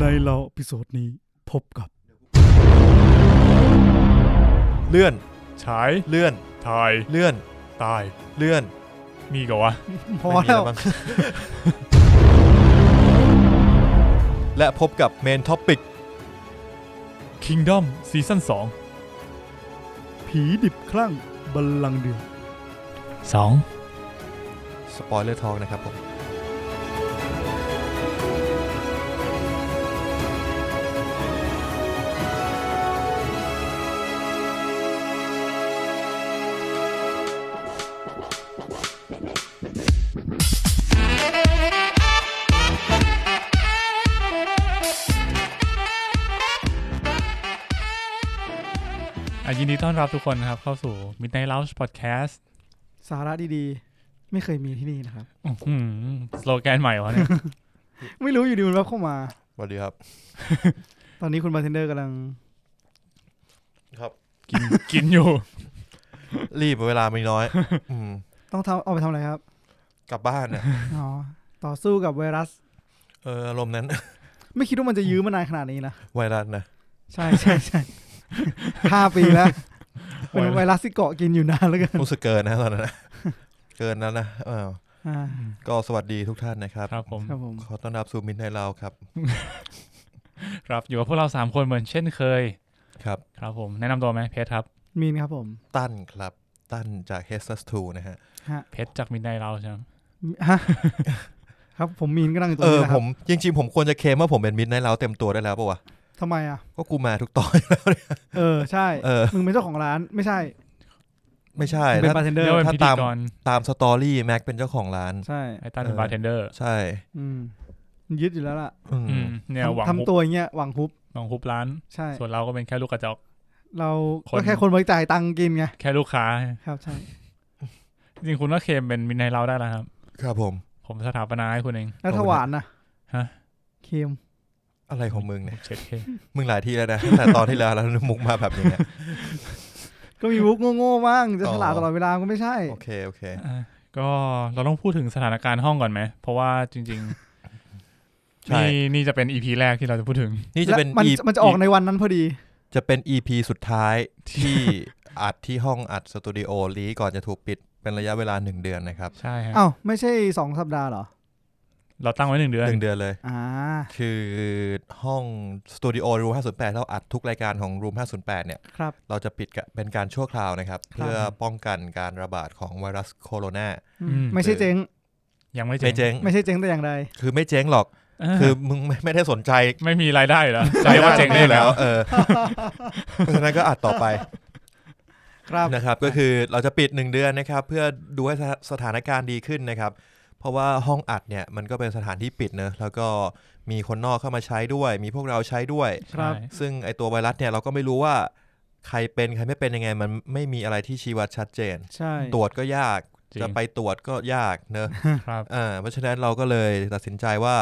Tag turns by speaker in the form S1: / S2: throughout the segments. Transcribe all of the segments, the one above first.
S1: ในเราอพิโซดนี้พบกับ
S2: เลื่อน
S3: ฉาย
S2: เลื่อน
S3: ถ่าย
S2: เลื่อน
S3: ตาย
S2: เลื่อน
S3: มีกับวะ
S4: พอ
S2: ไม่มี
S4: แล้ว
S2: มั้ง และพบกับเมนท็อปิก
S3: Kingdom ซีซั่น2
S1: ผีดิบคลั่งบัลลังก์เดือด
S3: 2
S2: สปอยเลอร์ทองนะครับผม
S3: อ่ะยินดีต้อนรับทุกคนนะครับ เข้าสู่ Midnight Lounge Podcast
S4: สาระดีๆ ไม่เคยมีที่นี่นะครับ
S3: อื้อหือสโลแกนใหม่วะเนี่ย
S4: ไม่รู้อยู่ดีมันแวบเข้ามา
S2: สวัสดีครับ
S4: ตอนนี้คุณบาร์เทนเดอร์กำลัง
S2: ครับ
S3: กินกินอยู่
S2: รีบเวลาไม่ น้อย อืม
S4: ต้องทำเอาไปทำอะไรครับ
S2: กลับบ้านนะ
S4: อ๋อ ต่อสู้กับไวรัส
S2: เอออารมณ์นั้น
S4: ไม่คิดว่ามันจะยื้อมานานขนาดนี้นะ
S2: ไวรัสนะ
S4: ใช่ใช่ใช่ ห้าปีแล้ว เป็น
S3: ไวรัส
S4: ไวรัสที่เกาะกินอยู่นานแล้วกัน
S2: รู้สึกเกินนะตอนนั้นนะ เกินแล้วนะเออ
S4: อ่า
S2: ก็สวัสดีทุกท่านนะครับ
S3: ครับผม
S4: ครับผม
S2: ขอต้อนรับสู่มินไนเราครับ
S3: ครับอยู่กับพวกเรา 3 คนเหมือนเช่นเคย
S2: ครับ
S3: ครับผมแนะนำตัวไหมเพชรครับ
S4: มีนครับผม
S2: ตั้นครับ ตั้นจาก h e s s 2นะฮะ
S3: เพชรจาก Midnight Lounge ใช่ไหม
S4: ฮะ ครับผมมีนกำลังอยู่ตร
S2: เองอ
S4: นี้นะค
S2: ผ
S4: รับ
S2: มจริงๆผมควรจะเคลมว่าผมเป็นมินไนเราเต็มตัวได้แล้วปะวะ
S4: ทำไมอ่ะ
S2: ก็กูมาทุกตอน
S4: เออ ใช่
S2: เออ
S4: มึงเป็นเจ้าของร้านไม่ใช่
S2: ไม่ใช่
S4: มึง
S2: ถ้า
S4: เป็นบาร์เทนเดอ
S3: เรีย
S4: ร์
S3: กว่าเป็น
S2: ถ้า
S3: พิธี
S2: ตาม
S3: กร
S2: ตามสตอรี่แม็กเป็นเจ้าของร้าน
S4: ใช่
S3: ไอตัน
S2: เออ
S3: บาร์เทนเดอร์
S2: ใช่
S4: อืมมันยึดอยู่แล้วล่ะ
S2: อืม
S3: เนี่ยหวัง
S4: ทำ
S3: ฮุบ
S4: ทำตัวอย่างเงี้ยหวังฮุบ
S3: หวังฮุบร้าน
S4: ใช่
S3: ส่วนเราก็เป็นแค่ลูกกระจอก
S4: เรา
S3: คน
S4: ก็แค่คนไว้จ่ายตังค์กินไง
S3: แค่ลูกค้า
S4: ครับใช่
S3: จริงๆคุณก็เคลมเป็น Midnight Lounge ได้แล้วครับ
S2: ครับผม
S3: ผมสถาปนาให้คุณเอง
S4: แล้วถาหวานนะ
S3: ฮะ
S4: เค็ม
S2: อะไรของมึงเนี่ย
S3: เช็ดเค
S2: มึงหลายที่แล้วนะ ตั้งแต่ตอนที่แล้วแล้วมุกมาแบบ นี้เนี่ย
S4: ก็มีมุกโง่ๆบ้างจะ
S2: อ๋อ
S4: ฉลาดตลอดเวลาก็ไม่ใช่
S2: โอเค โอเค
S3: อ่ะก็เราต้องพูดถึงสถานการณ์ห้องก่อนไหม เพราะว่าจริงๆ
S2: ใช่
S3: นี่นี่จะเป็น EP แรกที่เราจะพูดถึง
S2: นี่จะเป็น
S4: และมัน
S2: EP
S4: มันจะออกในวันนั้นพอดี
S2: จะเป็น EP สุดท้ายที่ อัดที่ห้องอัดสตูดิโอลีก่อนจะถูกปิดเป็นระยะเวลา 1 เดือนนะครับ
S3: ใช่ฮะ
S4: เอ้าไม่ใช่สองสัปดาห์เหรอ
S3: เราตั้งไว้หนึ่งเดือน
S2: หนึ่งเดือนเลย
S4: อ่า
S2: คือห้องสตูดิโอรูม508เราอัดทุกรายการของรูม508 เนี่ย
S4: ครับ
S2: เราจะปิดกะเป็นการชั่วคราวนะครับ เพื่อป้องกันการระบาดของไวรัสโคโรนา
S3: อืม
S4: ไม่ใช่เจ๊ง
S3: ยังไม่
S2: ไม่
S3: เจ๊ง
S2: เจ๊ง
S4: ไม่ใช่เจ๊งแต่อย่างใด
S2: คือไม่เจ๊งหรอก
S3: อ่า
S2: คือมึงไม่ไม่ได้สนใจ
S3: ไม่มีรายได้เหรอจะเรียกว่าเจ๊ ง
S2: ไม่
S3: ได้
S2: ได้
S3: แล้
S2: แล้ว ว เอ อ เพราะฉะนั้นก็อัดต่อไป
S4: ครับ
S2: นะครับก็คือเราจะปิด 1 เดือนนะครับ เพื่อดูให้สถาสถานการณ์ดีขึ้นนะครับ เพราะว่าห้องอัดเนี่ยมันก็เป็นสถานที่ปิดเนอะแล้วก็มีคนนอกเข้ามาใช้ด้วย มีพวกเราใช้ด้วย
S4: ครับ
S3: ใช่
S2: ซึ่งไอตัวไวรัสเนี่ยเราก็ไม่รู้ว่าใครเป็นใครไม่เป็นยังไง มันไม่มีอะไรที่ชี้วัดชัดเจน
S4: ใช่
S2: ตรวจก็ยาก
S3: จริง
S2: จะไปตรวจก็ยากเนอะ
S3: ครับ
S2: อ่าเพราะฉะนั้นเราก็เลยตัดสินใจว่า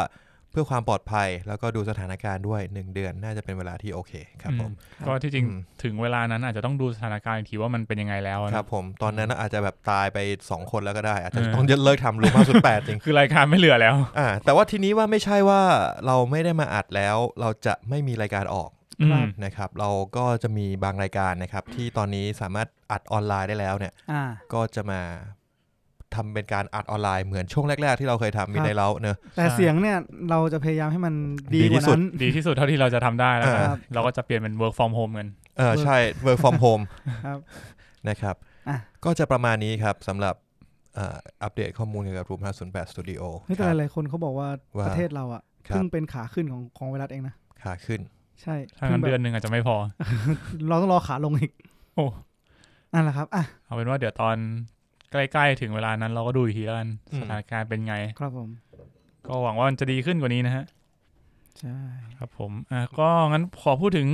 S2: เพื่อความปลอดภัย แล้วก็ดูสถานการณ์ด้วยหนึ่งเดือนน่าจะเป็นเวลาที่โอเคครับผม
S3: อืมก็ที่จริง
S2: อืม
S3: ถึงเวลานั้นอาจจะต้องดูสถานการณ์อีกทีว่ามันเป็นยังไงแล้วนะครับ
S2: ผมตอนนั้นอาจจะแบบตายไป 2 คนแล้วก็ได้ อาจจะต้องเลิกทำรูมห้าสุดแป ดจริง
S3: คือรายการไม่เหลือแล้ว
S2: อ่าแต่ว่าทีนี้ว่าไม่ใช่ว่าเราไม่ได้มาอัดแล้ว เราจะไม่มีรายการออก
S3: อืม
S2: นะครับ เราก็จะมีบางรายการนะครับ ที่ตอนนี้สามารถอัดออนไลน์ได้แล้วเนี่ย
S4: อ่า
S2: ก็จะมาทำเป็นการอัดออนไลน์เหมือนช่วงแรก ๆ ที่เราเคยทำมีในเราเนอะ
S4: แต่เสียงเนี่ยเราจะพยายามให้มันดี
S2: ดี
S4: ก
S2: ที่
S4: ว่า
S2: สุด
S4: นั้น
S3: ดีที่สุดเท่าที่เราจะทำได้แล้วกัน
S4: ครับ
S3: เราก็จะเปลี่ยนเป็น work from home กัน
S2: เออใช่ work from home
S4: ครับ
S2: นะครับ
S4: อ่ะ
S2: ก็จะประมาณนี้ครับสำหรับเอ่ออัปเดตข้อมูลเกี่ยวกับรูม508 Studio
S4: เฮ้ยแต่หลายๆคนเขาบอกว่า
S2: ว่า
S4: ประเทศเราอ่ะ
S2: ครับ
S4: เพิ่งเป็นขาขึ้นของของไวรัสเองนะ
S2: ขาขึ้น
S4: ใช่
S3: ถ้างั้น
S4: เพิ่งแบบ
S3: เดือนหนึ่งอาจจะไม่พอ
S4: เราต้องรอขาลงอีก
S3: โอ้
S4: นั่นแหละครับ อ่ะ
S3: เอาเป็นว่าเดี๋ยวตอนใกล้ๆถึงเวลานั้นเราก็ดูอีกทีแล้วกัน
S2: อืม
S3: สถานการณ์เป็นไง
S4: ครับผม
S3: ก็หวังว่ามันจะดีขึ้นกว่านี้นะฮะ
S4: ใช่
S3: ครับผม อ่ะก็งั้นขอพูดถึง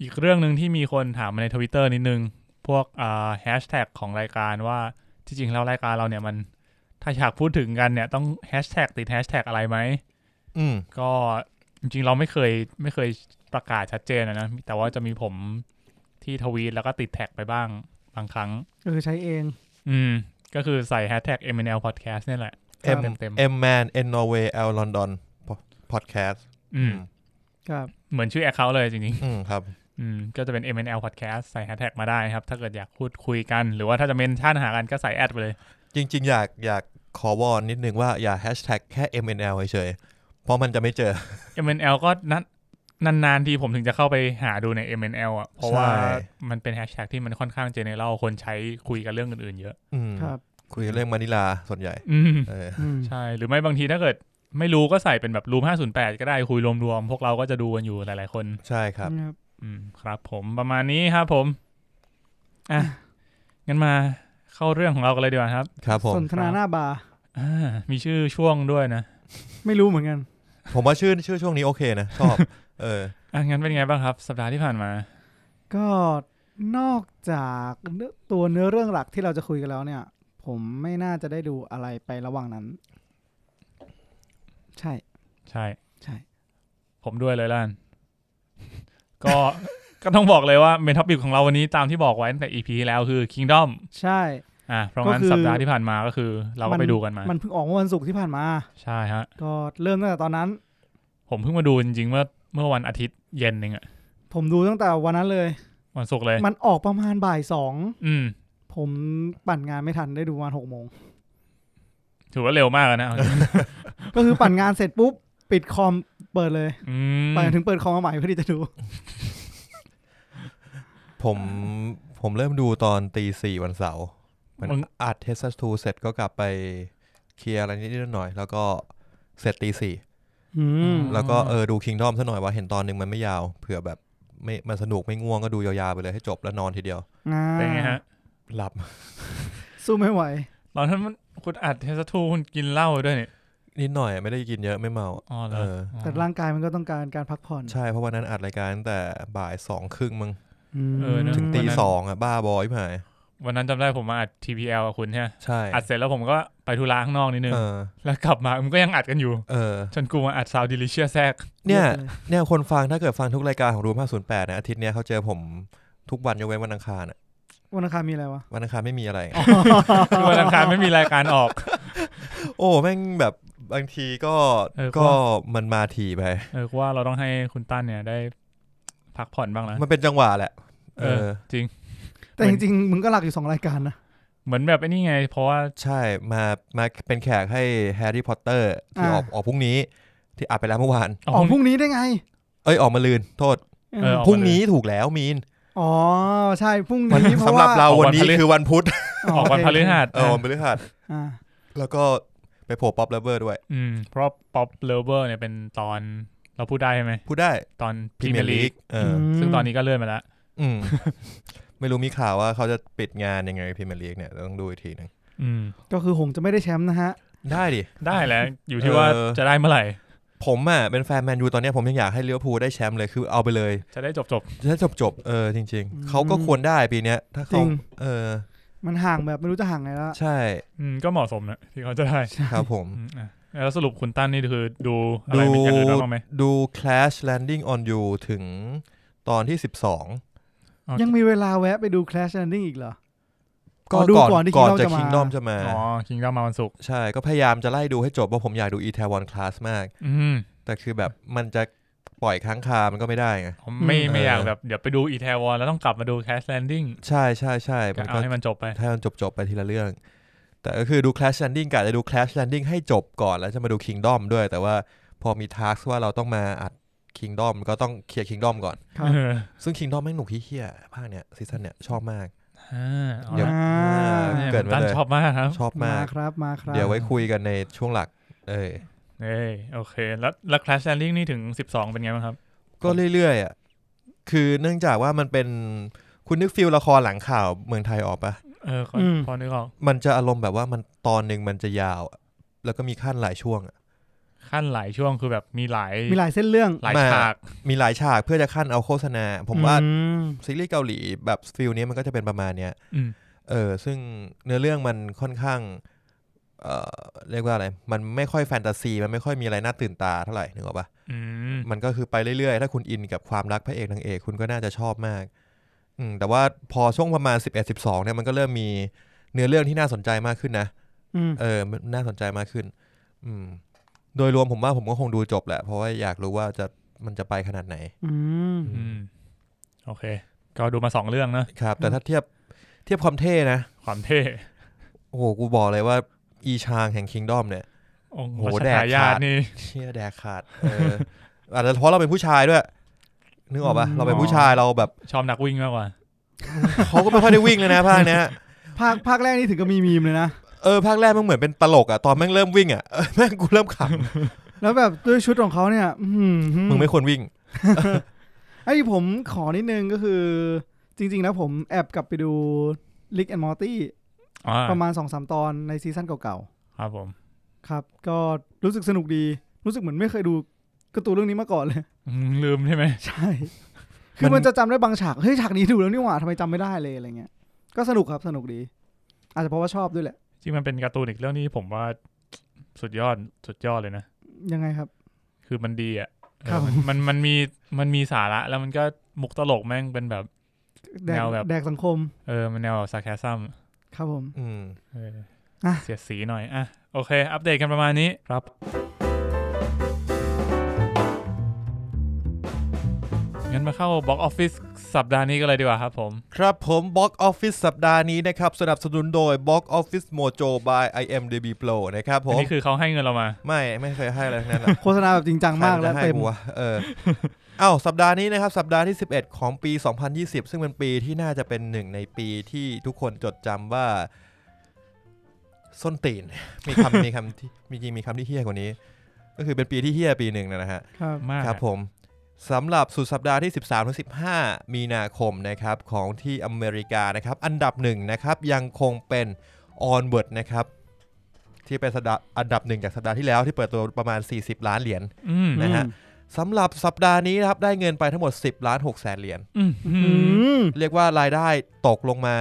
S3: อีกเรื่องหนึ่งที่มีคนถามมาในทวิตเตอร์นิดนึง พวกอ่าแฮชแท็กของรายการว่าจริงๆแล้วรายการเราเนี่ยมัน ถ้าอยากพูดถึงกันเนี่ยต้องแฮชแท็กติดแฮชแท็กอะไรไหม
S2: อืม
S3: ก็จริงๆเราไม่เคยไม่เคยประกาศชัดเจนอะนะ แต่ว่าจะมีผมที่ทวีตแล้วก็ติดแท็กไปบ้างบางครั้ง
S4: ก็คือใช้เอง
S3: อืม ก็คือใส่แฮชแท็ก MNL Podcast เนี่ยแหละ
S2: เอ็ม
S3: เต็มๆ
S2: เอ็มแมนเอ็นนอร์เวย์แอลลอนดอนพอดแคส
S3: อืม
S4: ครับ
S3: เหมือนชื่อแอคเคาท์เลยจริง
S2: อืมครับ
S3: ๆอืมก็จะเป็น MNL Podcast ใส่แฮชแท็กมาได้นะครับ ถ้าเกิดอยากพูดคุยกัน หรือว่าถ้าจะเมนชั่นหากันก็ใส่แอดไปเลย
S2: จริง ๆ อยากอยากขอวอนนิดนึงว่าอย่าแฮชแท็กแค่ MNL เฉยๆเพราะมันจะไม่เจอ
S3: MNL ก็นัดนานๆทีผมถึงจะเข้าไปหาดูใน MNL อ่ะ เพราะว่า
S2: ใช่
S3: มันเป็นแฮชแท็กที่มันค่อนข้างเจเนอเรลคนใช้คุยกันเรื่องอื่นๆเยอะ
S2: อืม
S4: ครับ
S2: คุยเรื่องมานิลาส่วนใหญ่
S3: อืม
S2: เออ
S4: อืม
S3: ใช่ หรือไม่บางทีถ้าเกิด ไม่รู้ก็ใส่เป็นแบบรูม508 ก็ได้คุยรวมๆ พวกเราก็จะดูกันอยู่หลายๆคน
S2: ใช่ครับ
S4: ครับ
S3: อืมครับผมประมาณนี้ครับผม อ่ะ งั้นมาเข้าเรื่องของเรากันเลยดีกว่าครับ
S2: ครับผม
S4: สนทนาหน้าบาร์
S3: อ่ามีชื่อช่วงด้วยนะ
S4: ไม่รู้เหมือนกัน
S2: ผมว่าชื่อชื่อช่วงนี้โอเคนะ ชอบ เออ
S3: อ่ะ งั้นเป็นไงบ้างครับ สัปดาห์ที่ผ่านมา
S4: ก็นอกจากเนื้อตัวเนื้อเรื่องหลักที่เราจะคุยกันแล้วเนี่ย ผมไม่น่าจะได้ดูอะไรไประหว่างนั้น ใช่
S3: ใช่
S4: ใช่
S3: ผมด้วยเลยล่ะ ก็ ก็ต้องบอกเลยว่าเมนท็อปิกของเราวันนี้ตามที่บอกไว้ตั้งแต่ EP ที่แล้วคือ Kingdom
S4: ใช่
S3: อ่ะเพราะงั้น
S4: ก็คือ
S3: สัปดาห์ที่ผ่านมาก็คือ เราก็ไปดูกันมาม
S4: มันเพิ่งออกเมื่อวันศุกร์ที่ผ่านมา
S3: ใช่ฮะ
S4: ก็เริ่มตั้งแต่ตอนนั้น
S3: ผมเพิ่งมาดูจริงๆเมื่อเมื่อวันอาทิตย์เย็นเองอะ
S4: ผมดูตั้งแต่วันนั้นเลย
S3: วันศุกร์เลย
S4: มันออกประมาณบ่ายสอง
S3: อืม
S4: ผมปั่นงานไม่ทันได้ดูประมาณหกโมง
S3: ถือว่าเร็วมากอะ นะ
S4: ก็คือปั่นงานเสร็จปุ๊บ ปิดคอมเปิดเลย
S3: อืม
S4: เปิดถึงเปิดคอมมาใหม่เพื่อที่จะดู
S2: ผมผมเริ่มดูตอนตีสี่วันเสาร์มันอัดเทสทูเสร็จก็กลับไปเคลียร์อะไรนิดๆหน่อยๆแล้วก็เสร็จตีสี่
S4: อืม
S2: แล้วก็เออดูคิงดอมซะหน่อยว่าเห็นตอนหนึ่งมันไม่ยาวเผื่อแบบไม่มันสนุกไม่ง่วงก็ดูยาวๆไปเลยให้จบแล้วนอนทีเดียว
S4: อ่า
S3: เป็นไงฮะ
S2: หลับ
S4: สู้ไม่ไหว
S3: ตอนนั้นมันคุณอัดเทสทูคุณกินเหล้าด้วยเนี่ย
S2: นิดหน่อยไม่ได้กินเยอะไม่เมา
S3: อ๋อเหร
S2: เอ
S3: อ
S2: อ
S4: แต่ร่างกายมันก็ต้องการการพักผ่อน
S2: ใช่เพราะวันนั้นอัดรายการตั้งแต่บ่ายสองครึ่งมึง
S4: ม
S3: เออเนอะ
S2: ถึงตี
S3: วันนั้น
S2: สองอ่ะบ้าบอยผ่าย
S3: วันนั้นจำได้ผมมาอัด TPL กับคุณใช่ไหม
S2: ใช่
S3: อัดเสร็จแล้วผมก็ไปธุระข้างนอกนิดนึง
S2: เออ
S3: แล้วกลับมามันก็ยังอัดกันอยู่
S2: เออ
S3: จนกูมาอัดซาวดิลิเชียแทรก
S2: เนี่ยเนี่ยคนฟังถ้าเกิดฟังทุกรายการของรูม508นะอาทิตย์เนี้ยเขาเจอผมทุกวันยกเว้นวันอังคารอะ
S4: วันอังคารมีอะไรวะ
S2: วันอังคารไม่มีอะไร
S3: คือวันอังคารไม่มีรายการออก
S2: โอ้แม่งแบบบางทีก็
S3: เออ
S2: ก็มันมาถี่ไป
S3: เออกูว่าเราต้องให้คุณตั้นเนี่ยได้พักผ่อนบ้างแล้ว
S2: มันเป็นจังหวะแหละ เอ
S3: เอ
S2: อ
S3: อ จริง
S4: แต่จริงๆ มึงก็หลักอยู่สองรายการนะ
S3: เหมือนแบบไอ้นี่ไง เพราะว่า
S2: ใช่มามาเป็นแขกให้แฮร์รี่พอตเตอร์ที่ออกออกพรุ่งนี้ที่อัดไปแล้วเมื่อวาน
S4: ออกพรุ่งนี้ได้ไง
S2: เอ้ยออกมาลืนโทษ
S3: เออออกมาเลย
S2: พรุ่งนี้ถูกแล้วมีน
S4: อ๋อ ใช่ พรุ่ง
S2: มัน
S4: นี้เพ
S2: สำ
S4: ราะ
S2: หรั
S4: ว่า
S2: บเรา
S3: ออกวั
S2: วัน
S3: น
S2: นี้
S3: พฤหัส
S2: คือวันพุธ
S3: ออกวันพฤหัส
S2: เออวันพฤหัส
S4: อ่า
S2: แล้วก็ไปโผล่ป๊อปเลเวอร์ด้วย
S3: อืมเพราะป๊อปเลเวอร์เนี่ยเป็นตอนเราพูดได้ใช่ไหม
S2: พูดได้
S3: ตอนพ
S2: พ
S3: รี
S2: รี
S3: เมี
S2: เมี
S3: ย
S2: ย
S3: ร์
S2: ร์
S3: ลี
S2: ลี
S3: ก
S2: กเออ
S3: ซึ่งตอนนี้ก็เลื่อนไปแล้ว
S2: อืม ไม่รู้มีข่าวว่าเขาจะปิดงานยังไงพรีเมียร์ลีกเนี่ยเดี๋ยวต้องดูอีกทีหนึ่ง
S3: อืม
S4: ก็คือหงจะไม่ได้แชมป์นะฮะ
S2: ได้ดิ
S3: ได้แหละอยู่ที่ว่า
S2: เออ
S3: จะได้เมื่อไหร่
S2: ผมอ่ะเป็นแฟนแมนยูตอนเนี้ยผมยังอยากให้ลิเวอร์พูลได้แชมป์เลยคือเอาไปเลย
S3: จะได้จบจบ
S2: จะจบจบๆเออจริง
S4: อืม
S2: ๆ เขาก็ควรได้ปีเนี้ย ถ้า
S4: จริ
S2: เขา
S4: ง
S2: เออ
S4: มันห่างแบบไม่รู้จะห่างไงแล้ว
S2: ใช่
S3: ๆอืมก็เหมาะสมนะที่เขาจะได้
S2: ครับผม
S3: อืมอ่ะแล้วสรุปคุณตั้นนี่คือดูอะ
S2: ดู
S3: ไรมีอย่างอื่นบ้างไหม
S2: ดู Clash Landing on You ถึงตอนที่ 12
S4: ยังมีเวลาแวะไปดู Clash Landing อีกเหรอ
S2: ก็
S4: อ๋อดู
S2: ก่อน
S4: ก่อนที่
S2: ก่อน
S4: Kingdom
S2: จะ
S4: จะมา
S2: คิงดอมจะมา
S3: อ๋อคิงดอมมาวันศุกร์
S2: ใช่ก็พยายามจะไล่ดูให้จบเพราะผมอยากดู Itaewon Class มาก
S3: อืม
S2: แต่คือแบบมันจะปล่อยค้างคามันก็ไม่ได้ไง
S3: ผมไม่
S2: อืม
S3: ไม่
S2: เอออ
S3: อยากแบบเดี๋ยวไปดูอีแทวอนแล้วต้องกลับมาดูแคสแลนดิ้ง
S2: ใช่ใช่ใช่มัน
S3: เอา
S2: ก็
S3: ให้มันจบไป
S2: ถ้ามันจบจบๆไปทีละเรื่อง แต่ก็คือดู Clash Landing กะจะดู Clash Landing ให้จบก่อนแล้วจะมาดู Kingdom ด้วย แต่ว่าพอมีทาร์กว่าเราต้องมาอัด Kingdom ก็ต้องเคลียร์ Kingdom ก่อน
S4: ครับ
S3: เออ
S2: ซึ่ง Kingdom แม่งหนุกเฮี้ยๆภาคเนี้ยซีซั่นเนี้ยชอบมาก
S3: อ่าเอา
S2: เดี๋ยว
S3: ละ
S4: อ่า
S2: อ่าเกิ
S3: เกิ
S2: ด
S3: ด
S2: มา
S3: ตั้น
S2: เลย
S3: ชอบมากครับ
S2: ชอบ
S4: มาม
S2: าก
S4: ครับ มาครับ
S2: เดี๋ยวไว้คุยกันในช่วงหลัก เออ
S3: เอ้ยโอเค แล้วแล้วแคสแลนดิ้งนี่ถึงสิบสองเป็นไงบ้างครับ
S2: ก็เรื่อยๆอ่ะคือเนื่องจากว่ามันเป็นคุณนึกฟิลละครหลังข่าวเมืองไทยออกปะ
S3: เออก็
S4: อืม
S3: พอนึกออก
S2: มันจะอารมณ์แบบว่ามันตอนหนึ่งมันจะยาวอะแล้วก็มีขั้นหลายช่วงอะ
S3: ขั้นหลายช่วงคือแบบมีหลาย
S4: มีหลายเส้นเรื่อง
S3: หลาย
S2: มา
S3: ฉาก
S2: มีหลายฉากเพื่อจะขั้นเอาโฆษณา ผมว่า
S4: อืม
S2: ซีรีส์เกาหลีแบบฟิลนี้มันก็จะเป็นประมาณเนี้ย
S3: อืม
S2: เออ ซึ่งเนื้อเรื่องมันค่อนข้าง เอ่อ เรียกว่าอะไร มันไม่ค่อยแฟนตาซี มันไม่ค่อยมีอะไรน่าตื่นตาเท่าไหร่นึกออกปะ
S3: อืม
S2: มันก็คือไปเรื่อยๆ ถ้าคุณอินกับความรักพระเอกนางเอกคุณก็น่าจะชอบมาก อืม แต่ว่าพอช่วงประมาณ 11 12เนี่ยมันก็เริ่มมีเนื้อเรื่องที่น่าสนใจมากขึ้นนะ
S4: อืม
S2: เออ มันน่าสนใจมากขึ้น อืม โดยรวมผมว่าผมก็คงดูจบแหละ เพราะว่าอยากรู้ว่าจะ มันจะไปขนาดไหน
S4: อืม
S3: อืมโอเค ก็ดูมาสองเรื่องนะครับ
S2: แต่
S4: อืม
S2: ถ้าเทียบเทียบความเท่นะ
S3: ความเท่
S2: โอ้โห กูบอกเลยว่าอีชางแห่งคิงดอมเนี่ย
S3: องค์
S2: โห
S3: พระ
S2: แดก
S3: ชายา
S2: ขาด
S3: ทนี่
S2: เชี่ยแดกขาดเออ อาจจะเพราะเราเป็นผู้ชายด้วย นึกออกปะ
S4: อืม
S2: เราเป็นผู้ชายเราแบบ
S3: ชอบนักวิ่งมากกว่า
S2: เขาก็ไม่ค่อยได้วิ่งเลยนะภาคเนี้ย
S4: ภาคภาคแรกนี่ถึงก็มีมีมเลยนะ
S2: เออภาคแรกมันเหมือนเป็นตลกอ่ะ ตอนแม่งเริ่มวิ่งอ่ะ เออแม่งกูเริ่มข
S4: แล้วแบบด้วยชุดของเขาเนี่ย อืม
S2: ำมึงไม่ควรวิ่ง
S4: ไอ้ผมขอนิดนึงก็คือ จริง ๆ นะผมแอบกลับไปดู Lick and Morty
S3: อ่า
S4: ประมาณ 2-3 ตอนในซีซั่นเก่า
S3: ครับผม
S4: ๆ ครับ ก็รู้สึกสนุกดี รู้สึกเหมือนไม่เคยดูการ์ตูนเรื่องนี้มาก่อนเลย
S3: อืมลืมใช่ไหม
S4: ใช่ คือ
S2: มั
S4: มัน
S2: น
S4: จะจำได้บางฉาก เฮ้ย ฉากนี้ดูแล้วนี่หว่าทำไมจำไม่ได้เลยอะไรเงี้ย ก็สนุกครับ สนุกดี อาจจะเพราะว่าชอบด้วยแหละ
S3: จริงมันเป็นการ์ตูนอีกเรื่องที่ผมว่าสุดยอดสุดยอดเลยนะ
S4: ยังไงครับ
S3: คือมันดีอ่ะเออ
S4: ครับ
S3: มันมันมันมีมันมีสาระแล้วมันก็มุกตลกแม่งเป็นแบบ
S4: แดก
S3: แนวแบบ
S4: แดกสังคม
S3: เออมันแนวแบบซาแคซัม
S4: ครับผม
S2: อืม
S4: อ่ะ
S3: เสียดสีหน่อยอ่ะโอเค อัปเดตกันประมาณนี้ครับ งั้นมาเข้าบ็อกออฟฟิศสัปดาห์นี้กันเลยดีกว่าครับผม
S2: ครับผมบล็อกออฟฟิศสัปดาห์นี้นะครับ สนับสนุนโดยบล็อกออฟฟิศโมโจ by IMDB Pro นะครับผ
S3: อัน
S2: ม
S3: นี้คือเขาให้เงินเรามา
S2: ไม่ไม่เคยให้อะไรทั้งนั้นแห ละ
S4: โฆษณาแบบจริงจังมาก
S2: ใครนจะ
S4: แล้ว
S2: ให้
S4: เต็ม
S2: กูะเอ อ เอ้าสัปดาห์นี้นะครับ สัปดาห์ที่ 11 ของปี 2020 ซึ่งเป็นปีที่น่าจะเป็นหนึ่งในปีที่ทุกคนจดจำว่า ส้นตีน มีคำ มีคำที่มีจริงมีคำที่เฮี้ยกว่านี้ ก็คือเป็นปีที่เฮี้ยปีหนึ่งนะฮะ
S4: ครับ
S3: มาก
S2: ครับผมสำหรับสุดสัปดาห์ที่ 13ถึง15 มีนาคมนะครับของที่อเมริกานะครับ อันดับหนึ่งนะครับยังคงเป็น Onward นะครับ ที่เป็นสัปดาห์อันดับหนึ่งจากสัปดาห์ที่แล้วที่เปิดตัวประมาณ 40 ล้านเหรียญ
S3: อืม
S2: นะฮะ สำหรับสัปดาห์นี้นะครับ ได้เงินไปทั้งหมด 10 ล้าน6แสนเหรียญ
S3: อืม
S4: อืม
S3: อืม
S4: อืม
S2: เรียกว่ารายได้ตกลงมา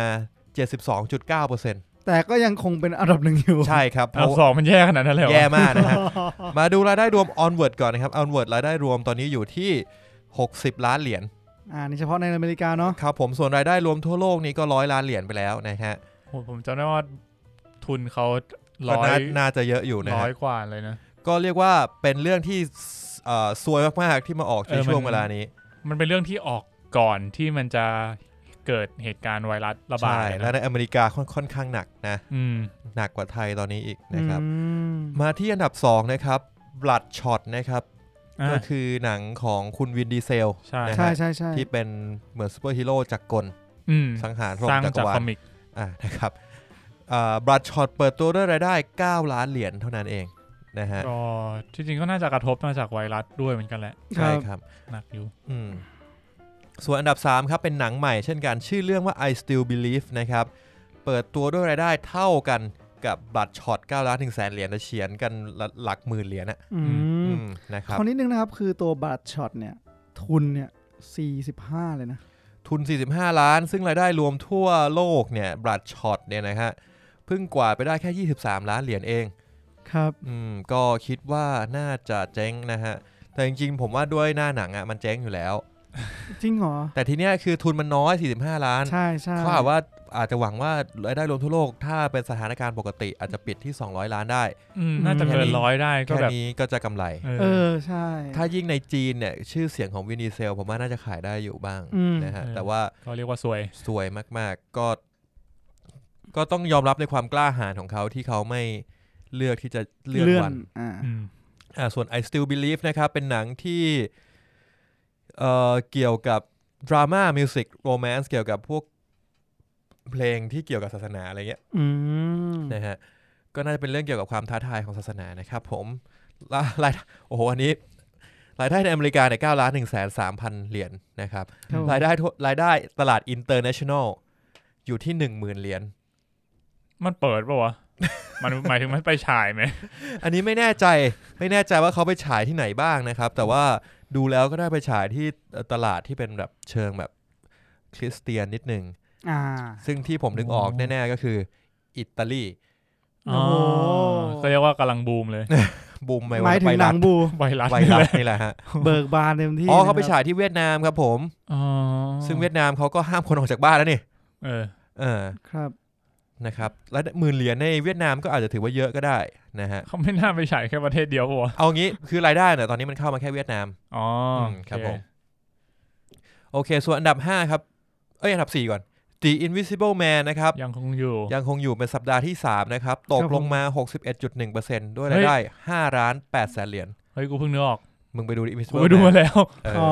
S2: 72.9%
S4: แต่ก็ยังคงเป็นอันดับหนึ่งอยู่
S2: ใช่ครับเพ
S3: เอา
S2: ราะ
S3: สองมันแย่ขนาดนั้นเลยเหรอ
S2: แย่มากนะฮะ มาดูรายได้รวม Onward ก่อนนะครับ Onward รายได้รวมตอนนี้อยู่ที่ 60 ล้านเหรียญ
S4: อ่านี่เฉพาะในอเมริกาเนาะ
S2: ครับผมส่วนรายได้รวมทั่วโลกนี้ก็ร้อยล้านเหรียญไปแล้วนะฮะ
S3: โหผมจำได้ว่าทุนเขา
S2: ก็
S3: ร้อ
S2: น่าย น่าจะเยอะอยู่นะ
S3: ร้อ
S2: ฮะ
S3: ยกว่าเลยนะ
S2: ก็เรียกว่าเป็นเรื่องที่เอ่อซวยมาก ๆ ที่มาออกใน
S3: เออมัน
S2: ช่วงเวลานี้
S3: มันเป็นเรื่องที่ออกก่อนที่มันจะเกิดเหตุการณ์ไวรัสระบา
S2: ใช่
S3: ด
S2: และ
S3: นะ
S2: ในอเมริกาค่อนค่อนข้างหนักนะ
S3: อืม
S2: หนักกว่าไทยตอนนี้อีกนะครับ
S4: อืม
S2: มาที่อันดับ 2 นะครับบลัดช็อตนะครับ
S3: อ่า
S2: ก็คือหนังของคุณวินดีเซล
S3: ใช่
S2: นะ
S4: ใช่ใช่ใช่
S2: ที่เป็นเหมือนซูเปอร์ฮีโร่จากรกล
S3: อืม
S2: สังหารพระอ
S3: สร้าง
S2: ค์
S3: ง
S2: จัก
S3: จาก
S2: รวา
S3: ค
S2: ล
S3: อมิก
S2: อ่านะครับบลัดช็อตเปิดตัวด้วยรายได้ 9 ล้านเหรียญเท่านั้นเองนะฮะ
S3: ก็ที่จริงก็น่าจะกระทบมาจากไวรัสด้วยเหมือนกันแหละ
S2: ใช่ครับ
S3: หนักอยู่
S2: อืมส่วนอันดับ 3 ครับ เป็นหนังใหม่เช่นกัน ชื่อเรื่องว่า I Still Believe นะครับ เปิดตัวด้วยรายได้เท่ากันกับบัตรช็อต9ล้านถึงแสนเหรียญนะเฉียนกันละหลักหมื่นเหรียญนะ
S4: อื
S2: อื
S4: ม
S2: มนะค
S4: ครับ ราวนิดนึงนะครับ คือตัวบัตรช็อตเนี่ย ทุนเนี่ยสี่สิบห้าเลยนะ
S2: ทุน 45 ล้าน ซึ่งรายได้รวมทั่วโลกเนี่ยบัตรช็อตเนี่ยนะฮะเพิ่งกวาดไปได้แค่ 23 ล้านเหรียญเอง
S4: ครับ
S2: อืมก็คิดว่าน่าจะเจ๊งนะฮะ แต่จริงๆ ผมว่าด้วยหน้าหนังอะ่ะมันเจ๊งอยู่แล้ว
S4: จริงเหรอ
S2: แต่ทีเนี้ยคือทุนมันน้อย 45 ล้าน
S4: ใช่ใช่
S2: เขาอาจว่าอาจจะหวังว่ารายได้รวมทั่วโลก ถ้าเป็นสถานการณ์ปกติอาจจะปิดที่ 200 ล้านได้
S3: อืม น่าจะเกินร้อยได้ก็
S2: แค่
S3: แบบ
S2: นี้ก็จะกำไร
S3: เอ
S4: เอ
S3: อ
S4: อ ใช่
S2: ถ้ายิ่งในจีนเนี่ยชื่อเสียงของวินดีเซล ผมว่าน่าจะขายได้อยู่บ้าง
S4: อืม
S2: นะฮะ
S3: เออ
S2: แต่ว่า
S3: ก็เรียกว่าสวย
S2: สวยมากๆ ก็ ก็ต้องยอมรับในความกล้าหาญของเขาที่เขาไม่เลือกที่จะเลื่อน
S4: เลื่อน
S2: วัน
S4: อ่า
S3: อืม
S2: อ่าส่วน I Still Believe นะครับ เป็นหนังที่เอ่อเกี่ยวกับดราม่ามิวสิกโรแมนต์เกี่ยวกับพวกเพลงที่เกี่ยวกับศาสนาอะไรเงี้ย
S4: อืม
S2: นะฮะก็น่าจะเป็นเรื่องเกี่ยวกับความท้าทายของศาสนานะครับ ผมรารายโอ้โหอันนี้ รายได้ในอเมริกาเนี่ยเก้าล้านหนึ่งแสนสามพันเหรียญนะครับ
S4: ครับผม
S2: รายได้ทั่วรายได้ตลาดอินเตอร์เนชั่นแนลอยู่ที่หนึ่งหมื่นเหรียญ
S3: มันเปิดปะวะ มัน หมายถึงมันไปฉายไหม
S2: อันนี้ไม่แน่ใจไม่แน่ใจว่าเขาไปฉายที่ไหนบ้างนะครับ แต่ว่าดูแล้วก็ได้ไปฉายที่เอ่อตลาดที่เป็นแบบเชิงแบบคริสเตียนนิดหนึ่ง
S4: อ่า
S2: ซึ่งที่ผมนึกออก
S3: โอ้
S2: แน่ๆก็คืออิตาลี
S4: โอ้โห
S3: อ๋อก็เรียกว่ากำลังบูม เลย
S2: บูมไป
S4: หมา
S2: ว่าย
S4: ถึ
S2: ไว
S4: งห
S2: รั
S4: นั
S2: ส
S4: งบู
S3: ไวรัส
S2: ไว
S3: นี่
S2: รัส
S3: แหละ
S2: นี่แหละฮะ
S4: เบิกบานเต็มที่
S2: อ๋อเขาไป
S4: นะครับ
S2: ฉายที่เวียดนามครับผม
S3: อ๋อ
S2: ซึ่งเวียดนามเขาก็ห้ามคนออกจากบ้านแล้วนี่
S3: เออ
S2: เออ
S4: ครับ
S2: นะครับและหมื่นเหรียญในเวียดนามก็อาจจะถือว่าเยอะก็ได้นะฮะ
S3: เขาไม่น่าไปฉายแค่ประเทศเดียวปะวะ
S2: เอางี้คือรายได้เนี่ยตอนนี้มันเข้ามาแค่เวียดนาม
S3: อ๋ออ
S2: มครับผ
S3: โอเ
S2: ม โอเค ส่วนอันดับ 5 ครับ เอ้ย อันดับ 4 ก่อน The Invisible Man นะครับ
S3: ยังคงอยู่
S2: ยังคงอยู่เป็นสัปดาห์ที่ 3 นะครับ ตก
S4: ครับผม
S2: ลงมา 61.1%ด้วย
S3: เฮ้
S2: ราย ยได้ 5 ล้าน8แสนเหรียญ
S3: เฮ้ยกูเพิ่งนึกออก
S2: มึงไปดู The
S3: กู
S2: Invisible
S3: ไปดู
S2: Man
S3: มาแล้ว
S2: เออ
S4: อ๋อ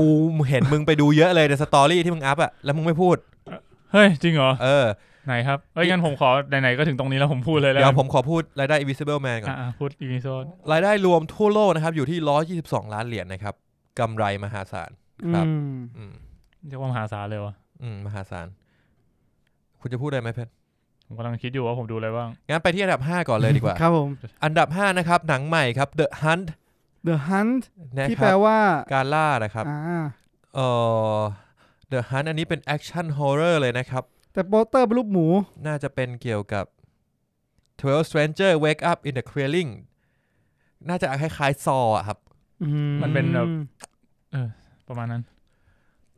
S2: กูเห็นมึงไปดูเยอะเลยในสตอรี่ที่มึงอัพอะแล้วมึงไม่พูด
S3: เฮ้ย จริงเหรอ
S2: เออ
S3: ไหนครับเอ้ยงั้นผมขอไหนๆก็ถึงตรงนี้แล้วผมพูดเลยแล้ว
S2: เดี๋ย
S3: กั
S2: วน ผมขอพูดรายได้ Invisible Man ก่อน
S3: อ่ะๆพูดอีกนิดโซน
S2: รายได้รวมทั่วโลกนะครับ อยู่ที่ 122 ล้านเหรียญนะครับกำไรมหาศาล
S4: อื
S2: ครับ
S4: ม
S2: อืม
S3: เรียกว่ามหาศาลเลยวะ
S2: อืมมหาศาลคุณจะพูดอะไรไหมเพชร
S3: ผมกำลังคิดอยู่ว่าผมดูอะไรบ้าง
S2: งั้นไปที่อันดับ 5 ก่อนเลยดีกว่า
S4: ครับผม
S2: อันดับ 5 นะครับ หนังใหม่ครับ The Hunt
S4: The Hunt
S2: นะ
S4: ที่
S2: ค
S4: แปล
S2: รับ
S4: ว่า
S2: การล่านะครับ
S4: อ่า
S2: เอ่อ The Hunt อันนี้เป็นแอคชั่นฮอร์เรอร์เลยนะครับ
S4: แต่โปสเตอร์เป็นรูปหมู
S2: น่าจะเป็นเกี่ยวกับ 12 Stranger Wake Up in the Clearing น่าจะคล้ายๆซออะครับ
S4: อื
S3: มันเป็นแบบ ประมาณนั้น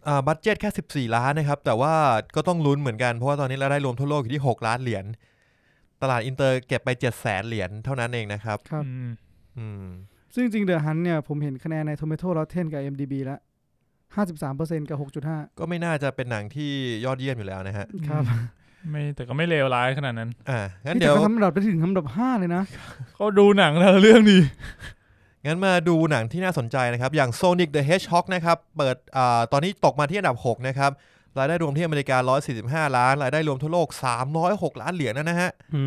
S2: อ่าบัตเจ็ตแค่ 14 ล้านนะครับ แต่ว่าก็ต้องลุ้นเหมือนกัน เพราะว่าตอนนี้เรายได้รวมทั่วโลกอยู่ที่ 6 ล้านเหรียญตลาดอินเตอร์เก็บไป 7 0 0 0 0เหรียญเท่านั้นเองนะครับ
S4: ครับ
S3: อืม
S2: อืม
S4: ซึ่งจริง The Hunt เนี่ย ผมเห็นคะแนนใน Tomato Rotten กับ MDB แล้ว 53%กับ 6.5
S2: ก็ไม่น่าจะเป็นหนังที่ยอดเยี่ยมอยู่แล้วนะฮะ
S4: ครับ
S3: ไม่แต่ก็ไม่เลวร้ายขนาดนั้น
S2: อ่างั้น
S4: นี่
S2: เดี๋
S4: แต่
S2: ยว
S4: ก็ทำอันดับไปถึงอันดับ 5 เลยนะ
S3: ก็ดูหนังแต่ละเรื่องดี
S2: งั้นมาดูหนังที่น่าสนใจนะครับ อย่าง Sonic the Hedgehog นะครับ เปิดอาตอนนี้ตกมาที่อันดับ 6 นะครับ รายได้รวมที่อเมริกา 145 ล้าน รายได้รวมทั่วโลก 306 ล้านเหรียญนะนะฮะ
S4: อื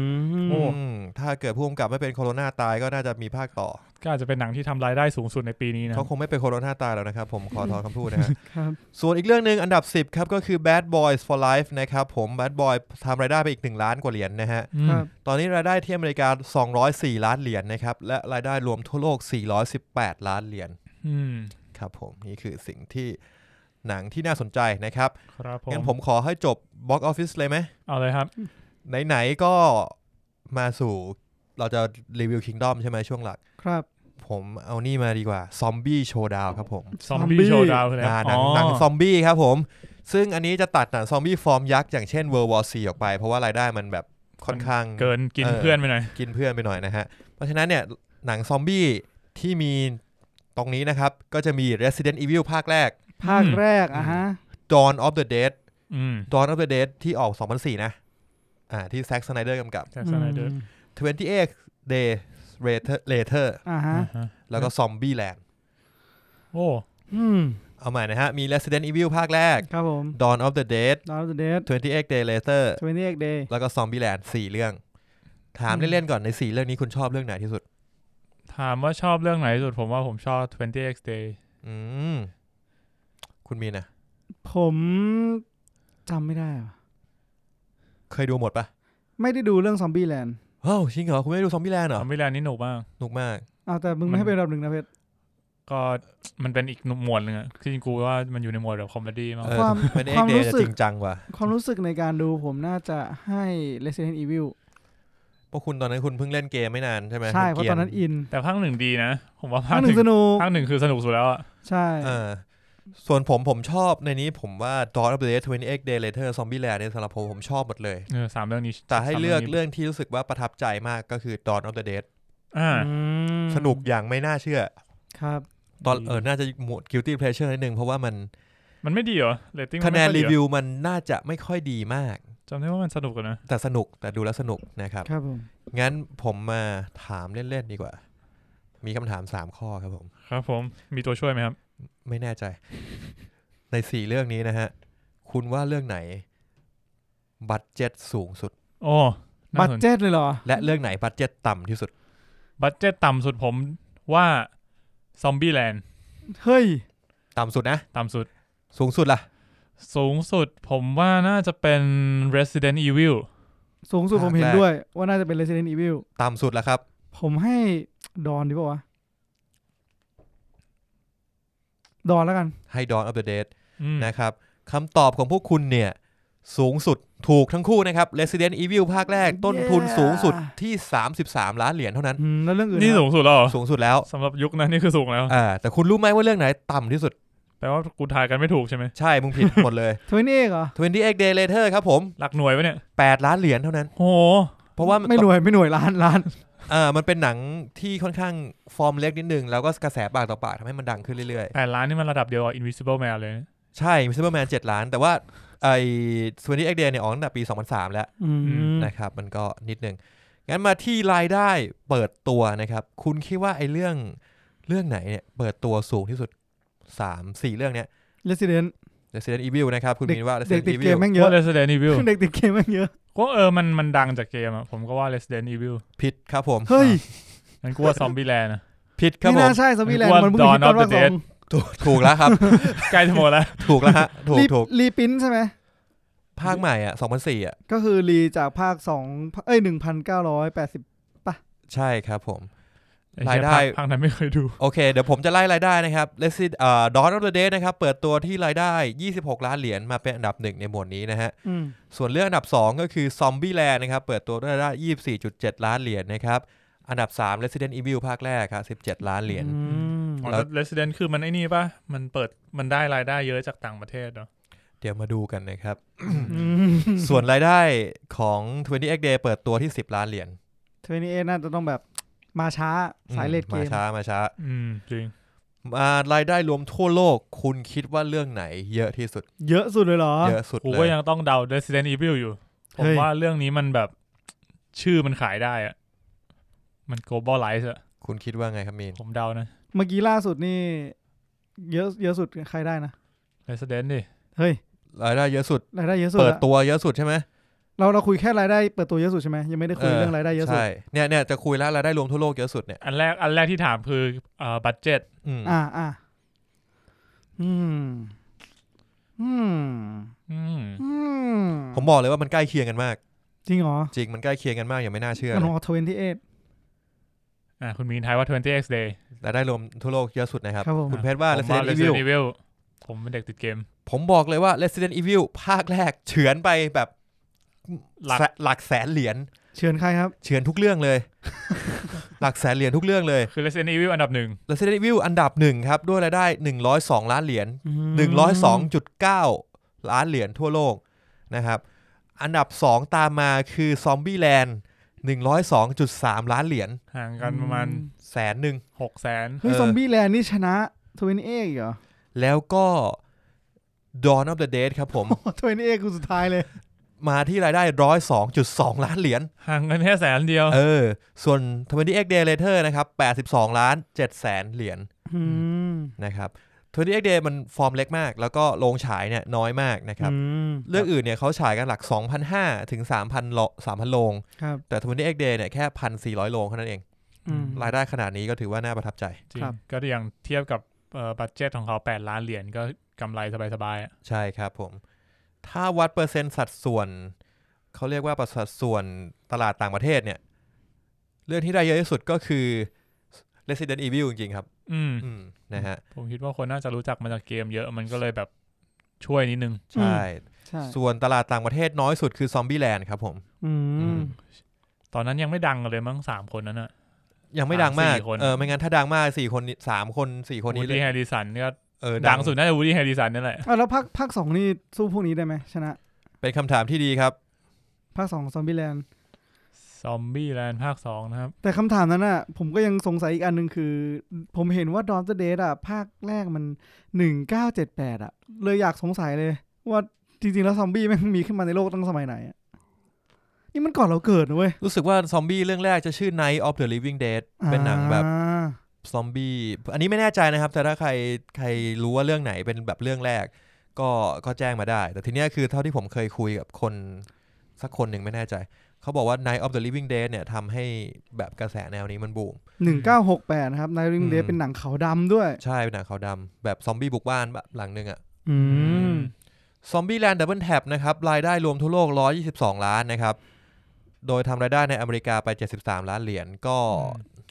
S4: ม
S3: โอ้
S2: อืมถ้าเกิดผู้กำกับไม่เป็นโคโรนาตายก็น่าจะมีภาคต่อ
S3: ก็อาจจะเป็นหนังที่ทำรายได้สูงสุดในปีนี้นะ
S2: เขาคงไม่เป็นโคโรนาตายแล้วนะครับ ผมขอถอนคำพูดนะฮะ
S4: ครับ
S2: ส่วนอีกเรื่องหนึ่งอันดับ 10 ครับก็คือ Bad Boys for Life นะครับผม Bad Boy ทำรายได้ไปอีก 1 ล้านกว่าเหรียญนะฮะ
S3: อืม
S4: ครับ
S2: ตอนนี้รายได้ที่อเมริกา 204 ล้านเหรียญนะครับ และรายได้รวมทั่วโลก 418 ล้านเหรียญ
S3: อืม
S2: ครับผมนี่คือสิ่งที่หนังที่น่าสนใจนะครับ
S3: ครับผม
S2: งั้นผมขอให้จบ Box Office เลยไหม
S3: เอาเลยครับ
S2: ไหนๆก็มาสู่เราจะรีวิว Kingdom ใช่ไหมช่วงหลัก
S4: ครับ
S2: ผมเอานี่มาดีกว่าซอมบี้โชว์ดาวครับผม
S3: ซอมบี้
S4: Zombie
S3: โชว์ดาวน์แล้ว
S2: อ่าหนังหนังซอมบี้ครับผม ซึ่งอันนี้จะตัดหนังซอมบี้ฟอร์มยักษ์อย่างเช่น World War C ออกไปเพราะว่ารายได้มันแบบค่อนข้าง
S3: เกินกิน
S2: เออ
S3: เพื่อนไปหน่อย
S2: กินเพื่อนไปหน่อยนะฮะ เพราะฉะนั้นเนี่ยหนังซอมบี้ที่มีตรงนี้นะครับ ก็จะมี Resident Evil ภาคแรก
S4: ภาคแรกอ่ะฮะ
S2: Dawn of the Dead
S3: อืม
S2: ดอนอัปเดตที่ออก 2004 นะ อ่า ที่แซ็กสไนเดอร์กำกับ
S3: แจ็คสันไนเดอร์
S2: 28 day later later
S4: อ่าฮะ
S3: อ่าฮะ
S2: แล้วก็ Zombieland
S3: โอ้
S4: อืม
S2: เอาใหม่นะฮะ มี Resident Evil ภาคแรก
S4: ครับผม
S2: Dawn of the Dead
S4: Dawn of the Dead
S2: 28 day later
S4: 28 Day
S2: แล้วก็ Zombieland 4 เรื่อง ถามเล่น ๆ ก่อนใน 4 เรื่องนี้คุณชอบเรื่องไหนที่สุด
S3: ถามว่าชอบเรื่องไหนที่สุดผมว่าผมชอบ 20x day
S2: อืม คุณมีนนะ
S4: ผมจำไม่ได้ว่ะ
S2: เคยดูหมดปะ
S4: ไม่ได้ดูเรื่อง Zombie Land
S2: เฮ้าจริงเหรอ คุณไม่ได้ดู Zombieland เหรอ
S3: ทำเวลานี้หนุกมาก
S2: หนุกมาก
S4: เอาแต่มึงไม่ให้เป็นอันดับหนึ่งนะเพชร
S3: ก็มันเป็นอีกหมวดหนึงอะที่จริงกูว่ามันอยู่ในหมวดแบบคอมเมดี้มาก
S2: เออ
S4: ความ
S2: เป็นเอ็
S4: ค
S2: ก
S4: วาม
S2: เด
S4: รู้
S2: ย์
S4: สึก
S2: จริงจังกว่า
S4: ความรู้สึกในการดูผมน่าจะให้ Resident Evil
S2: เพราะคุณตอนนั้นคุณเพิ่งเล่นเกมไม่นานใช่ไหม
S4: ใช่ เพราะตอนนั้นอิน
S3: แต่ภาคหนึ่งดีนะ ผมว่าภา
S4: ภา
S3: ค
S4: ค
S3: ห
S4: ห
S3: นึ่
S4: นึ่
S3: ง
S4: งสนุก
S3: ภาคหนึ่งคือสนุกสุดแล้วอะ
S4: ใช่
S2: เออ ส่วนผมผมชอบในนี้ผมว่า Dawn of the Dead 28 Day Later Zombieland เนี่ยสำหรับผมผมชอบหมดเลย
S3: เออสามเรื่องนี้
S2: แต่ให้
S3: สาม
S2: เลือก
S3: นี้
S2: เรื่องที่รู้สึกว่าประทับใจมากก็คือ Dawn of the Dead
S3: อ่า
S4: อืม
S2: สนุกอย่างไม่น่าเชื่อ
S4: ครับ
S2: ตอน
S3: ดี
S2: เออน่าจะหมวด guilty pleasure นิดนึง เพราะว่ามัน
S3: มันไม่ดีเหรอเรตติ้ง
S2: คะแนนรีวิวมันน่าจะไม่ค่อยดีมาก
S3: จำได้ว่ามันสนุกกันนะ
S2: แต่สนุกแต่ดูแล้วสนุกนะครับ
S4: ครับผม
S2: งั้นผมมาถามเล่น ๆ ดีกว่า มีคำถาม 3 ข้อครับผม
S3: ครับผมมีตัวช่วยไหมครับ
S2: ไม่แน่ใจ ใน 4 เรื่องนี้นะฮะ คุณว่าเรื่องไหนบัตเจ็ตสูงสุด
S3: โอ้น่า
S4: บัต
S3: สนใจ
S4: เจ็ตเลยเหรอ
S2: และเรื่องไหนบัตเจ็ตต่ำที่สุด
S3: บัตเจ็ตต่ำสุดผมว่าซอมบี้แลนด์
S4: เฮ้ย
S2: ต่ำสุดนะ
S3: ต่ำสุด
S2: สูงสุดล่ะ
S3: สูงสุดผมว่าน่าจะเป็น Resident Evil
S4: สูงสุด
S2: ภาค
S4: ผมเห็น
S2: แรก
S4: ด้วย ว่าน่าจะเป็น Resident Evil
S2: ต่ำสุดล่ะครับ
S4: ผมให้ดอนดีป่าวะ ดอนแล้วกัน
S2: ให้ Dawn of the Dead
S3: อืม
S2: นะครับคำตอบของพวกคุณเนี่ย สูงสุดถูกทั้งคู่นะครับ Resident Evil ภาคแรก ต้นทุนสูงสุดที่ 33 ล้านเหรียญเท่านั้น
S4: อืม แล้วเรื่องอื่น
S3: นี่
S4: อะ
S3: สูงสุดแล้วเหรอ
S2: สูงสุดแล้ว
S3: สำหรับยุคนั้นนี่คือสูงแล้ว
S2: อ่าแต่คุณรู้ไหมว่าเรื่องไหนต่ำที่สุด
S3: แปลว่ากูทายกันไม่ถูกใช่ไหม
S2: ใช่มึงผิดหมดเลย
S4: ทวินเอกเหรอ
S2: 28 day later ครับผม
S3: หลักหน่วยปะเนี่ย
S2: 8ล้านเหรียญเท่านั้น
S3: โอ้โห
S2: เพราะว่า
S4: ไม่หน่วยไม่หน่วยล้านล้าน
S2: เออมันเป็นหนังที่ค่อนข้างฟอร์มเล็กนิดนึง แล้วก็กระแสปากต่อปากทำให้มันดังขึ้นเรื่อย
S3: แปดล้านนี่มันระดับเดียวกับ Invisible Man เลยนะ
S2: ๆ ใช่มิสเตอร์แมน7ล้าน แต่ว่าไอ้28 day เนี่ยออกตั้งแต่ปี 2003 แล้ว
S4: อืม
S2: นะครับมันก็นิดนึง งั้นมาที่รายได้เปิดตัวนะครับ คุณคิดว่าไอ้เรื่องเรื่องไหนเนี่ยเปิดตัวสูงที่สุด 3 4 เรื่องเนี้ย
S4: เลสเดน
S2: Resident Evil นะครับ คุณ
S4: เด็ก
S2: มีนว่า
S4: เด็ก
S2: Resident
S4: ติดเก
S2: Evil
S4: มแม่งเยอะ
S3: ว่า Resident Evil
S4: เด็กติดเกมแม่งเยอะ
S3: ก็เออมันมันดังจากเกมอะผมก็ว่า Resident Evil
S2: ผิดครับผม
S4: เฮ้ย
S3: งั้นกูว่า Zombie Land อะ
S2: ผิดครับผ
S4: ไม่น่าม ใช่ซอมบี้แลน
S3: ว่า
S4: ด์มันเพิ่งคิด
S3: Dawn
S4: ตอ
S3: of
S4: น
S3: the
S4: ว่าสอง
S3: Dead
S2: ถูกถูกแล้วครับ
S3: ใกล้จะหมดแล้ว
S2: ถูกแล้วฮะ ถูก
S4: รี
S2: ถูก
S4: รีปริ้นท์ใช่ไหม
S2: ภาคใหม่อ่ะ2004อ่ะ
S4: ก็คือรีจากภาคสองเอ้ยหนึ่งพันเก้าร้อยแปดสิบ
S2: ใช่ครับผม
S3: อ้
S2: รา
S3: เหี้
S2: ยได้
S3: ภคภาคนั้นไม่เคยดู
S2: โอเค เดี๋ยวผมจะไล่รายได้นะครับ Resident เอ่อ Dawn of the Dead นะครับ เปิดตัวที่รายได้ 26 ล้านเหรียญมาเป็นอันดับหนึ่งในหมวดนี้นะฮะ ส่วนเรื่องอันดับ 2 ก็คือซอมบี้แลนนะครับ เปิดตัวด้วยรายได้ 24.7 ล้านเหรียญนะครับ อันดับ 3 Resident Evil ภาคแรกครับ 17 ล้านเหรียญ
S3: อ๋อ
S2: แล้ว
S3: แล้ว Resident คือมันไอ้นี่ปะมันเปิดมันได้รายได้เยอะจากต่างประเทศเนาะ
S2: เดี๋ยวมาดูกันนะครับ ส่วนรายได้ของ20 x Day เปิดตัวที่ 10 ล้านเหรียญ
S4: เทนเอน่าจะต้องแบบมาช้าสายเลดเก
S2: มาม ช้า มาช้า
S3: อืม จริง
S2: มารายได้รวมทั่วโลก คุณคิดว่าเรื่องไหนเยอะที่สุด
S4: เยอะสุดเลยเหรอ
S2: เยอะสุด
S3: กู
S2: เล
S3: ก็
S2: ย
S3: ยังต้องเดา Resident Evil อยู่ ผ
S4: เฮ้
S3: ม
S4: ย
S3: ว่าเรื่องนี้มันแบบชื่อมันขายได้อะมัน globalize อะ
S2: คุณคิดว่าไงครับมีน
S3: ผมเดานะ
S4: เมื่อกี้ล่าสุดนี่ เยอะเยอะสุดใครได้นะ
S3: Resident ดิ
S4: เฮ้ย
S2: รายได้เยอะสุด
S4: รายได้เยอะสุด
S2: เปิด
S4: อะ
S2: ตัวเยอะสุดใช่ไหม
S4: เราเราคุยแค่รายได้เปิดตัวเยอะสุดใช่ไหมยังไม่ได้คุยเรื่องรายได้เยอะสุด
S2: ใช่เนี่ยเนี่ยจะคุยแล้วรายได้รวมทั่วโลกเยอะสุดเนี่ย
S3: อันแรกอันแรกที่ถามคือเอ่อบัตเจ็ต
S2: อืม
S4: อ่าอ่าอืมอืมอืม
S2: ผมบอกเลยว่ามันใกล้เคียงกันมาก
S4: จริงเหรอ
S2: จริงมันใกล้เคียงกันมากอย่างไม่น่าเชื่อ
S4: มัน
S2: เล
S4: ข
S2: ย
S4: องทเวนตี้เอท
S3: อ่าคุณมีนทายว่า 20x day
S2: รายได้รวมทั่วโลกเยอะสุดนะครับ
S4: ครับผม
S2: คุณเพชรว่า
S3: ผมว่า
S2: Resident Evil
S3: Resident Evil ผมเป็นเด็กติดเกม
S2: ผมบอกเลยว่า Resident Evil ภาคแรกเฉือนไปแบบ
S3: หลัก
S2: แสหลักแสนเหรียญ
S4: เชิญใครครับ
S2: เฉือนทุกเรื่อง เลย หลักแสนเหรียญทุกเรื่องเลย
S3: คือ Resident Evil อันดับหนึ่ง
S2: Resident Evil อันดับหนึ่งครับ ด้วยรายได้ 102 ล้านเหรียญ102.9 ล้านเหรียญทั่วโลกนะครับ อันดับ 2 ตามมาคือ Zombie Land 102.3 ล้านเหรียญ
S3: ห่างกันประมาณ
S4: อืม
S2: แสนหนึ่ง
S3: หกแสน
S4: เฮ้ย
S2: เออ
S4: ซอมบี้แลนด์นี่ชนะทเวนตี้เอทเหรอ
S2: แล้วก็ Dawn of the Dead ครับผม
S4: ทเวนตี้เอทกูสุดท้ายเลย
S2: มาที่รายได้ร้อยสองจุดสองล้านเหรียญ
S3: ห่างกันแค่แสนเดียว
S2: เออ ส่วน 20x Day Later นะครับ82 ล้าน7แสนเหรียญ
S4: อืม
S2: นะครับ 20x Day มันฟอร์มเล็กมาก แล้วก็โรงฉายเนี่ยน้อยมากนะครับ
S4: ม
S2: เรื่องอื่นเนี่ยเขาฉายกันหลัก 2,500 ถึง 3,000โล3,000 โรง
S4: ครับ
S2: แต่ 20x Day เนี่ยแค่ 1,400 โรงเท่านั้นเอง
S4: อืม
S2: รายได้ขนาดนี้ก็ถือว่าน่าประทับใจ
S3: จริง
S4: ครับ
S3: ก็อย่างเทียบกับเอ่อบัตเจ็ตของเขา 8 ล้านเหรียญก็กำไรสบายๆอะ
S2: ใช่ครับผม ถ้าวัดเปอร์เซ็นต์สัดส่วน เขาเรียกว่าสัดส่วนตลาดต่างประเทศเนี่ย เรื่องที่ได้เยอะที่สุดก็คือ Resident Evil จริงๆครับ
S3: อืม
S2: อืมนะฮะ
S3: ผมคิดว่าคนน่าจะรู้จักมาจากเกมเยอะมันก็เลยแบบช่วยนิดนึง
S2: ใช่
S4: ใช่
S2: ส่วนตลาดต่างประเทศน้อยสุดคือซอมบี้แลนด์ครับผม
S4: อืม
S3: ตอนนั้นยังไม่ดังกันเลยมั้งสามคนนั้นอะ
S2: ยังไม่ดังมาก
S3: สามสี่คน
S2: เออไม่งั้นถ้าดังมากสี่คนนี้สามคนสี่คน
S3: วู
S2: นี้
S3: ด
S2: เล
S3: ดี้
S2: ย
S3: แฮร์ริสันก็
S2: เออ
S3: ดังสุดน่าจะวูดดี้แฮร์ริสันนั่นแหละ
S4: อ่ะแล้วภาคภาคสองนี่สู้พวกนี้ได้ไหมชนะ
S2: เป็นคำถามที่ดีครับ
S4: ภาคสองซอมบี้แลนด์
S3: ซอมบี้แลนด์ภาคสองนะครับ
S4: แต่คำถามนั้นอ่ะ ผมก็ยังสงสัยอีกอันหนึ่งคือ ผมเห็นว่าดอนเดดอ่ะ ภาคแรกมันหนึ่งเก้าเจ็ดแปดอ่ะ เลยอยากสงสัยเลย ว่าจริงๆ แล้วซอมบี้แม่งมีขึ้นมาในโลกตั้งสมัยไหนอ่ะ นี่มันก่อนเราเกิดนะเว้ย
S2: รู้สึกว่าซอมบี้เรื่องแรกจะชื่อ Night of the Living Dead เป็นหนังแบบ
S4: อ่า
S2: ซอมบี้อันนี้ไม่แน่ใจนะครับ แต่ถ้าใครใครรู้ว่าเรื่องไหนเป็นแบบเรื่องแรก ก็ก็แจ้งมาได้ แต่ทีเนี้ยคือเท่าที่ผมเคยคุยกับคนสักคนหนึ่งไม่แน่ใจ เขาบอกว่า Night of the Living Dead เนี่ยทำให้แบบกระแสแนวนี้มันบูม
S4: หนึ่งเก้าหกแปดนะครับนายริงเด
S2: อืม
S4: เป็นหนังขาวดำด้วย
S2: ใช่เป็นหนังขาวดำแบบซอมบี้บุกบ้านแบบหลังหนึงอะ
S4: อืม
S2: ซอมบี้แลนด์ดับเบิลแท็บนะครับ รายได้รวมทั่วโลก 122 ล้านนะครับ โดยทำรายได้ในอเมริกาไป 73 ล้านเหรียญก็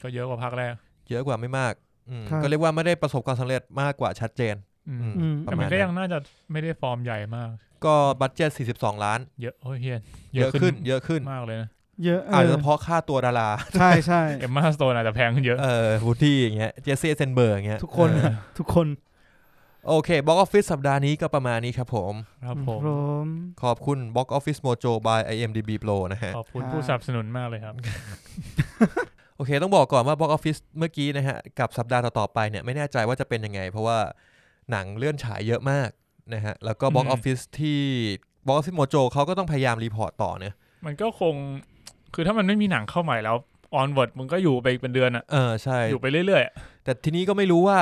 S3: ก็เยอะกว่าภาคแรก
S2: เยอะกว่าไม่มากอืม
S4: ครับ
S2: ก็เรียกว่าไม่ได้ประสบความสำเร็จมากกว่าชัดเจน
S3: อืม
S2: อืม
S4: อืม
S2: ป
S3: แต่
S2: ระ
S3: มั
S2: มาน ณ
S3: ก็ยั
S2: นั้
S3: ง
S2: น
S3: น่าจะไม่ได้ฟอร์มใหญ่มาก
S2: ก็บัตเจ็ต 42 ล้าน
S3: เยอะโอ้ยเฮียน
S2: เยอะขึ้นเยอะขึ้น
S3: มากเลยนะ
S4: เยอะเอ
S2: อาจ
S4: อ
S2: จะเพราะค่าตัวดารา
S4: ใช่ใช่
S3: เอ็มมาสโตนอาจจะแพงขึ้นเยอะ
S2: เออวูดดี้อย่างเงี้ยเจสซี่เซนเบิร์กอย่างเงี้ย
S4: ทุกคน
S2: เออ
S4: ทุกคน
S2: โอเคบล็อกออฟฟิศสัปดาห์นี้ก็ประมาณนี้ครับผม
S3: ครับผม
S4: ม
S2: ขอบคุณ Box Office Mojo by IMDb Pro นะฮะ
S3: ขอบคุณ
S4: ครับ
S3: ผู้สนับสนุนมากเลยครับ
S2: โอเค ต้องบอกก่อนว่า Box Office เมื่อกี้นะฮะ กับสัปดาห์ต่อ ๆ ไปเนี่ย ไม่แน่ใจว่าจะเป็นยังไง เพราะว่าหนังเลื่อนฉายเยอะมากนะฮะ แล้วก็ Box
S3: อืม
S2: Office ที่ Box Office Mojo เขาก็ต้องพยายามรีพอร์ตต่อเนอะ
S3: มันก็คง คือถ้ามันไม่มีหนังเข้าใหม่แล้วออนเวิร์ดมึงก็อยู่ไปอีกเป็นเดือนอะ
S2: เออ ใช่
S3: อยู่ไปเรื่อยๆอะ
S2: แต่ทีนี้ก็ไม่รู้ว่า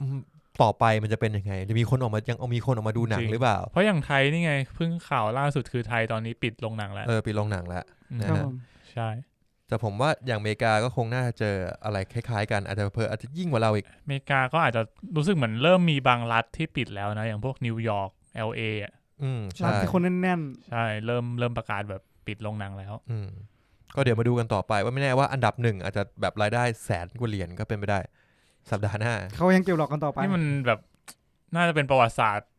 S2: อืมต่อไปมันจะเป็นยังไง จะมีคนออกมายังเอามีคนออกมาดูหนังหรือเปล่า
S3: เพราะอย่างไทยนี่ไงเพิ่งข่าวล่าสุดคือไทยตอนนี้ปิดลงหนังแล้ว
S2: เออปิดโรงหนังแล้ว
S3: ม
S2: นะ
S4: ครั
S2: ฮะ
S4: บผม
S3: ใช่
S2: แต่ผมว่าอย่างอเมริกาก็คงน่าจะเจออะไรคล้ายๆกันอาจจะเพออาจจะยิ่งกว่าเราอีก
S3: อเมริกาก็อาจจะรู้สึกเหมือนเริ่มมีบางรัฐที่ปิดแล้วนะ อย่างพวกนิวยอร์ก LA อะ
S2: อืม
S4: ร้า
S2: ใช่
S4: นที่คนแน่น
S3: ใช่เริ่มเริ่มประกาศแบบปิดลงหนังแล้ว
S2: อืมก็เดี๋ยวมาดูกันต่อไปว่าไม่แน่ว่าอันดับหนึ่งอาจจะแบบรายได้แสนกว่าเหรียญก็เป็นไปได้ สัปดาห์หน้า
S4: ๆเขายังเก็บหลอกกันต่อไป
S3: นี่มันแบบน่าจะเป็นประวัติศาสตร์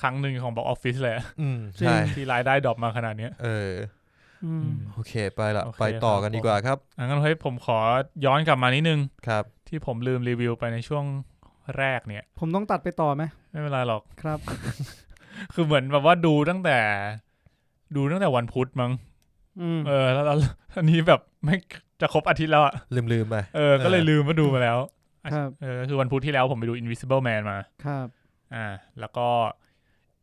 S3: ครั้งหนึ่งของบ็อกออฟฟิศเลยอะ
S2: อืม
S4: จริง
S2: ใช่
S3: ที่รายได้ดรอปมาขนาดเนี้ย
S2: เออ
S4: อืม
S2: โอเคไปละ
S3: โอเค
S2: ไปต่อ
S3: ครับ
S2: กันดี
S3: ผม
S2: กว่าครับ
S3: อังั้นเฮ้ยผมขอย้อนกลับมานิดนึง
S2: ครับ
S3: ที่ผมลืมรีวิวไปในช่วงแรกเนี่ย
S4: ผมต้องตัดไปต่อไหม
S3: ไม่เป็นไรหรอก
S4: ครับ
S3: คือเหมือนแบบว่าดูตั้งแต่ ดูตั้งแต่วันพุธมั้ง
S4: อืม
S3: เออแล้วแล้วแล้วอันนี้แบบไม่จะครบอาทิตย์แล้วอะ
S2: ลืมลืมๆไป
S3: เออ ก็เลย
S2: เออ
S3: ลืมมาดูมาแล้ว
S4: ครับ
S3: เออก็คือวันพุธที่แล้วผมไปดู Invisible Man มา
S4: ครับ
S3: อ่า แล้วก็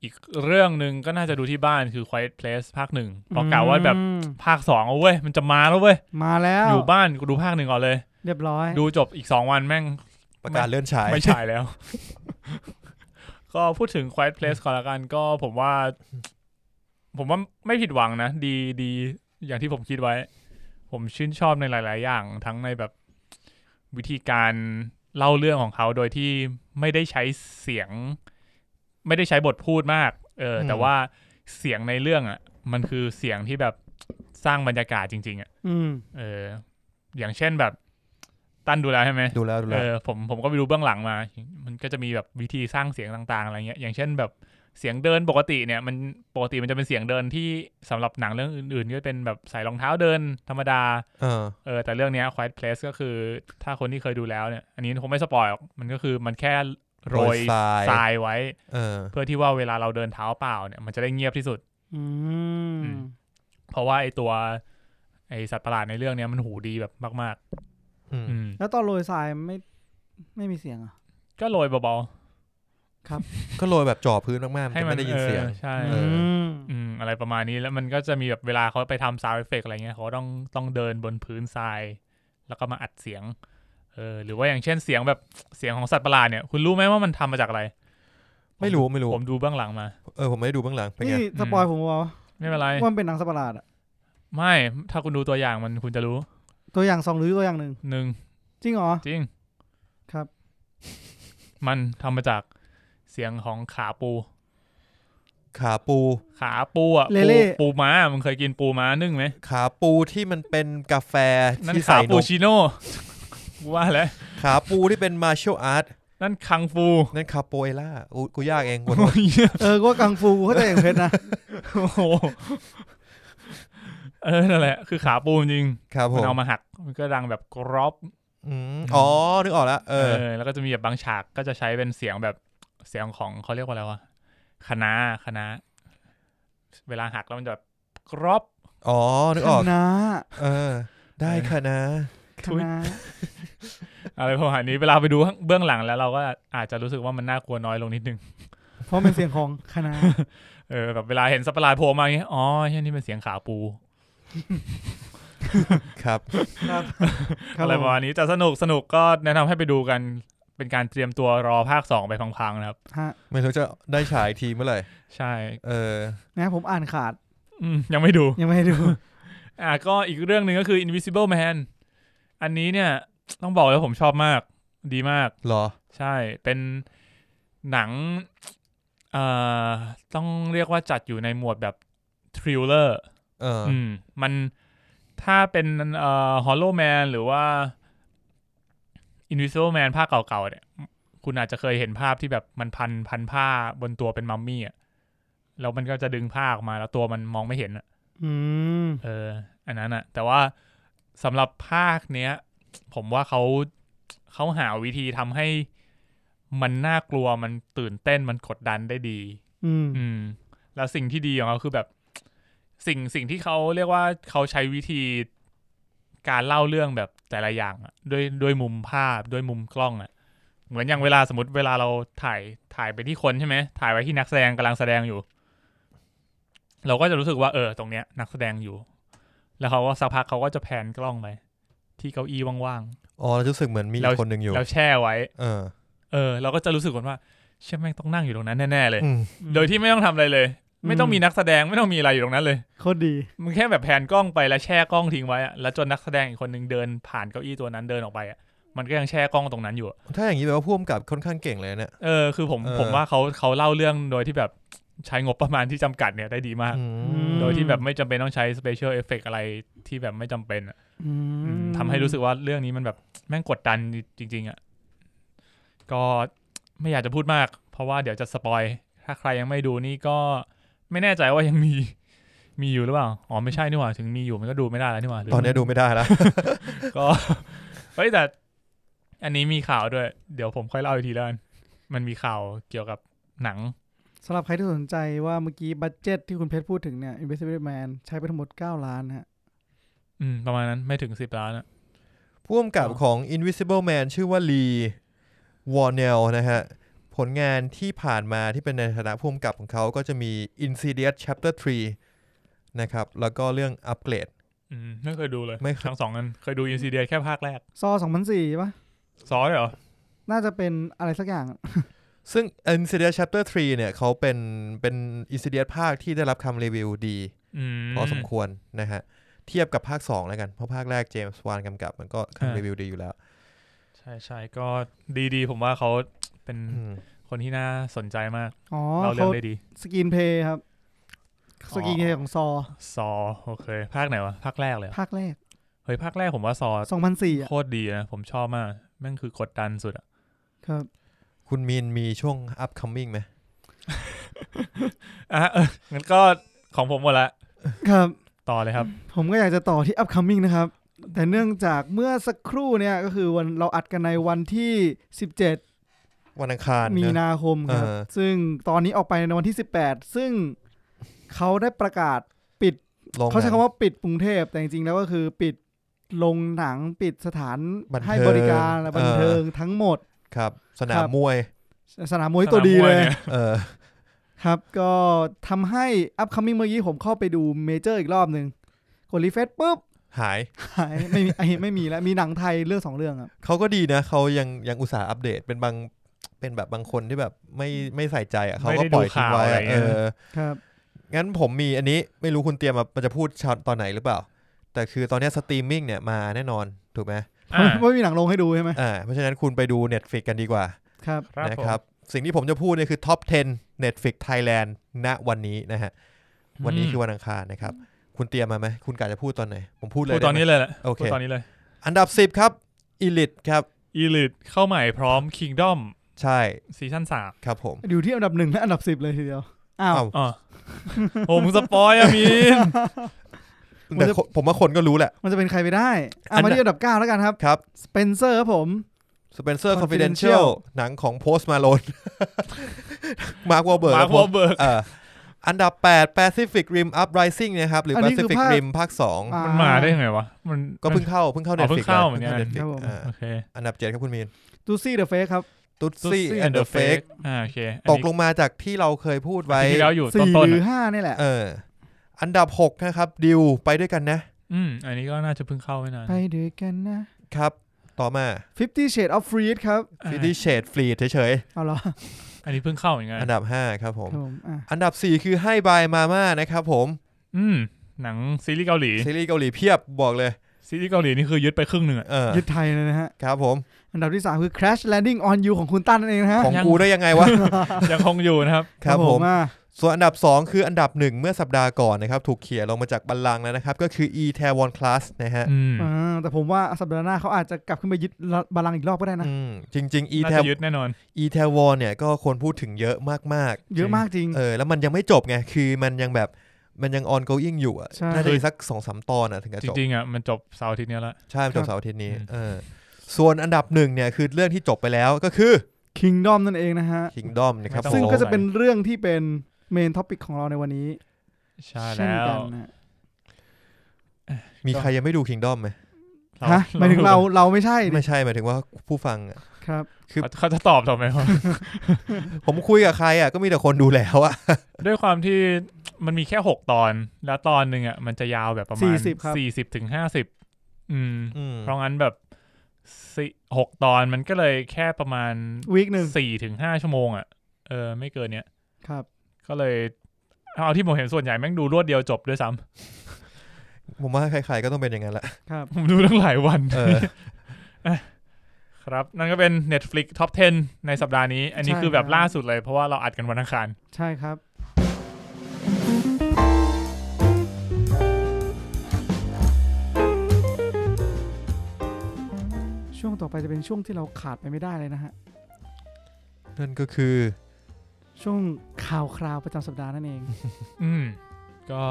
S3: อีกเรื่องหนึ่งก็น่าจะดูที่บ้านคือ Quiet Place ภาคหนึ่งเพราะกล่าวว่าแบบ
S4: อืม
S3: ภาคสองเอาเว้ยมันจะมาแล้วเว้ย
S4: มาแล้ว
S3: อยู่บ้านกูดูภาคหนึ่งก่อนเลย
S4: เรียบร้อย
S3: ดูจบอีกสองวันแม่ง
S2: ประกาศเลื่อนฉาย
S3: ไม่ฉายแล้ว ก็พูดถึง Quiet Place ก่อนละกันก็ผมว่า ผมว่าไม่ผิดหวังนะ ดีดีอย่างที่ผมคิดไว้ ผมชื่นชอบในหลาย ๆ อย่าง ทั้งในแบบวิธีการเล่าเรื่องของเขาโดยที่ไม่ได้ใช้เสียง ไม่ได้ใช้บทพูดมาก เออ
S2: อืม
S3: แต่ว่าเสียงในเรื่องอ่ะ มันคือเสียงที่แบบสร้างบรรยากาศจริง ๆ อ่ะ
S4: อืม
S3: เออ อย่างเช่นแบบตั้นดูแล้วใช่ไหม
S2: ดูแล้วดู
S3: เอ
S2: แล้ว
S3: อผมผมก็ไปดูเบื้องหลังมา มันก็จะมีแบบวิธีสร้างเสียงต่างๆอะไรเงี้ย อย่างเช่นแบบเสียงเดินปกติเนี่ย มันปกติมันจะเป็นเสียงเดินที่สำหรับหนังเรื่องอื่นๆก็เป็นแบบใส่รองเท้าเดินธรรมดา
S2: เออ
S3: เออแต่เรื่องเนี้ย Quiet Place ก็คือถ้าคนที่เคยดูแล้วเนี่ย อันนี้คงไม่สปอยหรอกมันก็คือมันแค่โรย
S2: ทราย
S3: ทรายไว้
S2: เออ
S3: เพื่อที่ว่าเวลาเราเดินเท้าเปล่าเนี่ยมันจะได้เงียบที่สุด
S4: อืม
S3: อืม เพราะว่าไอตัวไอสัตว์ประหลาดในเรื่องเนี้ยมันหูดีแบบมาก
S2: อืม
S3: ๆ อืม
S4: แล้วตอนโรยทรายไม่ไม่มีเสียงเหรอ่ะ
S3: ก็โรยเบา
S2: ก็โรยแบบจ่อพื้นมากๆมั
S3: ๆ
S2: น
S3: ให้
S2: จะ
S3: มัน
S2: ไม่ได้ยินเสียง
S3: ออใช่
S2: เอ
S3: อืมอะไรประมาณนี้แล้วมันก็จะมีแบบเวลาเขาไปทำซาวเอฟเฟกอะไรเงี้ยเขาก็ต้องต้องเดินบนพื้นทราย แล้วก็มาอัดเสียงเออหรือว่าอย่างเช่นเสียงแบบเสียงของสัตว์ประหลาดเนี่ย คุณรู้ไหมว่ามันทำมาจากอะไร
S2: ไม่รู้ไม่รู้
S3: ผมดูเบื้องหลังมา
S2: เออผมไม่ได้ดูเบื้องหลังเป็นไง
S4: นี่สปอยผมว่า
S3: ไม่เป็นไร
S4: ว่ามันเป็นหนังสัตว์ประหลาดอะ
S3: ไม่ ถ้าคุณดูตัวอย่างมันคุณจะรู้
S4: ตัวอย่างสองหรือตัวอย่างหนึ่ง
S3: หนึ่ง
S4: จริงเหรอ
S3: จริง
S4: ครับ
S3: มันทำมาจากเสียงของขาปู
S2: ขาปู
S3: ขาปูอ่ะ
S4: เล่
S3: ปู
S4: เล่
S3: ปูม้ามึงเคยกินปูม้านึ่งไหม
S2: ขาปูที่มันเป็นกาแฟ
S3: นั่น
S2: ที่
S3: ขา
S2: ใส่น
S3: ปู
S2: ม
S3: ชิโน่ กูว่าแล้ว
S2: ขาปูที่เป็นมาเชลอาร์ต
S3: นั่นคังฟู
S2: นั่นคาโปเอล่ากูยากเองค น
S3: โอ้ย
S4: เออก็กังฟูเข้าใจอย่างเพชรนะ
S3: โอ้โหเออนั่นแหละ คือขาปูจริง
S2: ครับผ
S3: มัน
S2: ม
S3: เอามาหัก มันก็ดังแบบกรอบ
S2: อืมอ๋อ นึกออกแล้ว เอ
S3: เอ
S2: อ
S3: อ แล้วก็จะมีแบบบางฉากก็จะใช้เป็นเสียงแบบเสียงของเขาเรียกว่าอะไรวะคณะคณะเวลาหักแล้วมันจะแบบกรอบ
S2: อ๋อ นึ กออก
S4: นะ
S2: เออ ได้ค่ะนะ
S4: ค
S3: ทุย
S4: ณะ
S3: อะไรประมาณนี้เวลาไปดูเบื้องหลังแล้วเราก็อาจจะรู้สึกว่ามันน่ากลัวน้อยลงนิดนึง
S4: เพราะเป็นเสียงของ คณะ
S3: เออแบบเวลาเห็นสัตว์ประหลาดโผล่มาอย่างเงี้ยอ๋อเหี้ยนี่เป็นเสียงขาปู
S2: ครับ
S4: ครับคบ
S3: อะไรประมาณนี้จะสนุกสนุกก็แนะนำให้ไปดูกันเป็นการเตรียมตัวรอภาคสองไปพังๆนะครับ
S4: ฮะ
S2: ไม่รู้จะได้ฉายทีเมื่อไหร่
S3: ใช่
S2: เออ
S4: นะผมอ่านขาด
S3: อืมยังไม่ดู
S4: ยังไม่ได้ดู
S3: อ่ะก็อีกเรื่องหนึ่งก็คือ Invisible Man อันนี้เนี่ย ต้องบอกแล้วผมชอบมาก ดีมาก
S2: เหรอ
S3: ใช่ เป็นหนังเอ่อต้องเรียกว่าจัดอยู่ในหมวดแบบทริลเลอร์
S2: เออ
S3: อืมมันถ้าเป็นเอ่อฮอลโลแมนหรือว่า Invisible Man ภาคเก่าๆเนี่ย คุณอาจจะเคยเห็นภาพที่แบบมันพันพันผ้าบนตัวเป็นมัมมี่อ่ะแล้วมันก็จะดึงผ้าออกมาแล้วตัวมันมองไม่เห็นอะ
S4: อืม
S3: เออ อันนั้นอะแต่ว่าสำหรับภาคเนี้ย ผมว่าเขาเขาหาวิธีทำให้ มันน่ากลัวมันตื่นเต้นมันกดดันได้ดี
S4: อืม
S3: อืม แล้วสิ่งที่ดีของเขาคือแบบ สิ่งสิ่งที่เขาเรียกว่าเขาใช้วิธีการเล่าเรื่องแบบแต่ละอย่างอะด้วยด้วยมุมภาพด้วยมุมกล้องอะเหมือนอย่างเวลาสมมติเวลาเราถ่ายถ่ายไปที่คนใช่ไหมถ่ายไว้ที่นักแสดงกำลังแสดงอยู่ เราก็จะรู้สึกว่าเออ ตรงเนี้ย นักแสดงอยู่ แล้วเขาก็สักพักเขาก็จะแพนกล้องไปที่เก้าอี้ว่าง
S2: อ๋อเรารู้สึกเหมือนมี
S3: เรา
S2: คนหนึ่งอยู่
S3: ๆแล้วแช่ไว้
S2: เออ
S3: เออ เราก็จะรู้สึกก่อนว่าเชื่อแม่งต้องนั่งอยู่ตรงนั้นแน่ๆเลย
S2: อืม
S3: โดยที่ไม่ต้องทำอะไรเลย
S4: อืม
S3: ไม่ต้องมีนักแสดงไม่ต้องมีอะไรอยู่ตรงนั้นเลย
S4: โคตรดี
S3: มันแค่แบบแผนกล้องไปแล้วแช่กล้องทิ้งไว้อะแล้วจนนักแสดงอีกคนหนึ่งเดินผ่านเก้าอี้ตัวนั้นเดินออกไปอะมันก็ยังแช่กล้องตรงนั้นอยู่อะ
S2: ถ้าอย่างนี้แปลว่าพ่วงกับค่อนข้างเก่งเลยนะเนี่ย
S3: เออคือผม
S2: เออ
S3: ผมว่าเขาเขาเล่าเรื่องโดยที่แบบใช้งบประมาณที่จำกัดเนี่ยได้ดีมาก
S2: อืม
S3: โดยที่แบบไม่จำเป็นต้องใช้สเปเชียลเอฟเฟกอะไรที่แบบไม่จำเป็นอะ
S4: อื
S3: อืม
S4: ม
S3: ทำให้รู้สึกว่าเรื่องนี้มันแบบแม่งกดดันจริง ๆอะก็ไม่อยากจะพูดมาก เพราะว่าเดี๋ยวจะสปอยถ้าใครยังไม่ดูนี่ก็ไม่แน่ใจว่ายังมี มีอยู่หรือเปล่าอ๋อไม่ใช่นี่หว่าถึงมีอยู่มันก็ดูไม่ได้แล้วนี่หว่าหรื
S2: ตอนนี้ดูไม่ได้แล้ว
S3: ก็ เฮ้ยแต่ อันนี้มีข่าวด้วย เดี๋ยวผมค่อยเล่าอีกทีแล้วกันมันมีข่าวเกี่ยวกับหนัง
S4: สำหรับใครที่สนใจว่าเมื่อกี้บัตเจ็ตที่คุณเพชรพูดถึงเนี่ย Invisible Man ใช้ไปทั้งหมด 9 ล้านฮะ
S3: อืม ประมาณนั้นไม่ถึงสิบล้านอะ
S2: พ่วงกับ
S3: อ๋อ
S2: ของ Invisible Man ชื่อว่าลีวอร์เนลนะฮะ ผลงานที่ผ่านมาที่เป็นในฐานะพ่วงกับของเขาก็จะมี Insidious Chapter 3 นะครับ แล้วก็เรื่อง Upgrade
S3: อืมไม่เคยดูเลย
S2: ไม่เคย
S3: ทั้งสองอันเคยดูอินซีเดียแค่ภาคแรก
S4: ซอ 2004ป่ะ
S3: ซอเหรอ
S4: น่าจะเป็นอะไรสักอย่าง
S2: ซึ่ง Insidious Chapter 3 เนี่ยเขาเป็นเป็น Insidious ภาคที่ได้รับคำรีวิวดี
S3: อืม
S2: พอสมควรนะฮะ เทียบกับภาค 2 แล้วกัน เพราะภาคแรกเจมส์วานกำกับ มันก็
S3: อ่า
S2: คำรีวิวดีอยู่แล้ว
S3: ใช่ใช่ก็ดีดีๆ ผมว่าเขาเป็น
S2: อืม
S3: คนที่น่าสนใจมาก
S4: อ๋อ
S3: เราเรื่
S4: เขา
S3: องได้ดี
S4: สกินเพย์ครับ
S3: อ๋อ
S4: สกินเพย์ของซอ
S3: ซอโอเค ภาคไหนวะ ภาคแรกเลยเหรอ
S4: ภาคแรก
S3: เฮ้ยภาคแรกผมว่าซอ
S4: 2004อ่ะ
S3: โคตรดีนะ ผมชอบมากแม่งคือกดดันสุดอะ
S4: ครับ
S2: คุณมีนมีช่วง upcoming ไหม
S3: อ่ะ เอองั้นก็ของผมหมดละ
S4: ครับ
S3: ต่อเลยครับ
S4: ผมก็อยากจะต่อที่ upcoming นะครับ แต่เนื่องจากเมื่อสักครู่เนี่ย ก็คือวันเราอัดกันในวันที่ 17
S2: วันอังคาร
S4: มี
S2: เนอะ
S4: นาคมครับ
S2: เออ
S4: ซึ่งตอนนี้ออกไปในวันที่ 18 ซึ่งเขาได้ประกาศ
S2: ลง
S4: เขา
S2: ห
S4: ใช้
S2: นัง
S4: คำว่าปิดกรุงเทพแต่จริงๆแล้วก็คือปิดลงหนังปิดสถาน
S2: บันเทิง
S4: ให้บริการ
S2: เออ
S4: บันเทิงทั้งหมด
S2: ครับ สนา
S4: ครั
S2: ม
S4: บ
S2: มวย
S4: สนามมวย
S3: สนาม
S4: ตัวดี
S3: มวย
S4: เลย
S3: เนี่ย
S2: เออ
S4: ครับ ก็ทำให้ upcoming เมื่อกี้ผมเข้าไปดูเมเจอร์อีกรอบหนึ่งกดรีเฟซปุ๊บ
S2: หาย
S4: หายไม่มีไอ้ไม่มีแล้ว มีหนังไทยเรื่องสองเรื่องครับ
S2: เขาก็ดีนะเขายังยังอุตส่าห์อัปเดตเป็นบางเป็นแบบบางคนที่แบบไม่ไม่ใส่ใจอ่ะเขา
S3: ไม่
S2: ก็
S3: ได้
S2: ปล่อย
S3: ดู
S2: ทิ้ง
S3: ข่าว
S2: ไว้
S3: อะไร
S2: อะ
S3: อย่าง
S2: เอ
S3: เงี้
S2: อ
S3: ย
S4: ครับ
S2: งั้นผมมีอันนี้ไม่รู้คุณเตรียมมามันจะพูดชาวตอนไหนหรือเปล่า แต่คือตอนเนี้ยสตรีมมิ่งเนี่ยมาแน่นอนถูกไหม
S4: เพราะไม่มีหนังลงให้ดูใช่ไหม
S2: อ่าเพราะฉะนั้นคุณไปดู Netflix กันดีกว่า
S4: ครับ
S2: นะครับสิ่งที่ผมจะพูดเนี่ยคือ Top 10 Netflix Thailand ณวันนี้นะฮะวันนี้คือวันอังคารนะครับ คุณเตรียมมาไหมคุณกะจะพูดตอนไหน ผมพูดเลย
S3: พูดตอน
S2: ได้
S3: นี้
S2: ไหม
S3: เลยแหละ
S2: โอเค
S3: พูดตอนนี้เลย
S2: อันดับ 10 ครับ Elite ครับ
S3: อีลิทเข้าใหม่พร้อม Kingdom
S2: ใช่
S3: ซีซั่นสาม
S2: ครับผม
S4: อยู่ที่อันดับหนึ่งและอันดับสิบเลยทีเดียวอ้าว
S2: เอ้า
S3: อ๋อโอ้มึงสปอยอะมีน
S2: แต่คนผมว่าคนก็รู้แหละ
S4: มันจะเป็นใครไปได้อ่ะ
S2: อันดั
S4: มา
S2: บ
S4: ที่อันดับเก้าแล้วกันครับ
S2: ครับ
S4: สเปนเซอร์ครับผม
S2: Spencer
S4: Confidential
S2: Confidential หนังของ Post Malone Mark Wahlberg
S3: มาร์ค
S2: ค
S3: วั
S2: รั
S3: ล
S2: บผม
S3: เบิร์ก
S2: เอ่ออันดับ 8 Pacific Rim Uprising นะครับ หรืออ
S4: นนี้คือ
S2: Pacific
S4: ภาค
S2: Rim ภาค
S4: อ่ะ
S3: มันมาได้ยังไงวะมัน
S2: 2 ก็เพิ่งเข้าเพิ่งเข้า
S3: อ๋อเพิ่
S2: Netflix
S3: งเข้าเหมือนกัน
S2: Netflix
S4: ครับผม
S2: อ่า
S3: โอเค
S2: อันดับ 7 ครับคุณมีน
S4: ดูซี่เดอะเฟสครับ
S2: Tutsi
S3: Tutsi
S2: and the Fake
S3: อ่าโอเค
S2: ตกลงมาจากที่เราเคยพูดไว้
S3: ไว้ที่แล้วอยู่ต้
S4: สี่
S3: น
S4: ห
S3: ๆ
S4: รือ
S3: อะ
S4: ห้านี่แหละ
S2: เออ อันดับ 6 นะครับ ดิวไปด้วยกันนะ
S3: อืมอันนี้ก็น่าจะเพิ่งเข้าไม่นาน
S4: ไปด้วยกันนะ
S2: ครับ ต่อมา
S4: 50 Shades of Freed ครับ
S3: อ่า
S2: Fifty Shades Fleet เฉย
S4: เอาเหรอครับ
S3: อันนี้เพิ่งเข้าเหมือนกัน
S2: ๆอันดับ 5 ครับผม
S4: ผมอ่ะ
S2: อันดับ 4 คือให้บายมาม่านะครับผม
S3: อืมหนังซีรีส์เกาหลี
S2: ซีรีส์เกาหลีเพียบบอกเลย
S3: ซีรีส์เกาหลีนี่คือยึดไปครึ่งหนึ่งอะ
S2: เออ
S4: ยึดไทยเลยนะฮะ
S2: ครับผม
S4: อันดับที่ 3 คือ Crash Landing on You ของคุณตั้นนั่นเองนะฮะ
S2: ของกูได้ยังไงวะ
S3: ยังคงอยู่นะครับ
S2: ครับผม
S4: อ่ะ
S2: ส่วนอันดับ 2 คืออันดับ 1 เมื่อสัปดาห์ก่อนนะครับ ถูกเขี่ยลงมาจากบัลลังก์แล้วนะครับ ก็คือ e t a w o n Class นะฮะ
S3: อืม
S4: อ่าแต่ผมว่าสัปดาห์หน้าเขาอาจจะกลับขึ้นไปยึดบาลังก์อีกรอบก็ได้นะ
S2: อืมจริง ๆ e
S3: น่า
S2: t a
S3: จะยึดแน่นอน
S2: e t a w o n เนี่ยก็คนพูดถึงเยอะมาก
S4: เยอะมากจริง
S2: ๆเออแล้วมันยังไม่จบไง คือมันยังแบบมันยัง ongoing อยู่อะ
S4: ใช่
S2: น่าจะอีกสัก2อสตอนอะถึงจะ
S3: จ
S2: จบ
S3: ริงๆอ่ะมันจบเสาร์อาทิตย์เนี้ยละ
S2: ใช่มันจบ
S4: ครับ
S2: เสาร์อาทิตย์นี้
S3: อืม
S2: เออส่วนอันดับหนึ่งเนี่ยคือเรื่องที่จบไปแล้วก็คือ
S4: คิงดอมนั่นเองนะฮะ
S2: คิงดอมนะครับ
S3: ไม่ต้อง
S4: ซึ่ง
S2: ผม
S4: ก็จะเป็นเรื่องที่เป็นเมนท็อปิกของเราในวันนี้
S3: ใช่
S4: เช่น
S3: แล้
S4: กั
S3: วน
S4: นะ
S2: มีใครยังไม่ดูคิงดอมไหม
S4: ฮะหมายถึงเราเราไม่ใช่ดิ
S2: ไม่ใช่หมายถึงว่าผู้ฟังอะ
S4: ครับ
S2: คือ
S3: เขาเขาจะ ตอบต่อไหมว่า
S2: ผมคุยกับใครอ่ะก็มีแต่คนดูแล้วอ่ะ
S3: ด้วยความที่มันมีแค่หกตอน แล้วตอนหนึ่งอ่ะมันจะยาวแบบประมาณ
S4: 40ครับ
S3: สี่สิบถึงห้าสิบอืม
S2: อืม
S3: เพราะงั้นแบบสี่หกตอนมันก็เลยแค่ประมาณ
S4: วีคหนึ่ง
S3: สี่ถึงห้าชั่วโมงอ่ะเออไม่เกินเนี้ย
S4: ครับ
S3: ก็เลยเอาที่ผมเห็นส่วนใหญ่แม่งดูรวดเดียวจบด้วยซ้
S2: ผมว่าใครๆก็ต้องเป็นอย่างนั้นแหละ
S4: ครับ
S3: ำ ผมดูตั้งหลายวัน
S2: เออ
S3: ครับ นั่นก็เป็น Netflix Top 10 ในสัปดาห์นี้ อันนี้
S4: ใช่
S3: คือแบบ
S4: ครับ
S3: ล่าสุดเลยเพราะว่าเราอัดกันวันอังคาร
S4: ใช่ครับ ช่วงต่อไปจะเป็นช่วงที่เราขาดไปไม่ได้เลยนะฮะ
S2: นั่นก็คือ
S4: ช่วงข่าวคราวประจำสัปดาห์นั่นเอง
S3: อืม ก็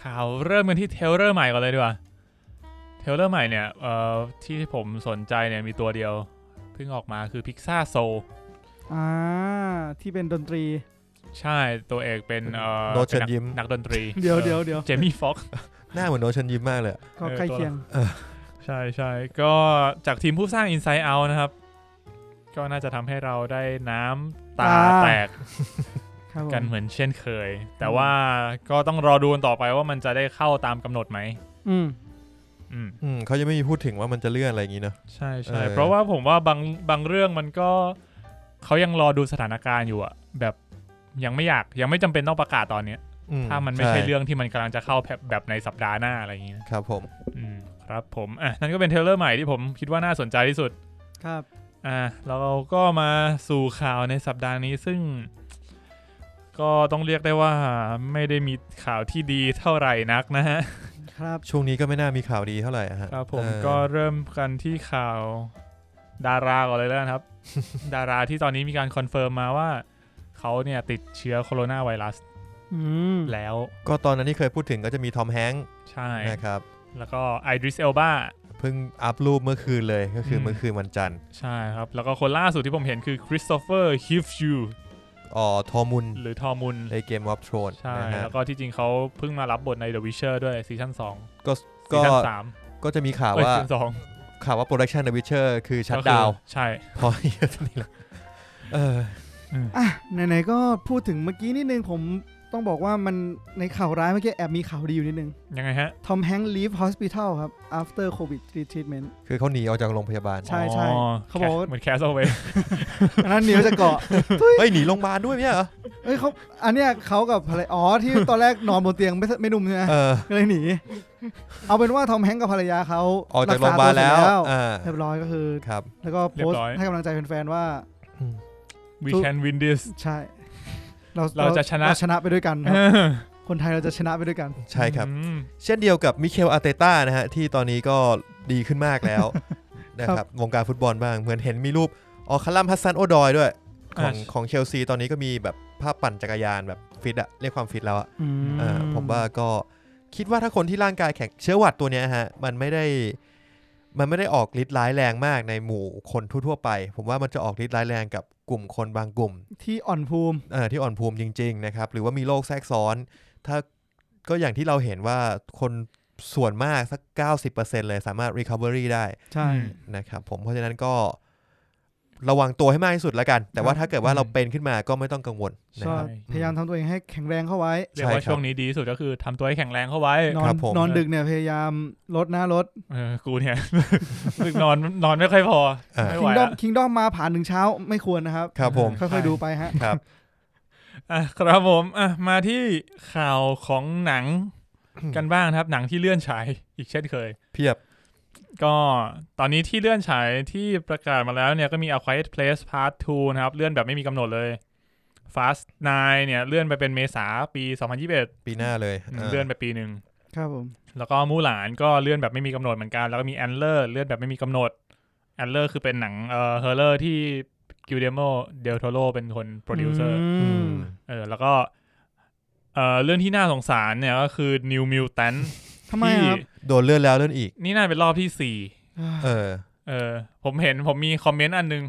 S3: ข่าวเริ่มกันที่เทรลเลอร์ใหม่ก่อนเลยดีกว่า เทรลเลอร์ใหม่เนี่ยเอ่อที่ผมสนใจเนี่ยมีตัวเดียว เพิ่งออกมาคือ Pixar Soul
S4: อ่า ที่เป็นดนตรี
S3: ใช่ตัวเอกเป็นเอ่อ
S2: โน้ตเชิญ
S3: ป็ก
S2: ยิ้ม
S3: นักดนตรี
S4: เดี๋ยวเดี๋ยวเดี๋ยว
S3: เจมี่ฟ็อก
S2: หน้าเหมือนโนตเชันยิ้มมากเลยอะ
S4: ก็
S3: เออ
S4: ใกล้เคียง
S3: ใช่ใช่ก็จากทีมผู้สร้าง Inside Out นะครับ ก็น่าจะทำให้เราได้น้ำตา
S4: ตา
S3: แตก
S4: ครับผม
S3: กันเหมือนเช่นเคย แต่ว่าก็ต้องรอดูกันต่อไปว่ามันจะได้เข้าตามกำหนดไหม
S4: อืม
S3: อืม
S2: อืมเขายังไม่มีพูดถึงว่ามันจะเลื่อนอะไรอย่างนี้เนาะ
S3: ใช่ใช่
S2: เออ
S3: เพราะว่าผมว่าบางบางเรื่องมันก็เขายังรอดูสถานการณ์อยู่อะแบบยังไม่อยากยังไม่จำเป็นต้องประกาศตอนเนี้ย
S2: อื
S3: ถ้ามันไม่ใช่เรื่องที่มันกำลังจะเข้าแบบแบบในสัปดาห์หน้าอะไรอย่างเงี้ย
S2: ครับผม
S3: อืมครับผมอ่ะนั่นก็เป็นเทรลเลอร์ใหม่ที่ผมคิดว่าน่าสนใจที่สุด
S4: ครับ
S3: อ่ะเราก็มาสู่ข่าวในสัปดาห์นี้ซึ่ง ก็ต้องเรียกได้ว่าไม่ได้มีข่าวที่ดีเท่าไหร่นักนะฮะ
S4: ครับ
S2: ช่วงนี้ก็ไม่น่ามีข่าวดีเท่าไหร่อะฮะ
S3: ครับผม
S2: เออ
S3: ก็เริ่มกันที่ข่าวดาราก่อนเลยแล้วกันครับ ดาราที่ตอนนี้มีการคอนเฟิร์มมาว่า เขาเนี่ยติดเชื้อโคโรนาไวรัส
S4: อืม
S3: แล้ว
S2: ก็ตอนนั้นที่เคยพูดถึงก็จะมีทอมแฮงค์
S3: ใช่
S2: นะครับ
S3: แล้วก็ไอดริสเอลบา
S2: เพิ่งอัพรูปเมื่อคืนเลยก็คืออ
S3: ม
S2: เมื่อคืนวันจันทร์
S3: ใช่ครับ แล้วก็คนล่าสุดที่ผมเห็นคือคริสโตเฟอร์ฮิฟชู
S2: อ๋อทอมุน
S3: หรือทอมุน
S2: ในเกมวอฟทรอน
S3: ใช่
S2: นะฮะ
S3: แล้วก็ที่จริงเขาเพิ่งมารับบทใน The Witcher ด้วยซีซั่น2
S2: ก็
S3: ซี
S2: ก็
S3: ซั่นสาม
S2: ก็จะมีข่าว
S3: เอ้ย
S2: ว่า
S3: ซีซั่นสอง
S2: ข่าวว่าโปรดักชันเดอะวิเชอร์คือชัด
S3: ก็คือ
S2: ดาวน์
S3: ใช่
S2: พอเหี้ยอะนี่แหละเออ
S4: อ่ะ ไหนๆ ก็พูดถึงเมื่อกี้นิดนึง ผมต้องบอกว่ามันในข่าวร้ายเมื่อกี้แอบมีข่าวดีอยู่นิดนึง
S3: ยังไงฮะ
S4: ทอมแฮงค์ลีฟฮอสพิทอลครับ after covid treatment
S2: คือเขาหนีออกจากโรงพยาบาล
S4: ใช่ใช่
S3: อ๋อ
S4: เขาบอกว่า
S3: เหมือนแคสเอาไว้
S4: อันนั้นนิวจะเกาะ
S2: เฮ้ยหนีโรงพยาบาลด้วยไม่ใช่เหรอ
S4: เอ้ยเขาอันเนี้ยเขากับภรรยาอ๋อ ที่ตอนแรกนอนบนเตียงไม่ไม่นุ่มใช่ไหม
S2: เออ
S4: ก็เลยหนี เอาเป็นว่าทอมแฮงค์กับภรรยาเขา
S2: ออกจากโรงพยาบาลแล้ว
S4: รักษตัวเสร็จ
S2: อ่า
S4: แล้วเรียบร้อยก็คือ
S2: ครับ
S4: แล้วก็โพสต์ให้กำลังใจแฟนๆว่า
S2: อืม
S3: We can win this
S4: ใช่ เรา
S3: เราจะชนะ
S4: เราชนะไปด้วยกันครับ คนไทยเราจะชนะไปด้วยกัน
S2: ใช่ครับ
S3: อืม
S2: เช่นเดียวกับมิเคลอาร์เตต้านะฮะ ที่ตอนนี้ก็ดีขึ้นมากแล้ว นะครับ วงการฟุตบอลบ้าง เหมือนเห็นมีรูปออคาลัมฮัสซันโอดอยด้วย ของ
S3: อ่า
S2: ของเชลซีตอนนี้ก็มีแบบภาพปั่นจักรยานแบบฟิตอะเรียกความฟิตแล้วอะเออผมว่าก็คิดว่าถ้าคนที่ร่างกายแข็งเชื้อหวัดตัวเนี้ยฮะ มันไม่ได้มันไม่ได้ออกฤทธิ์ร้ายแรงมากในหมู่คนทั่วๆไป ผมว่ามันจะออกฤทธิ์ร้ายแรงกับกลุ่มคนบางกลุ่ม
S4: ที่อ่อนภูมิ
S2: เอ่อที่อ่อนภูมิจริงๆนะครับหรือว่ามีโรคแทรกซ้อน ถ้าก็อย่างที่เราเห็นว่าคนส่วนมากสัก 90%เลยสามารถ recovery ได้
S4: ใช่
S3: อืม
S2: นะครับผมเพราะฉะนั้นก็ระวังตัวให้มากที่สุดแล้วกัน แต่ว่าถ้าเกิดว่าเราเป็นขึ้นมาก็ไม่ต้องกังวลนะ
S4: ก็
S2: ครับ
S4: พยายามทำตัวเองให้แข็งแรงเข้าไว้
S3: เรียก
S2: ใช่
S3: ว่า
S2: ครับ
S3: ช่วงนี้ดีที่สุดก็คือทำตัวให้แข็งแรงเข้าไว้
S4: นอ
S2: ครั
S4: น
S2: บผม
S4: นอนดึกเนี่ยพยายามลดนะลด
S3: เออกูเนี่ย ดึกนอนนอนไม่ค่อยพอ
S2: เออ
S3: ไม่
S4: คิ
S3: ไหว
S4: งดอ
S3: ละ
S4: มคิงดอมมาผ่านถึงเช้าไม่ควรนะครับ
S2: ครับผม
S4: ค่อยๆดูไปฮะ
S2: ครับ
S3: อ่ะครับผมอ่ะมาที่ข่าวของหนังกันบ้างนะครับ หนังที่เลื่อนฉายอีกเช่นเคย
S2: เพียบ
S3: ก็ตอนนี้ที่เลื่อนฉายที่ประกาศมาแล้วเนี่ยก็มี A Quiet Place Part 2 นะครับ เลื่อนแบบไม่มีกำหนดเลย Fast 9เนี่ยเลื่อนไปเป็นเมษาปี 2021อ
S2: ปีหน้าเลยื
S3: มเลื่อนไปปีหนึ่ง
S4: ครับผม
S3: แล้วก็มูหลานก็เลื่อนแบบไม่มีกำหนดเหมือนกัน แล้วก็มีแอนเลอร์เลื่อนแบบไม่มีกำหนดแอนเลอร์คือเป็นหนังเอ่อเฮอร์เลอร์ที่กิวเดโมเดลโทโรเป็นคนโปรดิวเซอร์
S2: อื
S4: ม
S2: ม
S3: เออแล้วก็เอ่อเรื่องที่น่าสงสารเนี่ยก็คือ New Mutant
S4: ทำไม
S3: ที่
S4: ครับ
S2: โดนเลื่อนแล้วเลื่อนอีก
S3: นี่น่าจะเป็นรอบที่สี่
S2: เออ
S3: เออผมเห็นผมมีคอมเมนต์อันนึง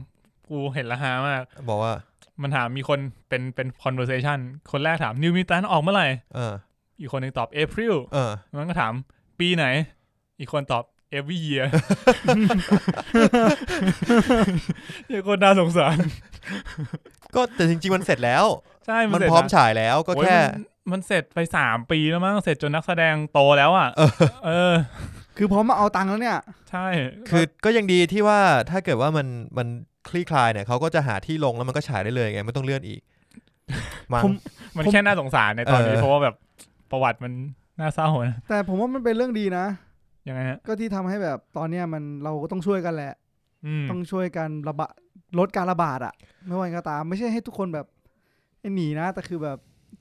S3: กูเห็นและฮามาก
S2: บอกว่า
S3: มันถามมีคนเป็นเป็น conversation คนแรกถามนิวมิตันออกเมื่อไหร่
S2: เออ
S3: อีกคนหนึ่งตอบ April
S2: เออ
S3: มันก็ถามปีไหน อีกคนตอบ every year เหี้ยังคนน่าสงสาร
S2: ก็แต่จริงๆมันเสร็จแล้ว
S3: ใช่
S2: มัน
S3: เสจ
S2: พร้อม
S3: นะ
S2: ฉายแล้วก็
S3: โอ้ย
S2: แค่
S3: มันมันเสร็จไปสามปีแล้วมั้งเสร็จจนนักแสดงโตแล้วอ่ะ
S2: เออ
S3: เออ
S4: คือพร้อมมาเอาตังค์แล้วเนี่ย
S3: ใช่
S2: คือก็ยังดีที่ว่าถ้าเกิดว่ามันมันคลี่คลายเนี่ยเขาก็จะหาที่ลงแล้วมันก็ฉายได้เลยไงไม่ต้องเลื่อนอีกมั้ง
S4: ผม
S3: มัน
S4: ผม
S3: แค่น่าสงสารในตอนนี้
S2: เออ
S3: เพราะว่าแบบประวัติมันน่าเศร้านะ
S4: แต่ผมว่ามันเป็นเรื่องดีนะ
S3: ยังไงฮะ
S4: ก็ที่ทำให้แบบตอนเนี้ยมันเราก็ต้องช่วยกันแหละ
S3: อืม
S4: ต้องช่วยกันระบาดลดการระบาดอะไม่ว่ายังไงก็ตามไม่ใช่ให้ทุกคนแบบหนีนะ แต่คือแบบ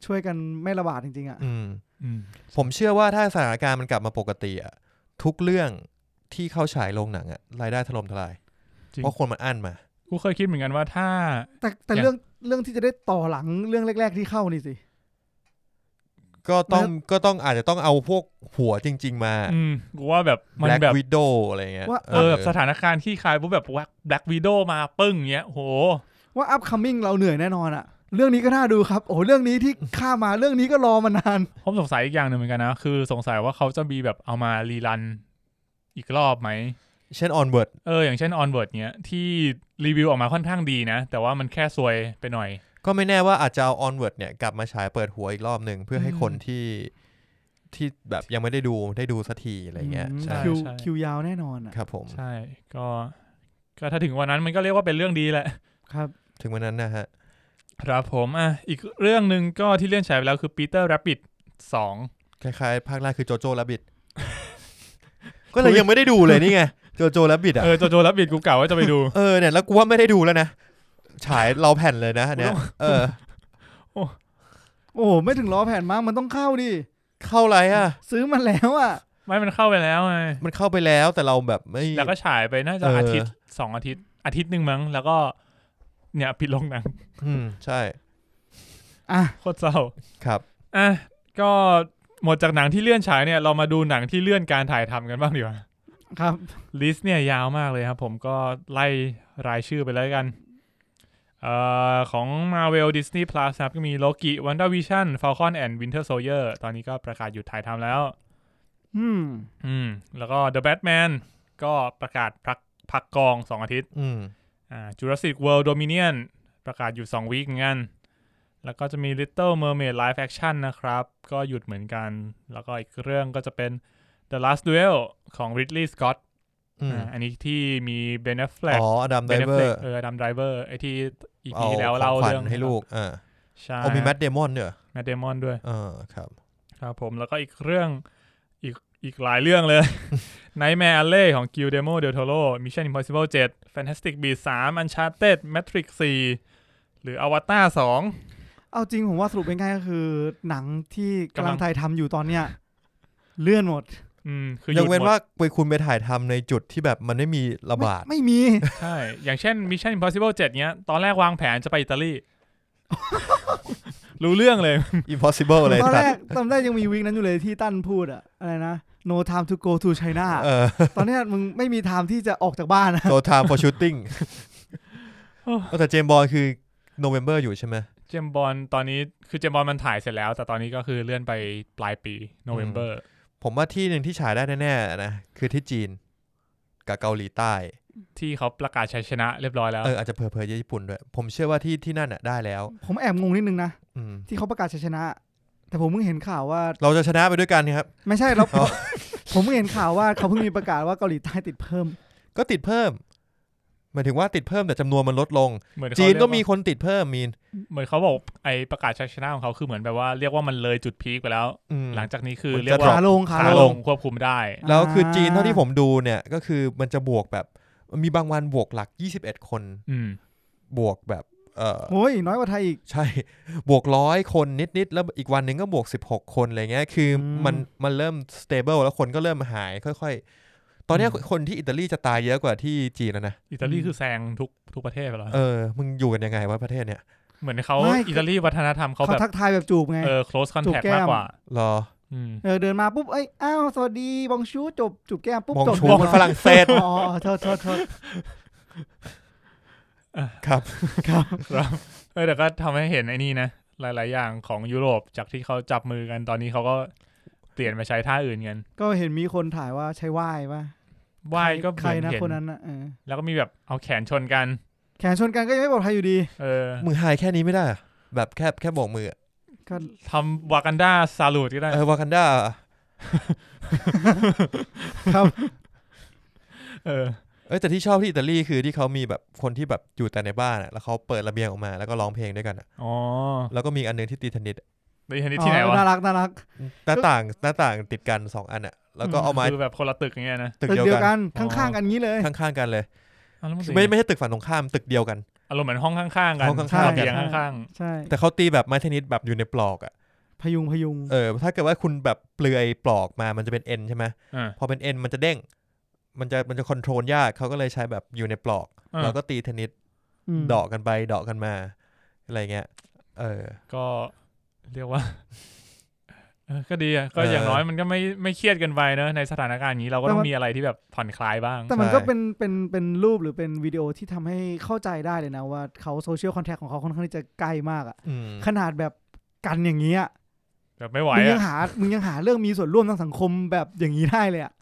S4: ช่วยกันไม่ระบาดจริงๆอะ
S2: อืม
S3: อืม
S2: ผมเชื่อว่าถ้าสถานการณ์มันกลับมาปกติอะทุกเรื่องที่เข้าฉายโรงหนังอะรายได้ถล่มทลาย
S3: จริง
S2: เพราะคนมันอั้นมา
S3: กูเคยคิดเหมือนกันว่าถ้า
S4: แต่แต่
S3: เนี่ย
S4: เรื่องเรื่องที่จะได้ต่อหลังเรื่องแรก ๆที่เข้านี่สิ
S2: ก็ต้องก็ต้องอาจจะต้องเอาพวกหัวจริง ๆ มา
S3: อืมกูว่าแบบมัน
S2: Black
S3: แบบ
S2: Widow อะไรเงี้ย
S4: ว่า
S3: เออแบบสถานการณ์ที่คลายปุ๊บแบบแบล็กวีโดมาปึ้งเงี้ยโห
S4: ว่า upcoming เราเหนื่อยแน่นอนอะเรื่องนี้ก็น่าดูครับ โอ้เรื่องนี้ที่ข้ามมาเรื่องนี้ก็รอมานาน
S3: ผมสงสัยอีกอย่างหนึ่งเหมือนกันนะ คือสงสัยว่าเขาจะมีแบบเอามารีรันอีกรอบไหม
S2: เช่น Onward
S3: เออ อย่างเช่น Onward เนี้ยที่รีวิวออกมาค่อนข้างดีนะ แต่ว่ามันแค่ซวยไปหน่อย
S2: ก็ไม่แน่ว่าอาจจะเอา Onward เนี่ยกลับมาฉายเปิดหัวอีกรอบหนึ่งเพื่อให้
S3: อืม
S2: คนที่ที่แบบยังไม่ได้ดูได้ดูสักทีอะไรเงี้ย
S4: อืม
S2: ใช่
S4: คิว
S3: ใช่
S4: คิวยาวแน่นอนอะ
S2: ครับผม
S3: ใช่ ก็ก็ถ้าถึงวันนั้นมันก็เรียกว่าเป็นเรื่องดีแหละ
S4: ครับ
S2: ถึงวันนั้นนะฮะ
S3: ครับผมอ่ะอีกเรื่องหนึ่งก็ที่เลื่อนฉายไปแล้วคือ Peter Rabbit 2
S2: คล้ายๆ ภาคแรกคือโจโจและบิด ก็เลยยังไม่ได้ดูเลย นี่ไงโจโจและบิดอ่ะ
S3: เออโจโจ Rabbit กูกล่าวว่าจะไปดู
S2: เออเนี่ยแล้วกูว่าไม่ได้ดูแล้วนะ ฉายเราแผ่นเลยนะอันเนี่ยเออ
S4: โอ้โหไม่ถึงล้อแผ่นมั้งมันต้องเข้าดิ
S2: เข้าไรอ่ะ
S4: ซื้อมันแล้วอะ
S3: ไม่มันเข้าไปแล้วไง
S2: มันเข้าไปแล้วแต่เราแบบไม่
S3: แล้วก็ฉายไปน่าจะ
S2: เอออ
S3: อาทิตย์สองอาทิตย์ อาทิตย์หนึ่งมั้งแล้วก็เนี่ยปิดโรงหนั ง
S2: อืมใช่
S4: อ่ะ
S3: โคตรเศร้า
S2: ครับ
S3: อ่ะก็หมดจากหนังที่เลื่อนฉายเนี่ยเรามาดูหนังที่เลื่อนการถ่ายทำกันบ้างดีกว่า
S4: ครับ
S3: ลิสต์เนี่ยยาวมากเลยครับ ผมก็ไล่รายชื่อไปเลยกันเอ่อของ Marvel Disney Plus นะครับก็มี Loki WandaVision Falcon and Winter Soldier ตอนนี้ก็ประกาศหยุดถ่ายทำแล้ว
S4: อืม
S3: อืม แล้วก็ The Batman ก็ประกาศพักพักกอง 2 อาทิตย์
S2: อืม
S3: อ่า Jurassic World Dominion ประกาศหยุด 2 วีคเหมือนกัน แล้วก็จะมี Little Mermaid Live Action นะครับ ก็หยุดเหมือนกัน แล้วก็อีกเรื่องก็จะเป็น The Last Duel ของ Ridley Scott
S2: อืม
S3: อ่าอันนี้ที่มี Ben Affleck
S2: อ๋ออดัมได
S3: Ben
S2: เวอ
S3: Affleck
S2: ร์
S3: เออดัมไดเวอร์ไอที่อี
S2: เอา
S3: พีแล้ว
S2: ขอ
S3: เล่าง
S2: ขวัญ
S3: เรื่อง
S2: ให้ลูกอ่า
S3: ใช่
S2: โอมีแมดเดมอนเนี่ยเหรอ
S3: แมดเดมอนด้วย
S2: เออครับ
S3: ครับผมแล้วก็อีกเรื่องอีกอีกหลายเรื่องเลย Nightmare Alley ของ Guillermo del Toro Mission Impossible 7 Fantastic Beasts 3 Uncharted Matrix 4 หรือ Avatar 2
S4: เอาจริงผมว่าสรุปง่ายๆก็คือ หนังที่
S3: กำ
S4: กำ
S3: ลั
S4: ลัง
S3: ง
S4: ถ่ายทำอยู่ตอนเนี้ยเลื่อนหมด
S3: อืมคือห
S2: ยั
S3: ยุ
S2: ง
S3: ด
S2: เว้น
S3: หม
S2: ว่า
S3: ด
S2: ไปคุณไปถ่ายทำในจุดที่แบบมันไม่มีระบาด
S4: ไม่ไม่มี
S3: ใช่ อย่างเช่น Mission Impossible 7เนี้ย ตอนแรกวางแผนจะไปอิตาลี รู้เรื่องเลย
S2: impossible เลย
S4: ตอน
S2: สั
S4: แร
S2: ต
S4: ก
S2: ว์
S4: ตอนแรกยังมีวิกนั้นอยู่เลยที่ตั้นพูดอะอะไรนะ no time to go to China
S2: เออ
S4: ตอนเนี้ยมึงไม่มี time ที่จะออกจากบ้านนะ
S2: no time for shooting
S3: โอ้
S2: แต่เจมส์บอลคือ November อยู่ใช่ไหม
S3: เจมส์บอลตอนนี้คือเจมส์บอลมันถ่ายเสร็จแล้ว แต่ตอนนี้ก็คือเลื่อนไปปลายปี November
S2: ผมว่าที่หนึ่งที่ฉายได้แน่ๆนะ คือที่จีน กับเกาหลีใต้
S3: ที่เขาประกาศชัยชนะเรียบร้อยแล้ว
S2: เอออาจจะเพอเพอๆญี่ปุ่นด้วย ผมเชื่อว่าที่ที่นั่นน่ะได้แล้ว
S4: ผมแอบงงนิดนึงนะ
S2: อืม
S4: ที่เขาประกาศชัยชนะ แต่ผมเพิ่งเห็นข่าวว่า
S2: เราจะชนะไปด้วยกันครับ
S4: ไม่ใช่แล้ว
S2: อ๋อ
S4: ผมเพิ่งเห็นข่าวว่าเขาเพิ่งมีประกาศว่าเกาหลีใต้ติดเพิ่ม
S2: ก็ติดเพิ่มหมายถึงว่าติดเพิ่มแต่จำนวนมันลดลง
S3: เหมือนเขา
S2: จีน
S3: เรีย
S2: ก็
S3: ว่า
S2: มีคนติดเพิ่มมีน
S3: เหมือนเขาบอกไอประกาศชัยชนะของเขาคือเหมือนแบบว่าเรียกว่ามันเลยจุดพีคไปแล้ว
S2: อืม
S3: หลังจากนี้คือ
S2: มันจะ
S3: เรียกว่า
S4: ขาลงขา
S3: ขา
S4: ล
S3: ล
S4: ง
S3: งควบคุมได้
S2: แล้วคือจีนเท่าที่ผมดูเนี่ย ก็คือมันจะบวกแบบ มีบางวันบวกหลัก 21 คน
S3: อืม
S2: บวกแบบ เออ
S4: โอ้ยน้อยกว่าไทยอีก
S2: ใช่ บวกร้อยคนนิดๆ แล้วอีกวันหนึ่งก็บวก 16 คนอะไรเงี้ย คืออ
S4: ม
S2: มันมันเริ่ม stable แล้วคนก็เริ่มหายค่อยๆ ตอนเนี้ย
S3: อืม
S2: คนที่อิตาลีจะตายเยอะกว่าที่จีนแล้วนะ
S3: อิตาลีคือแซงทุกทุกประเทศไปแล้ว
S2: เออ มึงอยู่กันยังไงวะประเทศเนี่ย
S3: เหมือนเขา
S4: ไม่
S3: อิตาลีวัฒนธรรมเขา
S4: เขา
S3: แบบ
S4: ทักทายแบบจูบไง
S3: เออ close
S4: จูบ
S3: contact
S4: แก้ม
S3: มากกว่า
S2: รอ
S3: อืม
S4: เออเดินมาปุ๊บเอ้ยอ้าวสวัสดีบองชูจบจูบแก้มปุ๊บ
S2: มอง
S4: จบ
S2: ชูมันฝรั่งเศส
S4: อ๋ออ๋อโทษโทษโทษ
S2: ครับ
S3: ครับเออแต่ก็ทำให้เห็นไอ้นี่นะ หลาย ๆ อย่างของยุโรปจากที่เขาจับมือกันตอนนี้เขาก็เปลี่ยนมาใช้ท่าอื่นกัน
S4: ก็เห็นมีคนถ่ายว่าใช้ไหว้ป่ะ
S3: ไหว้ก็เหมื
S4: ใคร
S3: อน
S4: นะ
S3: เห็น
S4: คนนั้นนะเออ
S3: แล้วก็มีแบบเอาแขนชนกัน
S4: แขนชนกันก็ยังไม่ปลอดภัยอยู่ดี
S3: เออ
S2: มือหายแค่นี้ไม่ได้เหรอแบบแค่แค่โบกมืออะ
S4: ก็
S3: ทำวากันดาซาลูดก็ได้
S2: เออวากันดา
S3: เออ
S2: เอ้ยแต่ที่ชอบที่อิตาลีคือที่เขามีแบบคนที่แบบอยู่แต่ในบ้านอะแล้วเขาเปิดระเบียงออกมาแล้วก็ร้องเพลงด้วยกันอะ
S3: อ๋อ
S2: แล้วก็มีอันหนึงที่ตีเทนนิส
S3: ในที่ที่ไหน
S4: อ๋อ
S3: วะ
S4: น่ารักน่ารัก
S2: หน้าต่างหน้าต่างติดกันสองอันอะแล้วก็เอาไม้
S3: คือแบบคนละตึกอย่างเงี้ยนะ
S2: ตึก
S4: ตึก
S2: เดียว
S4: เดียว
S2: กั
S4: กัน นข้างๆกันงี้เลย
S2: ข้างๆกันเลย
S3: อ้าวแล้วน
S2: คือไม่ไม่ใช่ตึกฝั่งตรงข้ามตึกเดียวกัน
S3: อารมณ์เหมือนห้องข้างๆกัน
S2: ห้องข้างๆ
S3: ใช่ระเบียง
S4: กัน
S3: ข้าง
S4: ใช่
S2: แต่เขาตีแบบไม้เทนนิสแบบอยู่ในปลอกอะ
S4: พยุงพยุง
S2: เออถ้าเกิดว่าคุณแบบเปลือยปลอกมามันจะเป็นเอ็นใช่ไหม
S3: ๆอ่า
S2: พอเป็นเอ็นมันจะเด้ง มันจะมันจะคอนโทรลยากเขาก็เลยใช้แบบอยู่ในปลอก
S3: อ่า
S2: แล้วก็ตีเทนนิส
S4: ม
S2: เดาะกันไปเดาะกันมาอะไรเงี้ย เออ
S3: ก็เรียกว่า เออก็ดีอะก็
S2: เออ
S3: อ
S2: อย่าง
S3: น้อยมันก็ไม่ไม่เครียดเกันไปเนอะในสถานการณ์อย่างนี้เราก็ต้องมีอะไรที่แบบผ่อนคลายบ้าง
S4: แต่มันก็
S2: ใช่
S4: เป็นเป็นเป็นรูปหรือเป็นวิดีโอที่ทำให้เข้าใจได้เลยนะว่าเขาโซเชียลคอนแทคของเขาค่อนข้างที่จะใกล้มากอะ
S2: อืม
S4: ขนาดแบบกันอย่างนี้ย
S3: แบบไม่ไหว
S4: มึงยั
S3: อ่ะ
S4: งหามึงยังหาเรื่องมีส่วนร่วมทางสังคมแบบอย่างนี้ได้เลยอะ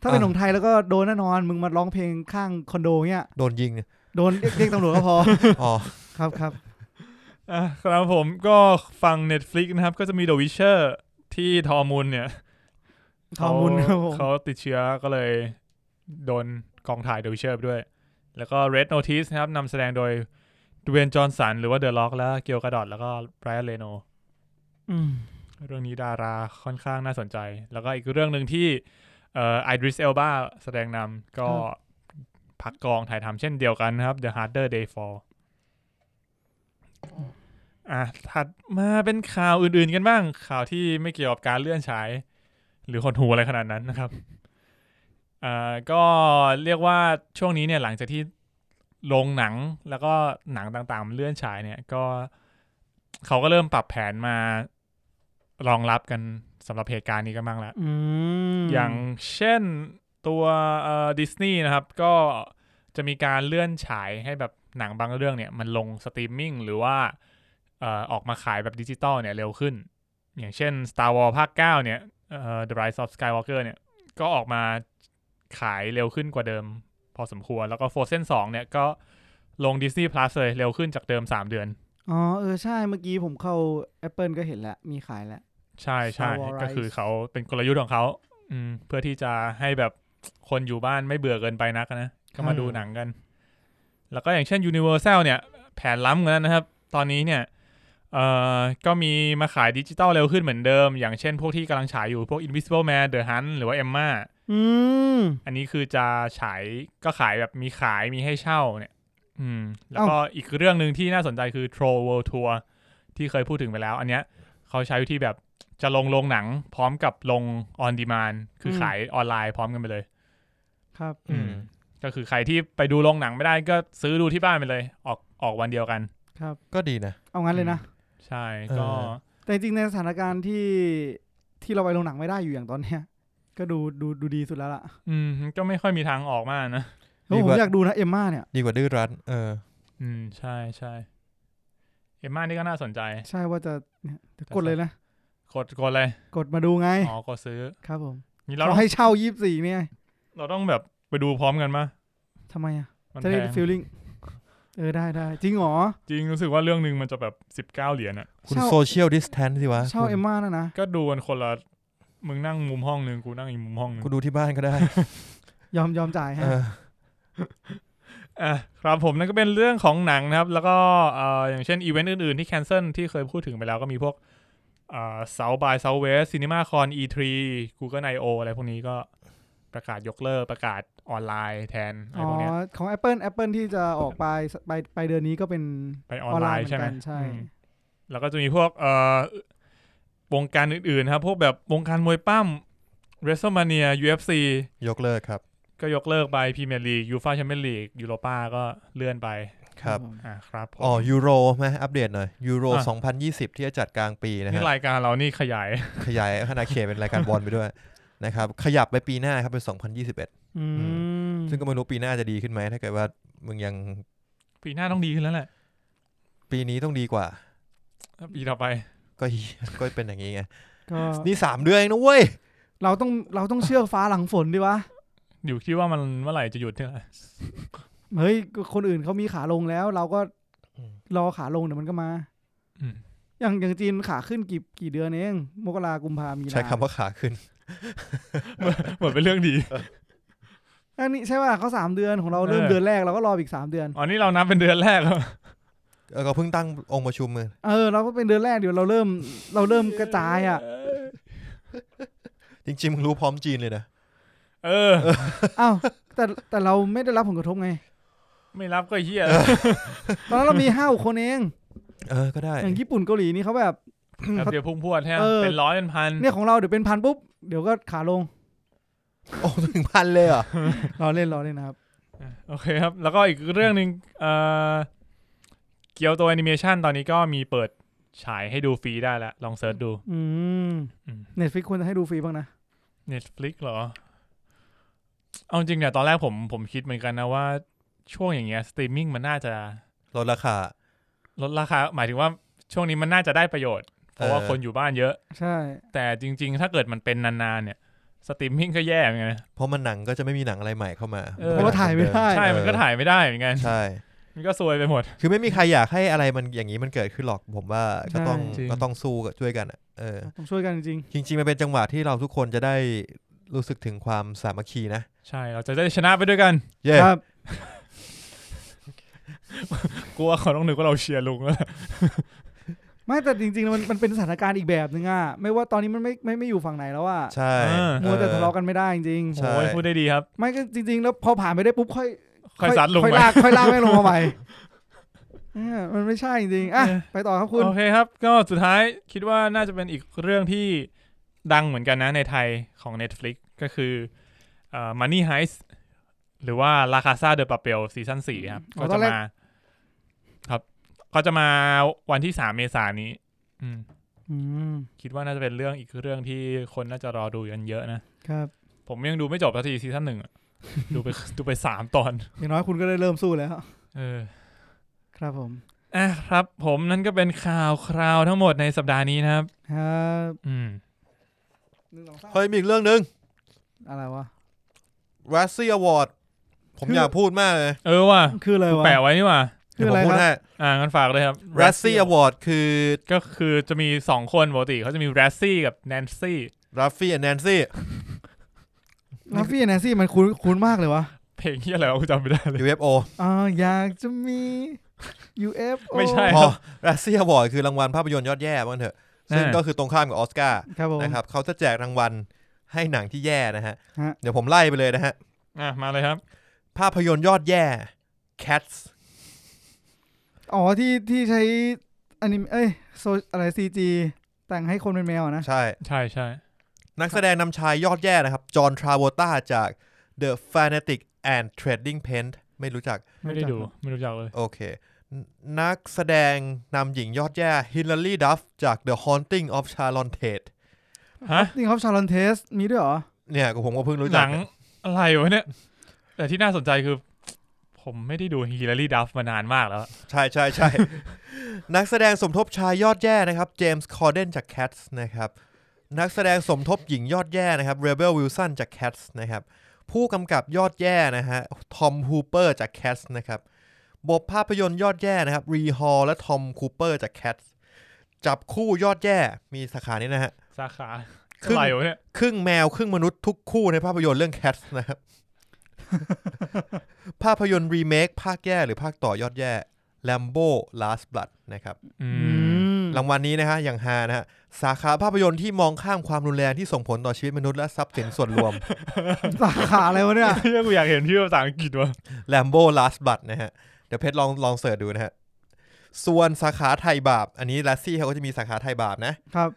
S4: ถ้าเป็นของไทยแล้วก็โดนแน่นอนมึงมาร้องเพลงข้างคอนโดเงี้ย
S2: โดนยิง
S4: โดนเรียกเรียกตำรวจก็พอ
S2: อ๋อ
S4: ครับครับ
S3: อ่ะครับผมก็ฟัง Netflix นะครับ ก็จะมี The Witcher ที่ทอร์มูลเนี่ย
S4: ทอร์มูลครับผม
S3: เขาเขาติดเชื้อก็เลยโดนกองถ่าย The Witcher ไปด้วย แล้วก็ Red Notice นะครับนำแสดงโดยด w วนจอห์นสันหรือว่าเดอะล็อกแล้วเกียวกระดอดแล้วก็ไบรอันเลโน
S4: อืม
S3: เรื่องนี้ดาราค่อนข้างน่าสนใจ แล้วก็อีกเรื่องหนึ่งที่เอ่อไอดริสเอลบาแสดงนำก็พักกองถ่ายทำเช่นเดียวกันนะครับ The Harder Day Fall อ่ะถัดมาเป็นข่าวอื่นๆกันบ้าง ข่าวที่ไม่เกี่ยวกับการเลื่อนฉาย หรือหดหูอะไรขนาดนั้นนะครับอ่าก็เรียกว่าช่วงนี้เนี่ยหลังจากที่ลงหนังแล้วก็หนังต่างๆมันเลื่อนฉายเนี่ยก็เขาก็เริ่มปรับแผนมารองรับกันสำหรับเหตุการณ์นี้กันบ้างแล้ว
S4: อืม
S3: อย่างเช่นตัวดิสนีย์นะครับ ก็จะมีการเลื่อนฉายให้แบบหนังบางเรื่องเนี่ยมันลงสตรีมมิ่งหรือว่าเอ่อออกมาขายแบบดิจิตอลเนี่ยเร็วขึ้น อย่างเช่น Star Wars ภาค 9 เนี่ยเอ่อ The Rise of Skywalker เนี่ยก็ออกมาขายเร็วขึ้นกว่าเดิม พอสมควรแล้วก็ Frozen 2 เนี่ยก็ลง Disney Plus เลยเร็วขึ้นจากเดิม 3 เดือน
S4: อ๋อเออใช่เมื่อกี้ผมเข้า Apple ก็เห็นแล้วมีขายแล้ว
S3: ใช่ใช่
S4: Star Wars Rise
S3: ก็คือเขาเป็นกลยุทธ์ของเขาอืมเพื่อที่จะให้แบบคนอยู่บ้านไม่เบื่อเกินไปนักนะ ก็มา
S2: อืม
S3: ดูหนังกัน แล้วก็อย่างเช่น Universal เนี่ย แผนล้ำกันแล้วนะครับ ตอนนี้เนี่ยเอ่อก็มีมาขายดิจิตอลเร็วขึ้นเหมือนเดิม อย่างเช่นพวกที่กำลังฉายอยู่พวก Invisible Man The Hunt หรือว่า Emma
S4: อืม
S3: อันนี้คือจะฉายก็ขายแบบมีขายมีให้เช่าเนี่ย อืม แล้วก็อีกเรื่องหนึ่งที่น่าสนใจคือ Troll World Tour ที่เคยพูดถึงไปแล้ว อันเนี้ยเขาใช้วิธีแบบจะลงโรงหนังพร้อมกับลง on demand คืออ
S4: ม
S3: ขายออนไลน์พร้อมกันไปเลย
S4: ครับ
S3: อืม ก็คือใครที่ไปดูโรงหนังไม่ได้ก็ซื้อดูที่บ้านไปเลย ออกออกวันเดียวกัน
S2: ก็ดีนะ
S4: เอางั้นเลยนะ
S3: ใช่ก็
S2: เออ
S4: แต่จริงๆในสถานการณ์ที่ที่เราไปโรงหนังไม่ได้อยู่อย่างตอนเนี้ย ก็ดูดูดูดีสุดแล้วล่ะ
S3: อืมก็ไม่ค่อยมีทางออกมากนะ
S4: โอ้
S2: ดี
S4: ผ
S2: ก
S4: ม
S2: ว่า
S4: อยากดูนะเอมม่าเนี่ย
S2: ดีกว่าดื้อรั้นเออ
S3: อืม ใช่ใช่เอ็มม่านี่ก็น่าสนใจ
S4: ใช่ว่าจะเนี่ยเดี๋ยวกดเลยนะ
S3: กดกดเลย
S4: กดมาดูไง
S3: อ๋อกดซื้อ
S4: ครับผม
S3: นี่เราต้
S4: เรา
S3: อง
S4: ให้เช่ายี่สี่เนี่ย
S3: เราต้องแบบไปดูพร้อมกันมา
S4: ทำไมอ่ะ
S3: มัน
S4: จะ
S3: แพ
S4: ได้
S3: ง
S4: ฟีลลิ่งเออได้ได้จริงเหรอ
S3: จริงรู้สึกว่าเรื่องหนึ่งมันจะแบบสิบเก้าเหรียญอ่ะ
S2: คุณ
S4: เช่า
S2: โซเชียลดิสแทนสิวะ
S4: เช่า
S2: คุณ
S4: เอมม่านะนะ
S3: ก็ดูกันคนละมึงนั่งมุมห้องหนึ่งกูนั่งอีกมุมห้องหนึ่ง
S2: คุณดูที่บ้านก็ได้
S4: ยอมยอมจ่าย
S2: เอ
S4: ฮะ
S2: อ
S3: อ่ะครับผมนั่นก็เป็นเรื่องของหนังนะครับ แล้วก็เอ่ออย่างเช่นอีเวนต์อื่นๆที่แคนเซิลที่เคยพูดถึงไปแล้วก็มีพวกเอ่อ South by Southwest Cinema Con E3 Google I/O อะไรพวกนี้ก็ประกาศยกเลิกประกาศออนไลน์แทนอะไร
S4: อ๋อ
S3: พวกเนี้ย
S4: ของ Apple Apple ที่จะออกไปไปไปเดือนนี้ก็เป็น
S3: ไป
S4: อ
S3: อ
S4: อ
S3: อน น
S4: ไล
S3: ไล
S4: น์
S3: น์ใช่ไห
S4: เหมือน
S3: ม
S4: กันใช่
S3: อืม แล้วก็จะมีพวกเอ่อวงการอื่นๆครับพวกแบบวงการมวยปั้ม WrestleMania UFC
S2: ยกเลิกครับ
S3: ก็ยกเลิกไปพรีเมียร์ลีกยูฟาแชมเปี้ยนลีกยูโรป้าก็เลื่อนไป
S2: ครับ
S3: อ่าครับผม
S2: อ๋อยูโรไหมอัปเดตหน่อยยูโร
S3: อ่ะ
S2: 2020 ที่จะจัดกลางปีนะ
S3: นี่
S2: ฮะ
S3: รายการเรานี่ขยาย
S2: ขยายขนาดเขตเป็นรายการบอลไปด้วยนะครับ ขยับไปปีหน้าครับเป็น 2021
S4: อืม
S2: ซึ่งก็ไม่รู้ปีหน้าจะดีขึ้นไหมถ้าเกิดว่า มึงยัง
S3: ปีหน้าต้องดีขึ้นแล้วแหละ
S2: ปีนี้ต้องดีกว่า
S3: ถ้าปีต่อไป
S2: ก็ ก็เป็นอย่าง นี้ไง
S4: ก็
S2: นี่สามเดือนเองนะเว้ย
S4: เราต้องเราต้องเชื่อฟ้าหลังฝนดิวะ
S3: อยู่ที่ว่ามันเมื่อไหร่จะหยุดเนี่ยแหละ
S4: เฮ้ยก็คนอื่นเขามีขาลงแล้ว เราก็
S2: อืม
S4: รอขาลงเดี๋ยวมันก็มา
S3: อืม
S4: อย่างอย่างจีนขาขึ้นกี่กี่เดือนเอง มกรากุมภามีนา
S2: ใช้คำว่าขาขึ้น
S3: เหมือนเป็นเรื่องดี
S4: อันนี้ใช่ป่ะเขาสามเดือนของเราเริ่ม
S3: เออ
S4: เดือนแรกเราก็รออีกสามเดือน
S3: อ๋อนี่เรานับเป็นเดือนแรกแล้ว
S2: เออก็เพิ่งตั้งองค์ประชุมมือ
S4: เออเราก็เป็นเดือนแรกเดี๋ยวเราเริ่มเราเริ่มกระจายอ่ะ
S2: จริงๆมึงรู้พร้อมจีนเลยนะ
S3: เออ
S4: อ้าวแต่แต่เราไม่ได้รับผลกระทบไง
S3: ไม่รับก็เฮีย
S4: ตอนนั้นเรามีห้าคนเอง
S2: เออ ก็ได้
S4: อย่างญี่ปุ่นเกาหลีนี่เขาแบบ
S3: แบบเดียวพุ่งพรวดแท้
S4: เออ
S3: เป็นร้อยเป็นพัน
S4: เนี่ยของเราเดี๋ยวเป็นพันปุ๊บ เดี๋ยวก็ขาลง
S2: โอ้ถึงพันเลยเหรอ่ะ
S4: รอเล่นรอเล่นนะครับ
S3: โอเคครับ แล้วก็อีกเรื่องหนึ่งเอ่อเกียวตัวแอนิเมชันตอนนี้ก็มีเปิดฉายให้ดูฟรีได้แล้วลองเสิร์ชดู
S4: อืม
S3: อืม
S4: เน็ตฟิกควรจะให้ดูฟรีบ้างนะ
S3: Netflix เหรอ เอาจริงเนี่ยตอนแรกผมผมคิดเหมือนกันนะว่า ช่วงอย่างเงี้ยสตรีมมิ่งมันน่าจะ
S2: ลดราคา
S3: ลดราคา หมายถึงว่าช่วงนี้มันน่าจะได้ประโยชน์ เพราะว่า
S2: เออ
S3: คนอยู่บ้านเยอะ
S4: ใช่
S3: แต่จริง ๆ ถ้าเกิดมันเป็นนานๆเนี่ยสตรีมมิ่งก็แย่เหมือนกันนะ
S2: เพราะมันหนังก็จะไม่มีหนังอะไรใหม่เข้ามา
S3: เออ
S4: เพราะว่าถ่ายไม่ได้
S3: ใช่ มันก็ถ่ายไม่ได้เหมือนกัน
S2: ใช่
S3: มันก็ซวยไปหมด
S2: คือไม่มีใครอยากให้อะไรมันอย่างนี้มันเกิดขึ้นหรอกผมว่าก็ต้อง
S3: ใช่จริง
S2: ก็ต้องสู้กับช่วยกันอะเออ
S4: ต้องช่วยกันจริง
S2: จริงๆ มันเป็นจังหวะที่เราทุกคนจะได้รู้สึกถึงความสามัคคีนะ
S3: ใช่ เราจะได้ชนะไปด้วยกัน
S2: เย้
S4: ๆครับ
S3: กลัวเขาต้องนึกว่าเราเชียร์ลุงแล้ว
S4: ไม่แต่จริงๆแล้วมันมันเป็นสถานการณ์อีกแบบนึงอ่ะ ไม่ว่าตอนนี้มันไม่ไม่ไม่อยู่ฝั่งไหนแล้วอ่ะ
S2: ใช่
S3: เออ
S2: เออ
S4: มัวแต่ทะเลาะกันไม่ได้จริง
S2: ใช่
S3: โอ้ยพูดได้ดีครับ
S4: ๆไม่ก็จริง ๆ แล้วพอผ่านไปได้ปุ๊บค่อย
S3: ค่อยซัดลุง
S4: ค่อย
S3: ไป
S4: ลากค่อยลากไม่งลงมาใหม่เออมันไม่ใช่จริงๆอ่ะ
S3: เออ
S4: ไปต่อครับคุณ
S3: โอเคครับ ก็สุดท้ายคิดว่าน่าจะเป็นอีกเรื่องที่ดังเหมือนกันนะในไทยของ Netflix ก็คือเอ่อ Money Heist หรือว่า La Casa de Papel ซีซั่น4ครับ
S4: อ๋
S3: ก็
S4: อตอ
S3: จะ
S4: นแรก
S3: มา ครับ ก็จะมาวันที่ 3 เมษายนนี้ อืม
S4: อืม
S3: คิดว่าน่าจะเป็นเรื่องอีกเรื่องที่คนน่าจะรอดูกันเยอะนะ
S4: ครับ
S3: ผมยังดูไม่จบสักทีซีซั่นหนึ่ง อะดูไปดูไปสามตอน
S4: อย่างน้อยคุณก็ได้เริ่มสู้แล้ว
S3: เออ
S4: ครับผม
S3: อ่ะครับผมนั่นก็เป็นข่าวคราวทั้งหมดในสัปดาห์นี้นะครับ
S4: ครับ
S3: อืม
S4: หนึ่งสองสาม
S2: เฮ้ยมีอีกเรื่องหนึ่ง
S4: อะไรวะ
S2: รัสเซีย w a r d ผม
S4: คือ
S2: อ
S4: อ
S2: ยากพูดมากเลย
S3: เออว่ะ
S4: คืออะไรวะ
S3: แปะไว้นี่ว่ะ
S4: คืออะไร
S2: เดี๋ยวผมพูด
S4: ครับ
S2: ให้
S3: อ่างั้นฝากเลยครับ
S2: รัสเซีย w a r d คือ
S3: ก็คือจะมีสองคนปกติเขาจะมีรัสซี่กับแนนซี่
S2: รัฟฟี่แอนแนนซี่
S4: ลัฟฟี่แนนซี่มันคุ้นคุ้นมากเลยวะ
S3: เพลงที่อะไรวะกูจำไม่ได้เลย
S2: ยูเอฟโอ
S4: อ่าอยากจะมี UFO
S3: ไม่ใช่
S2: พอรัสเซีย w a r d คือรางวัลภาพยนตร์ยอดแย่บ้างเถอะ ซึ่ง
S3: อ่า
S2: ก็คือตรงข้ามกับออสการ์
S4: ครับผม
S2: นะครับเขาจะแจกรางวัลให้หนังที่แย่นะฮะ
S4: ฮะ
S2: เดี๋ยวผมไล่ไปเลยนะฮะ
S3: อ่ะมาเลยครับ
S2: ภาพยนตร์ยอดแย่ Cats
S4: อ๋อที่ที่ใช้อนิเมเอ้ยโซอะไรซีจีแต่งให้คนเป็นแมวอะนะ
S2: ใช่
S3: ใช่ใช่
S2: นักแสดงนำชายยอดแย่นะครับ จอห์นทราโวตาจาก The Fanatic and Trading Paint ไม่รู้จัก
S3: ไม่ได้ดู ไม่รู้จักเลย
S2: โอเค นักแสดงนำหญิงยอดแย่ Hilary Duff จาก The Haunting of Charlotte Tate
S3: ฮะ
S4: นี่ครับชาลอนเทสมีด้วยเหรอ
S2: เนี่ยผมก็เพิ่งรู้
S3: ห
S2: จั
S3: นั
S2: ก
S3: งอะไรวะเนี่ย แต่ที่น่าสนใจคือ ผมไม่ได้ดูฮิลลารีดัฟมานานมากแล้วอะ
S2: ใช่ใช่ใช่ นักแสดงสมทบชายยอดแย่นะครับเจมส์คอร์เดนจาก Cats นะครับ นักแสดงสมทบหญิงยอดแย่นะครับ Rebel Wilson จาก Cats นะครับ ผู้กำกับยอดแย่นะฮะทอมฮูเปอร์จาก Cats นะครับบทภาพยนตร์ยอดแย่นะครับรีฮอลและทอมคูเปอร์จาก Cats จับคู่ยอดแย่มีสาขานี้นะฮะ
S3: สาขา
S2: ครึ่
S3: อะ
S2: ง
S3: ไรวะเนี่ย
S2: ครึ่งแมว ครึ่งมนุษย์ทุกคู่ในภาพยนตร์เรื่อง Cats นะครับ ภาพยนตร์รีเมคภาคแย่หรือภาคต่อยอดแย่ Lambo Last Blood นะครับ
S3: อื
S4: อื
S3: ม
S4: ม
S2: รางวัลนี้นะฮะ อย่างฮานะฮะ สาขาภาพยนตร์ที่มองข้ามความรุนแรงที่ส่งผลต่อชีวิตมนุษย์และทรัพย์สินส่วนรวม
S4: สาขาอะไรวะเนี่ย
S3: เฮียกูอยากเห็นที่อภาษาอังกฤษวะ
S2: Lambo Last Blood นะฮะ เดี๋ยวเพชรลองลองเสิร์ชดูนะฮะ ส่วนสาขาไทยบาป อันนี้ลัสซี่เขาก็จะมีสาขาไทยบาปนะ
S4: ครับ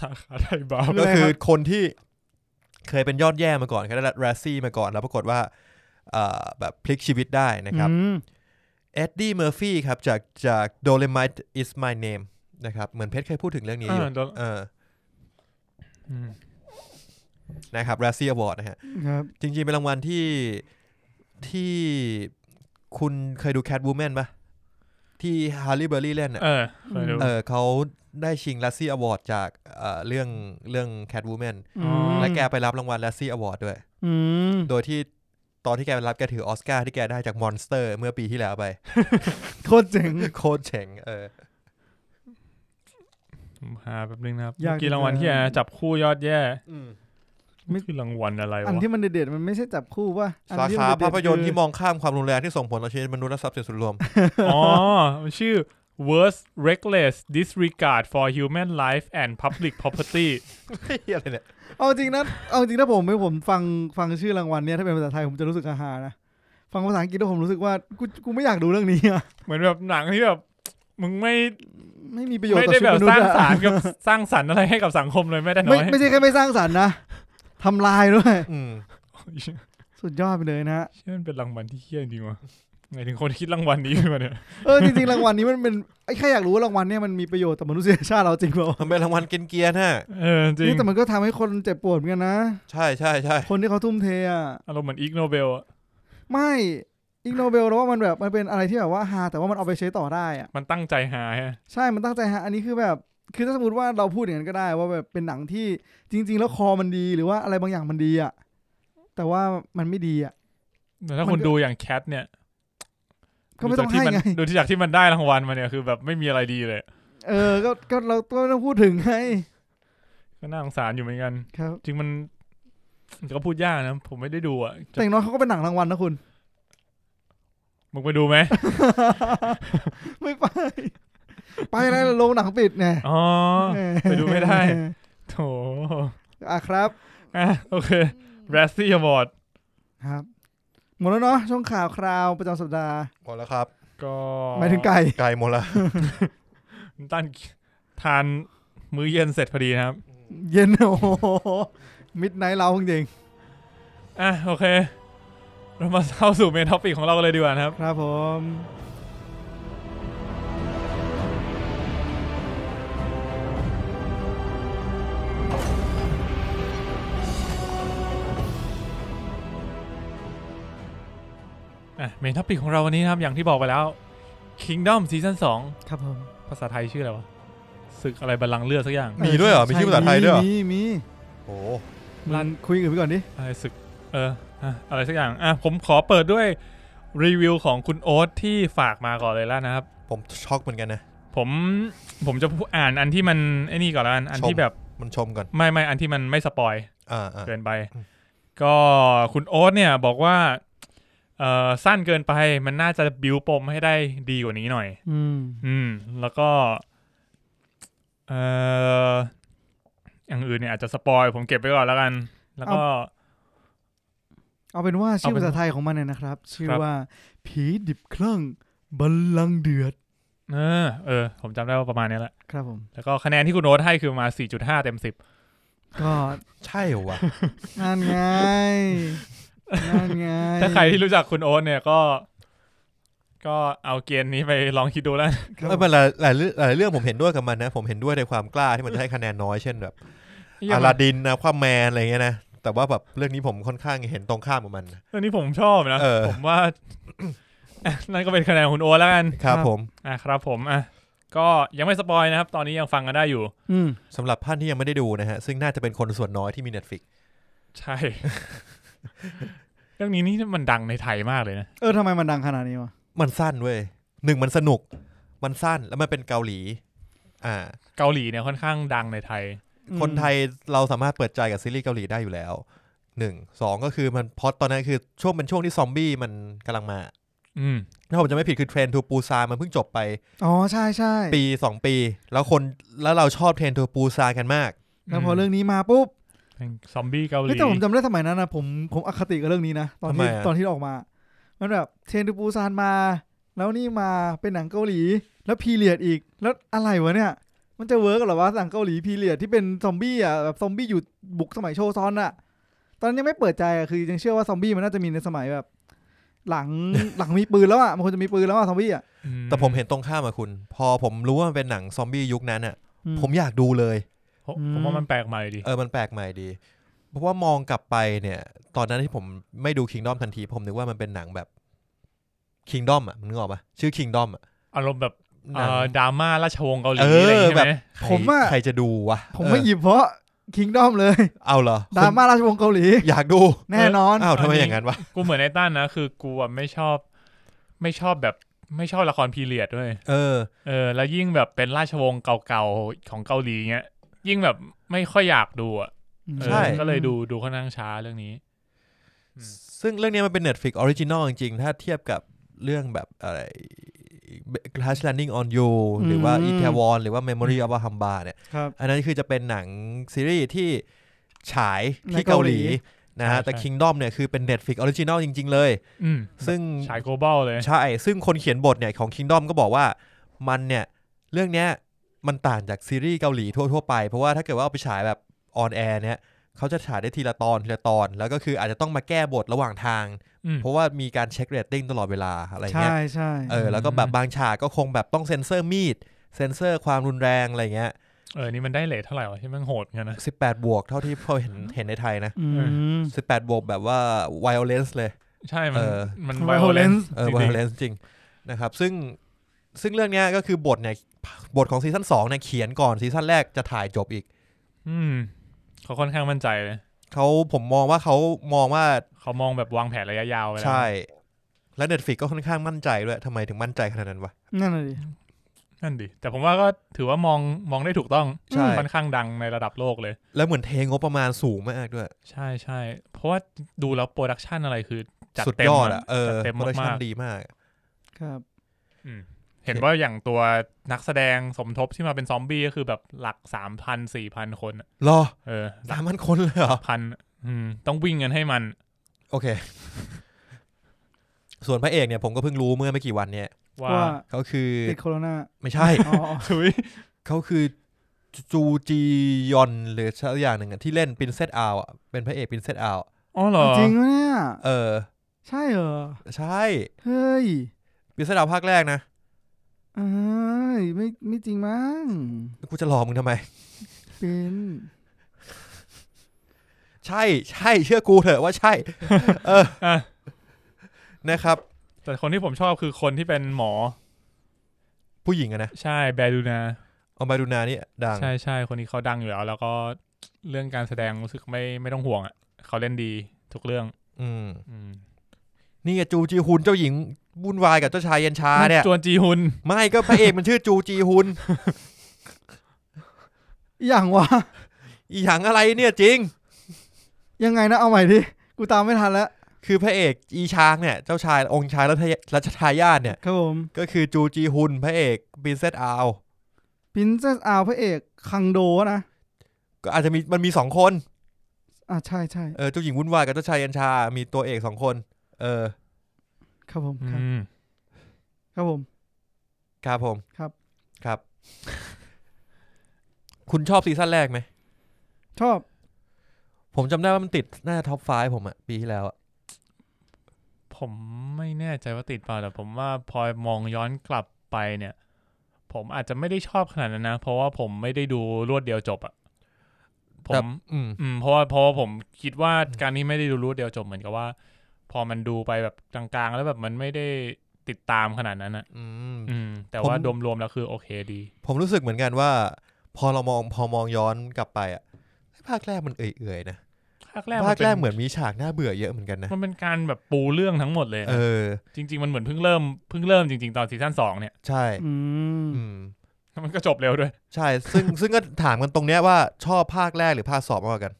S3: สาขาไทยบาป
S4: คือ
S2: ก็
S4: อะไร
S2: คือ
S4: ครับ
S2: คนที่เคยเป็นยอดแย่มาก่อนเคยได้ลัสซี่มาก่อน แล้วปรากฏว่าเอ่อแบบพลิกชีวิตได้นะครับ
S4: อืม
S2: เอ็ดดี้เมอร์ฟี่ครับจากจาก Dolomite is my name นะครับ เหมือนเพชรเคยพูดถึงเรื่องนี้อยู่
S3: อ่าโดน
S2: เออ
S3: อืม
S2: นะครับ r a z z i e Award นะฮะ
S4: ครับ
S2: จริงๆ เป็นรางวัลที่ที่ คุณเคยดูแคท w ูแมนปะที่ฮาร์ y ี e เบอร์รี่เล่นอะ
S3: เออเคยดู
S2: เออเขาได้ชิงลัซซี่อวอร์ดจากเอ่อเรื่องเรื่องแคท w ูแมน
S4: อืม
S2: และแกไปรับรางวัลลัซซี่อวอร์ดด้วย
S4: อืม
S2: โดยที่ตอนที่แกไปรับแกถือออสการ์ที่แกได้จากมอนสเตอร์เมื่อปีที่แล้วไป
S4: โคตรเจ๋ง
S2: โคตรเจ๋งเออ
S3: ผมหาแป๊บนึงนะครับ
S4: ยาก
S3: เมื่อกี้รางวัล
S4: จริงๆ
S3: ที่อาจับคู่ยอดแย่ไม่คือรางวัลอะไร
S4: อัน
S3: วะ
S4: ที่มันเด็ดๆมันไม่ใช่จับคู่ป่ะอัน
S2: สา
S4: ที่
S2: ขา
S4: มัเด็ดๆ
S2: ภาพยนตร์ที่
S4: คือ
S2: มองข้ามความรุนแรงที่ส่งผลต่อชีวิตมนุษย์และทรัพย์สินส่วนรวม
S3: อ๋อมันชื่อ worst reckless disregard for human life and public property
S2: เหี้ยอะไรเนี่ย
S4: เอาจริงนะเอาจริงนะผมไม่ผมฟังฟังชื่อรางวัลเนี่ยถ้าเป็นภาษาไทยผมจะรู้สึกอาหานะฟังภาษาอังกฤษแล้วผมรู้สึกว่ากูกูไม่อยากดูเรื่องนี้อะ
S3: เหมือนแบบหนังที่แบบมึงไม่
S4: ไม่มีประโยชน์
S3: ไม่
S4: ต่อ
S3: ได้
S4: ชี
S3: แบบ
S4: วิตมนุษ
S3: สร้าง
S4: ย์
S3: สรร
S4: อะ
S3: ค์กับสร้างสรรค์อะไรให้กับสังคมเลยแม้แต่น้
S4: ไม่
S3: อย
S4: ไม่ใช่แค่ไม่สร้างสรรค์นะทำลายด้วย
S2: อืม
S4: สุดยอดไปเลยนะฮะ
S3: เชื่อมันเป็นรางวัลที่เฮี้ยจริงวะไงถึงคนคิดรางวัลนี้ขึ้นมาเนี่ย
S4: เออจริงๆรางวัลนี้มันเป็นไอ้แค่อยากรู้ว่ารางวัลเนี่ยมันมีประโยชน์ต่อมนุษยชาติเราจริงเปล่าวะ
S2: มันเป็นรางวัลกินเกียร์น่ะ
S3: เออจริง
S4: นี่แต่มันก็ทำให้คนเจ็บปวดเหมือนกันนะ
S2: ใช่ใช่ใช่
S4: คนที่เขาทุ่มเทอะ
S3: อารมณ์เหมือนอีกโนเบลอะ
S4: ไม่อีกโนเบลแล้วว่ามันแบบมันเป็นอะไรที่แบบว่าฮาแต่ว่ามันเอาไปใช้ต่อได้อะ
S3: มันตั้งใจหาฮะ
S4: ใช่มันตั้งใจฮะอันนี้คือแบบ คือถ้าสมมติว่าเราพูดอย่างนั้นก็ได้ว่าแบบเป็นหนังที่จริง ๆ แล้วคอมันดีหรือว่าอะไรบางอย่างมันดีอะแต่ว่ามันไม่ดีอะ
S3: แต่ถ้าคุณดูอย่างแคทเนี่ย
S4: ก็ไม่ต้องให้ไง
S3: ดูที่จากที่มันได้รางวัลมาเนี่ยคือแบบไม่มีอะไรดีเลย
S4: เออก็ก็เราก็ไม่ต้องพูดถึงไง
S3: ก็น่าสงสารอยู่เหมือนกัน
S4: ครับ
S3: จริงมันมันก็พูดยากนะ ผมไม่ได้ดูอ่ะจะ
S4: แต่อย่างน้อยเขาก็เป็นหนังรางวัลนะคุณ
S3: มึงไปดูไหม
S4: ไม่ไป ไปแล้วโรงหนังปิดไง
S3: อ๋อ ไปดูไม่ได้ โถ
S4: อ่ะครับ
S3: อ่ะโอเคแรสซี่อวอร์ด
S4: ครับ หมดแล้วเนาะช่วงข่าวคราวประจำสัปดาห์
S2: หมดแล้วครับ
S3: ก็
S4: หมายถึงไก่
S2: ไกลหมดแล้ว
S3: ตั้นทานมื้อเย็นเสร็จพอดีนะครับ
S4: เย็น โอ้โหมิดไนท์เราจริง
S3: อ่ะโอเค เรามาเข้าสู่เมนท็อปิกของเรากันเลยดีกว่านะครับ
S4: ๆครับผม
S3: อ่ะเมนท็อปิกของเราวันนี้นะครับ อย่างที่บอกไปแล้ว Kingdom ซีซั่น2
S4: ครับผม
S3: ภาษาไทยชื่ออะไรวะศึกอะไรบัลลังก์เลือดสักอย่าง
S4: เออ
S2: มีด้วยเหรอ มีชื่อภาษาไทยด้วยเหรอ
S4: มีมี
S2: โอ้
S4: รันคุยอื่นไปก่อนดิ
S3: อะไรสึก เอออ่ะอะไรสักอย่าง อ่ะ ผมขอเปิดด้วยรีวิวของคุณโอ๊ตที่ฝากมาก่อนเลยแล้วนะครับ
S2: ผมช็อกเหมือนกันนะ
S3: ผมผมจะพูดอ่านอันที่มันไอ้นี่ก่อนแล้วกันอัน
S2: ชม
S3: ที่แบบ
S2: มันชมก่อน
S3: ไม่ไม่อันที่มันไม่สปอย
S2: อ่าอ่า
S3: เกินไป
S2: อืม
S3: ก็คุณโอ๊ตเนี่ยบอกว่าเออสั้นเกินไปมันน่าจะบิวปมให้ได้ดีกว่านี้หน่อย
S4: อืม
S3: อืม แล้วก็เอออย่างอื่นเนี่ยอาจจะสปอยผมเก็บไว้ก่อนแล้วกัน แล้วก็
S4: เอาเป็นว่าชื่อ
S3: เอาเป็น
S4: ภาษาไทยของมันเนี่ยนะครับ ชื่อว่า ผีดิบคลั่งบัลลังก์เดือด
S3: เออเออ ผมจำได้ว่าประมาณเนี้ยแหละ
S4: ครับผม
S3: แล้วก็คะแนนที่คุณโน้ตให้คือประมาณ4.5 เต็ม 10
S4: ก็
S2: ใช่เหรอวะ
S4: นั่นไงนั่นไง
S3: ถ้าใครที่รู้จักคุณโอ๊ตเนี่ยก็ ก็เอาเกณฑ์นี้ไปลองคิดดูแล้ว
S4: ครับ
S2: ไม่เป็นไรหลายเรื่องหลายเรื่องผมเห็นด้วยกับมันนะ ผมเห็นด้วยในความกล้าที่มันจะให้คะแนนน้อยเช่นแบบอลาดินนะความแมนอะไรเงี้ยนะ แต่ว่าแบบเรื่องนี้ผมค่อนข้างเห็นตรงข้ามกับมันนะ
S3: เรื่องนี้ผมชอบนะ
S2: เออ
S3: ผมว่า นั่นก็เป็นคะแนนของคุณโอ๊ตแล้วกัน
S2: ครับผม
S3: อ่ะครับผมอ่ะก็ยังไม่สปอยนะครับ ตอนนี้ยังฟังกันได้อยู่
S4: อืม
S2: สำหรับท่านที่ยังไม่ได้ดูนะฮะ ซึ่งน่าจะเป็นคนส่วนน้อยที่มี Netflix
S3: ใช่ เรื่องนี้นี่มันดังในไทยมากเลยนะ
S4: เออทำไมมันดังขนาดนี้วะ
S2: มันสั้นเว้ยหนึ่งมันสนุก มันสั้นแล้วมันเป็นเกาหลี อ่า
S3: เกาหลีเนี่ยค่อนข้างดังในไทย
S2: คนไทยเราสามารถเปิดใจกับซีรีส์เกาหลีได้อยู่แล้วหนึ่งสองก็คือมันพล็อตตอนนั้นคือช่วงเป็นช่วงที่ซอมบี้มันกำลังมา
S3: อืม
S2: ถ้าผมจะไม่ผิดคือเทรนทูปูซามันเพิ่งจบไป
S4: อ๋อใช่ใช่
S2: ปี 2 ปี แล้วคนแล้วเราชอบเทรนทูปูซากันมาก
S4: แล้วพอเรื่องนี้มาปุ๊บ
S3: ซอมบี้เกาหลี
S4: เฮ้ยแต่ผมจำได้สมัยนั้นนะผมผมอคติกับเรื่องนี้นะ ตอน
S2: ทำ
S4: ที่
S2: ไมอะ
S4: ตอนที่ออกมา มันแบบเทรนดูปูซานมา แล้วนี่มาเป็นหนังเกาหลี แล้วพีเรียดอีก แล้วอะไรวะเนี่ย มันจะเวิร์กเหรอวะหนังเกาหลีพีเรียดที่เป็นซอมบี้อ่ะแบบซอมบี้อยู่บุกสมัยโชซอนอ่ะ ตอนนั้นยังไม่เปิดใจอ่ะคือยังเชื่อว่าซอมบี้มันน่าจะมีในสมัยแบบ หลัง หลังมีปืนแล้วอ่ะมันควรจะมีปืนแล้วอ่ะซอมบี้อ่ะ
S3: อื
S2: แต่ผมเห็นตรงข้ามกับคุณ พอผมรู้ว่ามันเป็นหนังซอมบี้ยุคนั้นอ่ะ
S4: อื
S2: ผมอยากดูเลย
S3: ผม
S4: อืม
S3: ผมว่ามันแปลกใหม่ดี
S2: เออมันแปลกใหม่ดี เพราะว่ามองกลับไปเนี่ย ตอนนั้นที่ผมไม่ดู Kingdom ทันที ผมนึกว่ามันเป็นหนังแบบ คิงดอมอ่ะมึงนึกออกปะชื่อคิงดอมอ่ะ
S3: อารมณ์แบบ
S2: หนัง
S3: เอ่อดราม่าราชวงศ์เกาหลี
S2: เออ
S3: อะไรอย่างเงี้ย
S2: แบ
S3: ใช่
S2: บ
S3: ไหม
S2: ใคร
S4: ผมว่า
S2: ใครจะดูวะ
S4: ผมไม่
S2: เออ
S4: หยิบเพราะคิงดอม เลย
S2: เอาเหรอ
S4: ดราม่าราชวงศ์เกาหลี
S2: อยากดู
S4: แน่นอน
S2: อ้าวทำไมอย่างนั้นวะ
S3: กูเหมือนไอ้ต้านนะคือกูอะไม่ชอบ ไม่ชอบแบบไม่ชอบละครพีเรียดด้วย
S2: เออ
S3: เออแล้วยิ่งแบบเป็นราชวงศ์เก่าๆของเกาหลีเงี้ย ยิ่งแบบไม่ค่อยอยากดูอ่ะเออ
S2: ใช่
S3: ก็เลยดูดูค่อนข้างช้าเรื่องนี้ อืม
S2: ซึ่งเรื่องเนี้ยมันเป็น Netflix Original จริงๆ ถ้าเทียบกับเรื่องแบบอะไร Crash Landing on You หรือว่า
S4: อืม
S2: Itaewon หรือว่า Memory of a h a m b a เนี่ย
S4: ครับ
S2: อันนั้นคือจะเป็นหนังซีรีส์ที่ฉายที่
S4: ใน
S2: เกา
S4: เกา
S2: ห
S4: หลี
S2: ลีนะฮะ
S3: ใช่
S2: แต่
S3: ใช่
S2: Kingdom เนี่ยคือเป็น Netflix Original จริง ๆ เลย
S3: อืม
S2: ซึ่ง
S3: ฉาย global เลย
S2: ใช่ ซึ่งคนเขียนบทเนี่ยของ Kingdom ก็บอกว่ามันเนี่ย เรื่องเนี้ยมันต่างจากซีรีส์เกาหลีทั่ว ๆ ไป เพราะว่าถ้าเกิดว่าเอาไปฉายแบบออนแอร์เนี่ยเขาจะฉายได้ทีละตอนทีละตอน แล้วก็คืออาจจะต้องมาแก้บทระหว่างทาง
S3: อืม
S2: เพราะว่ามีการเช็คเรตติ้งตลอดเวลาอะไรเงี้
S4: ใช่
S2: ย
S4: ใช่
S2: เออ แล้วก็แบบบางฉากก็คงแบบต้องเซ็นเซอร์มีด เซ็นเซอร์ความรุนแรงอะไรเงี้ย
S3: เออ นี่มันได้เลทเท่าไหร่วะที่มันโหดเงี้ยนะ
S2: 18 บวกเท่าที่พอเห็นเห็นในไทยนะ
S4: อืม
S2: 18 บวกแบบว่า violence เลย
S3: ใช่ มัน
S2: เออ
S3: มัน
S4: Violence
S3: violence
S2: เออ
S3: จ
S2: violence
S3: ริงๆ
S2: จริงนะครับ ซึ่งซึ่งเรื่องเนี้ยก็คือบทเนี่ย บทของซีซั่น2เนี่ยเขียนก่อนซีซั่นแรกจะถ่ายจบอีก
S3: อืมเขาค่อนข้างมั่นใจเลย
S2: เขาผมมองว่าเขามองว่า
S3: เขามองแบบวางแผนระยะยาวไปแล้ว
S2: ใช่ และ Netflix ก็ค่อนข้างมั่นใจด้วยทำไมถึงมั่นใจขนาดนั้นวะ
S4: นั่นเลย
S3: นั่นดิ แต่ผมว่าก็ถือว่ามองมองได้ถูกต้อง
S2: ใช่
S3: ค่อนข้างดังในระดับโลกเลย
S2: แล้วเหมือนเทงบประมาณสูงมากด้วย
S3: ใช่ใช่ เพราะว่าดูแล้วโปรดักชันอะไรคือ จัด
S2: สุด
S3: เต็ม
S2: ยอดอ่ะเออ
S3: จัดเต็ม
S2: โปรดักชั
S3: มาน ก
S2: ดีมาก
S4: ครับ
S3: ๆอืมเห็นว่าอย่างตัวนักแสดงสมทบที่มาเป็นซอมบี้ก็คือแบบหลักสามพันสี่พันคนอะ
S2: รอ
S3: เออหลั
S2: สาก มพันคนเลยเหรอ
S3: พันอืมต้องวิ่งกันให้มัน
S2: โอเค ส่วนพระเอกเนี่ยผมก็เพิ่งรู้เมื่อไม่กี่วันเนี่ย
S3: ว่า
S4: ว่า
S2: เขาคือ
S4: ติดโควิ ด
S2: ไม่ใช่
S4: อ๋ออ๋อ
S3: ถุย
S2: เขาคือจูจียอนหรือสักอย่างหนึ่งอะที่เล่นปินเซตอาอ่ะเป็นพระเอกปินเซตอา
S3: อ๋อเหรอ
S4: จริงเหรอเนี่ย
S2: เออ
S4: ใช่เหรอ
S2: ใช่
S4: เฮ้ย
S2: ปินเซตอาภาคแรกนะ
S4: เอ้ยไม่ไม่จริงมั้ง
S2: กูจะหลอกมึงทำไม
S4: เป็น
S2: ใช่ใช่เชื่อกูเถอะว่าใช่ เออ
S3: อ่ะ
S2: นะครับ
S3: แต่คนที่ผมชอบคือคนที่เป็นหมอ
S2: ผู้หญิงอะนะ
S3: ใช่แบรูนา
S2: เอาไปดูนานี่ดัง
S3: ใช่ใช่คนนี้เขาดังอยู่แล้ว แล้วก็เรื่องการแสดงรู้สึกไม่ไม่ต้องห่วงอ่ะเขาเล่นดีทุกเรื่อง
S2: อืม
S3: อืม
S2: นี่ไงจูจีฮุนเจ้าหญิงวุ่นวายกับเจ้าชายเย็นชาเนี่ย
S3: จวนจีฮุน
S2: ไม่ก็พระเอกมันชื่อจูจีฮุน
S4: อย่างวะ
S2: อีหยังอะไรเนี่ยจริง
S4: ยังไงนะ เอาใหม่ดิ กูตามไม่ทันแล้ว
S2: คือพระเอกอีช้างเนี่ย เจ้าชายองค์ชายรัชยรัชทายาทเนี่ย
S4: ครับผม
S2: ก็คือจูจีฮุนพระเอกปรินเซสอาว
S4: พินเซสอาวพระเอก คังโดนะ
S2: ก็อาจจะมีมันมีสองคน
S4: อ่ะใช่ใช่
S2: เออเจ้าหญิงวุ่นวายกับเจ้าชายยันชา มีตัวเอกสองคน เออ
S4: ครับผม
S3: อื
S4: ค
S3: ม
S4: รับครับผม
S2: ครับผม
S4: ครับ
S2: ครับ คุณชอบซีซั่นแรกไหม
S4: ชอบ
S2: ผมจำได้ว่ามันติดหน้าท็อป5ผมอะปีที่แล้วอะ
S3: ผมไม่แน่ใจว่าติดเปล่าแต่ผมว่าพอมองย้อนกลับไปเนี่ย ผมอาจจะไม่ได้ชอบขนาดนั้นนะ เพราะว่าผมไม่ได้ดูรวดเดียวจบอ่ะผม
S2: อืม
S3: อืมเพราะว่าเพราะว่าผมคิดว่าการที่ไม่ได้ดูรูดเดียวจบเหมือนกับว่า พอมันดูไปแบบกลางๆ แล้วแบบมันไม่ได้ติดตามขนาดนั้นอ่ะ
S2: อืม
S3: อืม แต่ว่า
S2: ผม
S3: รวมๆแล้วคือโอเคดี
S2: ผมรู้สึกเหมือนกันว่า พอเรามองพอมองย้อนกลับไปอะภาคแรกมันเอื่อยๆนะ
S3: ภาคแรก
S2: ภาค
S3: ป็
S2: แรกเหมือนมีฉากน่าเบื่อเยอะเหมือนกันนะ
S3: มันเป็นการแบบปูเรื่องทั้งหมดเลยนะ
S2: เออ
S3: จริง ๆ มันเหมือนเพิ่งเริ่มเพิ่งเริ่มจริง ๆ ตอนซีซั่นสองเนี่ย
S2: ใช่
S4: อืม
S2: อืม
S3: แล้วมันก็จบเร็วด้วย
S2: ใช่ ซึ่ง ซึ่งก็ถามกันตรงเนี้ยว่าชอบภาคแรกหรือภาคสองมากกว่ากัน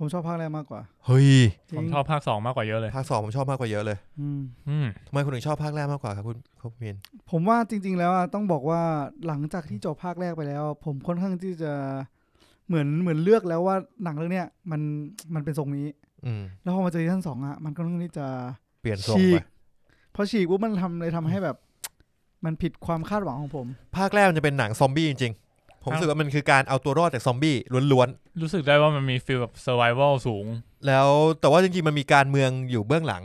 S4: ผมชอบภาคแรกมากกว่า
S2: เฮ้ย
S4: จริ
S3: ผม
S4: ง
S3: ชอบภาคสองมากกว่าเยอะเลย
S2: ภาคสองผมชอบมากกว่าเยอะเลย
S4: อืม
S3: อืม
S2: ทำไมคุณถึงชอบภาคแรกมากกว่าครับคุณคุณเมียน
S4: ผมว่าจริง ๆ แล้วอะต้องบอกว่าหลังจากที่จบภาคแรกไปแล้ว ผมค่อนข้างที่จะเหมือนเหมือนเลือกแล้วว่าหนังเรื่องเนี้ยมันมันเป็นทรงนี้
S2: อืม
S4: แล้วพอมาเจอซีซั่นสองอะมันก็ค่อนข้างที่จะ
S2: เปลี่ยนทรง
S4: ฉี
S2: ไป
S4: ก พอฉีกปุ๊บมันทำเลยทำให้แบบ มันผิดความคาดหวังของผม
S2: ภาคแรกมันจะเป็นหนังซอมบี้จริงๆ ผม
S3: ครับ
S2: รู้สึกว่ามันคือการเอาตัวรอดจากซอมบี้ล้วน
S3: รู้สึกได้ว่ามันมีฟีลแบบ survival สูง
S2: ๆ แล้วแต่ว่าจริงๆ มันมีการเมืองอยู่เบื้องหลัง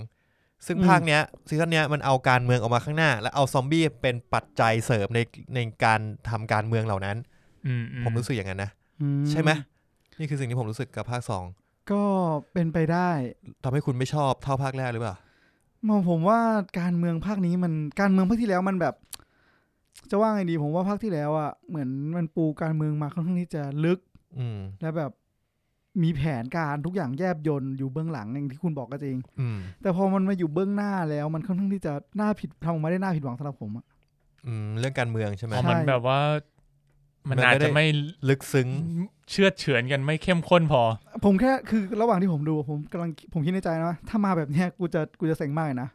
S2: ซึ่ง
S4: อืม
S2: ภาคเนี้ยซีซั่นเนี้ยมันเอาการเมืองออกมาข้างหน้า แล้วเอาซอมบี้เป็นปัจจัยเสริมในในการทำการเมืองเหล่านั้น
S3: อืม
S2: ผมรู้สึกอย่างนั้นนะ
S4: อื
S2: ใช่ไหม นี่คือสิ่งที่ผมรู้สึกกับภาคสอง
S4: ก็เป็นไปได้
S2: ทำให้คุณไม่ชอบเท่าภาคแรกหรือเปล่า
S4: มองผมว่าการเมืองภาคนี้มันการเมืองภาคที่แล้วมันแบบ จะว่าไงดี ผมว่าภาคที่แล้วอ่ะเหมือนมันปูการเมืองมาค่อนข้างที่จะลึก
S2: อืม
S4: และแบบมีแผนการทุกอย่างแยบยนต์อยู่เบื้องหลังอย่างที่คุณบอกก็จริง
S2: อืม
S4: แต่พอมันมาอยู่เบื้องหน้าแล้วมันค่อนข้างที่จะน่าผิดทำออกมาได้น่าผิดหวังสำหรับผมอะ
S2: อืม เรื่องการเมืองใช่ไหม
S3: เพราะมัน
S4: ใช่
S3: แบบว่า มัน
S2: มัน
S3: อาจ
S2: ไม่ได้
S3: จะไม่
S2: ลึกซึ้ง
S3: เชื่อดเฉือนกันไม่เข้มข้นพอ
S4: ผมแค่คือระหว่างที่ผมดูผมกำลังผมคิดในใจนะว่าถ้ามาแบบเนี้ยกูจะกูจะเซ็งมากเลยนะ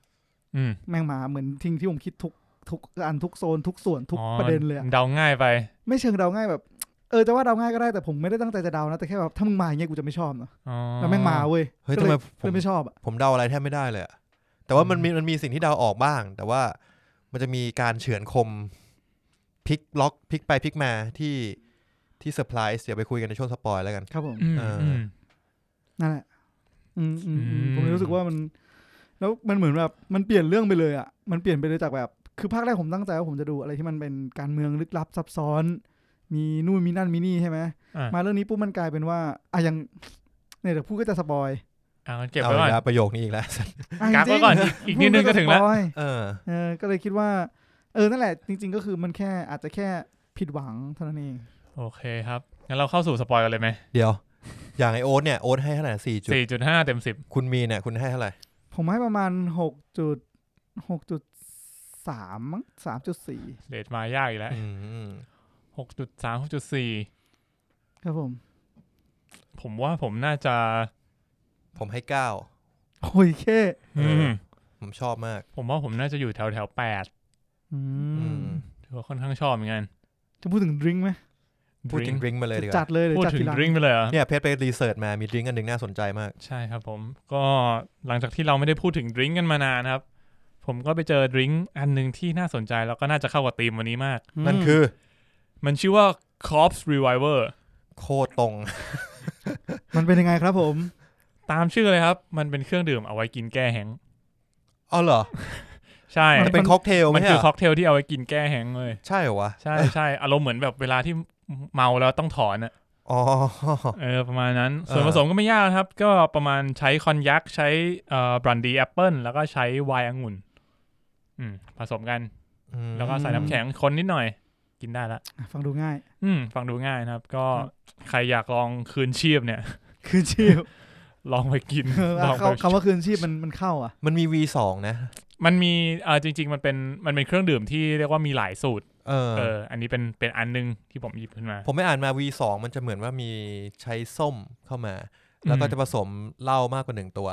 S3: อืม
S4: แม่งมาเหมือนทิ้งที่ผมคิดทุกทุกอันทุกโซนทุกส่วนทุก
S3: อ๋อ
S4: ประเด็นเลยอะ
S3: เดาง่ายไป
S4: ไม่เชิงเดาง่ายแบบ เออจะว่าเดาง่ายก็ได้แต่ผมไม่ได้ตั้งใจจะเดานะแต่แค่แบบถ้ามึงมาอย่างเงี้ยกูจะไม่ชอบนะ
S3: อ๋อ
S4: แล้วแม่งมาเว้ย
S2: เฮ้ย
S4: ก็
S2: ทำ
S4: เล
S2: ไม
S4: ย
S2: ผ
S4: ก็เล
S2: ม
S4: ยไม่ชอบอะ
S2: ผมเดาอะไรแทบไม่ได้เลยอะแต่ว่ามันมีมันมีสิ่งที่เดาออกบ้าง แต่ว่ามันจะมีการเฉือนคมพลิกล็อกพลิกไปพลิกมาที่ที่เซอร์ไพรส์เดี๋ยวไปคุยกันในช่วงสปอยแล้วกัน
S4: ครับผม
S3: อืม
S2: เอออื
S3: อืม
S4: นั่นแหละ อืมอืมอืม
S3: อืม
S4: ผมเลยรู้สึกว่ามัน แล้วมันเหมือนแบบ มันเปลี่ยนเรื่องไปเลยอ่ะ มันเปลี่ยนไปเลยจากแบบ คือภาคแรกผมตั้งใจว่าผมจะดูอะไรที่มันเป็นการเมืองลึกลับซับซ้อน มีนู่นมีนั่นมีนี่ใช่ไหม
S3: อ่ะ
S4: มาเรื่องนี้ปุ๊บมันกลายเป็นว่าอ่ะยังเนี่ยเดี๋ยวพูดก็จะสปอย
S3: อ่ะงั้นเก็บ
S2: เอา
S3: ไว้ก่อน
S2: อีแล้วประโยคนี้อีกแล้ว
S4: ะ
S3: กักไว้
S4: จริงๆ
S3: ก่อนอีกอีกนิดนึงจะถึงแล้ว
S4: พูดสปอย
S2: เออ
S4: เออ ก็เลยคิดว่า เออ นั่นแหละ จริง ๆ ก็คือมันแค่อาจจะแค่ผิดหวังเท่านั้นเอง
S3: โอเคครับงั้นเราเข้าสู่สปอยกันเลยไหม
S2: เดี๋ยว อย่างไอโอ๊ตเนี่ยโอ๊ตให้เท่าไหร่สี่จุด
S3: สี่จุดห้าเต็มสิบ
S2: คุณมีเนี่ยคุณให้เท่าไหร่
S4: ผมให้ประมาณหกจุดหกจุดสามมั้งสามจุดสี่
S3: เลทมายากอีกแล้ว
S2: อืม
S3: หกจุดสามหกจุดสี่
S4: ครับผม
S3: ผมว่าผมน่าจะ
S2: ผมให้เก้า
S4: โอ้ยแค่
S2: เอออื
S3: อืม
S2: ผมชอบมาก
S3: ผมว่าผมน่าจะอยู่แถวแถวแปด
S4: อื
S2: อื
S4: ม
S2: ม
S3: ถือว่าค่อนข้างชอบเหมือนกัน
S4: จะพูดถึงดริงก์ไหม
S2: พูดถึง
S3: Drink
S2: ดริงมาเลยดีก
S4: จั
S2: ว่า
S4: ดเลยหรือ
S3: พูด
S4: จัด
S3: ถึ
S4: ที
S3: ง
S4: หลัง
S3: ดริงไปเลยเหรอ
S2: เนี่ยเพจไปรีเสิร์ชมามีดริงอันหนึ่งน่าสนใจมาก
S3: ใช่ครับผม ก็หลังจากที่เราไม่ได้พูดถึงดริงกันมานานครับ ผมก็ไปเจอดริงอันหนึ่งที่น่าสนใจแล้วก็น่าจะเข้ากับธีมวันนี้มาก
S2: นั่นคือ
S3: มันชื่อว่า Corpse Reviver
S2: โคตรตรง
S4: มันเป็นยังไงครับผม
S3: ตามชื่อเลยครับ มันเป็นเครื่องดื่มเอาไว้กินแก้แห้ง
S2: อ๋อเหรอ
S3: ใช่
S2: มันเป็นค็อกเทลไหม
S3: มัน
S2: เนี่
S3: คือย ค็อกเทลที่เอาไว้กินแก้แห้งเลย
S2: ใช่เหรอวะ
S3: ใช่ใช่อารมณ์เหมือนแบบเวลาที่เมาแล้วต้องถอนอะ
S2: อ๋อ
S3: เออประมาณนั้น ส่วน
S2: เออ
S3: ผสมก็ไม่ยากครับ ก็ประมาณใช้คอนยักใช้เอ่อบรันดีแอปเปิลแล้วก็ใช้ไวน์องุ่นอืมผสมกัน
S2: อืม
S3: แล้วก็ใส่น้ำแข็งคนนิดหน่อย กินได้ละ
S4: อ่ะฟังดูง่าย
S3: อืม ฟังดูง่ายนะครับ ก็
S4: ครับ
S3: ใครอยากลองคืนชีพเนี่ย
S4: คืนชีพ
S3: ลองไป กิน
S4: เออ
S3: ลองไป
S4: คำว่าคืนชีพมันมันเข้าอ่ะ
S2: มันมี V2 นะ
S3: มันมีเออจริง ๆ มันเป็นมันเป็นเครื่องดื่มที่เรียกว่ามีหลายสูตร
S2: เออ
S3: เอออันนี้เป็นเป็นอันหนึงที่ผมหยิบขึ้นมา
S2: ผมไม่อ่านมา V2 มันจะเหมือนว่ามีใช้ส้มเข้ามา แล้วก็
S3: อืม
S2: จะผสมเหล้ามากกว่าหนึ่งตัว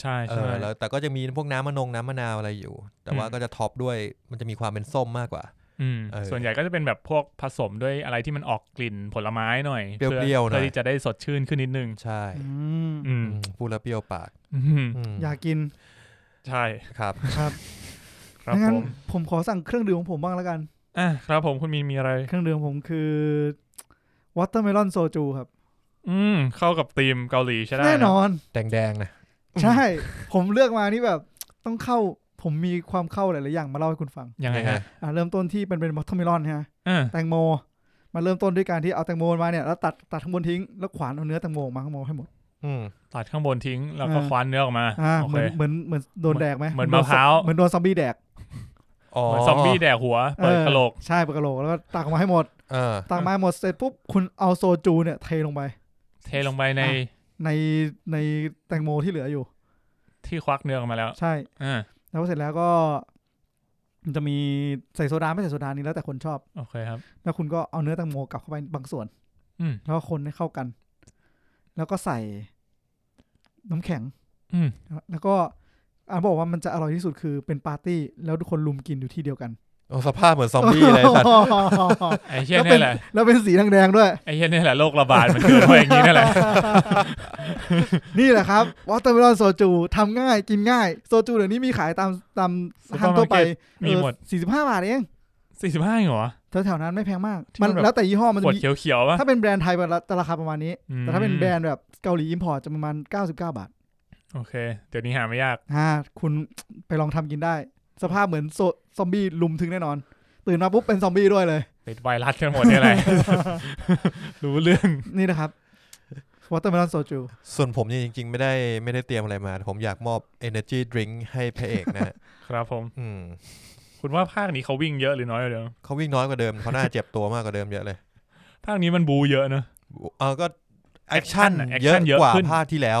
S3: ใช่
S2: เอ
S3: ใช่
S2: อ แล้วแต่ก็จะมีพวกน้ำมะนงน้ำมะนาวอะไรอยู่ แต่ว่า
S3: อืม
S2: ก็จะท็อปด้วย มันจะมีความเป็นส้มมากกว่า
S3: อืม
S2: เออ
S3: ส่วนใหญ่ก็จะเป็นแบบพวกผสมด้วยอะไรที่มันออกกลิ่นผลไม้หน่อย
S2: เปรี้ยวๆหน่อย
S3: พื่อเพื่อที่จะได้สดชื่นขึ้นนิดนึง
S2: ใช่
S4: อืม
S3: อืม
S2: อืมพูดแล้วเปรี้ยวปาก
S3: อืม
S2: อืม
S4: อยากกิน
S3: ใช่
S2: ครับ
S4: ครับ
S3: ครับ
S4: งั้น
S3: ผม
S4: ผมขอสั่งเครื่องดื่มของผมบ้างแล้วกัน
S3: อ่ะครับผมคุณมีนมีอะไร
S4: เครื่องดื่มผมคือวอเตอร์เมลอนโซจูครับ
S3: อืม เข้ากับธีมเกาหลีใช่ได้ะ
S4: แน่นอน
S2: แดงๆนะ
S4: ใช่ ผมเลือกมานี่แบบต้องเข้า ผมมีความเข้าหลาย ๆ อย่างมาเล่าให้คุณฟัง
S3: ยังไงฮะ
S4: อ่ะเริ่มต้นที่เป็นเป็นวอเตอร์เมลอนฮะ
S3: อ่ะ
S4: แตงโม มาเริ่มต้นด้วยการที่เอาแตงโมมาเนี่ยแล้วตัดตัดข้างบนทิ้งแล้วขวานเอาเนื้อแตงโมออกมาข้างบนให้หมด
S2: อืม
S3: ตัดข้างบนทิ้งแล้วก็
S4: อ่า
S3: คว้านเนื้อออกมา
S4: อ่า
S3: โอเค
S4: เหมือนเหมือนเหมือนโดนแดกไหม
S3: เหมือน
S4: โด
S3: มะพร้าว
S4: เหมือนโดนซอมบี้แดก
S2: อ๋อ
S3: เหมือนซอมบี้แดกหัวเปิดกระโหลก
S4: เออใช่เปิดกระโหลกแล้วก็ตักออกมาให้หมด
S2: เออ
S4: ตักมาให้หมดเสร็จปุ๊บคุณเอาโซจูเนี่ยเทลงไป
S3: เทลงไปใน
S4: อ่ะ ในในแตงโมที่เหลืออยู่
S3: ที่ควักเนื้อออกมาแล้ว
S4: ใช่
S3: อ่า
S4: แล้วเสร็จแล้วก็ มันจะมีใส่โซดาไม่ใส่โซดานี่แล้วแต่คนชอบ
S3: โอเคครับ
S4: แล้วคุณก็เอาเนื้อแตงโมกลับเข้าไปบางส่วน
S3: อืม
S4: แล้วก็คนให้เข้ากัน แล้วก็ใส่น้ำแข็ง
S3: อืม
S4: แล้วก็อันบอกว่ามันจะอร่อยที่สุดคือเป็นปาร์ตี้ แล้วทุกคนลุมกินอยู่ที่เดียวกัน
S2: โอ้สภาพเหมือนซอมบี้เลยสัตว์
S3: ไอ้เชี่ย
S4: แล้วเป็
S3: นี่
S4: น
S3: แหละ
S4: แล้วเป็นสีแดงๆด้วย
S3: ไอ้เชี่ยนี่แหละโรคระบาดมันเกิดมาอย่างนี้นั่นแหละ
S4: นี่แหละครับวอเตอร์เมลอนโซจูทำง่ายกินง่าย โซจูเดี๋ยวนี้มีขายตามตามห้างทั่วไป
S3: มีหมด
S4: 45 บาทเอง
S3: สี่สิบห้าเหรอ
S4: แถวๆนั้นไม่แพงมาก
S3: ที่มั
S4: มัน น
S3: แบบ
S4: แล้วแต่ยี่ห้อมัน
S3: ข
S4: จะ
S3: วด
S4: มี
S3: เขียวๆป่ะ
S4: ถ้าเป็นแบรนด์ไทยจะราคาประมาณนี้
S3: อืม
S4: แต่ถ้าเป็นแบรนด์แบบเกาหลีอิมพอร์ตจะประมาณ 99 บาท
S3: โอเค เดี๋ยวนี้หาไม่ยาก
S4: อ่าคุณไปลองทำกินได้ สภาพเหมือนโซซอมบี้ลุมถึงแน่นอน ตื่นมาปุ๊บเป็นซอมบี้ด้วยเลย
S3: เป็นไวรัสกันหมดเนี่ยแหละ รู้เรื่อง
S4: นี่นะครับ วอเตอร์เมลอนโซจู
S2: ส่วนผมเนี่ยจริง ๆ ไม่ได้ไม่ได้เตรียมอะไรมา ผมอยากมอบ Energy Drink ให้พระเอกนะฮะ
S3: ครับผม
S2: อืม
S3: คุณว่าภาคนี้เขาวิ่งเยอะหรือน้อยกว่าเดิม
S2: เขาวิ่งน้อยกว่าเดิมเขาน่าเจ็บตัวมากกว่าเดิมเยอะเลย
S3: ภาคนี้มันบูเยอะเนอะ
S2: เออก็แอคชั่น
S3: action น่ะ
S2: เยอะ
S3: action เยอะ
S2: กว่า
S3: ขึ้น
S2: ภาคที่แล้ว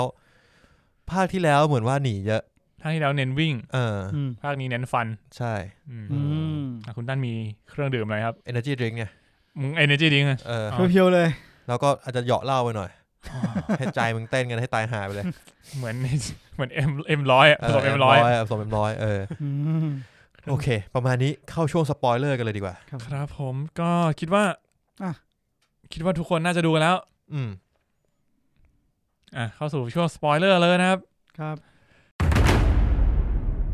S2: ภาคที่แล้วเหมือนว่าหนีเยอะ
S3: ภาคที่แล้วเน้นวิ่ง
S2: เอออ
S4: อืม
S3: ภาคนี้เน้นฟัน
S2: ใช่
S3: อืม
S4: อืม
S3: อ่ะคุณตั้นมีเครื่องดื่มอะไรครับ
S2: Energy Drink เนี่ย
S3: มึงเอเนจีดิ้งอ่ะ
S2: เออ
S3: เา
S4: เพียวๆเลย
S2: แล้วก็อาจจะเหยาะเหล้าไปหน่อย ให้ใจมึงเต้นกันให้ตายหาไปเลย
S3: เหมือน เหมือนเอ็มเอ็มร้อยผสมเอ็มร้อย
S2: ผสมเอ็มร้อยเออ
S4: อืม
S2: โอเค ประมาณนี้เข้าช่วงสปอยเลอร์กันเลยดีกว่า
S4: ครับ
S3: ครับผมก็คิดว่า
S4: อ่ะ
S3: คิดว่าทุกคนน่าจะดูกันแล้ว
S2: อืม
S3: อ่ะเข้าสู่ช่วงสปอยเลอร์เลยนะครับ
S4: ครับ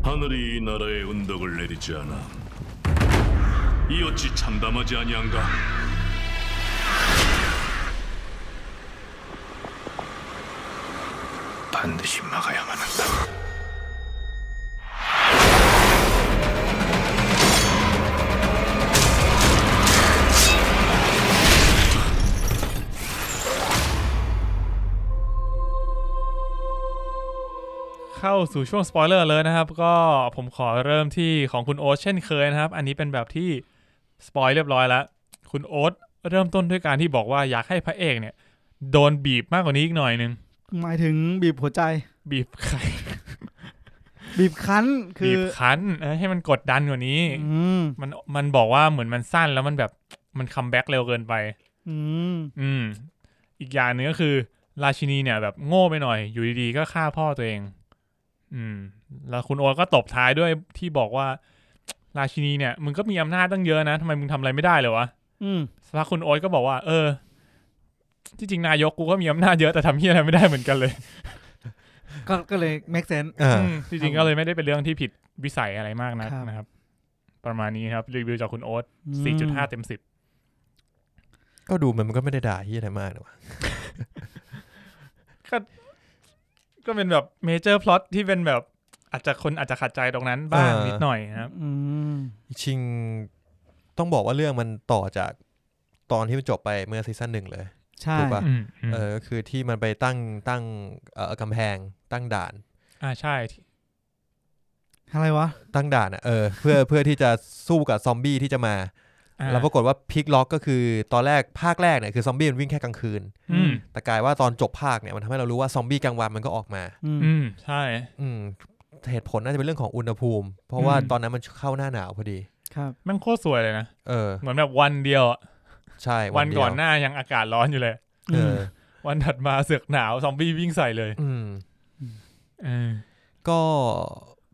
S5: 하늘이 이 나라에 운덕을 내리지 않아 이 어찌 참담하지 아니한가 반드시 막아야만 한다
S3: เข้าสู่ช่วงสปอยเลอร์เลยนะครับ ก็ผมขอเริ่มที่ของคุณโอ๊ตเช่นเคยนะครับ อันนี้เป็นแบบที่สปอยเรียบร้อยแล้ว คุณโอ๊ตเริ่มต้นด้วยการที่บอกว่าอยากให้พระเอกเนี่ย โดนบีบมากกว่านี้อีกหน่อยหนึง
S4: หมายถึงบีบหัวใจ
S3: บี บไข่
S4: บีบคั้นคื
S3: บี
S4: อบ
S3: คั้นเออให้มันกดดันกว่านี้
S4: อืม
S3: มันมันบอกว่าเหมือนมันสั้นแล้วมันแบบมันคัมแบ็กเร็วเกินไป
S4: อืม
S3: อืม อีกอย่างหนึ่งก็คือ ราชินีเนี่ยแบบโง่ไปหน่อย อยู่ดีๆก็ฆ่าพ่อตัวเอง อืม แล้วคุณโอตก็ตบท้ายด้วยที่บอกว่า ราชินีเนี่ยมึงก็มีอำนาจตั้งเยอะนะทำไมมึงทำอะไรไม่ได้เลยวะ
S4: อืม
S3: สักพักคุณโอ๊ตก็บอกว่า เออ ที่จริงนายกกูก็มีอำนาจเยอะแต่ทำเฮียอะไรไม่ได้เหมือนกันเลย
S4: ก็ก็เลย make sense
S2: อ่า
S3: อืมที่จริงก็เลยไม่ได้เป็นเรื่องที่ผิดวิสัยอะไรมากนะครับ นะครับ ประมาณนี้ครับรีวิวจากคุณโอ๊ต
S4: อืม
S3: 4.5 เต็ม 10
S2: ก็ดูมันมันก็ไม่ได้ด่าที่อะไรมากนะวะ
S3: ก็เป็นแบบเมเจอร์พล็อตที่เป็นแบบอาจจะคนอาจจะขัดใจตรงนั้นบ้างนิดหน่อยนะครับ
S4: อืม
S2: ชิงๆต้องบอกว่าเรื่องมันต่อจากตอนที่มันจบไปเมื่อซีซั่นหนึ่งเลย
S4: ใช่
S2: ถูกปะ
S3: อืมอืม
S2: เออก็คือที่มันไปตั้งตั้งเอ่อกำแพงตั้งด่าน
S3: อ่าใช่ที่
S4: อะไรวะ
S2: ตั้งด่านอะเออเพื่อ เพื่อที่จะสู้กับซอมบี้ที่จะมา
S3: อ่า
S2: แล้วปรากฏว่าพลิกล็อกก็คือตอนแรกภาคแรกเนี่ยคือซอมบี้มันวิ่งแค่กลางคืน
S3: อืม
S2: แต่กลายว่าตอนจบภาคเนี่ยมันทำให้เรารู้ว่าซอมบี้กลางวันมันก็ออกมา
S4: อืม
S3: อืมใช่
S2: อืมเหตุผลน่าจะเป็นเรื่องของอุณหภูมิ เพราะว่า
S3: อืม
S2: ตอนนั้นมันเข้าหน้าหนาวพอดี
S4: ครับ
S3: แม่งโคตรสวยเลยนะ
S2: เออ
S3: เหมือนแบบวันเดียวอะ
S2: ใช่
S3: วัน
S2: เดีย
S3: ก่อนหน้ายังอากาศร้อนอยู่เลย
S2: เอออ
S3: วันถัดมาเสือกหนาวซอมบี้วิ่งใส่เลย
S2: อืม
S3: เออ
S2: ก็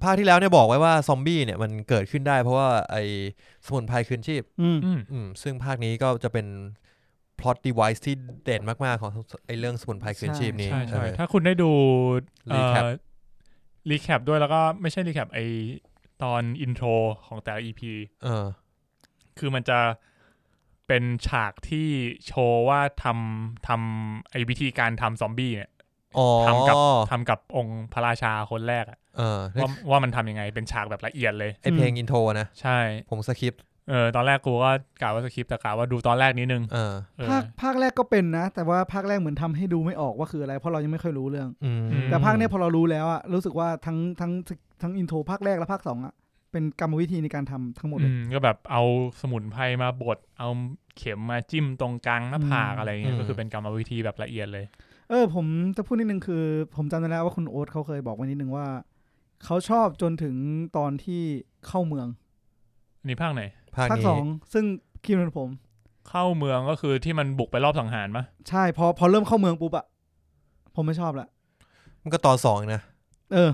S2: ภาคที่แล้วเนี่ยบอกไว้ว่าซอมบี้เนี่ยมันเกิดขึ้นได้เพราะว่าไอ้สมุนไพรคืนชีพ
S4: อืม
S3: อืม
S2: อืมซึ่งภาคนี้ก็จะเป็น plot device ที่เด่นมาก ๆ ของไอ้เรื่องสมุนไพรคืนชีพนี้
S3: ใช่
S2: เอ
S3: ใช่
S2: อ
S3: ถ้าคุณได้ดูเอ่อ
S2: Recap
S3: รีแคปด้วยแล้วก็ไม่ใช่รีแคปไอตอนอินโทรของแต่ละ EP
S2: เออ
S3: คือมันจะเป็นฉากที่โชว์ว่าทำทำไอวิธีการทำซอมบี้เนี่ย
S2: อ๋อ
S3: ทำกับ ทำกับองค์พระราชาคนแรกอะ
S2: เออ
S3: ว่าว่ามันทำยังไงเป็นฉากแบบละเอียดเลย
S2: ไอเพลงอินโทรนะ
S3: ใช่
S2: ผมสคริปต์
S3: เออตอนแรกกูก็กะว่าสคริปต์แต่กะว่าดูตอนแรกนิดนึง
S2: เออ
S3: เออ
S4: ภาคภาคแรกก็เป็นนะ แต่ว่าภาคแรกเหมือนทำให้ดูไม่ออกว่าคืออะไร เพราะเรายังไม่ค่อยรู้เรื่อง
S2: อืม
S3: อืม
S4: แต่ภาคเนี้ยพอเรารู้แล้วอะรู้สึกว่าทั้งทั้งทั้งอินโทรภาคแรกและภาคสองอะเป็นกรรมวิธีในการทำทั้งหมดเลย
S3: อืมก็แบบเอาสมุนไพรมาบดเอาเข็มมาจิ้มตรงกลางหน้าผาก
S4: อืม
S3: อะไรเงี้ยก็คือเป็นกรรมวิธีแบบละเอียดเลย
S4: เออผมจะพูดนิดนึงคือ ผมจำได้แล้วว่าคุณโอ๊ตเขาเคยบอกไว้นิดนึงว่า เขาชอบจนถึงตอนที่เข้าเมือง
S3: อันนี่ภาคไหน
S2: ภาค
S4: ภาค
S2: นี้
S4: สองซึ่งคิดเหมือนผม
S3: เข้าเมืองก็คือที่มันบุกไปรอบสังหารปะ
S4: ใช่พอพอเริ่มเข้าเมืองปุ๊บอะผมไม่ชอบละ
S2: มันก็ตอนสองนะ
S4: เออ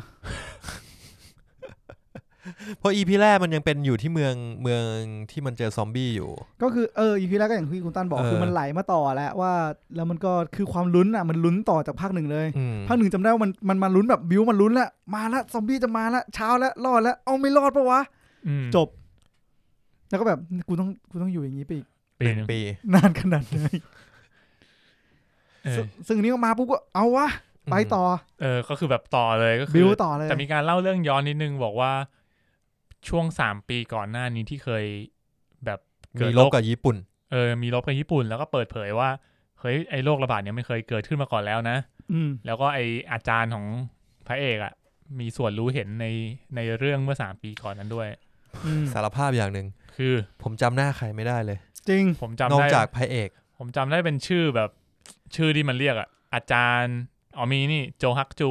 S2: เพราะอีพีแรกมันยังเป็นอยู่ที่เมืองเมืองที่มันเจอซอมบี้อยู่
S4: ก็คือเอออีพีแรกก็อย่างที่คุณตั้นบอก
S2: เออ
S4: คือมันไหลมาต่อแล้วว่า แล้วมันก็คือความลุ้นอะมันลุ้นต่อจากภาคหนึ่งเลย
S2: อืม
S4: ภาคหนึ่งจำได้ว่ามันมันมาลุ้นแบบบิวมันลุ้นละมาละซอมบี้จะมาละเช้าละรอดละเอาไม่รอดปะวะ
S3: อืม
S4: จบ แล้วก็แบบกูต้องกูต้องอยู่อย่างนี้ไปอีก
S3: ปี
S2: หนึ่ง
S3: หนึ่ง
S2: ปี
S4: นานขนาดไหน
S3: เออ
S4: ซึ่งซึ่งอันนี้ก็มาปุ๊บก็เอาวะ ไปต่อ
S3: เออก็คือแบบต่อเลยก็คื
S4: บิ
S3: อ
S4: วต่อเลย
S3: แต่มีการเล่าเรื่องย้อนนิดนึงบอกว่าช่วงสามปีก่อนหน้านี้ที่เคยแบบ
S2: มี
S3: เกิด
S2: ล
S3: โร
S2: บ
S3: ค
S2: กับญี่ปุ่น
S3: เออมีรบกับญี่ปุ่นแล้วก็เปิดเผยว่า เฮ้ยไอ้โรคระบาดเนี่ยไม่เคยเกิดขึ้นมาก่อนแล้วนะ
S4: อืม
S3: แล้วก็ไออาจารย์ของพระเอกอะมีส่วนรู้เห็นในในเรื่องเมื่อสามปีก่อนนั้นด้วย
S4: อืม
S2: สารภาพอย่างหนึ่ง
S3: คือ
S2: ผมจำหน้าใครไม่ได้เลย
S4: จริง
S3: ผม
S2: น
S3: จำ
S2: อก
S3: ได้
S2: จากพระเอก
S3: ผมจำได้เป็นชื่อแบบชื่อที่มันเรียกอะอาจารย์อ๋อมีนี่โจฮักจู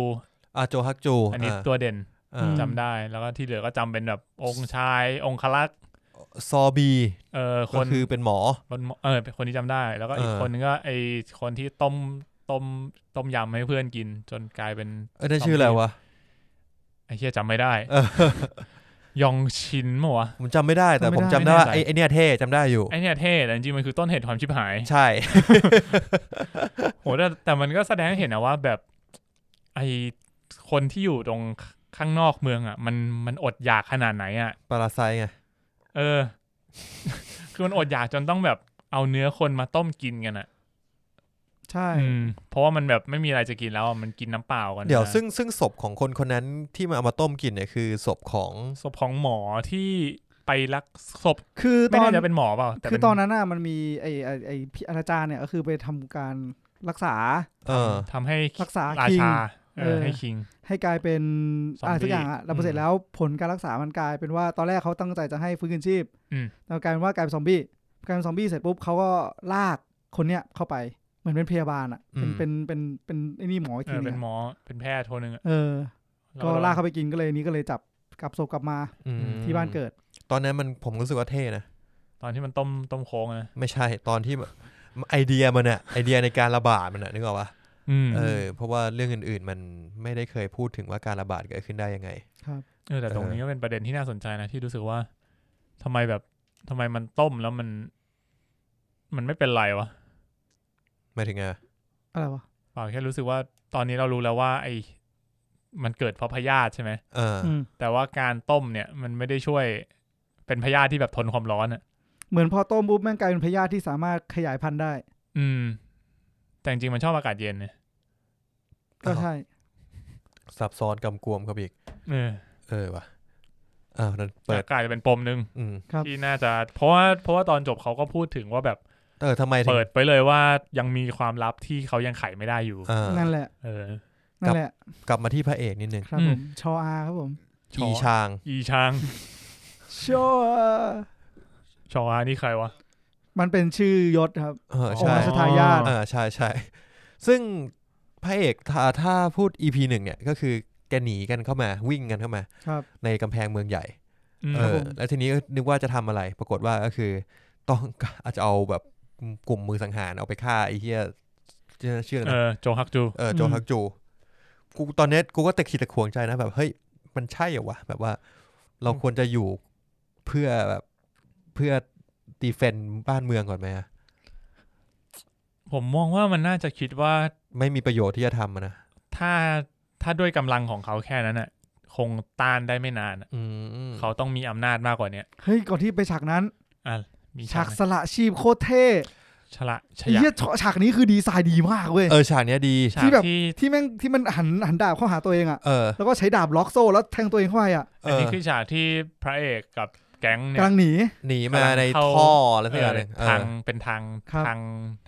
S2: อ่ะโจฮักจู
S3: อันนี้
S2: อ่ะ
S3: ตัวเด่น
S2: อ่ะ
S4: อืม
S3: จำได้แล้วก็ที่เหลือก็จำเป็นแบบองค์ชายองคลักษณ์
S2: ซอบี
S3: เอ่อค
S2: ก็
S3: น
S2: คือเป็นหมอ
S3: คนเออคนที่จำได้ แล้วก็อีก
S2: เออ
S3: คนนึงก็ไอคนที่ต้มต้มต้มยำให้เพื่อนกิน จนกลายเป็น
S2: เอ้ยนั่นชื่ออะไรวะ
S3: ไอเชี่ยจำไม่ได้
S2: เออย
S3: องชินมั้วะ
S2: ผมจำไม่ได้แต่
S4: จำไม่ได้
S2: ผมจำได้ว่า
S3: ไม่แน่ใจ
S2: ไอ้ไอ้เนี่ยเท่จำได้อยู่
S3: ไอเนี่ยเท่แต่จริงๆมันคือต้นเหตุความชิบหาย
S2: ใช่
S3: โหแต่แต่มันก็แสดงให้เห็นนะว่าแบบไอคนที่อยู่ตรงข้างนอกเมืองอ่ะ มันมันอดอยากขนาดไหนอ่ะ
S2: ปาราไซไง
S3: เออ คือมันอดอยากจนต้องแบบเอาเนื้อคนมาต้มกินกันอ่ะ
S4: ใช่
S3: อืมเพราะว่ามันแบบไม่มีอะไรจะกินแล้วอะมันกินน้ำเปล่ากัน
S2: เดี๋ยว
S3: นะ
S2: ซึ่งซึ่งศพของคนคนนั้นที่มาเอามาต้มกินเนี่ยคือศพของ
S3: ศพของหมอที่ไปรักศพ
S4: คือต
S3: ไม่
S4: อน
S3: แน่ใจเป็นหมอเปล่าแต่
S4: คื
S3: เป็
S4: อตอนนั้นน่ะมันมีไอ้ไอ้ไอ้พี่อาจารย์เนี่ยก็คือไปทำการรักษา
S2: เออ
S3: ทำให้
S4: รักษา
S3: รา
S4: คิง
S3: ชาเอ
S4: เอ
S3: อ
S4: อ
S3: ให้คิง
S4: ให้กลายเป็น
S3: ซอมบี้
S4: อะไรสักอย่างอ่ะแล้วพอเสร็จแล้วผลการรักษามันกลายเป็นว่าตอนแรกเขาตั้งใจจะให้ฟื้นคืนชีพ
S3: อืม
S4: แต่กลายเป็นว่ากลายเป็นซอมบี้กลายเป็นซอมบี้เสร็จปุ๊บเขาก็ลากคนเนี้ยเข้าไปเหมือนเป็นพยาบาลอ่ะ เป็น
S2: อืม
S4: เป็นเป็นเป็นไอ้นี่หมอ
S3: เอ
S4: คิ
S3: อ
S4: ว
S3: เป็
S4: เนี่
S3: น
S4: ย
S3: หมอเป็นแพทย์คนหนึ่งอะ
S4: เออ
S3: แว
S4: ก็ลากเขาไปกินก็เลยนี่ก็เลยจับกลับศพกลับมา
S2: อืม
S4: ที่บ้านเกิด
S2: ตอนนั้นมันผมรู้สึกว่าเท่นะ
S3: ตอนที่มันต้มต้มโค้งอะนะ
S2: ไม่ใช่ตอนที่ไอเดียมันอะไอเดียในการระบาดมันอะนึกออกปะเออเพราะว่าเรื่องอื่นๆมันไม่ได้เคยพูดถึงว่าการระบาดเกิดขึ้นได้ยังไง
S3: เออแต่ตรงนี้ก็เป็นประเด็นที่น่าสนใจนะที่รู้สึกว่าทำไมแบบทำไมมันต้มแล้วมัน มันไม่เป็นไรวะ
S2: ไม่ถึงอะ
S4: อะไรวะ
S3: เปล่าแค่รู้สึกว่าตอนนี้เรารู้แล้วว่า ไอ้มันเกิดเพราะพยาธิใช่ไหม
S2: เออ
S4: อืม
S3: แต่ว่าการต้มเนี่ย มันไม่ได้ช่วยเป็นพยาธิที่แบบทนความร้อนอะ่ะ
S4: เหมือนพอต้มปุ๊บแม่งกลายเป็นพยาธิที่สามารถขยายพันธุ์ได้
S3: อืม แต่จริงๆมันชอบอากาศเย็นเนี่ย
S4: ก็ใช่
S2: ซับซ้อนกำกวมครับอีก
S3: เออ
S2: เออว่ะอ้าวนั่นเปิด
S3: อากาศจะเป็นปมหนึ่ง
S2: อืม
S4: ครับ
S3: ที่น่าจะ เพราะว่าเพราะว่าตอนจบเขาก็พูดถึงว่าแบบ
S2: เออทำไมถึง
S3: เปิดไปเลยว่ายังมีความลับที่เขายังไขไม่ได้อยู่
S2: อ่า
S4: นั่นแหละ
S3: เออ
S4: นั่นแหละ
S2: กลับมาที่พระเอกนิดนึง
S4: ครับ
S3: อืม
S4: ผมชออาครับผม
S3: ช
S2: อี
S3: อ
S2: ชาง
S3: อีช้าง
S4: ชออา
S3: ชออานี่ใครวะ
S4: มันเป็นชื่อยศครับ
S2: เออ
S4: อง
S2: ใช่
S4: ค์ราชทายาท
S2: เออใช่ใช่ ซึ่งพระเอกถ้าถ้าพูด EP หนึ่งเนี่ยก็คือแกหนีกันเข้ามาวิ่งกันเข้ามา
S4: ครับ
S2: ในกำแพงเมืองใหญ่
S3: อืม
S2: เอ
S4: ครับ
S2: อ
S4: ผม
S2: แล้วทีนี้ก็นึกว่าจะทำอะไร ปรากฏว่าก็คือต้อง อาจจะเอาแบบกลุ่มมือสังหารเอาไปฆ่าไอ้เหี้ยชื่อชื่ออะไร
S3: เอ
S2: นะ
S3: อโจฮักจู
S2: เออโจ
S4: อืม
S2: ฮักจูกูตอนเนี้ยกูก็ตะขิดตะขวงใจนะแบบเฮ้ยมันใช่เหรอวะแบบว่า เราควรจะอยู่เพื่อแบบเพื่อตีเฟนบ้านเมืองก่อนไหมอะ
S3: ผมมองว่ามันน่าจะคิดว่า
S2: ไม่มีประโยชน์ที่จะทำอะนะ
S3: ถ้าถ้าด้วยกำลังของเขาแค่นั้นน่ะ คงต้านได้ไม่นานน่ะ
S2: อืม
S3: เขาต้องมีอำนาจมากกว่าเนี้ย
S4: เฮ้ย ก่อนที่ไปฉากนั้น
S3: มี
S4: ฉา
S3: ฉาก ก
S4: สละชีพโคตรเท่
S3: ฉละฉ
S4: ไอ้
S3: ยะ
S4: เหี้ยฉากนี้คือดีไซน์ดีมากเว้ย
S2: เออฉากเนี้ยดี
S3: ฉา
S4: ที่
S3: ก
S4: แบบ
S3: ที่
S4: ที่แม่งที่มันหันหันดาบเข้าหาตัวเองอะ
S2: เออ
S4: แล้วก็ใช้ดาบล็อกโซ่แล้วแทงตัวเองเข้าไปอะ
S2: เอ
S3: อัน
S2: อ
S3: นี้คือฉากที่พระเอกกับแก๊งเนี่ย
S4: กำลังหนี
S2: หนีมาใน
S3: เข้า
S2: ท่ออะไรสักอย่างห
S3: เออ
S2: นึ่งเออ
S3: ทางเป็นทาง
S4: ครับ
S3: ทาง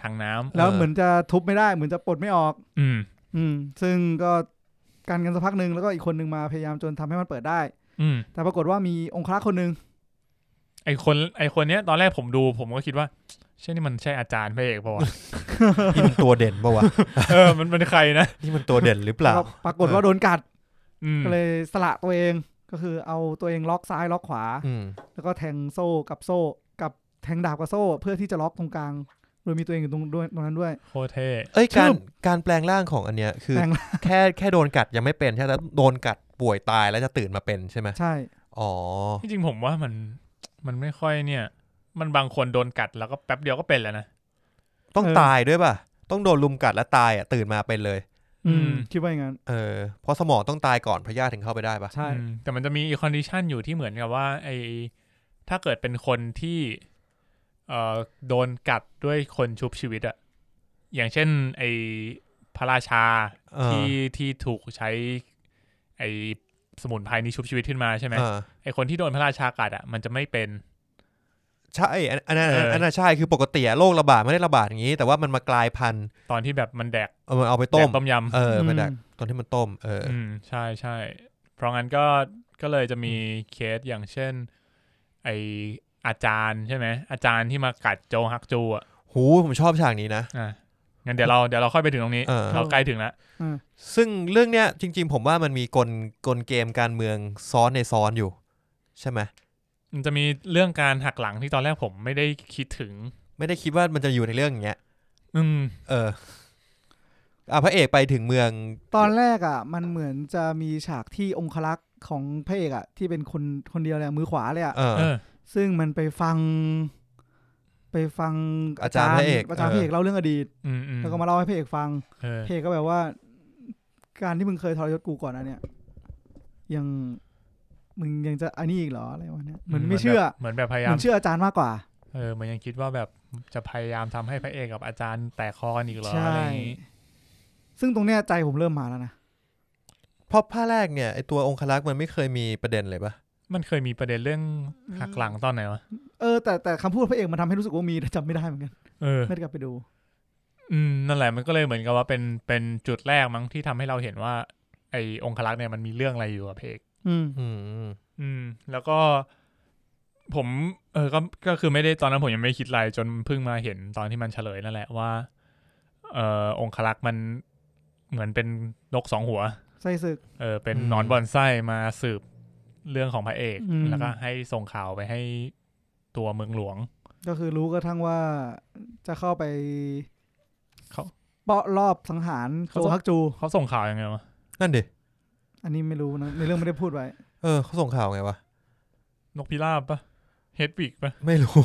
S3: ทางน้ำ
S4: แล้ว
S2: เออ
S4: เหมือนจะทุบไม่ได้ เหมือนจะปลดไม่ออก
S3: อืม
S4: อืม ซึ่งก็กันกันสักพักหนึ่งแล้วก็อีกคนหนึ่งมาพยายามจนทำให้มันเปิดได้
S3: อืม
S4: แต่ปรากฏว่ามีองครักษ์คนหนึ่ง
S3: ไอคนไอคนเนี้ยตอนแรกผมดู ผมก็คิดว่าใช่นี่มันใช่อาจารย์พระเอกเปล่าวะ
S2: นี่มันตัวเด่นปะวะ
S3: เออมันเป็นใครนะ
S2: นี่มันตัวเด่นหรือเปล่า
S4: ก็ปรากฏว่าโดนกัด
S3: อืม
S4: ก็เลยสละตัวเอง ก็คือเอาตัวเองล็อกซ้ายล็อกขวา
S2: อืม
S4: แล้วก็แทงโซ่กับโซ่กับแทงดาบกับโซ่ เพื่อที่จะล็อกตรงกลาง โดยมีตัวเองอยู่ตรงด้วยตรงนั้นด้วย
S3: โคตรเท่
S2: เอ้ย
S4: ชื่
S2: การ
S4: อ
S2: การแปลงร่างของอันเนี้ยคือ
S4: แปลงร่าง
S2: แค่แค่โดนกัดยังไม่เป็นใช่ไหมแต่โดนกัดป่วยตายแล้วจะตื่นมาเป็นใช่ไหม
S4: ใช่
S2: อ๋อ
S3: ที่จริงผมว่ามันมันไม่ค่อยเนี่ย มันบางคนโดนกัดแล้วก็แป๊บเดียวก็เป็นแล้วนะ
S2: ต้อง
S4: เออ
S2: ตายด้วยป่ะ ต้องโดนลุมกัดแล้วตายอ่ะตื่นมาเป็นเลย
S3: อื
S4: อื
S3: ม
S4: มคิดว่าอย่างนั้น
S2: เออเพราะสมองต้องตายก่อนพยาธิถึงเข้าไปได้ป่ะ
S4: ใช่
S3: อืมแต่มันจะมีคอนดิชันอยู่ที่เหมือนกับว่าไอถ้าเกิดเป็นคนที่เอ่อโดนกัดด้วยคนชุบชีวิตอะอย่างเช่น ไอพระราชา
S2: เออ
S3: ที่ที่ถูกใช้ ไอสมุนไพรนี้ชุบชีวิตขึ้นมาใช่ไหม
S2: เออ
S3: ไอคนที่โดนพระราชากัดอะมันจะไม่เป็น
S2: ใช่อันอันนั้น
S3: เอออั
S2: อันนั้นใช่คือปกติอะโรคระบาดไม่ได้ระบาดอย่างนี้ แต่ว่ามันมากลายพันธุ์
S3: ตอนที่แบบมันแดก
S2: เอามันเอาไป
S3: แด
S2: ต้
S3: ก
S2: ม
S3: ต้มยำ
S2: เออมันแดก
S4: อืม
S2: ตอนที่มันต้มเอออ
S3: อืมใช่ใช่เพราะงั้นก็ก็เลยจะมีเคสอย่างเช่น ไออาจารย์ใช่ไหมอาจารย์ที่มากัดโจฮักจูอ่ะ
S2: หูผมชอบฉากนี้นะ
S3: อ่ะงั้นเดี๋ยวเราเดี๋ยวเราค่อยไปถึงตรงนี้
S2: เออ
S3: เราใกล้ถึงแล้ว
S2: ซึ่งเรื่องเนี้ยจริง ๆ ผมว่ามันมีกลกลเกมการเมืองซ้อนในซ้อนอยู่ ใช่ไหม
S3: มันจะมีเรื่องการหักหลังที่ตอนแรกผมไม่ได้คิดถึง
S2: ไม่ได้คิดว่ามันจะอยู่ในเรื่องอย่างเงี้ย
S3: อืม
S2: เอออ่ะพระเอกไปถึงเมือง
S4: ตอนแรกอ่ะ มันเหมือนจะมีฉากที่องคลักษ์ของพระเอกอ่ะ ที่เป็นคนคนเดียวเลยอะมือขวาเลยอ่ะ
S2: เออ
S3: เออ
S4: ซึ่งมันไปฟัง ไปฟัง
S2: อาจารย์พระเอก
S4: อาจารย์
S2: เออ
S4: พระเอกเล่าเรื่องอดีต
S3: อืมอืม
S4: แล้วก็มาเล่าให้พระเอกฟัง
S3: เออ
S4: เพจก็แบบว่า การที่มึงเคยทรยศกูก่อนนะเนี่ย ยังมึงยังจะอันนี้อีกเหรออะไรวะเนี่ยเหมือนไม่เชื่อ
S3: เหมือนแบบพยา
S4: เห
S3: ยา
S4: มื
S3: ม
S4: อนเชื่ออาจารย์มากกว่า
S3: เออเหมือนยังคิดว่าแบบจะพยายามทำให้พระเอกกับอาจารย์แตกคอกันอีกเหรอ
S4: ใช่
S3: อะไรอย่างงี้
S4: ซึ่งตรงเนี้ยใจผมเริ่มมาแล้วนะ
S2: เพราะภาคแรกเนี่ยไอตัวองคลักษ์มันไม่เคยมีประเด็นเลยปะ
S3: มันเคยมีประเด็นเรื่องหักหลังตอนไหนวะ
S4: เออแต่แต่คำพูดพระเอกมันทำให้รู้สึกว่ามีแต่จำไม่ได้เหมือนกัน
S3: เออ
S4: ไม่ได้กลับไปดู
S3: อืมนั่นแหละมันก็เลยเหมือนกับว่าเป็นเป็นจุดแรกมั้งที่ทำให้เราเห็นว่า ไอ้องคลักษ์เนี่ยมันมีเรื่องอะไรอยู่กับเพก
S4: อืม
S2: อืม
S3: อืม แล้วก็ ผม เออก็ก็คือไม่ได้ตอนนั้นผมยังไม่คิดอะไรจนเพิ่งมาเห็นตอนที่มันเฉลยนั่นแหละว่า เอ่อองคลักษ์มันเหมือนเป็นนกสองหัว
S4: ใส่ศึก
S3: เออเป็น
S2: อืม
S3: หนอนบอนไส้มาสืบเรื่องของพระเอก
S4: อืม
S3: แล้วก็ให้ส่งข่าวไปให้ตัวเมืองหลวง
S4: ก็คือรู้กระทั่งว่าจะเข้าไป
S3: เขา
S4: เปาะรอบสังหารโจ
S3: เขาจะ
S4: ฮักจู
S3: เขาส่งข่าวยังไงวะ
S2: นั่นดิ
S4: อันนี้ไม่รู้นะในเรื่องไม่ได้พูดไว้
S2: เออเขาส่งข่าวไงวะ
S3: นกพิราบปะเฮดวิกปะ
S2: ไม่รู้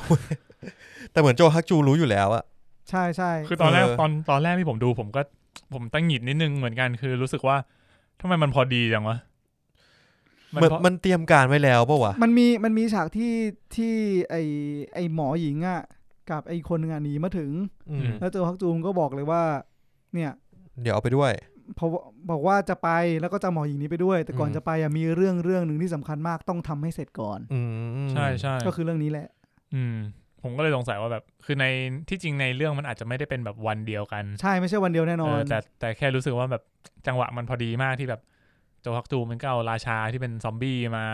S2: แต่เหมือนโจฮักจูรู้อยู่แล้วอะ
S4: ใช่ใช่
S3: คือตอนแรก
S2: เออ
S3: ตอนตอนแรกที่ผมดูผมก็ผมตั้งหงิดนิดนึงเหมือนกันคือรู้สึกว่าทำไมมันพอดีจังวะ
S2: เหมือน
S3: พอ
S2: มันเตรียมการไว้แล้วปะวะ
S4: มันมีมันมีฉากที่ที่ไอไอหมอหญิงอ่ะกับไอคนหนึงอ่ะหนีมาถึง
S2: อืม
S4: แล้วเจอฮักจูมก็บอกเลยว่า เนี่ย
S2: เดี๋ยวเอาไปด้วย
S4: พอบอกว่าจะไปแล้วก็จะเอาหมอหญิงนี้ไปด้วย แต่ก่อน
S2: อืม
S4: จะไปอะมีเรื่องเรื่องหนึ่งที่สำคัญมากต้องทำให้เสร็จก่อน
S2: อืม
S3: ใช่ใช่
S4: ก็คือเรื่องนี้แหละ
S3: อืม ผมก็เลยสงสัยว่าแบบ คือในที่จริงในเรื่องมันอาจจะไม่ได้เป็นแบบวันเดียวกัน
S4: ใช่ไม่ใช่วันเดียวแน่นอ
S3: เอน อแต่แต่แค่รู้สึกว่าแบบจังหวะมันพอดีมากที่แบบโจฮักจูมันก็เอาราชาที่เป็นซอมบี้มา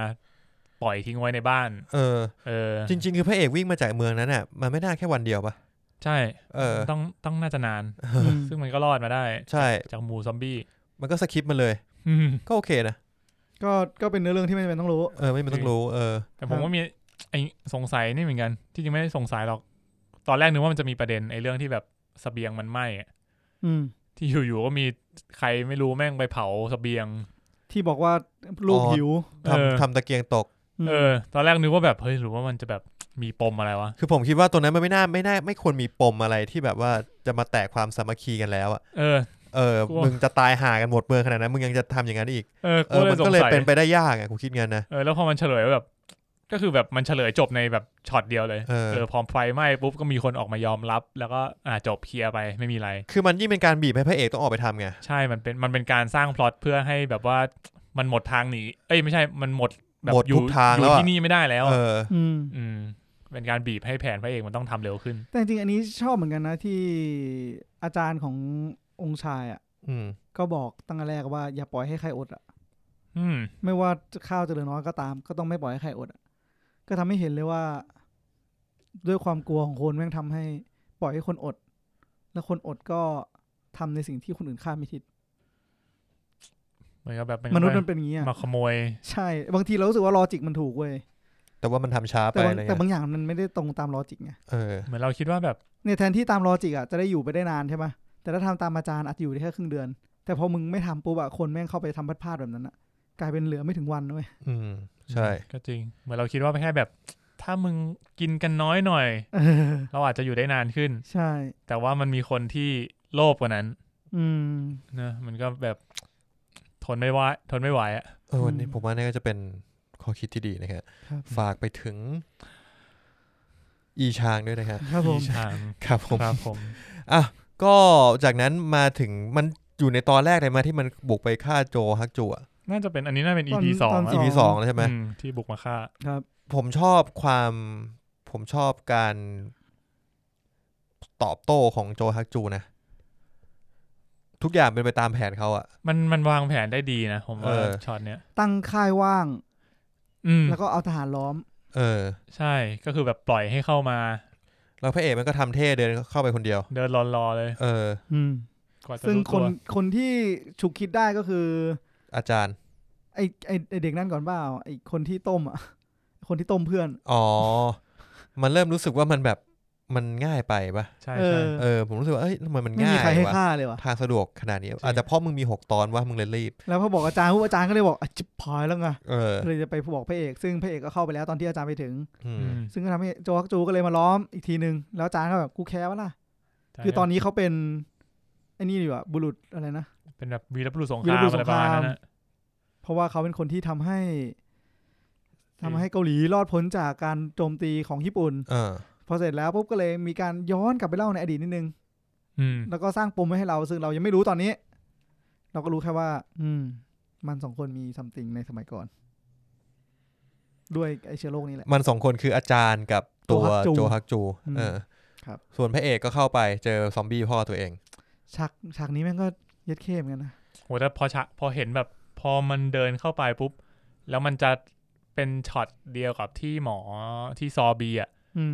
S3: ปล่อยทิ้งไว้ในบ้าน
S2: เออ
S3: เออ
S2: จริง ๆ คือพระเอกวิ่งมาจากเมืองนั้นน่ะมันไม่น่าแค่วันเดียวปะ
S3: ใช่
S2: เออ
S3: ต้องต้องน่าจะนาน
S4: อืม
S3: ซึ่งมันก็รอดมาได้
S2: ใช่
S3: จากหมูซอมบี้
S2: มันก็สคิปมาเลย
S3: อืม
S2: ก็โอเคนะ
S4: ก็ก็เป็นเนื้อเรื่องที่ไม่จำเป็นต้องรู้
S2: เออไม่มันต้องรู้ เออ
S3: แต่ผม
S4: ครับ
S3: ก็มีไอสงสัยนี่เหมือนกัน ที่จริงไม่ได้สงสัยหรอก ตอนแรกนึกว่ามันจะมีประเด็นไอเรื่องที่แบบเสบียงมันไหม้อะ
S4: อืม
S3: ที่อยู่ๆก็มีใครไม่รู้แม่งไปเผาเสบียง
S4: ที่บอกว่าลูก
S2: อ๋อ
S4: หิว
S2: ท
S3: เออ
S2: ำทำตะเกียงตก
S4: ม
S3: เออ ตอนแรกนึกว่าแบบเฮ้ยหรือว่ามันจะแบบมีปมอะไรวะ
S2: คือผมคิดว่าตัวนั้นมันไม่น่าไม่น่าไม่ควรมีปมอะไรที่แบบว่าจะมาแตกความสามัคคีกันแล้วอะ
S3: เออ
S2: เออ
S3: กลัว
S2: มึงจะตายห่ากันหมดเมืองขนาดนั้น มึงยังจะทำอย่างนั้นอีก
S3: เออ
S2: เอ
S3: ก็
S2: อมันก็
S3: เลยสง
S2: เลย
S3: สัย
S2: เป็นไปได้ยากอะกูคิดงั้นนะ
S3: เออแล้วพอมันเฉลยว่าแบบ ก็คือแบบมันเฉลยจบในแบบช็อตเดียวเลย
S2: เออ
S3: พอไฟไหม้ปุ๊บก็มีคนออกมายอมรับ แล้วก็อ่าจบเคลียร์ไปไม่มีอะไร
S2: คือมันยิ่งเป็นการบีบให้พระเอกต้องออกไปทำไง
S3: ใช่มันเป็นมันเป็นการสร้างพล็อตเพื่อให้แบบว่ามันหมดทางหนีเอ้ยไม่ใช่มันหมดแบบ
S2: หมด
S3: อยู่
S2: ทุกทาง
S3: อยู่
S2: แล้วอะ
S3: ที่นี่ไม่ได้แล้วอะ
S2: เออ
S4: อืม
S3: อืมเป็นการบีบให้แผนพระเอกมันต้องทำเร็วขึ้น
S4: แต่จริงๆอันนี้ชอบเหมือนกันนะที่อาจารย์ขององค์ชายอ่ะ
S2: อืม
S4: ก็บอกตั้งแต่แรกว่าอย่าปล่อยให้ใครอดอ่ะ
S3: อืม
S4: ไม่ว่าข้าวจะเหลือน้อยก็ตาม ก็ต้องไม่ปล่อยให้ใครอดอะก็ทำให้เห็นเลยว่า ด้วยความกลัวของคนแม่งทำให้ปล่อยให้คนอด แล้วคนอดก็ทำในสิ่งที่คนอื่นคาดไม่คิด
S3: เหมือนกับแบบ
S4: มนุษย์มันเป็นอย่างนี้อะ
S3: มาขโมย
S4: ใช่ บางทีเรารู้สึกว่าลอจิกมันถูกเว้ย
S2: แต่ว่ามันทำช้าไป
S4: แต่บาง
S2: อะไร
S4: แต่
S2: เงี้ย
S4: บางอย่างมันไม่ได้ตรงตามลอจิกไง
S2: เออ
S3: เหมือนเราคิดว่าแบบ
S4: เนี่ยแทนที่ตามลอจิกอ่ะจะได้อยู่ไปได้นานใช่ปะแต่ถ้าทำตามอาจารย์อาจจะอยู่ได้แค่ครึ่งเดือน แต่พอมึงไม่ทำปุ๊บอะคนแม่งเข้าไปทำพลาดๆแบบนั้นอะกลายเป็นเหลือไม่ถึงวันนะเว้ย
S2: อืม ใช่
S3: ก็จริง เหมือนเราคิดว่าแค่แบบ ถ้ามึงกินกันน้อยหน่อย
S4: เออ
S3: เราอาจจะอยู่ได้นานขึ้น
S4: ใช่
S3: แต่ว่ามันมีคนที่โลภกว่านั้น
S4: อืม
S3: นะมันก็แบบ ทนไม่ไหวทนไม่ไหวอะ
S2: เออวันนี้
S4: อืม
S2: ผมว่านี่ก็จะเป็นข้อคิดที่ดีนะครับ
S4: ครับ
S2: ฝากไปถึง อีชางด้วยนะครับ
S4: ครับผม
S3: อีชาง
S2: ครับผม
S3: ครับผม
S2: ก็จากนั้นมาถึงมันอยู่ในตอนแรกเลยมาที่มันบุกไปฆ่าโจฮักจูอ่ะ
S3: น่าจะเป็นอันนี้น่าเป็น
S4: ตอน
S3: EP สอง
S4: ตอน
S2: EP
S4: ส
S2: สอ
S4: อ
S2: ง งแล้วใช่ไหม
S3: ที่บุกมาฆ่า
S4: ครับ
S2: ผมชอบความ ผมชอบการตอบโต้ของโจฮักจูนะ ทุกอย่างเป็นไปตามแผนเขาอะ
S3: มันมันวางแผนได้ดีนะ ผมว่า
S2: เออ
S3: ช็อตเนี้ย
S4: ตั้งค่ายว่าง
S3: อืม
S4: แล้วก็เอาทหารล้อม
S2: เออ
S3: ใช่ก็คือแบบปล่อยให้เข้ามา
S2: แล้วพระเอกมันก็ทำเท่เดินเข้าไปคนเดียว
S3: เดินรอๆเลย
S2: เออ
S4: อืม
S3: กว่าจะ
S4: ซึ่ง
S3: รู้
S4: ค
S3: ตั
S4: น
S3: ว
S4: คนที่ฉุกคิดได้ก็คือ
S2: อาจารย์
S4: ไอ้ไอ้ไอ้เด็กนั่นก่อนเปล่าไอ้คนที่ต้มอ่ะ คนที่ต้มเพื่อน
S2: อ๋อ มันเริ่มรู้สึกว่ามันแบบมันง่ายไปปะ
S3: ใช่
S4: เอ
S3: ใช่
S4: อ
S2: เออ ผมรู้สึกว่าเอ้ยทำไมมัน
S4: ไม่
S2: ง่า
S4: มีใครให้
S2: ยวะ
S4: ฆ่าเลยวะ
S2: ทางสะดวกขนาดนี้ อาจจะเพราะมึงมีหกตอนว่ามึงเลยรีบ
S4: แล้วพอบอกอาจารย์ผู้อาจารย์ก็เลยบอกอะจิบพายแล้วไง
S2: เออ
S4: เลยจะไปบอกพระเอก ซึ่งพระเอกก็เข้าไปแล้วตอนที่อาจารย์ไปถึง
S2: อืม
S4: ซึ่งก็ทำให้โจฮักจูก็เลยมาล้อมอีกทีนึง แล้วอาจารย์ก็แบบกูแคร์วะล่ะ คือตอนนี้เขาเป็นไอ้นี่อยู่อะบุรุษอะไรนะ
S3: เป็นแบบวีรบุรุษสงค
S4: วีร
S3: ราม
S4: บุรุษ
S3: อะไรประมาณนั้น
S4: สงคราม
S3: นะ
S4: เพราะว่าเขาเป็นคนที่ทำให้
S3: อื
S4: ทำ
S3: ม
S4: ให้เกาหลีรอดพ้นจากการโจมตีของญี่ปุ่น
S2: เออ
S4: พอเสร็จแล้วปุ๊บก็เลยมีการย้อนกลับไปเล่าในอดีตนิดนึง
S3: อืม
S4: แล้วก็สร้างปมไว้ให้เราซึ่งเรายังไม่รู้ตอนนี้ เราก็รู้แค่ว่า อืม มันสองคนมีซัมติงในสมัยก่อน ด้วยไอเชื้อโรคนี้แหละ
S2: มันสองคนคืออาจารย์กับตัว
S4: โจฮักจู
S2: โจฮักจู
S4: อืม
S2: เออ
S4: ครับ
S2: ส่วนพระเอกก็เข้าไปเจอซอมบี้พ่อตัวเอง
S4: ฉากฉากนี้แม่งก็เย็ดเข้มอนกันนะ
S3: โหแต่พอชะพอเห็นแบบ พอมันเดินเข้าไปปุ๊บ แล้วมันจะเป็นช็อตเดียวกับที่หมอที่ซอบีอ่ะ
S4: อืม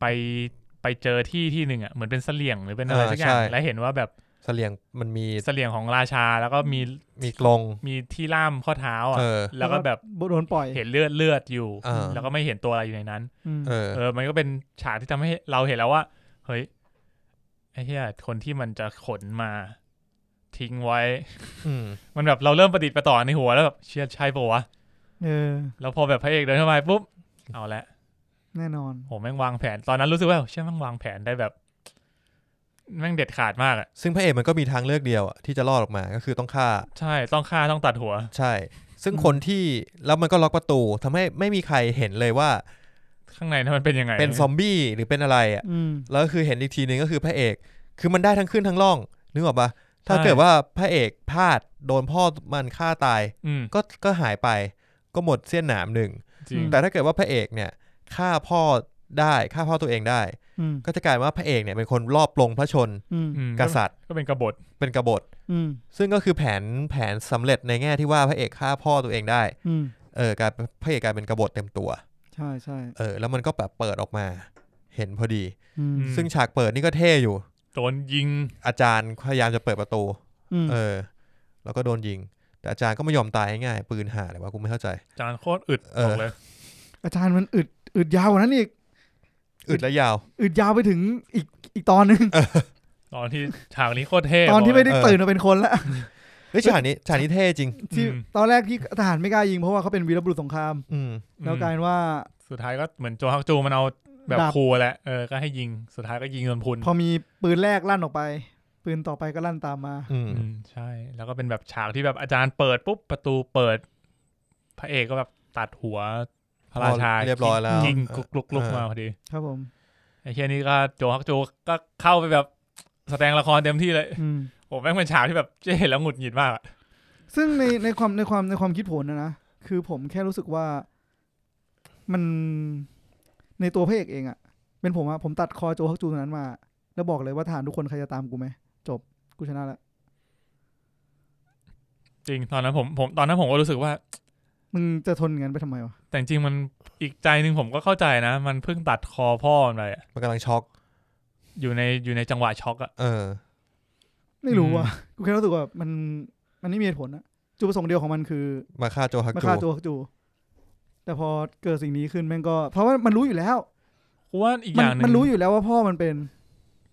S3: ไปไปเจอที่ที่หนึ่งอ่ะเหมือนเป็นเสลี่ยงหรือเป็นอะไร
S2: เออ
S3: สักอย่าง
S2: ใช่
S3: แล้วเห็นว่าแบบ
S2: เสลียงมันมี
S3: เสลี่ยงของราชาแล้วก็มี
S2: มีกรง
S3: มีที่ล่ามข้อเท้าอ่ะ
S2: เออ
S3: แล้วก็แบบ
S4: โดนปล่อย
S3: เห็นเลือดเลือดอยู่
S2: เออ
S3: แล้วก็ไม่เห็นตัวอะไรอยู่ในนั้น
S4: อืม
S2: เออ
S3: เออ มันก็เป็นฉากที่ทำให้เราเห็นแล้วว่า เฮ้ย ไอ้เหี้ย คนที่มันจะขนมา ทิ้งไว้
S2: อืม
S3: มันแบบเราเริ่มประดิษฐ์ประต่อในหัวแล้วแบบเชียใช่ปะวะ
S4: เออ
S3: แล้วพอแบบพระเอกเดินเข้ามาปุ๊บ เอาละ
S4: แน่นอน
S3: โหแม่งวางแผน ตอนนั้นรู้สึกว่าเชี่ยแม่งวางแผนได้แบบ แม่งเด็ดขาดมากอะ
S2: ซึ่งพระเอกมันก็มีทางเลือกเดียวอะที่จะรอดออกมาก็คือต้องฆ่า
S3: ใช่ ต้องฆ่าต้องตัดหัว
S2: ใช่ ซึ่ง
S4: อืม
S2: คนที่แล้วมันก็ล็อกประตูทำให้ไม่มีใครเห็นเลยว่า
S3: ข้างในนั้นมันเป็นยังไง
S2: เป็นซอมบี้หรือเป็นอะไรอะ
S4: อืม
S2: แล้วก็คือเห็นอีกทีนึงก็คือพระเอก คือมันได้ทั้งขึ้นทั้งล่อง นึกออกปะถ้า
S3: ใช่
S2: เกิดว่าพระเอกพลาดโดนพ่อมันฆ่าตาย
S3: อืม
S2: ก็ก็หายไป ก็หมดเสี้ยนหนามหนึ่ง
S3: จริง
S4: อืม
S2: แต่ถ้าเกิดว่าพระเอกเนี่ยฆ่าพ่อได้ฆ่าพ่อตัวเองได้
S4: อืม
S2: ก็จะกลายว่าพระเอกเนี่ยเป็นคนรอบปลงพระชน
S4: อืม
S3: อืม
S2: กษัตริย์
S3: ก็เป็นกบฏ
S2: เป็นกบฏ
S4: อืม
S2: ซึ่งก็คือแผนแผนสำเร็จในแง่ที่ว่าพระเอกฆ่าพ่อตัวเองได้
S4: อืม
S2: เออกลายพระเอกกลายเป็นกบฏเต็มตัว
S4: ใช่ใช่
S2: เออแล้วมันก็แบบเปิดออกมา เห็นพอดี
S4: อืม
S2: ซึ่งฉากเปิดนี่ก็เท่อยู่
S3: โดนยิง
S2: อาจารย์พยายามจะเปิดประตู
S4: อืม
S2: เออ แล้วก็โดนยิง แต่อาจารย์ก็ไม่ยอมตายง่ายๆปืนหาเลยวะกูไม่เข้าใจ
S3: จานโคตรอึด
S2: เออ
S3: บอกเลย
S4: อาจารย์มันอึดอึดยาวกว่านั้นอีก
S2: อึดและยาว
S4: อึดยาวไปถึงอีกอีกตอนหนึ่ง
S3: ตอนที่ฉากนี้โคตรเท่
S4: ตอนที่
S3: บกเล
S4: ไม่
S3: ย
S4: ได้
S2: เออ
S4: ตื่นมาเป็นคนแล้ว
S2: เฮ้ยฉากนี้ฉากนี้เท่จริง
S4: ที่
S3: อืม
S4: ตอนแรกที่ทหารไม่กล้ายิงเพราะว่าเขาเป็นวีรบุรุษสงคราม
S2: อืม
S3: อืม
S4: แล้วกลายเป็นว่า
S3: สุดท้ายก็เหมือนโจฮักจูมันเอาแบบ
S4: ดาบ
S3: ครูแหละ เออ ก็ให้ยิง สุดท้ายก็ยิงจนพลุน
S4: พอมีปืนแรกลั่นออกไป ปืนต่อไปก็ลั่นตามมา
S2: อืม
S3: อืมใช่ แล้วก็เป็นแบบฉากที่แบบอาจารย์เปิดปุ๊บประตูเปิด พระเอกก็แบบตัดหัวพระราชา
S2: เรียบร้อยแล้ว
S3: ยิงกลุกลุกลุกมาพอดี
S4: ครับผม
S3: ไอ้เฮียนี่ก็โจฮักจูก็เข้าไปแบบแสดงละครเต็มที่เลย
S4: อืม
S3: โอ้แม่งเป็นฉากที่แบบเจ๊เห็นแล้วหงุดหงิดมากอะ
S4: ซึ่งในในความในความในความคิดผมนะนะ คือผมแค่รู้สึกว่ามันในตัวพระเอกเองอะเป็นผมอะผมตัดคอโจฮักจูตัวนั้นมา แล้วบอกเลยว่าทหารทุกคนใครจะตามกูไหมจบกูชนะละ
S3: จริงตอนนั้นผมผมตอนนั้นผมก็รู้สึกว่า
S4: มึงจะทนอย่างนั้นไปทำไมวะ
S3: แต่จริงๆมันอีกใจหนึ่งผมก็เข้าใจนะ มันเพิ่งตัดคอพ่อมันไปอะ
S2: มันกำลังช็อก
S3: อยู่ในอยู่ในจังหวะช็อกอะ
S2: เออ
S4: ไม่รู้อะกูแค่รู้สึกว่ามันมันไม่มีเหตุผลอะจุดประสงค์เดียวของมันคือ
S2: มาฆ่าโจฮัก
S4: มา
S2: จู
S4: ฆ่าโจฮักจู แต่พอเกิดสิ่งนี้ขึ้นแม่งก็ เพราะว่ามันรู้อยู่แล้ว
S3: กูว่าอีกอ
S4: มัน
S3: ย่างหนึ่ง
S4: มันรู้อยู่แล้วว่าพ่อมันเป็น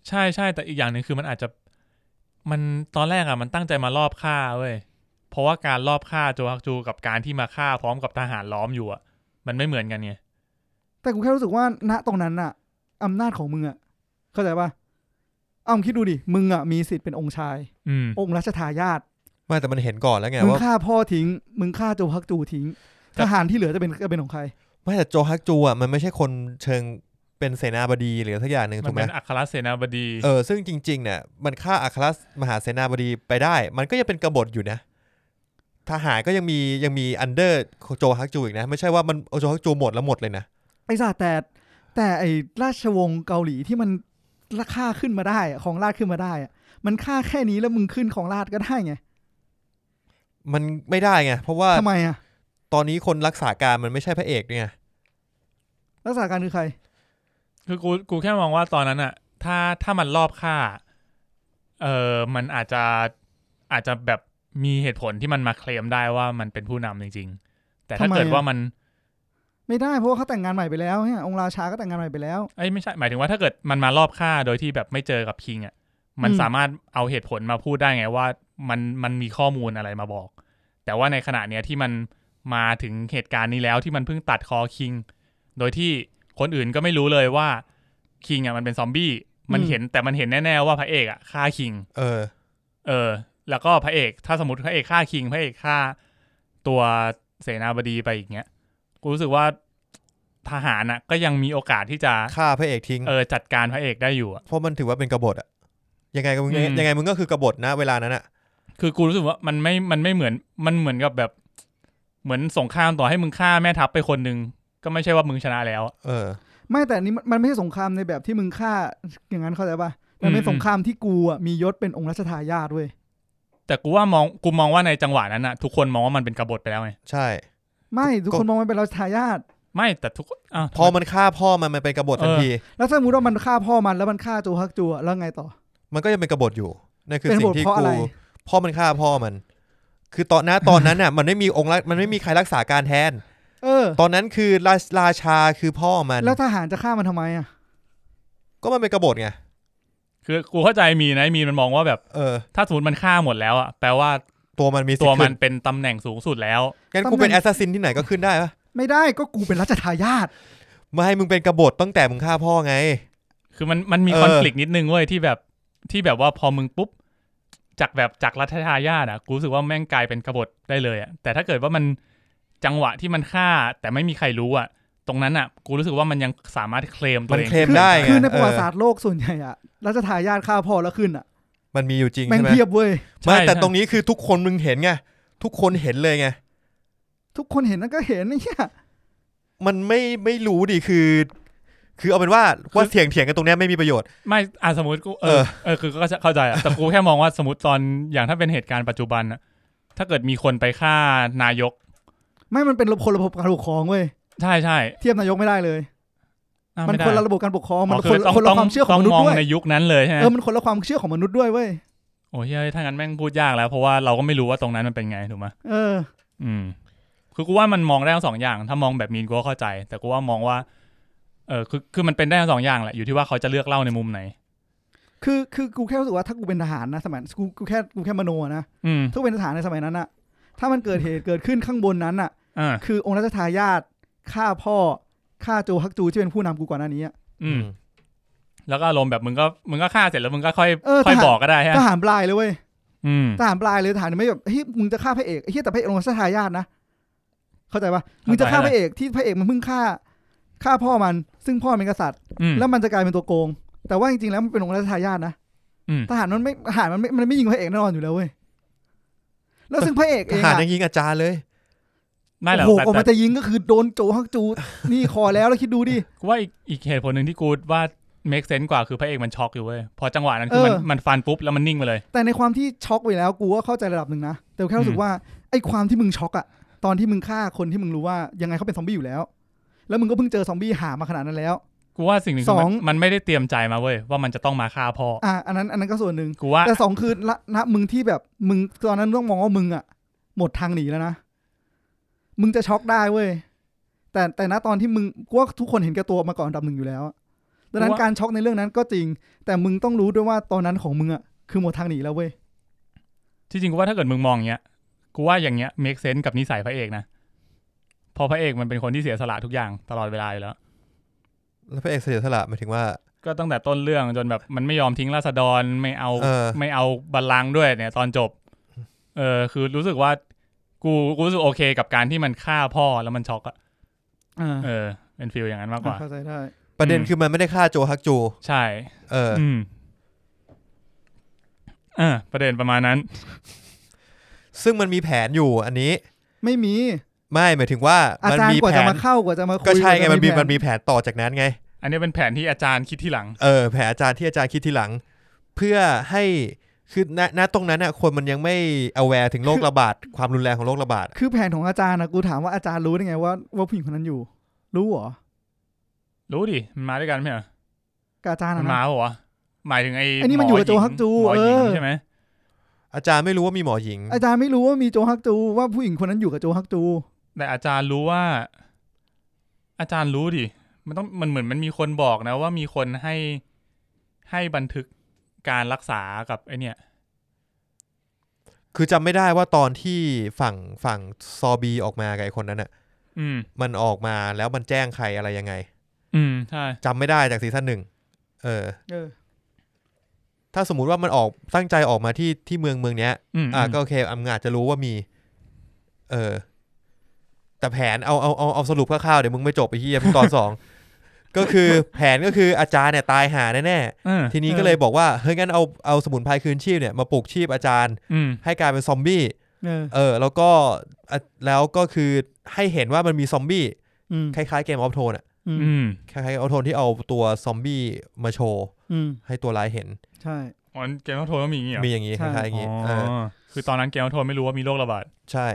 S3: ใช่ใช่แต่อีกอย่างหนึ่งคือมันอาจจะ มันตอนแรกอะมันตั้งใจมารอบฆ่าเว้ยเพราะว่าการรอบฆ่าโจฮักจูกับการที่มาฆ่าพร้อมกับทหารล้อมอยู่อะมันไม่เหมือนกันไง
S4: แต่กูแค่รู้สึกว่าณตรงนั้นน่ะอำนาจของมึงอะเข้าใจปะเอามึงคิดดูดิ มึงอะมีสิทธิ์เป็นองค์ชาย
S3: อืม
S4: องค์รัชทายาท
S2: ไม่แต่มันเห็นก่อนแล้วไง
S4: มึง
S2: ว่า
S4: ฆ่าพ่อทิ้ง มึงฆ่าโจฮักจูทิ้ง
S3: แต่
S4: ทหารที่เหลือจะเป็นจะเป็นของใคร
S2: ไม่แต่โจฮักจูอ่ะมันไม่ใช่คนเชิงเป็นเสนาบดีหรือสักอย่างหนึ่ง
S3: มั
S2: ถูก
S3: น
S2: ไหม
S3: เป็นอัครเสนาบดี
S2: เออซึ่งจริงๆเนี่ยมันฆ่าอัครมหาเสนาบดีไปได้ มันก็ยังเป็นกบฏอยู่นะ ทหารก็ยังมียังมีอันเดอร์โจฮักจูอีกนะ ไม่ใช่ว่ามันโจฮักจูหมดแล้วหมดเลยนะ
S4: ไอ้สัตว์แต่ แต่ไอราชวงศ์เกาหลีที่มันราคาขึ้นมาได้อะของราชขึ้นมาได้อะมันค่าแค่นี้แล้วมึงขึ้นของราชก็ได้ไง
S2: มันไม่ได้ไง เพราะว่า
S4: ทำไมอ่ะ
S2: ตอนนี้คนรักษาการมันไม่ใช่พระเอกเนี่ย
S4: รักษาการคือใคร
S3: คือกูกูแค่มองว่าตอนนั้นอะถ้าถ้ามันรอบค่า เออมันอาจจะอาจจะแบบมีเหตุผลที่มันมาเคลมได้ว่ามันเป็นผู้นำจริง ๆ แต่ถ้า
S4: ทำไม
S3: เกิด
S4: อะ
S3: ว่ามัน
S4: ไม่ได้เพราะว่าเขาแต่งงานใหม่ไปแล้วเนี่ยองค์ราชาก็แต่งงานใหม่ไปแล้ว
S3: เอ้ยไม่ใช่หมายถึงว่าถ้าเกิดมันมารอบค่าโดยที่แบบไม่เจอกับคิงอะมัน
S4: อืม
S3: สามารถเอาเหตุผลมาพูดได้ไงว่ามันมันมีข้อมูลอะไรมาบอก แต่ว่าในขณะเนี้ยที่มันมาถึงเหตุการณ์นี้แล้วที่มันเพิ่งตัดคอคิง โดยที่คนอื่นก็ไม่รู้เลยว่าคิงอะมันเป็นซอมบี้มันเห็นแต่มันเห็นแน่ๆว่าพระเอกอะฆ่าคิง
S2: เออ
S3: เออ แล้วก็พระเอกถ้าสมมติพระเอกฆ่าคิงพระเอกฆ่าตัวเสนาบดีไปอีกเงี้ยกูรู้สึกว่าทหารน่ะ ก็ยังมีโอกาสที่จะ
S2: ฆ่าพระเอกทิ้ง
S3: เออจัดการพระเอกได้อยู่อะ
S2: เพราะมันถือว่าเป็นกบฏอะยังไงก็มึง
S3: อืม
S2: ยังไงมึงก็คือกบฏนะ เวลานั้นอะ
S3: คือกูรู้สึกว่ามันไม่มันไม่เหมือนมันเหมือนกับแบบ เหมือนสงครามต่อให้มึงฆ่าแม่ทัพไปคนหนึ่งก็ไม่ใช่ว่ามึงชนะแล้วอะ
S2: เออ
S4: ไม่แต่อันนี้มันมันไม่ใช่สงครามในแบบที่มึงฆ่าอย่างนั้นเข้าใจปะมันเป็น
S3: อืม
S4: สงครามที่กูอ่ะมียศเป็นองค์รัชทายาทเว้ย
S3: แต่กูว่ามองกูมองว่าในจังหวะนั้นอะทุกคนมองว่ามันเป็นกบฏไปแล้วไง
S2: ใช่
S4: ไม่ทุก
S2: ก็
S4: คนมองมันเป็นรัชทายาท
S3: ไม่แต่ทุกคนอ้าว
S2: พอมันฆ่าพ่อมันมันเป็นกบฏทันที
S4: แล้วถ้าสมมติว่ามันฆ่าพ่อมันแล้วมันฆ่าจูฮักจูอะแล้วไงต่อ
S2: มันก็ยังเป็นกบฏอยู่นั่นคือ
S4: เป็น
S2: สิ่
S4: บท
S2: งที่
S4: เพราะ
S2: กู
S4: อะไร
S2: พ่อมันฆ่าพ่อมัน คือตอนนั้นตอนนั้นน่ะ มันไม่มีองค์รักมันไม่มีใครรักษาการแทน
S4: เออ
S2: ตอนนั้นคือราชราชาคือพ่อมัน
S4: แล้วทหารจะฆ่ามันทำไมอ่ะ
S2: ก็มันเป็นกบฏไง
S3: คือกูเข้าใจมีนะมีมันมองว่าแบบ
S2: เออ
S3: ถ้าสมมติมันฆ่าหมดแล้วอะแปลว่า
S2: ตัวมันมีสิท
S3: ตัว
S2: ธิ์
S3: มั
S2: ขึ้
S3: น
S2: น
S3: เป็นตำแหน่งสูงสุดแล้ว
S2: งั้นกูเป็น
S4: ตำแหน่
S2: แอง สซัสซินที่ไหนก็ขึ้นได้ปะ
S4: ไม่ได้ก็กูเป็นรัชทายาท
S2: ไม่ให้มึงเป็นกบฏตั้งแต่มึงฆ่าพ่อไง
S3: คือมันมันมี
S2: เออ
S3: คอน FLICT นิดนึงเว้ยที่แบบที่แบบว่าพอมึงปุ๊บ จากแบบจากรัฐทายาทอะกูรู้สึกว่าแม่งกลายเป็นกบฏได้เลยอะแต่ถ้าเกิดว่ามันจังหวะที่มันฆ่า แต่ไม่มีใครรู้อะตรงนั้นอะกูรู้สึกว่ามันยังสามารถเคลมตั
S2: มั
S3: วน เอง
S2: เคลม
S4: คือ
S2: ได้ไง
S4: คือในประวัติ
S2: เออ
S4: ศาสตร์โลกส่วนใหญ่อ่ะรัชทายาทฆ่าพ่อแล้วขึ้นอ่ะ
S2: มันมีอยู่จริง
S4: แม่ง
S2: ใช่ไหม
S4: เพียบเว้ย
S3: ใช่
S2: ไม่แต่
S3: ใช่
S2: ตรงนี้คือทุกคนมึงเห็นไงทุกคนเห็นเลยไง
S4: ทุกคนเห็นนั่นก็เห็นไอ้เนี่ย
S2: มันไม่ไม่รู้ดิคือ คือเอาเป็นว่าว่าเถียงเถียงกันตรงเนี้ยไม่มีประโยชน์
S3: ไม่อ่ะสมมติกูเอ
S2: เอ
S3: อ
S2: อ
S3: เออคือก็เข้าใจอะแต่กูแค่มองว่าสมมติตอนอย่างถ้าเป็นเหตุการณ์ปัจจุบันอะถ้าเกิดมีคนไปฆ่านายก
S4: ไม่มันเป็นระบบคนระบบการปกครองเว้ย
S3: ใช่ใช่
S4: เทียบนายกไม่ได้เลย
S3: อ้าว
S4: มัน
S3: ไได้
S4: คนละระบบการปกครองมัน
S3: อ๋อ
S4: คน
S3: ต้อง
S4: คนละ
S3: ต้ง
S4: ความเชื่อของ
S3: ต้
S4: มนุษ
S3: ม
S4: ย์ด้วย
S3: ในยุคนั้นเลยใช่ไหม
S4: เออมันคนละความเชื่อของมนุษย์ด้วยเว้ย
S3: โอ้ยเฮ้ยถ้างั้นแม่งพูดยากแล้ว เพราะว่าเราก็ไม่รู้ว่าตรงนั้นมันเป็นไงถูกไหม
S4: เออ
S3: อืม คือกูว่ามันมองได้ทั้งสองอย่าง ถ้ามองแบบมีนกูก็เข้าใจ แต่กูว่ามองว่า เออคือคือมันเป็นได้ทั้งสองอย่างแหละ อยู่ที่ว่าเขาจะเลือกเล่าในมุมไหน
S4: คือคือกูแค่รู้สึกว่าถ้ากูเป็นทหารนะสมัยกูกูแค่กูแค่มโนอะนะ
S3: อืม
S4: ถ้ากูเป็นทหารในสมัยนั้นอะถ้ามันเกิดเหตุ เกิดขึ้นข้างบนนั้นอะ
S3: อ่า
S4: คือองค์รัชทายาทฆ่าพ่อฆ่าโจฮักจูที่เป็นผู้นำกูก่อนหน้านี้อะ
S3: อืม แล้วก็อารมณ์แบบมึงก็มึงก็ฆ่าเสร็จแล้วมึงก็ค่อย
S4: เออ
S3: ค่อย
S4: ทหาร
S3: บอกก็ได้ฮะ
S4: ทหารปลายเลยเว้ย
S3: อืม
S4: ทหารปลายเลยทหารไม่แบบเฮ้ยมึงจะฆ่าพระเอกเฮ้ยแต่พระเอกองค์รัชทายาทนะเข้าใจปะมึงจะฆ่าพระเอกที่พระเอกมันเพิ่งฆ่าฆ่าพ่อมัน ซึ่งพ่อเป็นกษัตริย์
S3: อืม
S4: แล้วมันจะกลายเป็นตัวโกง แต่ว่าจริงๆแล้วมันเป็นองค์รัชทายาทนะ
S3: อืม
S4: ทหารมันไม่ทหารมันไม่มันไม่ยิงพระเอกแน่นอนอยู่แล้วเว้ยแล้วซึ่งพระเอก
S2: ท
S4: เอง
S2: หาร
S4: อะ
S2: ยังยิงอาจารย์เลย
S3: ไม่หรอก
S4: โอ้โห
S3: แต่
S4: กว่ามัน
S3: แต่
S4: จะยิงก็คือโดนโจฮักจู นี่คอแล้วแล้วคิดดูดิ
S3: กูว่าอีกอีกเหตุผลหนึ่งที่กูว่า make sense กว่าคือพระเอกมันช็อกอยู่เว้ย พอจังหวะนั้นคือมัน
S4: เออ
S3: มันฟันปุ๊บแล้วมันนิ่งไปเลย
S4: แต่ในความที่ช็อกไปแล้วกูก็เข้าใจระดับหนึ่งนะ แต่แค่รู้สึ
S3: อื
S4: ก
S3: ม
S4: ว่าไอ้ความที่มึงช็อกอะตอนที่มึงฆ่าคนที่มึงรู้ว่ายังไงเขาเป็นซอมบี้อยู่แล้ว แล้วมึงก็เพิ่งเจอซอมบี้หามาขนาดนั้นแล้ว
S3: กูว่าสิ่งหนึ่งคือ
S4: ส
S3: มั
S4: อน ง
S3: มันไม่ได้เตรียมใจมาเว้ยว่ามันจะต้องมาฆ่าพ่อ
S4: อ่ะอันนั้นอันนั้นก็ส่วนหนึ่ง
S3: กูว่า
S4: แต่สองคือละนะมึงที่แบบมึงตอนนั้นต้องมองว่ามึงอะหมดทางหนีแล้วนะ มึงจะช็อกได้เว้ยแต่แต่ณตอนที่มึงกูว่าทุกคนเห็นแก่ตัวมาก่อนอันดับหนึ่งอยู่แล้วอะดังนั้
S3: กู
S4: น
S3: ว่า
S4: การช็อกในเรื่องนั้นก็จริง แต่มึงต้องรู้ด้วยว่าตอนนั้นของมึงอะคือหมดทางหนีแล้วเว้ย
S3: ที่จริงกูว่าถ้าเกิดมึงมองอย่างเงี้ย กูว่าอย่างเงี้ย make sense กับนิสัยพระเอกนะ พอพระเอกมันเป็นคนที่เสียสละทุกอย่างตลอดเวลาอยู่แล้ว
S2: แล้วพระเอกเสียสละหมายถึงว่า
S3: ก็ตั้งแต่ต้นเรื่องจนแบบมันไม่ยอมทิ้งราษฎรไม่เอา
S2: เออ
S3: ไม่เอาบัลลังก์ด้วยเนี่ย ตอนจบ เออคือรู้สึกว่า กูกูรู้สึกโอเคกับการที่มันฆ่าพ่อแล้วมันช็อกอะ
S4: อ่า
S3: เออเป็นฟิลอย่างนั้นมากกว่า
S4: เข้าใจได้
S2: ประเด็น
S3: อืม
S2: คือมันไม่ได้ฆ่าโจฮักจู
S3: ใช่
S2: เอออ
S3: อืมอ่าประเด็นประมาณนั้น
S2: ซึ่งมันมีแผนอยู่อันนี้
S4: ไม่มี
S2: ไม่หมายถึงว่า
S4: อา
S2: มัน
S4: จารย์
S2: มี
S4: กว่า
S2: แผ
S4: จะ
S2: น
S4: มาเข้ากว่าจะมาคุย
S2: ก็ใช่ไง
S4: กว่า
S2: มัน
S4: จะ
S2: มี
S4: แผ
S2: มันมีแผนต่อจากนั้นไง
S3: อันนี้เป็นแผนที่อาจารย์คิดที่หลัง
S2: เออแผลอาจารย์ที่อาจารย์คิดทีหลัง เพื่อให้คือณณตรงนั้นน่ะคนมันยังไม่ aware ถึงโรคระบาด ความรุนแรงของโรคระบาด
S4: คือแผนของอาจารย์นะกูถามว่าอาจารย์รู้ได้ไงว่าว่าผู้หญิงคนนั้นอยู่ รู้เหรอ
S3: รู้ดิมันมาด้วยกันไหมใช่เหรอ
S4: กับอาจารย์
S3: มั
S4: อะ
S3: น
S4: นะ
S3: มาเหรอวะหมายถึงไอ้
S4: ไอ้นี่มันอยู่กับโจฮักจู
S3: หมอหญิง
S4: เออ
S3: ใช่ไหม
S2: อาจารย์ไม่รู้ว่ามีหมอหญิง
S4: อาจารย์ไม่รู้ว่ามีโจฮักจูว่าผู้หญิงคนนั้นอยู่กับโจฮักจู
S3: แต่อาจารย์รู้ว่า อาจารย์รู้ดิมันต้องมันเหมือนมันมีคนบอกนะ ว่ามีคนให้ให้บันทึกการรักษากับไอเนี่ย
S2: คือจำไม่ได้ว่าตอนที่ฝั่งฝั่งซอบีออกมากับไอ้คนนั้นน่ะ
S3: อืม
S2: มันออกมาแล้วมันแจ้งใครอะไรยังไง
S3: อืมใช่
S2: จำไม่ได้จากซีซั่นหนึ่งเออ
S4: เออ
S2: ถ้าสมมุติว่ามันออกตั้งใจออกมาที่ที่เมืองเมืองเนี้ย
S3: อืม
S2: อ่าก็โอเคอำอาจจะรู้ว่ามี เออ แต่แผนเอาเอาเอาเอาสรุปคร่าวๆเดี๋ยวมึงไม่จบไปที่ยเพิ่งตอน สอง ก็คือแผนก็คืออาจารย์เนี่ยตายหาแน่
S3: อืม
S2: ๆทีนี้ก็เลยบอกว่าเฮ้ยงั้นเอาเอาสมุนไพรคืนชีพเนี่ยมาปลูกชีพอาจารย์
S3: อืม
S2: ให้กลายเป็นซอมบี้
S4: เออ
S2: เออ แล้วก็อ่ะแล้วก็คือให้เห็นว่ามันมีซอมบี้
S4: อืม
S2: คล้ายๆเกมออฟโทนอ่ะ
S4: อืม
S3: อืม
S2: คล้ายๆออฟโทนที่เอาตัวซอมบี้มาโชว์
S4: อืม
S2: ให้ตัวร้ายเห็น
S4: ใช่
S3: อ๋อเกมเขาโทรก็มีอย่างงี้เหรอ
S2: มีอย่างนี้ค
S4: ใช่
S2: ล้ายๆอย่างนี้
S3: อ๋อ
S2: เออ
S3: คือตอนนั้นเกมเขาโทรไม่รู้ว่ามีโรคระบาด
S2: ใช่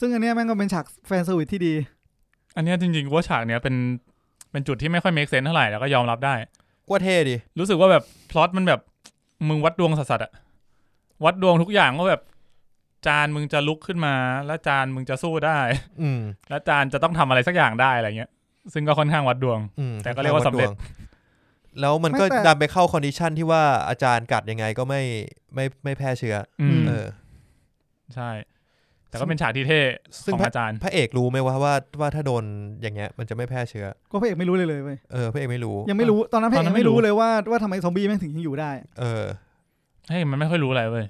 S4: ซึ่งอันเนี้ยแม่งก็เป็นฉากแฟนเซอร์วิสที่ดี
S3: อันเนี้ยจริงๆกูว่าฉากเนี้ยเป็นเป็นจุดที่ไม่ค่อย make sense เท่าไหร่แล้วก็ยอมรับได้
S2: กว่าเท่ดิ
S3: รู้สึกว่าแบบพล็อตมันแบบมึงวัดดวงสัสๆอะวัดดวงทุกอย่างว่าแบบ จานมึงจะลุกขึ้นมา แล้วจานมึงจะสู้ได้
S2: อืม
S3: แล้วจานจะต้องทำอะไรสักอย่างได้อะไรเงี้ย ซึ่งก็ค่อนข้างวัดดวง
S2: อืม
S3: แต่ก็เรียกว่าสำเร็จ
S2: ดวงแล้วมันก็
S4: ไม่แต่
S2: ดันไปเข้าคอนดิชันที่ว่าอาจารย์กัดยังไงก็ไม่ไม่ไม่แพร่เชื้อ
S3: อืม
S2: อเออ
S3: ใช่ แต่ก็เป็นฉากที่เท่
S2: ซึ่
S3: ข
S2: ง
S3: องอาจารย์
S2: พระเอกรู้ไหมว่าว่าว่าถ้าโดนอย่างเงี้ย มันจะไม่แพร่เชื้อ
S4: ก็พระเอกไม่รู้เลยเลยเว้ย
S2: เออพระเอกไม่รู้
S4: ยังไม่รู้ตอนนั้นพระ
S3: ตอ
S4: เอ
S3: น
S4: ก
S3: นั้น
S4: ยัง
S3: ไม่
S4: ไม่
S3: รู้
S4: รู้เลยว่าว่าทำไมซอมบี้แม่งถึงยังอยู่ได้
S2: เออ
S3: เฮ้ยมันไม่ค่อยรู้อะไรเว้ย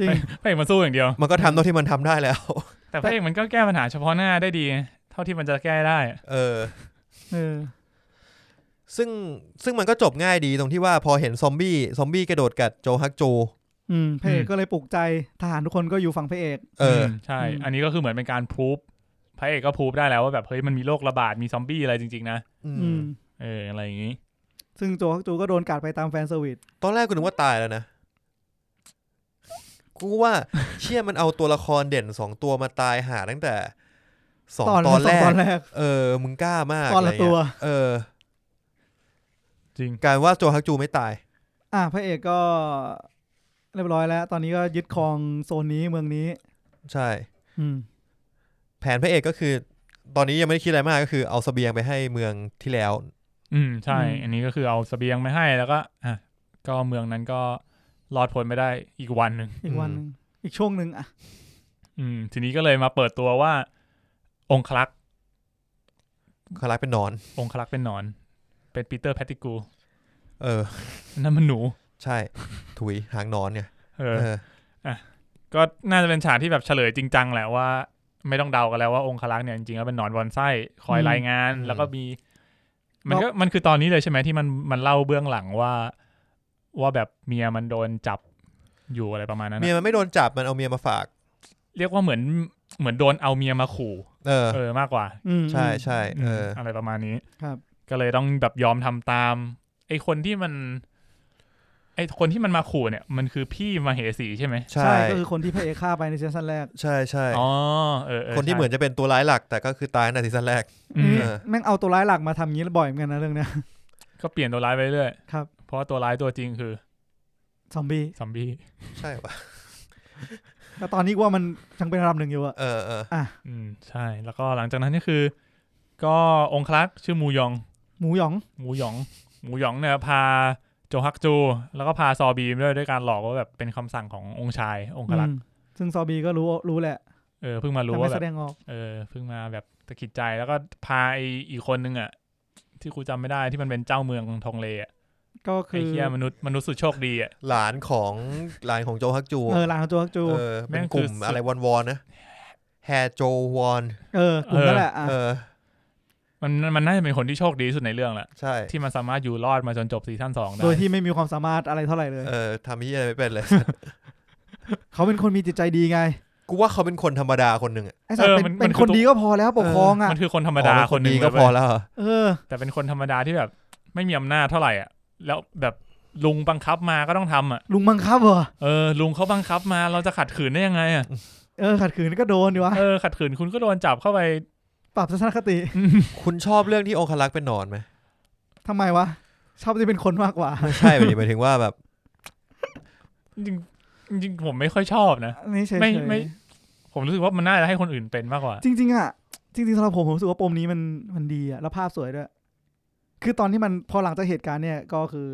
S4: จริง
S3: พระเอกมันสู้อย่างเดียว
S2: มันก็ทำเท่าที่มันทำได้แล้ว
S3: แต่พระเอกมันก็แก้ปัญหาเฉพาะหน้าได้ดี เท่าที่มันจะแก้ได้อะ
S2: เออ
S4: เออ
S2: ซึ่งซึ่งมันก็จบง่ายดีตรงที่ว่าพอเห็นซอมบี้ซอมบี้กระโดดกัดโจฮักโจ
S4: อืมพระเอกก็เลยปลุกใจทหารทุกคนก็อยู่ฝั่งพระเอก
S2: เอออ
S3: มใช่
S4: อืม
S3: อันนี้ก็คือเหมือนเป็นการพรูฟพระเอกก็พรูฟได้แล้วว่าแบบเฮ้ยมันมีโรคระบาดมีซอมบี้อะไรจริงๆนะ
S2: อื
S4: อื
S2: ม
S4: ม
S3: เอออะไรอย่างงี้
S4: ซึ่งโจฮักจูก็โดนกัดไปตามแฟนเซอร์วิส
S2: ตอนแรกกูนึกว่าตายแล้วนะ กูว่า เชี่ยมันเอาตัวละครเด่นสองตัวมาตายหาตั้งแต่สองตอน
S4: ส
S2: แร
S4: งต
S2: ก
S4: อนแรก
S2: เออ มึงกล้ามาก
S4: ตอนละ
S2: ไรเงี้ย
S4: ตัว
S2: เออ
S3: จริง
S2: การว่าโจฮักจูไม่ตาย
S4: อ่ะพระเอกก็เรียบร้อยแล้ว ตอนนี้ก็ยึดครองโซนนี้เมืองนี้
S2: ใช่
S4: อืม
S2: แผนพระเอกก็คือ ตอนนี้ยังไม่ได้คิดอะไรมากก็คือเอาเสบียงไปให้เมืองที่แล้ว
S3: อืมใช่
S4: อืม
S3: อันนี้ก็คือเอาเสบียงมาให้แล้วก็อ่ะก็เมืองนั้นก็รอดพ้นไปได้อีกวันหนึ่ง
S4: อีกวันหนึ่งอีกช่วงหนึ่งอ่ะ
S3: อืม ทีนี้ก็เลยมาเปิดตัวว่า องคลักษ์
S2: คารักเป็นหนอน
S3: องคลักษ์เป็นหนอน เป็นปีเตอร์แพตติกู
S2: เออ
S3: นั่นมันหนู
S2: ใช่ ถุยหางหนอนเนี่ย
S3: เอ
S2: เอ
S3: อ
S2: อ
S3: ก็น่าจะเป็นฉากที่แบบเฉลยจริงจังแหละว่า ไม่ต้องเดากันแล้วว่าองคลักษ์เนี่ยจริงๆแล้วเป็นหนอนบอนไส้คอย
S4: อืม
S3: รายงาน
S2: อืม
S3: แล้วก็มี มันก็มันคือตอนนี้เลยใช่ไหมที่มันมันเล่าเบื้องหลังว่า ว่าแบบเมียมันโดนจับอยู่อะไรประมาณนั้น
S2: เมีย
S3: อะ
S2: มันไม่โดนจับมันเอาเมียมาฝาก
S3: เรียกว่าเหมือนเหมือนโดนเอาเมียมาขู่
S2: เออ
S3: เออมากกว่า
S4: อืม
S2: ใช่ใช่เออ
S3: อะไรประมาณนี้
S4: ครับ
S3: ก็เลยต้องแบบยอมทำตาม ไอ้คนที่มัน ไอ้คนที่มันมาขู่เนี่ย มันคือพี่มาเหสีใช่ไหม
S2: ใช่
S4: ใช่ก็คือคนที่พระเอกฆ่าไปในซีซั่นแรก
S2: ใช่ใช่
S3: อ๋อเออเออ
S2: คนที่
S3: ใช่
S2: เหมือนจะเป็นตัวร้ายหลัก แต่ก็คือตายในซีซั่นแรก
S3: อืม
S2: เออ
S4: แม่งเอาตัวร้ายหลักมาทำอย่างนี้บ่อยเหมือนกันนะเรื่องเนี้ย
S3: ก็เปลี่ยนตัวร้ายไปเรื่อย
S4: ครับ
S3: เพราะว่าตัวร้ายตัวจริงคือ
S4: ซอมบี้
S3: ซอมบี้
S2: ใช่ปะ
S4: แต่ตอนนี้ว่ามันยังเป็นระดับหนึ่งอยู่อะ
S2: เออเออ
S3: อืมใช่ แล้วก็หลังจากนั้นนี่คือ ก็องคลักษ์ชื่อมูยอง
S4: หมูหยอง
S3: หมูหยอง หมูหยองเนี่ยพาโจฮักจู แล้วก็พาซอบีมด้วยด้วยการหลอกว่าแบบเป็นคำสั่งขององค์ชาย องคลัก
S4: อื
S3: ษ์
S4: มซึ่งซอบีก็รู้รู้แหละ
S3: เออเพิ่งมา
S4: แต่
S3: รู้
S4: ไม่
S3: ว่าแบบ
S4: แสดงออก
S3: เออเพิ่งมาแบบตะขิดใจแล้วก็พาไออีกคนนึงอ่ะ ที่กูจำไม่ได้ที่มันเป็นเจ้าเมืองทองเลอ่ะ
S4: ก็
S3: ไอ
S4: คือ
S3: เฮียมนุษย์มนุษย์สุดโชคดีอ่ะ
S2: หลานของหลานของโจฮักจู
S4: เออหลังตัวฮักจู
S2: เออเป็นกลุ่ม
S3: แม่งคือสุด
S2: อะไรวอนวอนๆนะแฮโจวอน
S4: เออกลุ่มนั่นแหละอ่ะ
S2: เออ
S3: มันมันน่าจะเป็นคนที่โชคดีที่สุดในเรื่องแหละ
S2: ใช่
S3: ที่มันสามารถอยู่รอดมาจนจบซีซั่นสองได้
S4: โดยที่ไม่มีความสามารถอะไรเท่าไหร่เลย
S2: เออทำยี่อะไรไม่เป็นเลย
S4: เขาเป็นคนมีจิตใจดีไง
S2: กูว่าเขาเป็นคนธรรมดาคนหนึ่งอะ
S4: ไอ้สัตว์
S3: เออ
S4: เป็น
S3: มัน
S4: เป็น
S3: มันคือ
S4: คน
S3: ตุ๊ก
S4: ดีก็พอแล้วปกครองอ่ะ
S3: มันคือคนธรรม
S2: อ๋
S3: ดา
S2: อเป็
S3: คนหนึ่ง
S2: ดีก็
S3: เว้ย
S2: พอแล้วเหรอ
S4: เออ
S3: แต่เป็นคนธรรมดาที่แบบ ไม่มีอำนาจเท่าไหร่อ่ะแล้วแบบลุงบังคับมาก็ต้องทำอ่ะ
S4: ลุงบังคับเหรอ
S3: เออลุงเขาบังคับมาเราจะขัดขืนได้ยังไงอ่ะ
S4: เออ ขัดขืนก็โดนดีวะ
S3: เออขัดขืนคุณก็โดนจับเข้าไป
S4: ปรับทัศนคติ
S2: คุณชอบเรื่องที่องคลักษ์เป็นหนอนไหม
S4: ทำไมวะ ชอบจะเป็นคนมากกว่า
S2: ไม่ใช่หม ายถึงหมายถึงว่าแบบ
S3: จริงจริงผมไม่ค่อยชอบนะ
S4: นี่เฉยๆ
S3: ไม่ไม่ ผมรู้สึกว่ามันน่าจะให้คนอื่นเป็นมากกว่า
S4: จริง ๆ อ่ะ จริงๆสำหรับผมผมรู้สึกว่าปมนี้มันมันดีอ่ะ แล้วภาพสวยด้วย คือตอนที่มันพอหลังจากเหตุการณ์เนี่ยก็คือ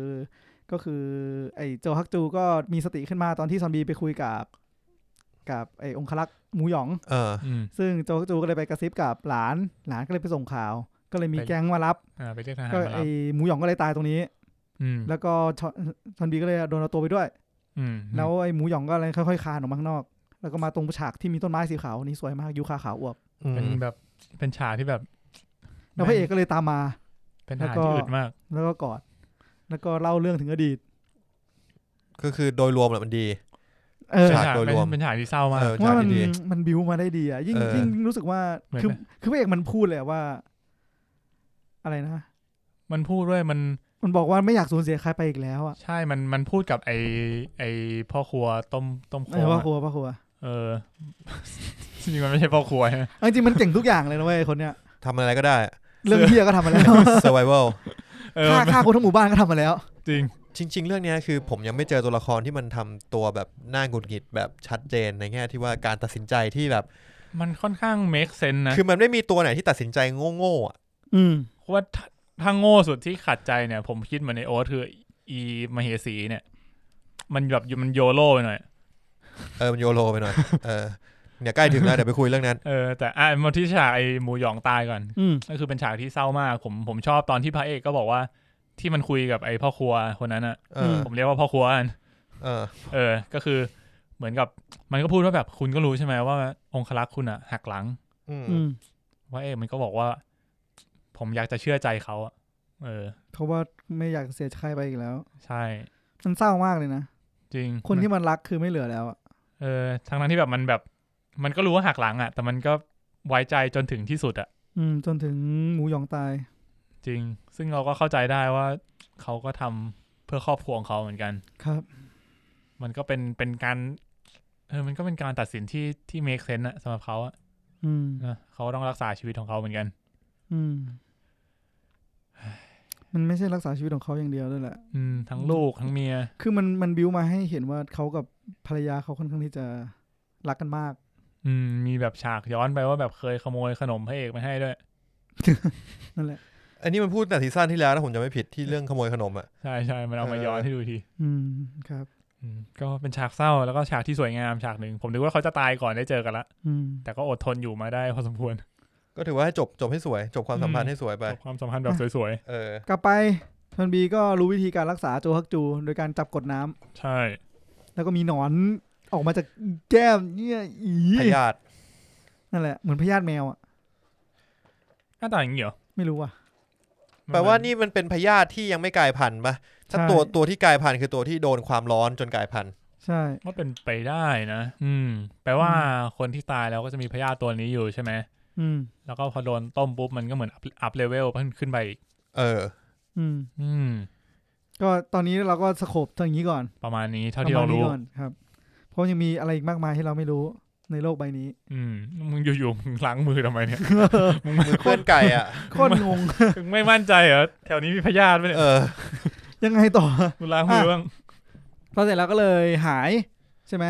S4: ก็คือ ไอ้โจฮักจูก็มีสติขึ้นมาตอนที่ซอมบีไปคุยกับ กับไอ้องคลักษ์หมูหยอง
S2: เออ
S3: อืม
S4: ซึ่งโจฮักจูก็เลยไปกระซิบกับหลาน หลานก็เลยไปส่งข่าว ก็เลยมี
S3: ไป
S4: แก๊งมารับ
S3: อ่าไปเรียกทหาร
S4: ก็
S3: มารั
S4: ไอ้
S3: บ
S4: หมูหยองก็เลยตายตรงนี้
S3: อืม
S4: แล้วก็ชซอมบีก็เลยโดนเอาตัวไปด้วย
S3: อืม
S4: แล้วไอ้หมูหยองก็เลยค่อยๆคลานออกมาข้างนอก แล้วก็มาตรงฉากที่มีต้นไม้สีขาวนี่สวยมากยูคาขาวอวบ
S2: อืม
S3: เป็นแบบเป็นฉากที่แบบ
S4: แล้วพระเอกก็เลยตามมา
S3: เป็นทหาร
S4: แล้วก็
S3: ที่อึดมาก
S4: แล้วก็กอด แล้วก็เล่าเรื่องถึงอดีต
S2: ก็คือโดยรวมแหละมันดี
S4: เออ
S3: เป็น
S2: ฉาก
S3: ฉาก
S2: โดย
S3: เป็
S2: ร
S3: น
S2: วม
S3: เป็นฉากที่เศร้ามาก
S2: เออ
S4: ว่า
S2: ฉาก
S4: มัน
S2: ดี
S4: มันบิวมาได้ดีอ่ะ ยิ่ง
S2: เออ
S4: ยิ่งรู้สึกว่า
S3: เหมือน
S4: คือ
S3: นะ
S4: คือพระเอกมันพูดเลยอะว่า อะไรนะ
S3: มันพูดด้วยมัน
S4: มันบอกว่าไม่อยากสูญเสียใครไปอีกแล้วอ่ะ
S3: ใช่มันมันพูดกับไอไอพ่อครัวต้มต้มโค
S4: เออ
S3: อะ
S4: ว่าครัวว่าครัว
S3: เออ จริงๆมันไม่ใช่พ่อครัวนะ
S4: เอาจริงๆมันเก่งทุกอย่างเลยนะเว้ยคนเนี้ย
S2: ทำอะไรก็ได้
S4: เรื่องเฮียก็ทำมาแล้ว
S2: survival
S3: เออ
S4: ฆ่าฆ่าคนทั้งหมู่บ้านก็ทำมาแล้ว
S3: จริง
S2: จริง ๆ เรื่องเนี้ยคือผมยังไม่เจอตัวละครที่มันทำตัวแบบน่าหงุดหงิดแบบชัดเจนในแง่ที่ว่าการตัดสินใจที่แบบ
S3: มันค่อนข้างเมคเซนนะ
S2: คือมันไม่มีตัวไหนที่ตัดสินใจโง่ๆอะ
S4: อืม
S3: ว่าถ้าถ้าโง่สุดที่ขัดใจเนี่ย ผมคิดเหมือนในโอ๊ตคืออีมเหสีเนี่ย มันแบบอยู่มันโยโร่ไปหน่อย
S2: เออมันโยโลไปหน่อย เออเนี่ยใกล้ถึงแล้วเดี๋ยวไปคุยเรื่องนั้น
S3: เออแต่อ่ะมาที่ฉากไอหมูหยองตายก่อน
S4: อืม
S3: ก็คือเป็นฉากที่เศร้ามาก ผมผมชอบตอนที่พระเอกก็บอกว่าที่มันคุยกับไอพ่อครัวคนนั้นอ่ะ
S2: เออ
S4: ม
S3: ผมเรียกว่าพ่อครัวอัน
S2: เออ
S3: เออ ก็คือเหมือนกับมันก็พูดว่าแบบคุณก็รู้ใช่ไหมว่าองคลักษ์คุณอ่ะหักหลัง
S2: อืม
S4: อืม
S3: ว่าเอกมันก็บอกว่า ผมอยากจะเชื่อใจเขาอะเออ
S4: เพราะว่าไม่อยากเสียใครไปอีกแล้ว
S3: ใช่
S4: มันเศร้ามากเลยนะ
S3: จริง
S4: คนที่มันรักคือไม่เหลือแล้วอะ
S3: เออทั้งนั้นที่แบบมันแบบ มันก็รู้ว่าหักหลังอะ่ะ แต่มันก็ไว้ใจจนถึงที่สุดอะ่ะ
S4: อืม จนถึงหมูหยองตาย
S3: จริง ซึ่งเราก็เข้าใจได้ว่าเขาก็ทำเพื่อครอบครัวของเขาเหมือนกัน
S4: ครับ
S3: มันก็เป็นเป็นการเออมันก็เป็นการตัดสินที่ที่ make sense อะสำหรับเขาอะ
S4: อืม
S3: นะเขาก็ต้องรักษาชีวิตของเขาเหมือนกัน
S4: อืม มันไม่ใช่รักษาชีวิตของเขาอย่างเดียวด้วยแหละ
S3: อืมทั้งลูกทั้งเมีย
S4: คือมันมันบิวมาให้เห็นว่าเขากับภรรยาเขาค่อนข้างที่จะรักกันมาก
S3: อืมมีแบบฉากย้อนไปว่าแบบเคยขโมยขนมพระเอกมาให้ด้วย
S4: นั่นแหละ
S2: อันนี้มันพูดแต่ซีซั่นที่แล้วนะผมจะไม่ผิดที่เรื่องขโมยขนมอ่ะ
S3: ใช่ใช่มันเอามาย้อนให้ดูอีกที
S4: อืม ครับ
S3: อืมก็เป็นฉากเศร้าแล้วก็ฉากที่สวยงามฉากหนึ่งผมนึกว่าเขาจะตายก่อนได้เจอกันละ
S4: อืม
S3: แต่ก็อดทนอยู่มาได้พอสมควร
S2: ก็ถือว่าให้จบจบให้สวย จบความสัมพันธ์ให้สวยไป
S3: จบความสัมพันธ์แบบสวย
S2: เออ
S4: กลับไปทอนบีก็รู้วิธีการรักษาโจฮักจู โดยการจับกดน้ำ
S3: ๆ ใช่
S4: แล้วก็มีหนอนออกมาจากแก้มเนี่ยอี
S2: พยาธิ
S4: นั่นแหละ เหมือนพยาธิแมวอะ
S3: หน้าตาอย่างนี้เหรอ
S4: ไม่รู้อ่ะ
S2: แปลว่านี่มันเป็นพยาธิที่ยังไม่กลายพันธุ์ปะถ้าตัว
S4: ใช่
S2: ตัวที่กลายพันธุ์คือตัวที่โดนความร้อนจนกลายพันธุ์
S4: ใช่
S3: ว่าเป็นไปได้นะ อืม แปลว่าคนที่ตายแล้วก็จะมีพยาธิตัวนี้อยู่ใช่ไหม
S4: อืม
S3: แล้วก็พอโดนต้มปุ๊บมันก็เหมือนอัพอัพเลเวลขึ้นไปอีก
S2: เออ
S4: อืม
S3: อืม
S4: ก็ตอนนี้เราก็สโคบตรงนี้ก่อน
S3: ประมาณนี้เท่าที่เรารู้
S4: ปะมณนี้ก่อนครับ เพราะยังมีอะไรอีกมากมายที่เราไม่รู้ในโลกใบนี้
S3: อืม มึงอยู่ๆมึงล้างมือทำไม เนี่ย
S2: มือเปื้อนไก่อ่ะ
S4: โคตรงง
S3: มึงไม่มั่นใจเหรอ แถวนี้มีพยาธิไหมเนี่ย
S2: เออ
S4: ยังไงต่อ
S3: มึงล้างมือบ้าง
S4: พอเสร็จแล้วก็เลยหายใช่ไหม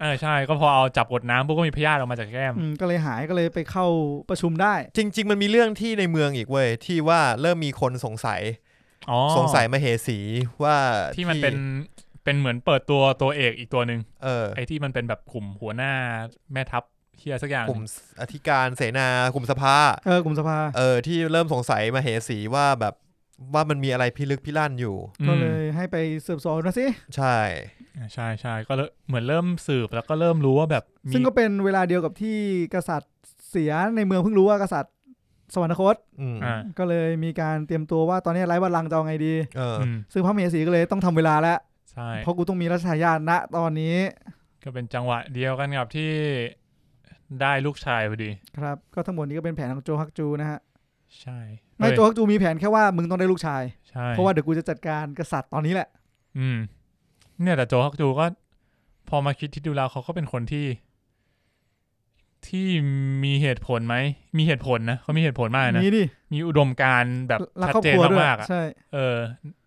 S3: เออใช่ ก็พอเอาจับกดน้ำปุ๊บก็มีพยาธิออกมาจากแก้ม
S4: อืมก็เลยหายก็เลยไปเข้าประชุมได้
S2: จริง ๆ มันมีเรื่องที่ในเมืองอีกเว้ย ที่ว่าเริ่มมีคนสงสัย
S3: อ๋อ
S2: สงสัยมาเหสีว่า
S3: ที่มันเป็น เป็นเหมือนเปิดตัวตัวเอกอีกตัวหนึ่ง
S2: เออ
S3: ไอ้ที่มันเป็นแบบกลุ่มหัวหน้าแม่ทัพเฮียสักอย่าง
S2: กลุ่มอธิการเสนากลุ่มสภา
S4: เออกลุ่มสภา
S2: เออ ที่เริ่มสงสัยมาเหสีว่าแบบว่ามันมีอะไรพิลึกพิลั่นอยู่
S4: ก็เลยให้ไปสืบสวนมาสิ
S2: ใช่
S3: อ่าใช่ใช่ก็เลยเหมือนเริ่มสืบแล้วก็เริ่มรู้ว่าแบบมี
S4: ซึ่งก็เป็นเวลาเดียวกับที่กษัตริย์เสียในเมืองเพิ่งรู้ว่ากษัตริย์สวรรคต
S2: อืม
S3: อ่า
S4: ก็เลยมีการเตรียมตัวว่าตอนนี้ไร้บัลลังก์จะเอาไงดี
S2: เออ
S3: อืม
S4: ซึ่งพระเมสีก็เลยต้องทำเวลาแล้ว
S3: ใช่
S4: เพราะกูต้องมีรัชทายาทณตอนนี้
S3: ก็เป็นจังหวะเดียวกันกับที่ได้ลูกชายพอดี
S4: ครับ ก็ทั้งหมดนี้ก็เป็นแผนของโจฮักจูนะฮะ
S3: ใช่
S4: ไม่
S3: เอ้ย
S4: โจฮักจูมีแผนแค่ว่ามึงต้องได้ลูกชาย
S3: ใช่
S4: เพราะว่าเดี๋ยวกูจะจัดการกษัตริย์ตอนนี้แหละ
S3: อืม เนี่ยแต่โจฮักจูก็ พอมาคิดที่ดูแล้วเขาก็เป็นคนที่ ที่มีเหตุผลไหม มีเหตุผลนะเขามีเหตุผลมากนะ
S4: นี่ดิ
S3: มีอุดมการณ์แบบ
S4: รัก
S3: ชัด
S4: ครอบ
S3: เจ
S4: คนรัวด้วย
S3: มากๆอ่ะ
S4: ใช่
S3: เออ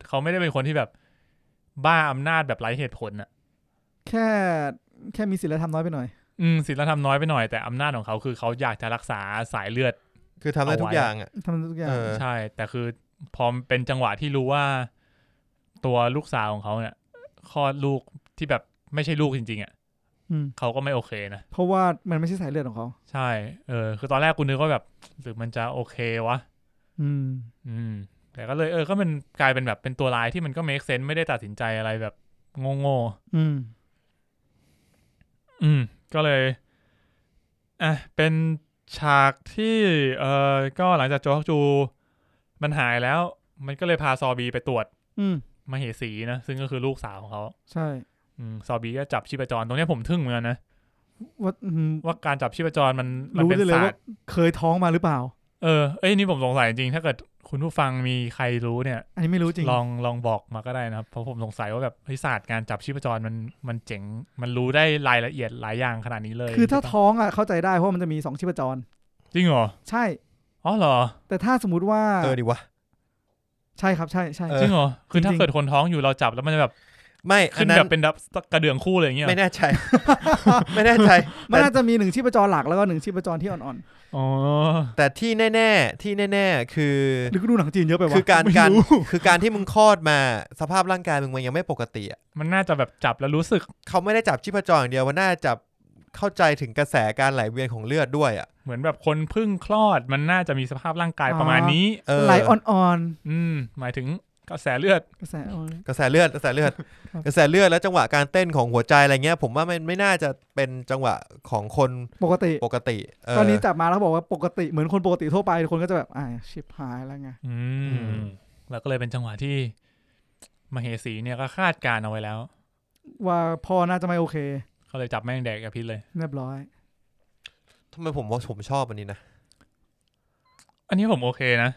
S3: เขาไม่ได้เป็นคนที่แบบบ้าอำนาจแบบไร้เหตุผลอ่ะ
S4: แค่แค่มีศีลธรรมน้อยไปหน่อย
S3: อืมศีลธรรมน้อยไปหน่อยแต่อำนาจของเขาคือเขาอยากจะรักษาสายเลือด
S2: คือทำได้
S3: เอาไว้
S2: ทุกอย่างอ่ะ
S4: ทำทุกอย่าง
S2: เออ
S3: ใช่ แต่คือพอเป็นจังหวะที่รู้ว่า ตัวลูกสาวของเขาเนี่ยคลอดลูกที่แบบไม่ใช่ลูกจริงๆอ่ะ
S4: อืม
S3: เขาก็ไม่โอเคนะ
S4: เพราะว่ามันไม่ใช่สายเลือดของเขา
S3: ใช่เออคือตอนแรกกูนึกว่าแบบหรือมันจะโอเควะ
S4: อืม
S3: อืม แต่ก็เลยเออก็มันกลายเป็นแบบเป็นตัวร้ายที่มันก็ make sense ไม่ได้ตัดสินใจอะไรแบบโง่ๆ
S4: อืม
S3: อืม ก็เลยอ่ะเป็นฉากที่เอ่อก็หลังจากโจฮักจูมันหายแล้ว มันก็เลยพาซอบีไปตรวจ
S4: อืม
S3: มาเหสีนะ ซึ่งก็คือลูกสาวของเขา
S4: ใช่
S3: อืมซอบีก็จับชีพจร ตรงเนี้ยผมทึ่งเหมือนกันนะ
S4: ว่าอืม
S3: ว่าการจับชีพจรมันมัน
S4: รู้
S3: เป็น
S4: ได้เลย
S3: ศาส
S4: ว่า
S3: ตร์
S4: เคยท้องมาหรือเปล่า
S3: เออเอ้ยนี่ผมสงสัยจริงถ้าเกิดคุณผู้ฟังมีใครรู้เนี่ย
S4: อันนี้ไม่รู้จริง
S3: ลองลองบอกมาก็ได้นะครับ เพราะผมสงสัยว่าแบบเฮ้ยศาสตร์การจับชีพจรมันมันเจ๋งมันรู้ได้รายละเอียดหลายอย่างขนาดนี้เลย
S4: คือถ้า
S3: ใช่ปะ
S4: ท้องอ่ะเข้าใจได้เพราะว่ามันจะมีสองชีพจร
S3: จริงเหรอ
S4: ใช่
S3: อ๋อเหรอ
S4: แต่ถ้าสมมติว่า
S2: เออดีวะ
S4: ใช่ครับใช่ใช่
S2: เออ
S3: จริงเหรอ คือถ้า
S4: จริงๆ
S3: เกิดคนท้องอยู่เราจับแล้วมันจะแบบ
S2: ไม่อั
S3: ขึ้
S2: น
S3: น
S2: นั้
S3: แบ
S2: น
S3: บเป็นแบบกระเดื่องคู่เลยอย่างเงี้ย
S2: ไม่แน่ใจ ไม่แน่ใจ
S4: มันน่าจะมีหนึ่งชีพจรหลักแล้วก็หนึ่งชีพจรที่อ่อน
S3: อ๋อ
S2: แต่ที่แน่ๆ ที่แน่ ๆ คือ
S4: ๆหรือก็ดูหนังจีนเยอะไปวะ
S2: คือการ
S4: ไม่
S2: การ คือการที่มึงคลอดมา สภาพร่างกายมึงมันยังไม่ปกติอะ
S3: มันน่าจะแบบจับแล้วรู้สึก
S2: เขาไม่ได้จับชีพจรอย่างเดียวมันน่าจะจับเข้าใจถึงกระแสการไหลเวียนของเลือดด้วยอ่ะ
S3: เหมือนแบบคนเพึ่งคลอด มันน่าจะมีสภาพร่างกายประมาณนี้
S2: เออ
S4: ไหลอ่อน
S3: อืม หมายถึงกระแสเลือด
S4: ๆกระแสอ่อน
S2: กระแสเลือดกระแสเลือด
S4: ครับ
S2: กระแสเลือดและจังหวะการเต้นของหัวใจอะไรเงี้ย ผมว่ามันไม่น่าจะเป็นจังหวะของคน
S4: ปกติ
S2: ปกติเออ
S4: ตอนนี้จับมาแล้วบอกว่าปกติเหมือนคนปกติทั่วไปคนก็จะแบบอ่าชิบหายแล้วไง
S3: อื
S2: อื
S3: ม
S2: ม
S3: แล้วก็เลยเป็นจังหวะที่ มเหสีเนี่ยก็คาดการณ์เอาไว้แล้ว
S4: ว่าพ่อน่าจะไม่โอเค
S3: เขาเลยจับแม่งแดกกับพิษเลย
S4: เรียบร้อย
S2: ทำไมผมว่าผมชอบอันนี้นะ
S3: อันนี้ผมโอเคนะ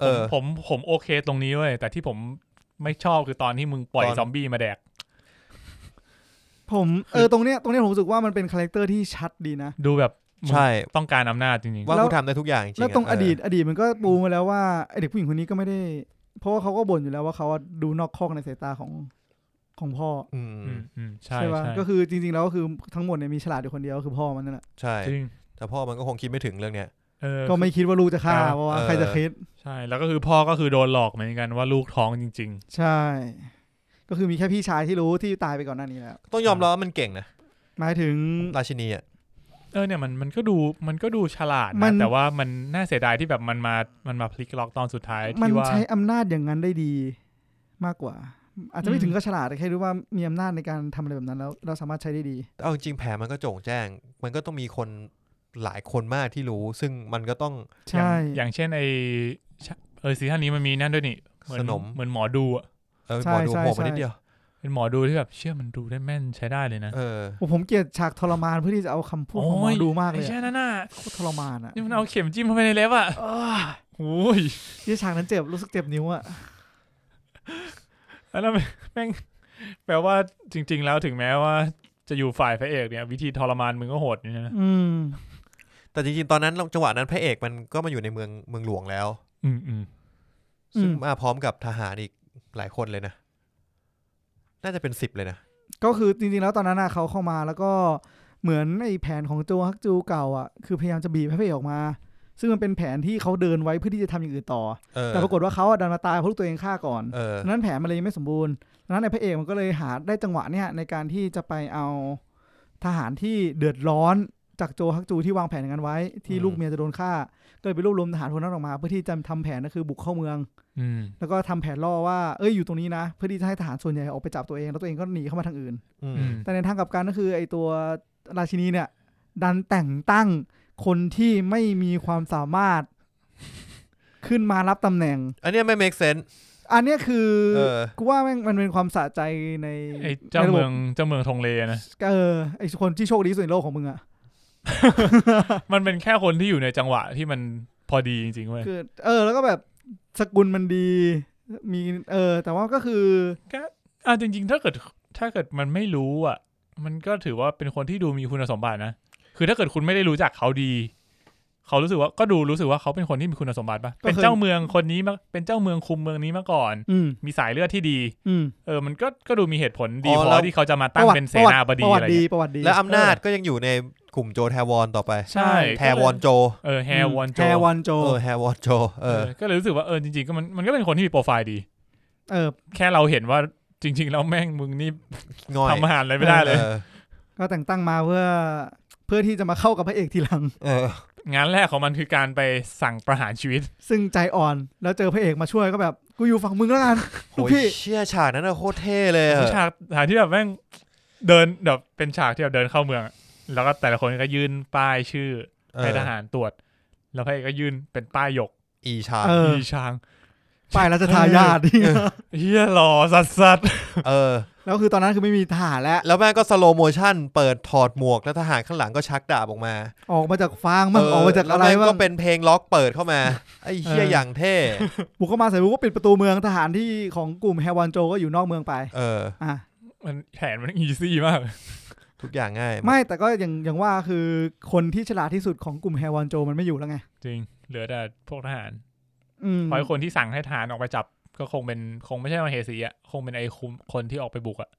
S2: เออ
S3: ผมผมผมโอเคตรงนี้เว้ย แต่ที่ผมไม่ชอบคือตอนที่มึงปล่อย
S2: ตอน
S3: ซอมบี้มาแดก
S4: ผมเออตรงเนี้ยตรงเนี้ยผมรู้สึกว่ามันเป็นคาแรคเตอร์ที่ชัดดีนะ
S3: ดูแบบมึง
S2: ใช่
S3: ต้องการอำนาจจริงๆ
S2: ว่า
S4: แล้ว
S2: กูทำได้ทุกอย่างจริงๆ
S4: แล้วตรง
S2: ะ
S4: อ
S2: เ
S4: ดีตอดีตมันก็ปูมาแล้วว่าไอเด็กผู้หญิงคนนี้ก็ไม่ได้ เพราะว่าเขาก็บ่นอยู่แล้วว่าเขาอะดูนอกคอกในสายตาของของพ่อ
S2: อืม
S3: อืมอืมใช่
S4: ปะ
S3: ใช่
S4: ก็คือจริงๆแล้วก็คือทั้งหมดเนี่ยมีฉลาดอยู่คนเดียวก็คือพ่อมันนั่นแหละ
S2: ใช่
S3: จริง
S2: แต่พ่อมันก็คงคิดไม่ถึงเรื่องเนี้ย
S3: เออ
S4: ก็ไม่คิดว่าลูกจะฆ่า
S3: เออ
S4: เพราะว่า
S2: เออ
S4: ใครจะคิด
S3: ใช่แล้วก็คือพ่อก็คือโดนหลอกเหมือนกันว่าลูกท้องจริง
S4: ใช่ ก็คือมีแค่พี่ชายที่รู้ที่ตายไปก่อนหน้านี้แล้ว
S2: ต้องยอมรับว่ามันเก่งนะ
S4: หมายถึง
S2: ราชินีอ่ะ
S3: ๆ เออเนี่ยมันมันก็ดูมันก็ดูฉลาด
S4: มั
S3: นะ
S4: น
S3: แต่ว่ามันน่าเสียดายที่แบบมันมามันมาพลิกล็อกตอนสุดท้าย
S4: มัน
S3: ที่ว่า
S4: ใช้อำนาจอย่างนั้นได้ดีมากกว่า อาจจะไม่
S3: อืม
S4: ถึงก็ฉลาดแต่แค่รู้ว่ามีอำนาจในการทำอะไรแบบนั้นแล้ว เราสามารถใช้ได้ดี
S2: แต่เอาจริงๆแผลมันก็โจ่งแจ้ง มันก็ต้องมีคนหลายคนมากที่รู้ ซึ่งมันก็ต้อง
S3: อย่า
S4: ใช่
S3: งอย่างเช่นไอชะเออซีท่านนี้มันมีนั่นด้วยนี่เหมือน
S2: สนม
S3: เหมือนหมอดูอะ
S2: เออ
S4: ใช่
S2: หมอดู
S4: ใช่
S2: โหมมา
S4: ใช่
S2: นิดเดียว
S3: เป็นหมอดูที่แบบเชื่อมันดูได้แม่นใช้ได้เลยนะ
S2: เออ
S4: โอ้ผมเกลียดฉากทรมานเพื่อที่จะเอาคำพูดของหมอดูมากเลย
S3: ไอ้
S4: อะ
S3: แช่นั่นน่ะ
S4: โคตรทรมานอ่ะ
S3: นี่มันเอาเข็มจิ้มเข้าไปในเล็บอ่ะ
S4: เอ้ย
S3: โอ้ย
S4: ที่ฉากนั้นเจ็บรู้สึกเจ็บนิ้วอ่ะ
S3: แล้วแม่งแปลว่าจริง ๆ แล้วถึงแม้ว่า จะอยู่ฝ่ายพระเอกเนี่ย วิธีทรมานมึงก็โหดอยู่นะ
S4: อืม
S2: แต่จริงๆ ตอนนั้นจังหวะนั้นพระเอกมันก็มาอยู่ในเมืองเมืองหลวงแล้ว
S3: อืมอืม
S4: อืม
S2: ซึ่งมาพร้อมกับทหารอีกหลายคนเลยนะ น่าจะเป็นสิบเลยนะ
S4: ก็คือจริงๆแล้วตอนนั้นน่ะเขาเข้ามาแล้วก็เหมือนไอ้แผนของโจฮักจูเก่าอ่ะคือพยายามจะบีบให้พระเอกออกมา ซึ่งมันเป็นแผนที่เขาเดินไว้เพื่อที่จะทำอย่างอื่นต่อ
S2: เออ
S4: แต่ปรากฏว่าเขาอะดันมาตายเพราะลูกตัวเองฆ่าก่อน
S2: เออ
S4: ดังนั้นแผลมันเลยยังไม่สมบูรณ์ดังนั้นไอ้พระเอกมันก็เลยหาได้จังหวะเนี่ยในการที่จะไปเอาทหารที่เดือดร้อนจากโจฮักจูที่วางแผนอย่างนั้นไว้ ที่
S2: อืม
S4: ลูกเมียจะโดนฆ่า ก็เลยไปรวบรวมทหารพวกนั้นออกมา เพื่อที่จะทำแผนก็คือบุกเข้าเมือง
S3: อืม
S4: แล้วก็ทำแผนล่อว่าเอ้ยอยู่ตรงนี้นะ เพื่อที่จะให้ทหารส่วนใหญ่ออกไปจับตัวเองแล้วตัวเองก็หนีเข้ามาทางอื่น
S2: อืม
S3: อืม
S4: แต่ในทางกลับกันก็คือไอ้ตัวราชินีเนี่ย ดันแต่งตั้งคนที่ไม่มีความสามารถ ขึ้นมารับตำแหน่ง
S2: อันเนี้ยไม่ make sense
S4: อันเนี้ยคือ
S2: เออ
S4: กูว่าแม่งมันเป็นความสะใจใน
S3: ไอ้เจ้า
S4: ในระบบ
S3: เมืองเจ้าเมืองทงเลนะ
S4: เออไอ้คนที่โชคดีที่สุดในโลกของมึงอ่ะ
S3: มันเป็นแค่คนที่อยู่ในจังหวะที่มันพอดีจริงๆเว้ย
S4: คือ เออ แล้วก็แบบสกุลมันดี มีเออ แต่ว่าก็คือ
S3: อ่ะจริง ๆ ถ้าเกิดถ้าเกิดมันไม่รู้อ่ะ มันก็ถือว่าเป็นคนที่ดูมีคุณสมบัตินะ คือถ้าเกิดคุณไม่ได้รู้จักเขาดี เขารู้สึกว่าก็ดูรู้สึกว่าเขาเป็นคนที่มีคุณสมบัติปะเป็นเจ้าเมืองคนนี้มาเป็นเจ้าเมืองคุมเมืองนี้มาก่อน
S4: อืม
S3: มีสายเลือดที่ดี
S4: อืม
S3: เออ มันก็ก็ดูมีเหตุผลดี
S2: อ๋อ
S3: พ
S2: แล้
S3: อ
S2: ว
S3: ที่เขาจะมา
S4: ป
S3: ตั้ง
S4: ระวัติ
S3: เป็นเส
S4: ประวัติ
S3: นาบดี
S4: ประวั
S3: อะ
S4: ติ
S3: ไร
S4: ดี
S3: เงี้ย
S4: ประวัติดี
S2: และอำนาจก็ยังอยู่ในกลุ่มโจแทวอนต่อไป
S4: ใช่
S2: แทวอนโจ
S3: เออแฮวอนโจ
S4: แทวอนโจ
S2: เออแทวอนโจ เอ
S3: เอ
S2: อ
S3: อก็เลยรู้สึกว่าเออจริงๆก็มันมันก็เป็นคนที่มีโปรไฟล์ดี
S4: เออ
S3: แค่เราเห็นว่าจริง ๆ แล้วแม่งมึงนี่
S2: ง่อย
S3: ทำอาหารอะไรไม่ได้เลย
S2: เออ
S4: ก็แต่งตั้งมาเพื่อเพื่อที่จะมาเข้ากับพระเอกทีหลัง
S2: เออ
S3: งานแรกของมันคือการไปสั่งประหารชีวิต
S4: ซึ่งใจอ่อนแล้วเจอพระเอกมาช่วยก็แบบ กูอยู่ฝั่งมึงแล้วกัน
S2: โห
S4: ลูก
S2: ย
S4: พี่
S2: เชี่ยฉากนั้นอะโคตรเท่เลยอะ
S3: ฉากฉากที่แบบแม่งเดินแบบเป็นฉากที่แบบเดินเข้าเมืองอะแล้วก็แต่ละคนก็ยื่นป้ายชื่อ
S2: เอ
S3: ให้
S2: อ
S3: ทหารตรวจ แล้วพระเอกก็ยื่นเป็นป้ายหยก
S2: อีฉาก
S4: เออ
S3: อีช้าง
S4: ฝ่ายรัชทายาท
S3: เฮียหล่อสัสสัส
S2: เออ
S4: แล้วคือตอนนั้นคือไม่มีทหารแล้ว
S2: แล้วแม่งก็สโลโมชั่น เปิดถอดหมวกแล้วทหารข้างหลังก็ชักดาบออกมา
S4: ออกมาจากฟางมั่งออกมาจากอะ
S2: แล้ว
S4: ไร
S2: แม่ง
S4: มั่
S2: ก็
S4: ง
S2: เป็นเพลงล็อกเปิดเข้ามา ไอ้เฮีย
S4: เออ
S2: อ
S4: อ
S2: ย่างเท่
S4: บุกเข้ามาเสร็จบุกก็ปิดประตูเมืองทหารที่ของกลุ่มแฮวันโจก็อยู่นอกเมืองไป
S2: เออ
S4: อ่ะ
S3: ๆมันแผนมันอีซี่มาก
S2: ทุกอย่างง่าย
S4: ไม่แต่ก็อย่างอย่างว่าคือคนที่ฉลาดที่สุดของกลุ่มแฮวันโจมันไม่อยู่แล้วไง
S3: จริง เหลือแต่พวกทหาร
S4: อืม
S3: เพราะไอ้คนที่สั่งให้ทหารออกไปจับ ก็คงเป็นคงไม่ใช่มาเฮสีอ่ะคงเป็นไอ้คุมคนที่ออกไปบุกอ่ะ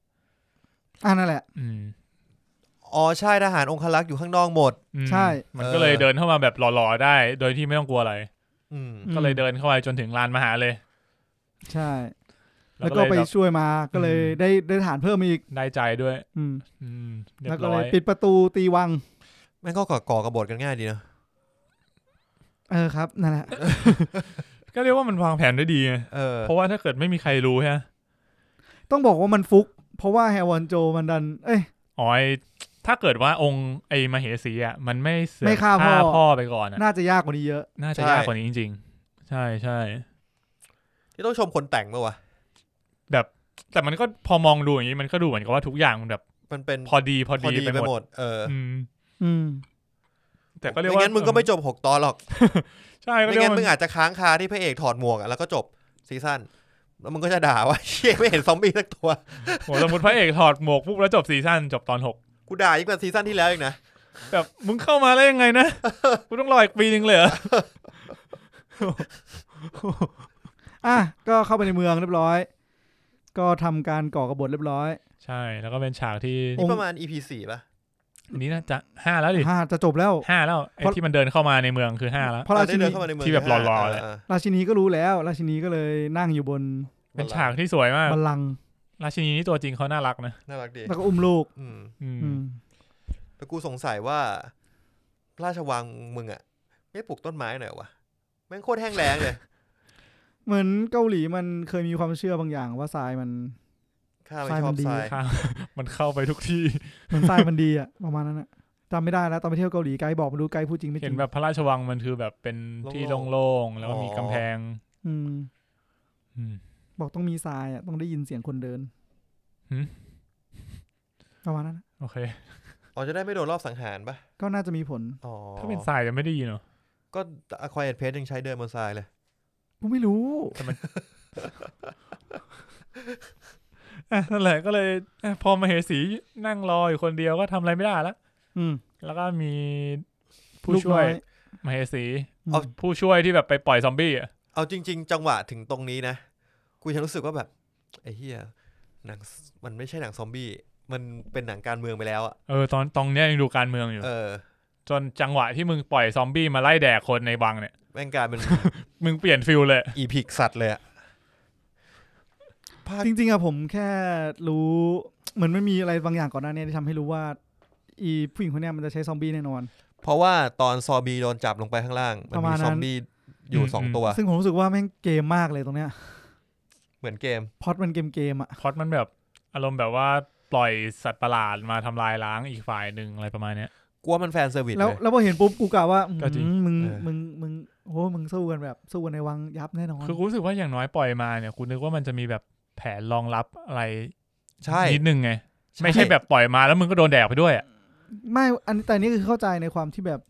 S4: อ่ะนั่นแหละ
S3: อืม
S2: อ๋อใช่ทหารองคลักษ์อยู่ข้างนอกหมด
S3: อืม
S4: ใช่
S3: มันก็เลยเดินเข้ามาแบบหล่อๆได้ โดยที่ไม่ต้องกลัวอะไร
S2: อืม
S3: ก็เลยเดินเข้าไปจนถึงลานมหาเลย
S4: ใช่
S3: แล้
S4: แล้วว
S3: ก็
S4: ก็
S3: ไป
S4: ไปช่วยมาก็เลยได้ได้ทหารเพิ่มมาอีก
S3: ได้ใจด้วย
S4: อืม
S3: อืมเรีย
S4: แล้ว
S3: บ
S4: ก็
S3: ร้
S4: เล
S3: อย ย
S4: ปิดประตูตีวัง
S2: แม่งก็ก่อก่อกระบฏกันง่ายดีเนอะ
S4: เออครับนั่นแหละ
S3: ก็เรียกว่ามันวางแผนได้ดีไง
S2: เออ
S3: เพราะว่าถ้าเกิดไม่มีใครรู้ฮะ
S4: ต้องบอกว่ามันฟุก เพราะว่าแฮวันโจมันดัน เอ้ย
S3: อ๋อไอ้ถ้าเกิดว่าองค์ไอ้มเหสีอ่ะมันไม่เสือก
S4: ไม่ฆ่าพ่อ
S3: พ่อไปก่อนอะ
S4: น่าจะยากกว่านี้เยอะ
S3: น่าจะ
S2: ใช่
S3: ยากกว่านี้จริง ๆ ใช่ใช่
S2: ที่ต้องชมคนแต่งปะวะ
S3: แต่มันก็พอมองดูอย่างนี้มันก็ดูเหมือนกับว่าทุกอย่างมันแบบ
S2: มันเป็น
S3: พอดีพอ
S2: พอ
S3: ดี
S2: ดี
S3: ไป
S2: ไป
S3: ห
S2: ห
S3: มด
S2: มด เออ
S3: อืม
S4: อืม
S3: แต่ก็เรียกว่า
S2: ไม่งั้นมึงก็ไม่จบหกตอนหรอก
S3: ใช่ก็
S2: ไม่
S3: เรียก
S2: งั้น
S3: ว่า
S2: มึงอาจจะค้างคาที่พระเอกถอดหมวกอะแล้วก็จบซีซั่นแล้วมึงก็จะด่าว่า เชี่ยไม่เห็นซอมบี้สักตัว
S3: โหสมมติพระเอกถอดหมวกปุ๊บแล้วจบซีซั่นจบตอนหก
S2: กูด่ายิ่งกว่าซีซั่นที่แล้วอีกนะ
S3: แบบมึงเข้ามาได้ยังไงนะกูต้องรออีกปีนึงเลยเหรอ
S4: อ่ะก็เข้าไปในเมืองเรียบร้อย ก็ทำการก่อกบฏเรียบร้อย
S3: ใช่แล้วก็เป็นฉากที่
S2: นี่ประมาณ EP สี่ป่ะ
S3: อันนี้น่าจะห้าแล้วดิ
S4: ห้าจะจบแล้ว
S3: ห้าแล้วไอ้
S4: เพราะ
S3: ที่มันเดินเข้ามาในเมืองคือห้าแล้ว
S4: เพราะรา
S2: ได้
S4: ชิ
S2: เดิ
S4: นี
S2: นเข้ามาในเมือง
S3: ที่แบบ
S2: ห้า
S3: หล่อๆเลย
S2: า
S4: ราชินีก็รู้แล้ว ราชินีก็เลยนั่งอยู่บน
S2: ๆ
S3: เป็นฉากที่สวยมาก
S4: บัลลังก์
S3: ราชินีนี่ตัวจริงเขาน่ารักนะ
S2: น่ารักดี
S4: แล้วก็อุ้มลูก
S2: อืม
S3: อืม
S4: อืม
S2: แต่กูสงสัยว่า ราชวังมึงอะไม่ปลูกต้นไม้หน่อยวะแม่งโคตรแห้งแล้งเลย
S4: เหมือนเกาหลีมันเคยมีความเชื่อบางอย่างว่าทรายมัน
S2: ข้าไม่ชอบทราร
S4: ทาย ย
S3: ครับ มันเข้าไปทุกที่
S4: เหมือนทรายมันดีอะ ประมาณนั้นอะจำไม่ได้แล้วตอนไปเที่ยวเกาหลีไกด์บอกไมาดูไกด์พูดจริงไม่จ
S3: เห็
S4: ริ
S3: น
S4: ง
S3: แบบพระราชวังมันคือแบบเป็นที่โล่งๆ แล้วก็มีกำแพง
S4: อืม
S3: อืม
S4: บอกต้องมีทรายอะต้องได้ยินเสียงคนเดิน
S3: หืม
S4: ประมาณนั้นอะ
S3: โอเค
S2: อ๋อจะได้ไม่โดนรอบสังหารป่ะ
S4: ก็น่าจะมีผล
S2: อ๋อ
S3: ถ้าเป็นทรายจะไม่ได้ยินเหรอ
S2: ก็อควายเอ็ดเพสยังใช้เดินบนทรายเลย
S4: กูไม่รู้
S3: อ่ะนั่นแหละก็เลยอ่ะพอมาเหสีนั่งรออยู่คนเดียวก็ทำอะไรไม่ได้ละ
S4: อืม
S3: แล้วก็มีผู้
S4: ลูก
S3: ช่ว
S4: น้
S3: ย
S4: อ
S3: มาเหสี
S4: อืม
S2: เอา
S3: ผู้ช่วยที่แบบไปปล่อยซอมบี้อ่ะ
S2: เอาจริง ๆ จังหวะถึงตรงนี้นะ กูยังรู้สึกว่าแบบ ไอ้เฮียหนังมันไม่ใช่หนังซอมบี้ มันเป็นหนังการเมืองไปแล้วอะ
S3: เออตอนตอนเนี้ยยังดูการเมืองอยู่
S2: เออ
S3: จนจังหวะที่มึงปล่อยซอมบี้มาไล่แดกคนในบังเนี่ย
S2: แม่งกลายเป็น
S3: มึงเปลี่ยนฟิลเลย
S2: อีพิกสัตว์เลยอะภาค
S4: จริงๆอะผมแค่รู้ เหมือนไม่มีอะไรบางอย่างก่อนหน้านี้ที่ทำให้รู้ว่า อีผู้หญิงคนเนี้ยมันจะใช้ซอมบี้แน่นอน
S2: เพราะว่าตอนซอบีโดนจับลงไปข้างล่าง มัน
S4: ประ
S2: มี
S4: มาณนั้น
S2: ซอมบี้อยู่
S3: อืม
S2: สองตัว
S4: ซึ่งผมรู้สึกว่าแม่งเกมมากเลยตรงเนี้ย
S2: เหมือนเกม
S4: พล็อดมันเกมเกมๆอะ
S3: พล็อตมันแบบอารมณ์แบบว่าปล่อยสัตว์ประหลาดมาทำลายล้างอีกฝ่ายหนึ่งอะไรประมาณเนี้ย
S2: กลัวมันแฟนเซอร์วิส
S4: แล้ว
S2: เลย
S4: แล้วพอเห็นปุ๊บกูกะว่าอืม
S3: ก็จริง
S4: มึง
S2: เออ
S4: มึงมึงโหมึงสู้กันแบบสู้กันในวังยับแน่นอน
S3: คือกูรู้สึกว่าอย่างน้อยปล่อยมาเนี่ยกูนึกว่ามันจะมีแบบแผนรองรับอะไร
S2: ใช่
S3: นิดนึงไง ไม่ใช่แบบปล่อยมาแล้วมึงก็โดนแดกไปด้วยอะ
S4: ไม่อันแต่นี่คือเข้าใจในความที่แบบ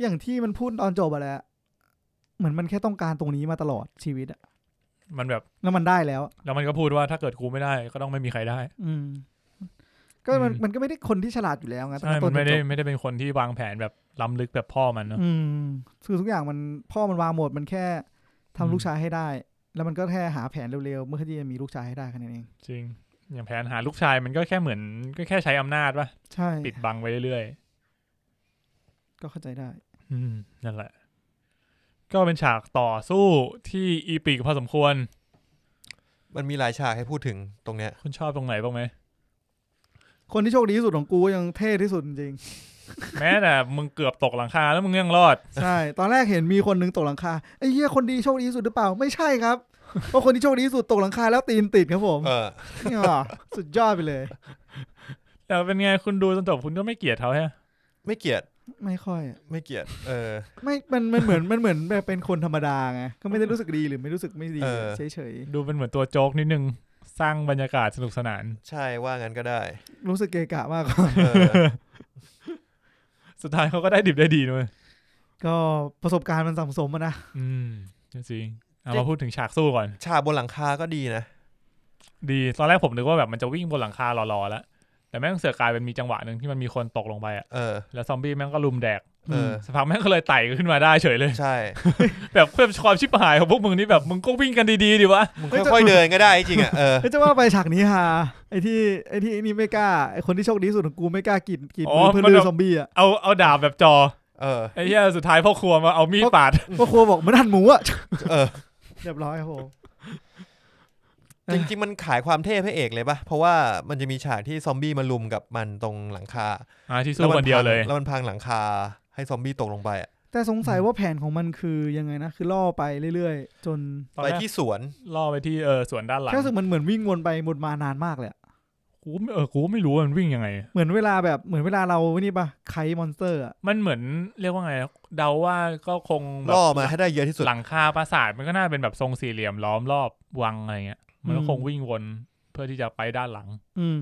S4: อย่างที่มันพูดตอนจบอะแหละเหมือนมันแค่ต้องการตรงนี้มาตลอดชีวิตอะ
S3: มันแบบ
S4: แล้วมันได้แล้วอะ
S3: แล้วมันก็พูดว่าถ้าเกิดกูไม่ได้ก็ต้องไม่มีใครได้
S4: อืม ก็มัน
S3: อืม
S4: มันก็ไม่ได้คนที่ฉลาดอยู่แล้วไง
S3: ใช่
S4: ตั้ง
S3: มั
S4: แต่ต้
S3: น
S4: น
S3: ไม่
S4: จ
S3: ได้
S4: นจบ
S3: ไม่ได้เป็นคนที่วางแผนแบบล้ำลึกแบบพ่อมันเนอะ
S4: อืมคือทุกอย่างมันพ่อมันวางหมดมันแค่ทำ
S3: อืม
S4: ลูกชายให้ได้ แล้วมันก็แค่หาแผนเร็วๆเมื่อที่จะมีลูกชายให้ได้แค่นั้นเอง
S3: จริง อย่างแผนหาลูกชายมันก็แค่เหมือนก็แค่ใช้อำนาจป่ะ
S4: ใช่
S3: ปิดบังไว้เรื่อยๆ
S4: ก็เข้าใจได้
S3: อืมนั่นแหละ ก็เป็นฉากต่อสู้ที่อีปิกพอสมควร
S2: มันมีหลายฉากให้พูดถึงตรงเนี้ย
S3: คุณชอบตรงไหนบ้างไหม
S4: คนที่โชคดีที่สุดของกูยังเท่ที่สุดจริง
S3: แม้แต่มึงเกือบตกหลังคาแล้วมึงยังรอด
S4: ๆ ใช่ ตอนแรกเห็นมีคนหนึงตกหลังคาไอ้เหี้ยคนดีโชคดีที่สุดหรือเปล่าไม่ใช่ครับ เพราะคนที่โชคดีที่สุดตกหลังคาแล้วตีนติดครับผม
S2: เออ
S4: เนี่ยสุดยอดไปเลย
S3: แต่เป็นไงคุณดูจนจบคุณก็ไม่เกลียดเขาแฮะ
S2: ไม่เกลียด
S4: ไม่ค่อยอะ
S2: ไม่เกลียดเออ
S4: ไม่มันมันเหมือนมันเหมือนแบบเป็นคนธรรมดาไงก็ไม่ได้รู้สึกดีหรือไม่รู้สึกไม่ดี
S2: เออ
S4: เฉย
S3: ดูเป็นเหมือนตัวโจ๊กนิดนึง สร้างบรรยากาศสนุกสนาน
S2: ใช่ว่างั้นก็ได้
S4: ๆรู้สึกเกะกะมาก
S2: เออ
S3: สุดท้ายเขาก็ได้ดิบได้ดีด้วย
S4: ก็ประสบการณ์มันสังสมอะนะ
S3: อืมจริงๆเอา
S2: จริ
S3: มาง พูดถึงฉากสู้ก่อน
S2: ฉากบนหลังคาก็ดีนะ
S3: ดี ตอนแรกผมนึกว่าแบบมันจะวิ่งบนหลังคาหล่อๆแล้ว แต่แม่งเสือกกลายเป็นมีจังหวะหนึ่งที่มันมีคนตกลงไปอะ
S2: เออ
S3: แล้วซอมบี้แม่งก็ลุมแดก
S2: เออ
S3: สักพักแม่งก็เลยไต่ขึ้นมาได้เฉยเลย
S2: ใช่
S3: แบบเพื่อความชิบหายของพวกมึงนี่แบบมึงก็วิ่งกันดีๆดิวะ
S2: มึงค่อย ๆเดินก็ได้จริงอ่ะเออ
S4: ก็จะว่าไปฉากนี้ฮะไอ้ที่ไอ้ที่นี่ไม่กล้าไอ้คนที่โชคดีที่สุดของกูไม่กล้ากินกิน
S3: อ๋อ
S4: เพื่อน
S3: มัน
S4: ลื
S3: แบ
S4: อบ ซอมบี้อะ
S3: เอาเอาดาบแบบจอ
S2: เออ
S3: ไอ้เหี้ยสุดท้ายพ่อครัวมาเอามีดปาด
S4: พ่อครัวบอกเหมันหั่นหมูอะ
S2: เอ อ
S4: เรียบร้อยครับผม
S2: จริงๆ มันขายความเทพให้เอกเลยปะเพราะว่ามันจะมีฉากที่ซอมบี้มาลุมกับมันตรงหลังคา
S3: อ่าที่สู้คนเดียวเลย
S2: แล้มันพังหลังคาให้ซอมบี้ตกลงไปอะ
S4: แต่สงสัย
S3: อืม
S4: ว่าแผนของมันคือยังไงนะ คือล่อไปเรื่อยๆ จน
S3: ตอน
S2: ไป
S3: แรก
S2: ที่สวน
S3: ล่อไปที่เออสวนด้านหลัง
S4: แค่รู้สึกมันเหมือนวิ่งวนไปวนมานานมากเลยอะ
S3: กูไม่เออกูไม่รู้ว่ามันวิ่งยังไง
S4: เหมือนเวลาแบบเหมือนเวลาเราไอ้นี่ปะไคมอนสเตอร์อะ
S3: มันเหมือนเรียกว่าไง เดาว่าก็คงแบบ
S2: ล่อมาให้ได้เยอะที่สุด
S3: หลังคาปราสาทมันก็น่าเป็นแบบทรงสี่เหลี่ยมล้อมรอบวังอะไรเงี้ยมันก็คงวิ่งวนเพื่อที่จะไปด้านหลัง
S4: อืม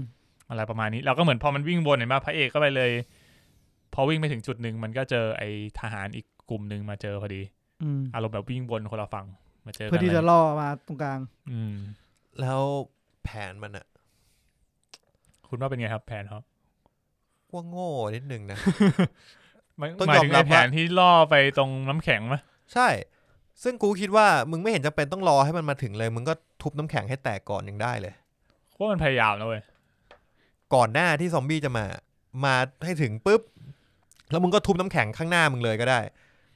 S3: อะไรประมาณนี้แล้วก็เหมือนพอมันวิ่งวนเห็นป่ะพระเอกก็ไปเลย พอวิ่งไปถึงจุดหนึ่งมันก็เจอไอ้ทหารอีกกลุ่มหนึ่งมาเจอพอดี
S4: อืม
S3: อารมณ์แบบวิ่งวนคนละฝั่งมาเจอกัน
S4: เพื่อที่จะ
S3: ไร
S4: ล่อมาตรงกลาง
S3: อืม
S2: แล้วแผนมันอะ
S3: คุณว่าเป็นไงครับแผนครับ
S2: ว่าโง่นิดนึง นะ
S3: มัน
S2: ต้อง
S3: หมาย
S2: ยอม
S3: ถึง
S2: รั
S3: ไอ้
S2: บว่า
S3: แผนที่ล่อไปตรงน้ำแข็งไหม
S2: ใช่ ซึ่งกูคิดว่ามึงไม่เห็นจำเป็นต้องรอให้มันมาถึงเลย มึงก็ทุบน้ำแข็งให้แตกก่อนยังได้เลย
S3: ว่ามันพยายามนะเว้ย
S2: ก่อนหน้าที่ซอมบี้จะมา มาให้ถึงปุ๊บ แล้วมึงก็ทุบน้ำแข็งข้างหน้ามึงเลยก็ได้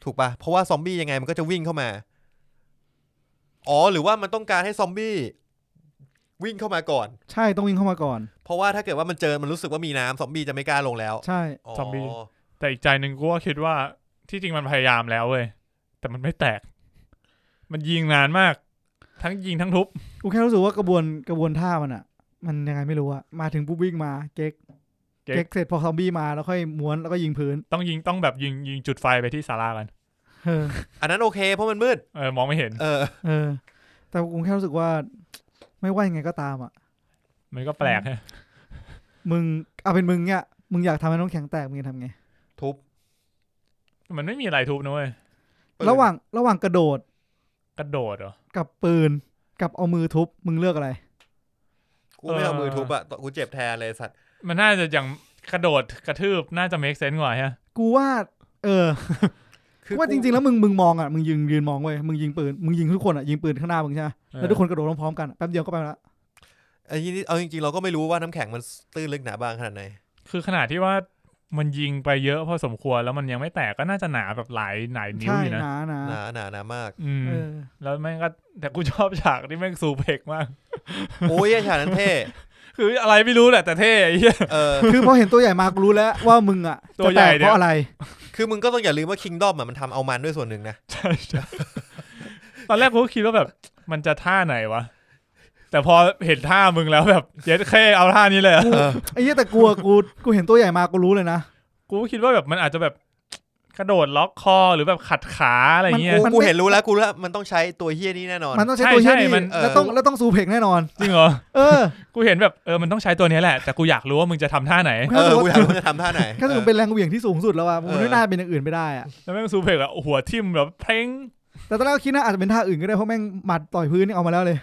S2: ถูกปะเพราะว่าซอมบี้ยังไงมันก็จะวิ่งเข้ามา อ๋อ หรือว่ามันต้องการให้ซอมบี้วิ่งเข้ามาก่อน
S4: ใช่ต้องวิ่งเข้ามาก่อน
S2: เพราะว่าถ้าเกิดว่ามันเจอมันรู้สึกว่ามีน้ำซอมบี้จะไม่กล้าลงแล้ว
S4: ใช่
S3: แต่อีกใจหนึ่งกูก็คิดว่าที่จริงมันพยายามแล้วเว้ยแต่มันไม่แตก มันยิงนานมาก ทั้งยิงทั้งทุบ
S4: กูแค่รู้สึกว่ากระบวนกระบวนท่ามันอะมันยังไงไม่รู้อะมาถึงปุ๊บวิ่งมาเก๊กเก๊กเสร็จพอซอมบี้มาแล้วค่อยม้วนแล้วก็ยิงพื้น
S3: ต้องยิงต้องแบบยิงยิงจุดไฟไปที่ศาลากัน
S4: เออ
S2: อันนั้นโอเค เพราะมันมืด
S3: เออมองไม่เห็น
S2: เออ
S4: เออ แต่กูแค่รู้สึกว่า ไม่ว่ายังไงก็ตามอะ
S3: มันก็แปลกฮะ
S4: มึงเอาเป็นมึงเนี่ยมึงอยากทำให้น้องแข็งแตกมึงจะทำไง
S2: ทุบ
S3: มันไม่มีอะไรทุบนะเว้ย
S2: ปืน
S4: ระหว่างระหว่างกระโดด
S3: กระโดดเหรอ
S4: กับปืนกับเอามือทุบมึงเลือกอะไร
S2: กูไม่เอา
S3: เออ
S2: มือทุบอะตกูเจ็บแทนเลยสัตว์
S3: มันน่าจะอย่างกระโดดกระทืบน่าจะ make sense กว่าฮะ
S4: กูว่า เออ
S2: คือ
S4: ว่าจริง ๆ แล้วมึงมึงมองอ่ะมึงยืนยืนมองเว้ยมึงยิงปืนมึงยิงทุกคนอ่ะยิงปืนข้างหน้ามึงใช่ไหม
S3: เออ
S4: แล้วทุกคนกระโดดพร้อมๆกันแป๊บเดียวก็ไปละ
S2: ไอ้นี่เอาจริงๆเราก็ไม่รู้ว่าน้ำแข็งมันตื้นลึกหนาบางขนาดไหน
S3: คือขนาดที่ว่ามันยิงไปเยอะพอสมควรแล้วมันยังไม่แตกก็น่าจะหนาแบบหลายหลายนิ้ว
S4: ใช่
S3: อยู่นะ
S4: หนาหนา
S2: หนาหนาหนามาก
S3: อืม
S4: เออ
S3: แล้วแม่งก็แต่กูชอบฉากที่แม่งซูเพกมาก
S2: โอ้ยไอ้ฉากนั้นเท่
S3: คืออะไรไม่รู้แหละแต่เท่ไอ้เหี้ย
S2: เออ
S4: คือพอเห็นตัวใหญ่มากูรู้แล้วว่ามึงอ่ะ
S3: ตั
S4: จะ
S3: วให
S4: แต
S3: ญ่
S4: ก
S3: เนี่ย
S4: เพราะอะไร
S2: คือมึงก็ต้องอย่าลืมว่าคิงดอมอ่ะมันทำเอามันด้วยส่วนหนึ่งนะ
S3: ใช่ใช่ตอนแรกกูก็คิดว่าแบบ มันจะท่าไหนวะ แต่พอเห็นท่ามึงแล้วแบบเย็ดแค่เอาท่านี้เลยอะ
S4: ไอ้เหี้ยแต่กลัวกูกูเห็นตัวใหญ่มากูรู้เลยนะ
S3: กูก็คิดว่าแบบมันอาจจะแบบกระโดดล็อกคอหรือแบบขัดขาอะไรอย่างเงี้ย
S2: กู
S4: มันไม่
S2: กูเห็นรู้แล้วกูรู้แล้วมันต้องใช้ตัวเฮี้ยนี้แน่นอน
S4: มันต้องใช้
S3: ใช่
S4: ตัวเชื่อ
S3: ใช่
S4: นี่
S3: มันเออ
S4: แล้วต้องแล้วต้องซูเพกแน่นอน
S3: จริงเหรอ
S4: เอ อ
S3: กูเห็นแบบเออมันต้องใช้ตัวเนี้ยแหละ แต่กูอยากรู้ว่ามึงจะทำท่าไหน
S2: เออกูอยากรู้จะทำท่าไหน
S4: ก็ถือเป็นแรงเหวี่ยงที่สูงสุดแล้วอ่ะผมไม่น่าเป็นอย่างอื่นไม่ได้อ่ะ
S3: แล้วแม่งซูเพกอะหัวทิ่มแบบเพลง
S4: แต่ตอนแรกก็คิดนะอาจจะเป็นท่าอื่นก็ได้เพราะแม่งหมัดต่อยพื้นนี่เอามาแล้วเลย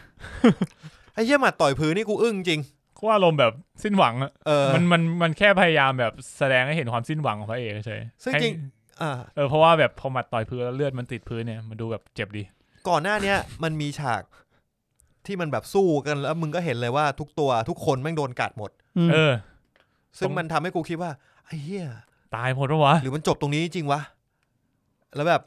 S2: ไอ้เหี้ยหมัดต่อยพื้นนี่กูอึ้งจริง
S3: กูว่าอารมณ์แบบสิ้นหวังอะ
S2: เออ
S3: มันมันมันแค่พยายามแบบแสดงให้เห็นความสิ้นหวังของพระเอกเฉย
S2: ซึ่งจริง
S3: ให้
S2: อ่า
S3: เออเพราะว่าแบบพอหมัดต่อยพื้นแล้วเลือดมันติดพื้นเนี่ยมันดูแบบเจ็บดี
S2: ก่อนหน้าเนี้ยมันมีฉากที่มันแบบสู้กันแล้วมึงก็เห็นเลยว่าทุกตัวทุกคนแม่งโดนกัดหมด
S4: อืม
S3: เออ
S2: ซึ่ง
S3: ผม
S2: มันทำให้กูคิดว่าไอ้เหี้ย
S3: ตายหมดปะวะ
S2: หรือมันจบตรงนี้จริงวะ แล้วแบบ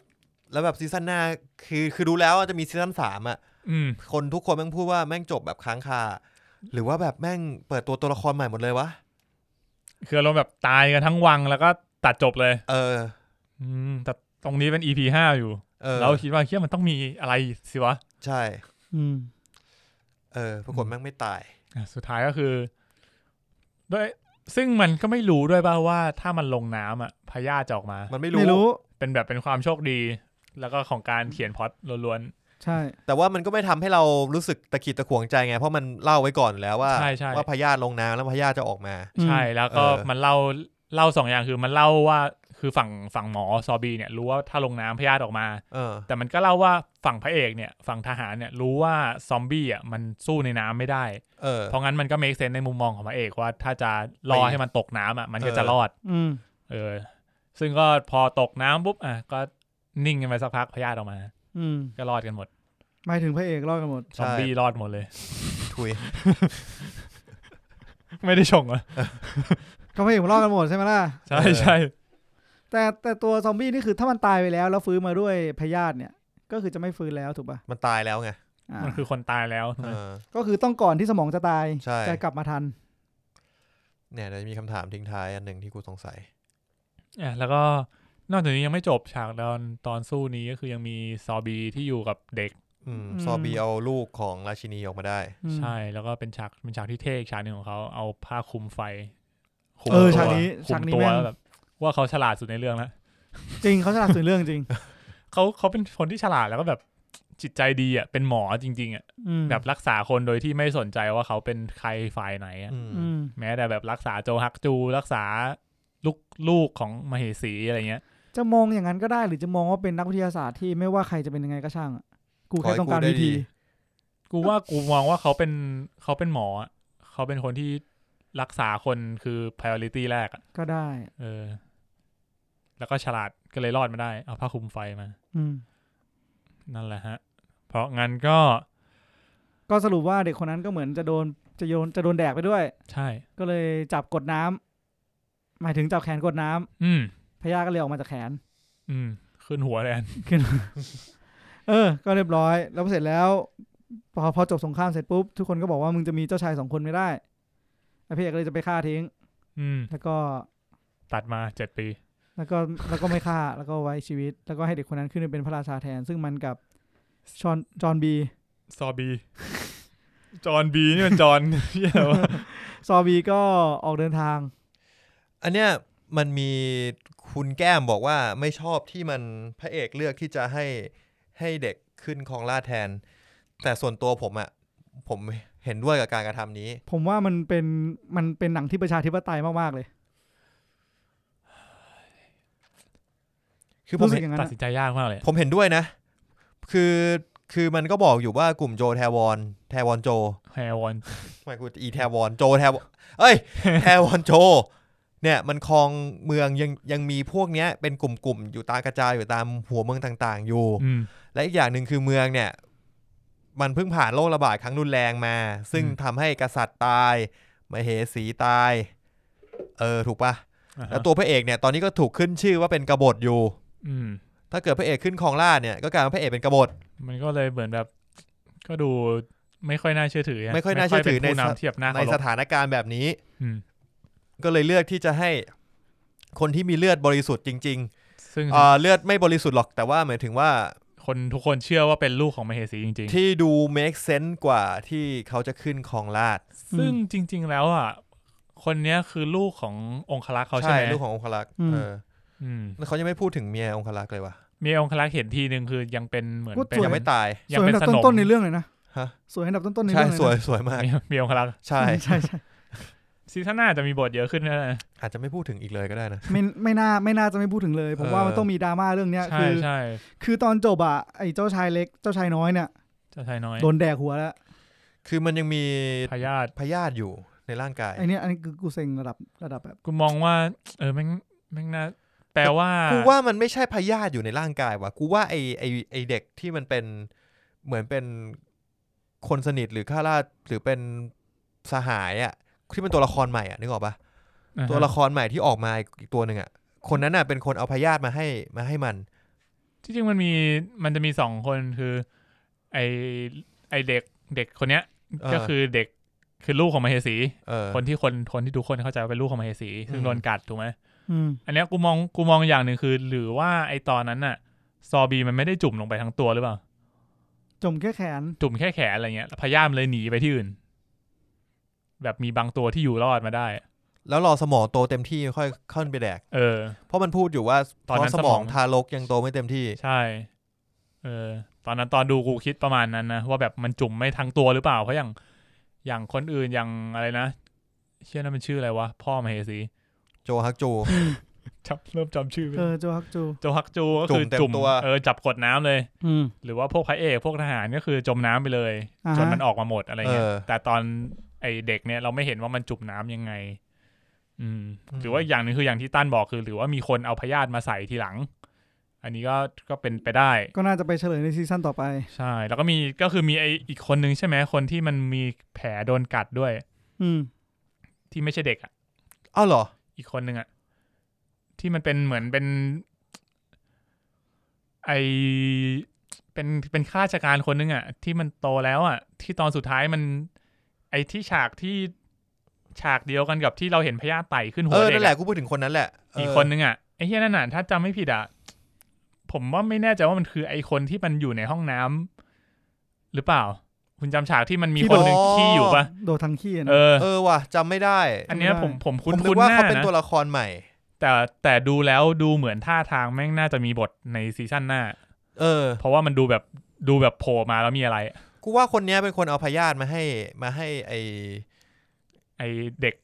S2: แล้วแบบซีซั่นหน้าคือคือดูแล้วว่าจะมีซีซั่นสามอ่ะ
S3: อืม
S2: คนทุกคนแม่งพูดว่าแม่งจบแบบค้างคา หรือว่าแบบแม่งเปิดตัวตัวละครใหม่หมดเลยวะ
S3: คืออารมณ์แบบตายกันทั้งวังแล้วก็ตัดจบเลย
S2: เออ
S3: อืมแต่ตรงนี้เป็น EP ห้าอยู่
S2: เออ
S3: เราคิดว่าเฮียมันต้องมีอะไรสิวะ
S2: ใช่
S4: อืม
S2: เออ ปรากฏแม่งไม่ตาย
S3: อ่ะสุดท้ายก็คือด้วยซึ่งมันก็ไม่รู้ด้วยป่าว่าถ้ามันลงน้ำอ่ะพญาติจะออกมา
S2: มันไม่
S4: ไม่รู้
S3: เป็นแบบเป็นความโชคดี แล้วก็ของการเขียนพล็อดล้วน
S4: ใช่
S2: แต่ว่ามันก็ไม่ทำให้เรารู้สึกตะขิดตะขวงใจไง เพราะมันเล่าไว้ก่อนแล้วว่า
S3: ใช่ใช่
S2: ว่าพญาติลงน้ำแล้วพญาติจะออกมา
S4: อื
S3: ๆ
S4: ม
S3: ใช่แล้วก็
S2: เออ
S3: มันเล่าเล่าสองอย่างคือมันเล่าว่าคือฝั่งฝั่งหมอซอบีเนี่ยรู้ว่าถ้าลงน้ำพญาติออกมา
S2: เออ
S3: แต่มันก็เล่าว่าฝั่งพระเอกเนี่ยฝั่งทหารเนี่ยรู้ว่าซอมบี้อ่ะมันสู้ในน้ำไม่ได้
S2: เออ
S3: เพราะงั้นมันก็ make sense ในมุมมองของพระเอกว่าถ้าจะรอ
S2: ไม่
S3: ให้มันตกน้ำอ่ะมันก็
S2: เออ
S3: จะรอด
S4: อืม
S3: เออ ซึ่งก็พอตกน้ำปุ๊บอ่ะก็นิ่งกันไปสักพักพยาธิออกมา
S4: อืม
S3: ก็รอดกันหมด
S4: หมายถึงพระเอกรอดกันหมด
S3: ซอมบี้รอดหมดเลย
S2: ถุย
S3: ไม่ได้ชงเหรอ่ะ
S4: ก็พระเอกมันรอดกันหมดใช่ไหมล่ะ
S3: ใช่
S2: เออ
S3: ใช่
S4: แต่แต่ตัวซอมบี้นี่คือถ้ามันตายไปแล้ว แล้วฟื้นมาด้วยพยาธิเนี่ย ก็คือจะไม่ฟื้นแล้วถูกป่ะ
S2: มันตายแล้วไง
S4: อ่า
S3: มันคือคนตายแล้วถูก
S2: เอ
S3: ไหม
S2: อ
S4: ก็คือต้องก่อนที่สมองจะตาย
S2: ใช่
S4: จะกลับมาทัน
S2: เนี่ยเดี๋ยวจะมีคำถามทิ้งท้ายอันหนึ่งที่กูสงสัย
S3: อ่ะแล้วก็นอกจากนี้ยังไม่จบฉากตอนตอนสู้นี้ก็คือยังมีซอบีที่อยู่กับเด็ก
S2: อืม
S4: อืม
S2: ซอบีเอาลูกของราชินีออกมาได้
S4: อืม
S3: ใช่ แล้วก็เป็นฉากเป็นฉากที่เท่อีกฉากหนึ่งของเขาเอาผ้าคลุมไฟคลุม
S4: เออ
S3: ตัว
S4: ฉากนี้
S3: คลุ
S4: ฉาก
S3: ม
S4: นี้
S3: ตัว
S4: แม่ง
S3: แล้วแบบว่าเขาฉลาดสุดในเรื่องแล้ว
S4: จริงเขาฉลาดสุดเรื่องจริง
S3: เขาเขาเป็นคนที่ฉลาดแล้วก็แบบจิตใจดีอ่ะเป็นหมอจริง ๆอ่ะ
S4: อืม
S3: แบบรักษาคนโดยที่ไม่สนใจว่าเขาเป็นใครฝ่ายไหนอ่ะ
S2: อืม
S4: อืม
S3: แม้แต่แบบรักษาโจฮักจูรักษาลูกลูกของมเหสีอะไรเงี้ย
S4: จะมองอย่างนั้นก็ได้หรือจะมองว่าเป็นนักวิทยาศาสตร์ที่ไม่ว่าใครจะเป็นยังไงก็ช่างอะกูแค่ต้องการวิธี
S3: กูว่ากูมองว่าเขาเป็นเขาเป็นหมออะเขาเป็นคนที่รักษาคนคือ priority แรกอ่ะ
S4: ก็ได้
S3: เออ แล้วก็ฉลาดก็เลยรอดมาได้ เอาผ้าคลุมไฟมา
S4: อืม
S3: นั่นแหละฮะ เพราะงั้นก็
S4: ก็สรุปว่าเด็กคนนั้นก็เหมือนจะโดนจะโยนจะโดนแดกไปด้วย
S3: ใช่
S4: ก็เลยจับกดน้ำหมายถึงจับแขนกดน้ำ
S3: อืม
S4: พยาธิก็เลยออกมาจากแขน
S3: อืม ขึ้นหัวแลน
S4: เออ ก็เรียบร้อย แล้วเสร็จแล้ว พอพอจบสงครามเสร็จปุ๊บ ทุกคนก็บอกว่ามึงจะมีเจ้าชายสองคนไม่ได้ไอพระเอกก็เลยจะไปฆ่าทิ้ง
S3: อืม
S4: แล้วก็
S3: ตัดมาเจ็ดปี
S4: แล้วก็แล้วก็ไม่ฆ่า แล้วก็ไว้ชีวิต แล้วก็ให้เด็กคนนั้นขึ้นไปเป็นพระราชาแทน ซึ่งมันกับชอนจอห์นบี
S3: ซอบี จอนบีนี่มันจอน เหียอะไรวะ
S4: ซอบีก็ออกเดินทาง
S2: อันเนี้ยมันมีคุณแก้มบอกว่าไม่ชอบที่มันพระเอกเลือกที่จะให้ให้เด็กขึ้นครองราชย์แทน แต่ส่วนตัวผมอะผมเห็นด้วยกับการกระทำนี้
S4: ผมว่ามันเป็นมันเป็นหนังที่ประชาธิปไตยมากๆเลย
S2: คือผม
S4: รู้สึ
S2: เห็
S4: ก
S2: น
S4: อย่างนั้น
S3: ตัด
S4: อะ
S3: สินใจยากมากเลยอะ
S2: ผมเห็นด้วยนะ คือคือมันก็บอกอยู่ว่ากลุ่มโจแทวอน แทวอนโจ
S3: แฮวอน
S2: ทำไมกูอีแทวอนโจแทวอนเอ้ย แทวอนโจ เนี่ยมันครองเมืองยังยังมีพวกเนี้ยเป็นกลุ่มๆอยู่ตากระจายอยู่ตามหัวเมืองต่างๆอยู่
S3: อืม
S2: และอีกอย่างหนึ่งคือเมืองเนี่ย มันเพิ่งผ่านโรคระบาดครั้งรุนแรงมา ซึ่ง
S3: อืม
S2: ทำให้กษัตริย์ตายมเหสีตาย เออถูกปะ
S3: อ่าฮะ
S2: แล้วตัวพระเอกเนี่ยตอนนี้ก็ถูกขึ้นชื่อว่าเป็นกบฏอยู่
S3: อืม
S2: ถ้าเกิดพระเอกขึ้นครองราชย์เนี่ยก็กลายเป็นพระเอกเป็นกบฏ
S3: มันก็เลยเหมือนแบบ ก็ดูไม่ค่อยน่าเชื่อถือะ
S2: ไม่ค่อยน่าเชื่อถือ
S3: ไม่ค่ย
S2: ใน
S3: เป็นผู้นำเทียบหน้า
S2: ใน
S3: เคาร
S2: ส
S3: พ
S2: ถานการณ์แบบนี้
S3: อืม
S2: ก็เลยเลือกที่จะให้คนที่มีเลือดบริสุทธิ์จริง
S3: ซึ่ง
S2: ๆเอ่อเลือดไม่บริสุทธิ์หรอกแต่ว่าหมายถึงว่า
S3: คนทุกคนเชื่อว่าเป็นลูกของมเหสีจริง
S2: ที่ดู make sense กว่าที่เขาจะขึ้นครองราชย์
S3: ๆ ซึ่งจริง ๆ แล้วอ่ะ คนเนี้ยคือลูกขององคลักษ์เขาใช่ไหม
S2: ลูกขององคลักษ์
S4: อืม
S2: เออ
S3: อืม
S2: แล้วเขายังไม่พูดถึงเมียองคลักษ์เลยว่ะ
S3: มีองคลักษ์เห็นทีหนึ่งคือยังเป็นเหมือน
S4: ว่า
S3: เป็น
S4: สว
S2: ยังไม่ตาย
S3: ยัง
S4: สวย
S3: เป็
S4: อั
S3: น
S4: นดั
S3: ส
S4: บ
S3: นม
S4: ต้นๆในเรื่องเลยนะ
S2: ฮะ
S4: สวยอันดับต้นๆใน
S2: ใช่
S4: เรื่องเลย
S2: สวยสว
S4: นะ
S2: ยมาก
S3: มีมีองคลักษ์
S2: ใช่
S4: ใช่ใช่
S3: ซีซั่นหน้าจะมีบทเยอะขึ้นแน่
S2: อาจจะไม่พูดถึงอีกเลยก็ได้นะ
S4: ไม่ไม่น่าไม่น่าจะไม่พูดถึงเลย ผม
S2: เอ
S4: ว่า
S2: อ
S4: มันต้องมีดราม่าเรื่องเนี้ย
S3: ใช่
S4: คือ
S3: ใช่
S4: คือตอนจบอะไอ้เจ้าชายเล็กเจ้าชายน้อยเนี่ย
S3: เจะชายน้อย
S4: โดนแดกหัวแล้ว
S2: คือมันยังมี
S3: พยาธิ
S2: พยาธิอยู่ในร่างกาย
S4: ไอ้เนี่ยอันนี้คือกูเซ็งระดับระดับแบบ
S3: กูมองว่า เออแม่งแม่งน่าแปลว่า
S2: กูว่ามันไม่ใช่พยาธิอยู่ในร่างกายว่ะ กูว่าไอไอไอเด็กที่มันเป็นเหมือนเป็นคนสนิทหรือข้าราชหรือเป็นสหายอะที่เป็นตัวละครใหม่อะนึกออกปะตัวละครใหม่ที่ออกมาอีกตัวหนึ่งอะคนนั้นน่ะเป็นคนเอาพยาธิมาให้มาให้มัน
S3: ที่จริงมันมีมันจะมีสองคนคือ ไอไอเด็กเด็กคนเนี้ย
S2: เออ
S3: ก็คือเด็กคือลูกของมเหสี
S2: เออ
S3: คนที่คนคนที่ทุกคนเข้าใจว่าเป็นลูกของมเหสี ซึ่งโดนกัดถูกไหม
S4: อืม
S3: อันเนี้ยกูมองกูมองอย่างหนึ่งคือ หรือว่าไอตอนนั้นน่ะ ซอบีมันไม่ได้จุ่มลงไปทั้งตัวหรือเปล่า
S4: จมแค่แขน
S3: จุ่มแค่แขนอะไรเงี้ยแล้วพยายามเลยหนีไปที่อื่น แบบมีบางตัวที่อยู่รอดมาได้
S2: แล้วรอสมองโตเต็มที่ค่อยเข้นไปแดก
S3: เออ
S2: เพราะมันพูดอยู่ว่า
S3: ตอน
S2: เพ
S3: นั้น
S2: ราะสมอง
S3: สมอง
S2: ทารกยังโตไม่เต็มที่
S3: ใช่ เออ ตอนนั้นตอนดูกูคิดประมาณนั้นนะ ว่าแบบมันจุ่มไม่ทั้งตัวหรือเปล่า เพราะอย่างอย่างคนอื่นอย่างอะไรนะ เชื่อนั่นมันชื่ออะไรวะ พ่อมเหสี
S2: โจฮักโจ
S3: จำเริ่มจำชื่อไม่
S4: เอ
S3: ได้
S4: อโจฮักจู
S3: โจฮักจูก็คื
S2: จุ่
S3: อ
S2: มเต็ม
S3: จุ่ม
S2: ตัว
S3: เออจับกดน้ำเลย
S4: อืม
S3: หรือว่าพวกพระเอกพวกทหารก็คือจมน้ำไปเลย
S4: อ่าฮะ
S3: จนมันออกมาหมดอะไรเงี้ย
S2: เออ
S3: แต่ตอนไอเด็กเนี่ยเราไม่เห็นว่ามันจุ่มน้ำยังไง อืม หรือว่าอย่างหนึงคืออย่างที่ตั้นบอกคือ หรือว่ามีคนเอาพยาธิมาใส่ทีหลัง อันนี้ก็ก็เป็นไปได้
S4: ก็น่าจะไปเฉลยในซีซั่นต่อไป
S3: ใช่ แล้วก็มีก็คือมีไออีกคนนึงใช่ไหมคนที่มันมีแผลโดนกัดด้วย
S4: อืม
S3: ที่ไม่ใช่เด็กอ่ะ
S2: อ้าวเหรอ
S3: อีกคนนึงอ่ะ ที่มันเป็นเหมือนเป็น ไอเป็นเป็นข้าราชการคนนึงอ่ะ ที่มันโตแล้วอ่ะ ที่ตอนสุดท้ายมัน ไอที่ฉากที่ฉากเดียวกันกับที่เราเห็นพญาไต่ขึ้นหั
S2: เอ
S3: ว
S2: อ
S3: เด็
S2: นั่
S3: ก
S2: นแหละ
S3: อะ
S2: กูพูดถึงคนนั้นแหละเ
S3: อีกคนนึงอ่ะไอเฮียนั่นน่ะถ้าจำไม่ผิดอ่ะผมว่าไม่แน่ใจว่ามันคือไอคนที่มันอยู่ในห้องน้ำหรือเปล่า คุณจำฉากที่มันมี
S4: ที่
S3: คนหนึ่งขี้อยู่ปะ
S4: โดนทั้งขี้อะนะ
S3: เออ
S2: เออว่ะจำไม่ได้
S3: อันเนี้ยผมผม
S2: ผม
S3: คุ้น
S2: นึ
S3: คุ้
S2: ก
S3: น
S2: ว่า
S3: หน้า
S2: เขาเป็น
S3: นะ
S2: ตัวละครใหม่
S3: แต่แต่ดูแล้วดูเหมือนท่าทางแม่งน่าจะมีบทในซีซั่นหน้า
S2: เออ
S3: เพราะว่ามันดูแบบดูแบบโผล่มาแล้วมีอะไร
S2: กูว่าคนเนี้ยเป็นคนเอาพยาธิมาให้มาให้ไอ
S3: ไอเด็ก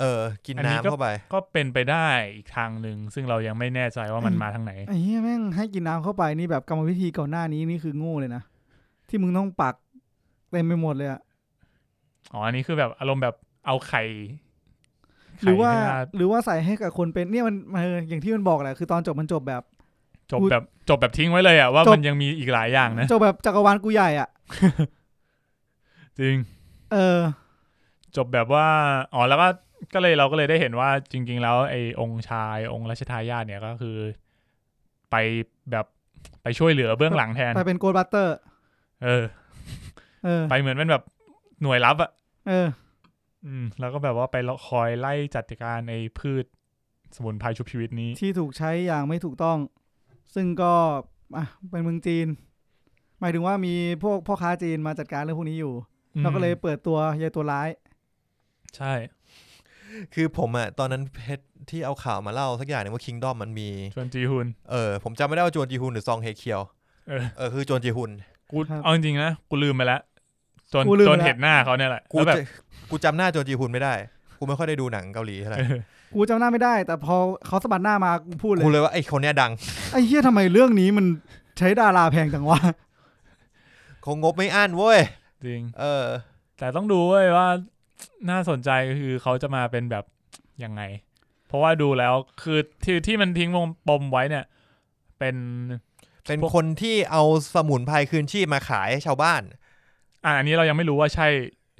S2: เออ กิน
S3: อันนี้ก็
S2: น้ำเข้าไป
S3: ก็เป็นไปได้อีกทางหนึ่งซึ่งเรายังไม่แน่ใจว่ามัน
S4: อืม
S3: มาทางไหน
S4: ไอ้เหี้ยแม่งให้กินน้ำเข้าไปนี่แบบกรรมวิธีก่อนหน้านี้นี่คือโง่เลยนะ ที่มึงต้องปักเต็มไปหมดเลยอะ
S3: อ๋ออันนี้คือแบบอารมณ์แบบเอาไข่
S4: หรือว่า
S3: ไข่ให้รด
S4: หรือว่าใส่ให้กับคนเป็นเนี่ยมันเอออย่างที่มันบอกแหละคือตอนจบมันจบแบบ
S3: จบแบบจบแบบทิ้งไว้เลยอะว่า
S4: จบ
S3: มันยังมีอีกหลายอย่างนะ
S4: จบแบบจักรวาลกูใหญ่อ่ะ
S3: จริง
S4: เออ
S3: จบแบบว่าอ๋อแล้วก็ก็เลยเราก็เลยได้เห็นว่าจริง ๆ แล้วไอ้องค์ชายองค์รัชทายาทเนี่ยก็คือ ไปแบบไปช่วยเหลือเบื้องหลังแทน
S4: ไปเป็นโกลบัตเตอร์
S3: เออ
S4: เออ
S3: ไปเหมือนเป็นแบบหน่วยลับอะ
S4: เออ
S3: อืม แล้วก็แบบว่าไปคอยไล่จัดการไอ้พืชสมุนไพรชุบชีวิตนี้
S4: ที่ถูกใช้อย่างไม่ถูกต้อง ซึ่งก็อ่ะเป็นเมืองจีน หมายถึงว่ามีพวกพ่อค้าจีนมาจัดการเรื่องพวกนี้อยู่
S3: อืม
S4: เราก็เลยเปิดตัวยายตัวร้าย
S3: ใช่
S2: คือผมอะตอนนั้นเพชรที่เอาข่าวมาเล่าสักอย่างหนึงว่าคิงดอมมันมี
S3: ชวนจีฮุน
S2: เออ ผมจำไม่ได้ว่าจวนจีฮุนหรือซองเฮเคียว
S3: เออ
S2: เออ คือจวนจีฮุน
S3: กู
S4: ครับ
S3: เอาจริงๆนะ กูลืมไปแล้ว จน
S4: กูลืม
S3: จ
S4: ไป
S3: น
S4: แล้ว
S3: เห็นหน้าเขาเนี่ยแหละ
S2: กู
S3: แล้วแบบ
S2: จะกูจำหน้าจวนจีฮุนไม่ได้ กูไม่ค่อยได้ดูหนังเกาหลีเท่าไหร่
S3: เออ
S4: กูจำหน้าไม่ได้ แต่พอเขาสะบัดหน้ามากูพูดเล
S2: กู
S4: ย
S2: เลยว่าไอคนเนี้ยดัง
S4: ไอ้เหี้ยทำไมเรื่องนี้มันใช้ดาราแพงจังวะ
S2: คงงบไม่อั้นเว้ย
S3: จริง
S2: เออ
S3: แต่ต้องดูเว้ยว่า น่าสนใจคือเขาจะมาเป็นแบบยังไง เพราะว่าดูแล้วคือที่ที่มันทิ้งปมไว้เนี่ย เป็น
S2: เป็น
S3: พวก
S2: คนที่เอาสมุนไพรคืนชีพมาขายให้ชาวบ้าน
S3: อ่ะอันนี้เรายังไม่รู้ว่าใช่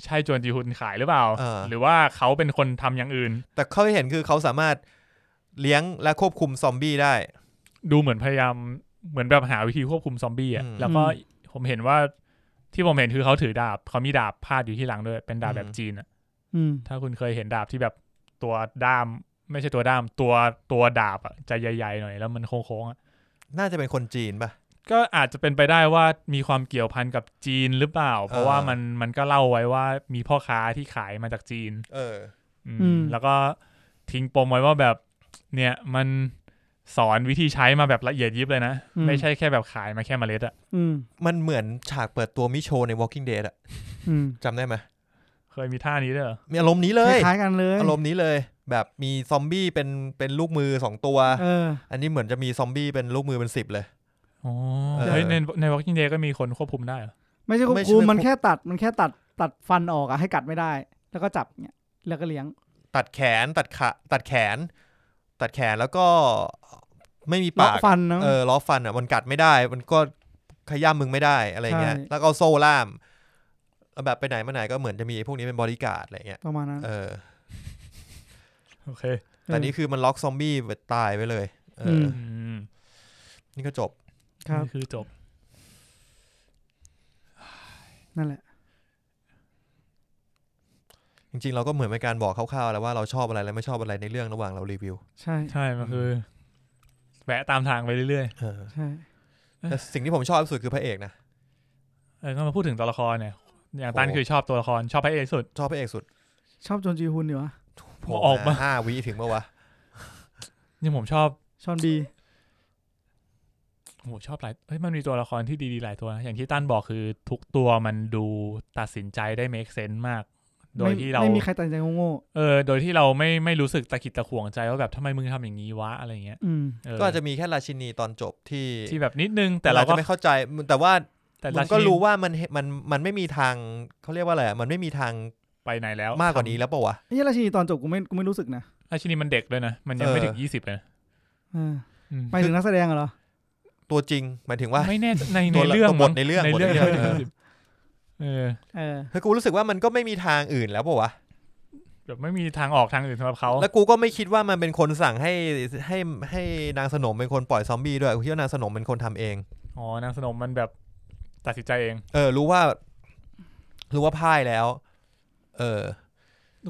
S3: ใช่จวนจีฮุนขายหรือเปล่า
S2: เออ
S3: หรือว่าเขาเป็นคนทำอย่างอื่น
S2: แต่เขาที่เห็นคือเขาสามารถเลี้ยงและควบคุมซอมบี้ได้
S3: ดูเหมือนพยายามเหมือนแบบหาวิธีควบคุมซอมบี้อ่ะ
S2: อืม
S3: แล้วก็
S4: อื
S3: ผมเห็นว่าที่ผมเห็นคือเขาถือดาบเขามีดาบพาดอยู่ที่หลังด้วย เป็นดาบ
S2: อืม
S3: แบบจีนอ่ะ
S4: อืม
S3: ถ้าคุณเคยเห็นดาบที่แบบตัวด้าม ไม่ใช่ตัวด้าม ตัวตัวดาบอ่ะจะใหญ่ๆหน่อยแล้วมันโค้งๆอ่ะ
S2: น่าจะเป็นคนจีนปะ
S3: ก็อาจจะเป็นไปได้ว่ามีความเกี่ยวพันกับจีนหรือเปล่า เพราะว่ามันมันก็เล่าไว้ว่ามีพ่อค้าที่ขายมาจากจีน
S2: เออ
S3: อืม
S4: อืม
S3: แล้วก็ทิ้งปมไว้ว่าแบบเนี่ยมันสอนวิธีใช้มาแบบละเอียดยิบเลยนะ
S4: อืม
S3: ไม่ใช่แค่แบบขายมาแค่เมล็ดอะ
S4: อืม
S2: มันเหมือนฉากเปิดตัวมิโชใน Walking Dead อะ
S4: อืม
S2: จำได้ไหม
S3: เคยมีท่านี้ด้วยเหรอ
S2: มีอารมณ์นี้
S4: ค
S2: เลย
S4: ล้ายๆกันเลย
S2: อารมณ์นี้เลย แบบมีซอมบี้เป็นเป็นลูกมือสองตัว
S4: เออ
S2: อันนี้เหมือนจะมีซอมบี้เป็นลูกมือเป็นสิบเลย
S3: อ๋อ
S2: เออ
S3: เฮ้ยในใน Walking Dead ก็มีคนควบคุมได้เหรอ
S4: ไม่ใช่ควบ
S2: ไม่ใช่
S4: คุม
S2: ไม่
S4: มันแค่ตัดมันแค่ตัดตัดฟันออกอะให้กัดไม่ได้ แล้วก็จับเนี่ยแล้วก็เลี้ยง
S2: ตัดแขนตัดขาตัดแขน ตัดแขนแล้วก็ไม่มีปา
S4: เลาะ
S2: ก
S4: ฟันเนาะ
S2: เออล้อฟันอ่ะมันกัดไม่ได้ มันก็ขย้ำมึงไม่ได้อะไรเงี้ย
S4: ใช่
S2: แล้วก็เอาโซ่ล่ามแล้วแบบไปไหนมาไหนก็เหมือนจะมีไอ้พวกนี้เป็นบริการดอะไรเงี้ย
S4: ประมาณนั้น
S2: เออ
S3: โอเค
S2: แต่นี่คือมันล็อกซอมบี้ไว้ตายไปเลยเอออ
S4: ม
S3: อืม
S2: นี่ก็จบ
S4: ครับ
S3: นี่คือจบ
S4: นั่นแหละ
S2: จริงๆ เราก็เหมือนเป็นการบอกคร่าวๆ แล้วว่าเราชอบอะไรและไม่ชอบอะไรในเรื่องระหว่างเรารีวิว
S4: ใช่
S3: ใช่ มันคือแวะตามทางไปเรื่อย
S2: เออ
S4: ใช่
S2: แต่สิ่งที่ผมชอบที่สุดคือพระเอกนะ
S3: ๆเออก็มาพูดถึงตัวละครเนี่ย อย่างตัน
S2: โอ้
S3: คือชอบตัวละครชอบพระเอกสุด
S2: ชอบพระเอกสุด
S4: ชอบจนจีฮุนอยู่วะ
S2: โผล่
S3: ออกมา
S2: ห้าวิถึงเมื่อวะ
S3: นี่ผมชอบ
S4: ชอนบี
S3: โอ้โหชอบหลายเฮ้ยมันมีตัวละครที่ดีๆหลายตัวนะอย่างที่ตั้นบอกคือทุกตัวมันดูตัดสินใจได้ make sense มาก โดย
S4: ไม่
S3: ที่เรา
S4: ไม่มีใครตัดสินใจโง่
S3: เออโดยที่เราไม่ไม่รู้สึกตะขิดตะขวงใจว่าแบบทำไมมึงทำอย่างนี้วะอะไรเงี้ย
S4: ๆอืม
S3: เ
S2: ก็อาจจะมีแค่ราชินีตอนจบที่
S3: ที่แบบนิดนึง แต่เรา
S2: อจ
S3: ก็
S2: จะไม่เข้าใจแต่ว่า
S3: แต่
S2: มั
S3: ราน
S2: ก็
S3: ชินี
S2: รู้ว่ามันเห็นมันมันไม่มีทางเขาเรียกว่าอะไรอะมันไม่มีทาง
S3: ไปไหนแล้ว
S2: มากกว่านี้แล้วเปล่าวะ
S4: ไอ้เหี้ยราชินีตอนจบกูไม่กูไม่รู้สึกนะ
S3: ราชินีมันเด็กด้วยนะ มันยัง
S2: เออ
S3: ไม่ถึงยี่สิบเลยนะ
S4: เออ
S3: อืม
S4: ไปถึงนักแสดงเหรอ
S2: ตัวจริงหมายถึงว่า
S3: ไม่แน่ใจในใน
S2: ตัวละ
S3: เรื่อง
S2: ตัวบทในเรื่อง
S3: ในเรื่อง
S2: บทในเรื่อง
S3: เออเออ
S4: เออ
S2: คือกูรู้สึกว่ามันก็ไม่มีทางอื่นแล้วเปล่าวะ
S3: แบบไม่มีทางออกทางอื่นสำหรับเขา
S2: แล้วกูก็ไม่คิดว่ามันเป็นคนสั่งให้ให้ให้นางสนมเป็นคนปล่อยซอมบี้ด้วยกูคิดว่านางสนมเป็นคนทำเอง
S3: อ๋อนางสนมมันแบบตัดสินใจเอง
S2: เออ รู้ว่า รู้ว่าพ่ายแล้ว เออ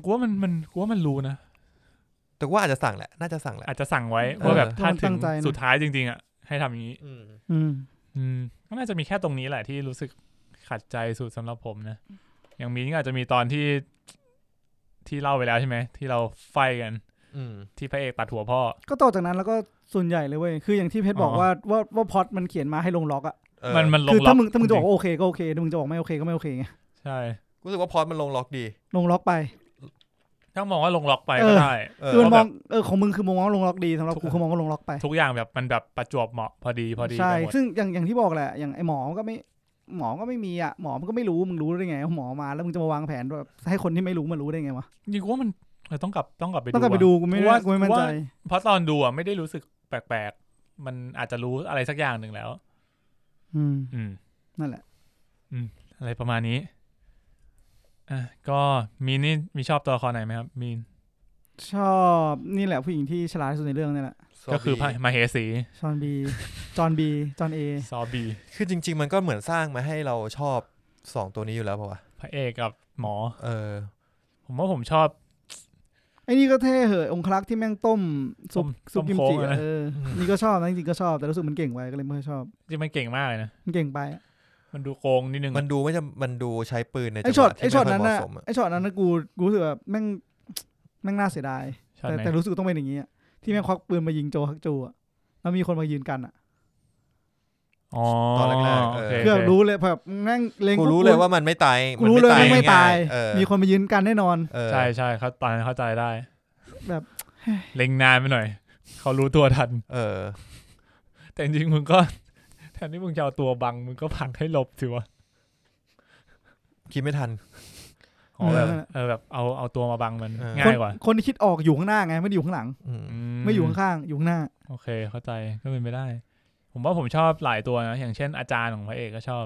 S3: กูว่ามันมันกูว่ามันรู้นะ
S2: แต่ว่าอาจจะสั่งแหละ น่าจะสั่งแหละ
S3: อาจจะสั่งไว้
S2: เออ
S3: ว่าแบบถ้าถึ
S4: ตั้
S3: ง
S4: งใจนะ
S3: สุดท้ายจริง ๆอ่ะให้ทำอย่างนี้
S2: อืม
S4: อืม
S3: อืมก็น่าจะมีแค่ตรงนี้แหละที่รู้สึกขัดใจสุดสำหรับผมนะอย่างมีนก็อาจจะมีตอนที่ที่เล่าไปแล้วใช่ไหม ที่เราไฟกัน
S2: อืม
S3: ที่พระเอกตัดหัวพ่อ
S4: ก็ต่อจากนั้นแล้วก็ส่วนใหญ่เลยเว้ย คืออย่างที่เพชรบอก
S3: อ๋อ
S4: ว่าว่าว่าพล็อดมันเขียนมาให้ลงล็อกอะ
S2: เออ
S3: มันมันล
S4: คื
S3: ง
S4: อ
S3: ล็
S4: ถ้า
S3: อก
S4: มึงถ้ามึงจะบอกว่าโอเคก็โอเคถ้ามึงจะบอกไม่โอเคก็ไม่โอเคไง
S3: ใช่
S2: กูรู้สึกว่าพอดมันลงล็อกดี
S4: ลงล็อกไป
S3: ถ้ามองว่าลงล็อกไป
S4: เอ
S3: ก็
S4: อ
S3: ได้
S2: เอ
S4: คือ
S2: อ
S4: มันม
S3: ว่าแบบ
S4: อง เออของมึงคือมองว่าลงล็อกดีสำหรับ
S3: ทุก
S4: กูคือมองว่าลงล็อกไป
S3: ทุกอย่างแบบมันแบบประจวบเหมาะพอดีพอดี
S4: ใช่
S3: ไปหมด
S4: ซึ่งอย่างอย่างที่บอกแหละ อย่างไอหมอมันก็ไม่ หมอมันก็ไม่มีอ่ะ หมอมันก็ไม่รู้ มึงรู้ได้ไงว่าหมอมา แล้วมึงจะมาวางแผนแบบให้คนที่ไม่รู้มารู้ได้ไงวะ
S3: จริงๆกูว่ามันเออต้องกลับต้องกลับไปดู
S4: ต้องกลับไป
S3: อะ
S4: ดูกูไม่
S3: ว่า
S4: กูไม่มั่นใจ
S3: เพราะตอนดูอ่ะไม่ได้รู้สึกแปลกๆ มันอาจจะรู้อะไรสักอย่างหนึ่งแล้ว
S4: อืม
S3: อืม
S4: นั่นแหละ
S3: อะไรประมาณนี้อ่ะก็มีนนี่มีชอบตัวละครไหนไหมครับมีน
S4: ชอบนี่แหละผู้หญิงที่ฉลาดที่สุดในเรื่องนี่แหละ
S3: ก็คือพระมาเฮสี
S4: ชอน บี จอนบี จอนเอ
S3: ซอบี
S2: คือจริง ๆ มันก็เหมือนสร้างมาให้เราชอบสองตัวนี้อยู่แล้วเปล่าวะ
S3: พระเอกกับหมอ
S2: เออ
S3: ผมว่าผมชอบ
S4: ไอ้นี่ก็เท่เหอะองคลักษ์ที่แม่งต้มซุป
S3: ต้ม
S4: ซุปกิมจิ
S3: ต้ม
S4: อะ
S3: โค้งอะนะ
S4: เออ นี่ก็ชอบนะจริงๆก็ชอบแต่รู้สึกมันเก่งไปก็เลยไม่ค่อยชอบ
S3: จริงมันเก่งมากเลยนะ
S4: มันเก่งไปอะ
S3: มันดูโกงนิดนึง
S2: มันดูไม่จะมันดูใช้ปืนในจั
S4: ไอ้
S2: งห
S4: ช็อต
S2: วะ
S4: ไอ้
S2: ที่
S4: ช็อต
S2: ไม่ค่อย
S4: นั้
S2: เหมาะ
S4: นน่ะ
S2: สมอะ
S4: ไอ้ช็อตนั้นนะกูกูรู้สึกแบบแม่งแม่งน่าเสียดาย
S3: ชอบ
S4: แต่
S3: ไหม
S4: แต่รู้สึกต้องเป็นอย่างนี้อะที่แม่งควักปืนมายิงโจฮักโจอะแล้วมีคนมายืนกันอะ
S3: อ๋อ
S2: ตอนแรกๆเอ
S3: โอ
S2: อ
S3: เค
S4: เพื่อรู้เลยแบบแม่งเล็ง
S2: กู
S4: ปุ๊บ
S2: รู้เลยว่ามันไม่ตาย
S4: กูรู้เลยว่าไม่ตา
S2: ง่
S4: ย
S2: ๆเออ
S4: มีคนมายืนกันแน่นอน
S2: เออ
S3: ใช่ใช่เขาตอนนั้นเข้าใจได้
S4: แบบ
S3: เล็งนานไปหน่อย เขารู้ตัวทัน
S2: เออ
S3: แต่จริงๆมึงก็ แทนที่มึงจะเอาตัวบัง มึงก็ผลักให้หลบสิวะ
S2: คิดไม่ทัน
S3: อ๋อแบบ
S4: เออ
S3: เออแบบเอาเอาตัวมาบังมัน
S2: เออ
S3: ง่ายกว่า
S4: คนที่คิดออกอยู่ข้างหน้าไงไม่ได้อยู่ข้างหลัง
S2: อืม
S4: ไม่อยู่ข้างๆอยู่ข้างหน้า
S3: โอเค เข้าใจก็เป็นไปได้ ผมว่าผมชอบหลายตัวนะอย่างเช่นอาจารย์ของพระเอกก็ชอบ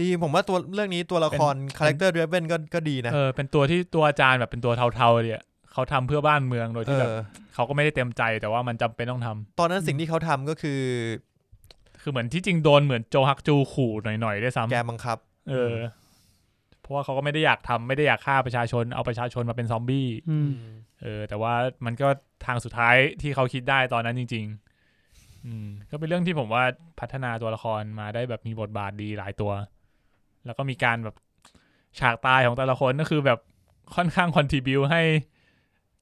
S2: ดีผมว่าตัวเรื่องนี้ตัวละครคาแรคเตอร์ดรเวนก็ก็ดีนะ
S3: เออเป็นตัวที่ตัวอาจารย์แบบเป็นตัวเทาๆเลยอะเขาทำเพื่อบ้านเมืองโดย
S2: เอ
S3: ที่แบบ
S2: อ
S3: เขาก็ไม่ได้เต็มใจแต่ว่ามันจำเป็นต้องทำ
S2: ตอนนั้นสิ่งที่เขาทำก็คือ
S3: คือเหมือนที่จริงโดนเหมือนโจฮักจูขู่หน่อยๆด้วยซ้ำ
S2: แกบังคับ
S3: เออ เพราะว่าเขาก็ไม่ได้อยากทำไม่ได้อยากฆ่าประชาชน เอาประชาชนมาเป็นซอมบี้
S4: อืม
S3: เออ แต่ว่ามันก็ทางสุดท้ายที่เขาคิดได้ตอนนั้นจริง ๆ อืม ก็เป็นเรื่องที่ผมว่าพัฒนาตัวละครมาได้แบบมีบทบาทดีหลายตัว แล้วก็มีการแบบฉากตายของแต่ละคนก็คือแบบ ค่อนข้างคอนทิบิวให้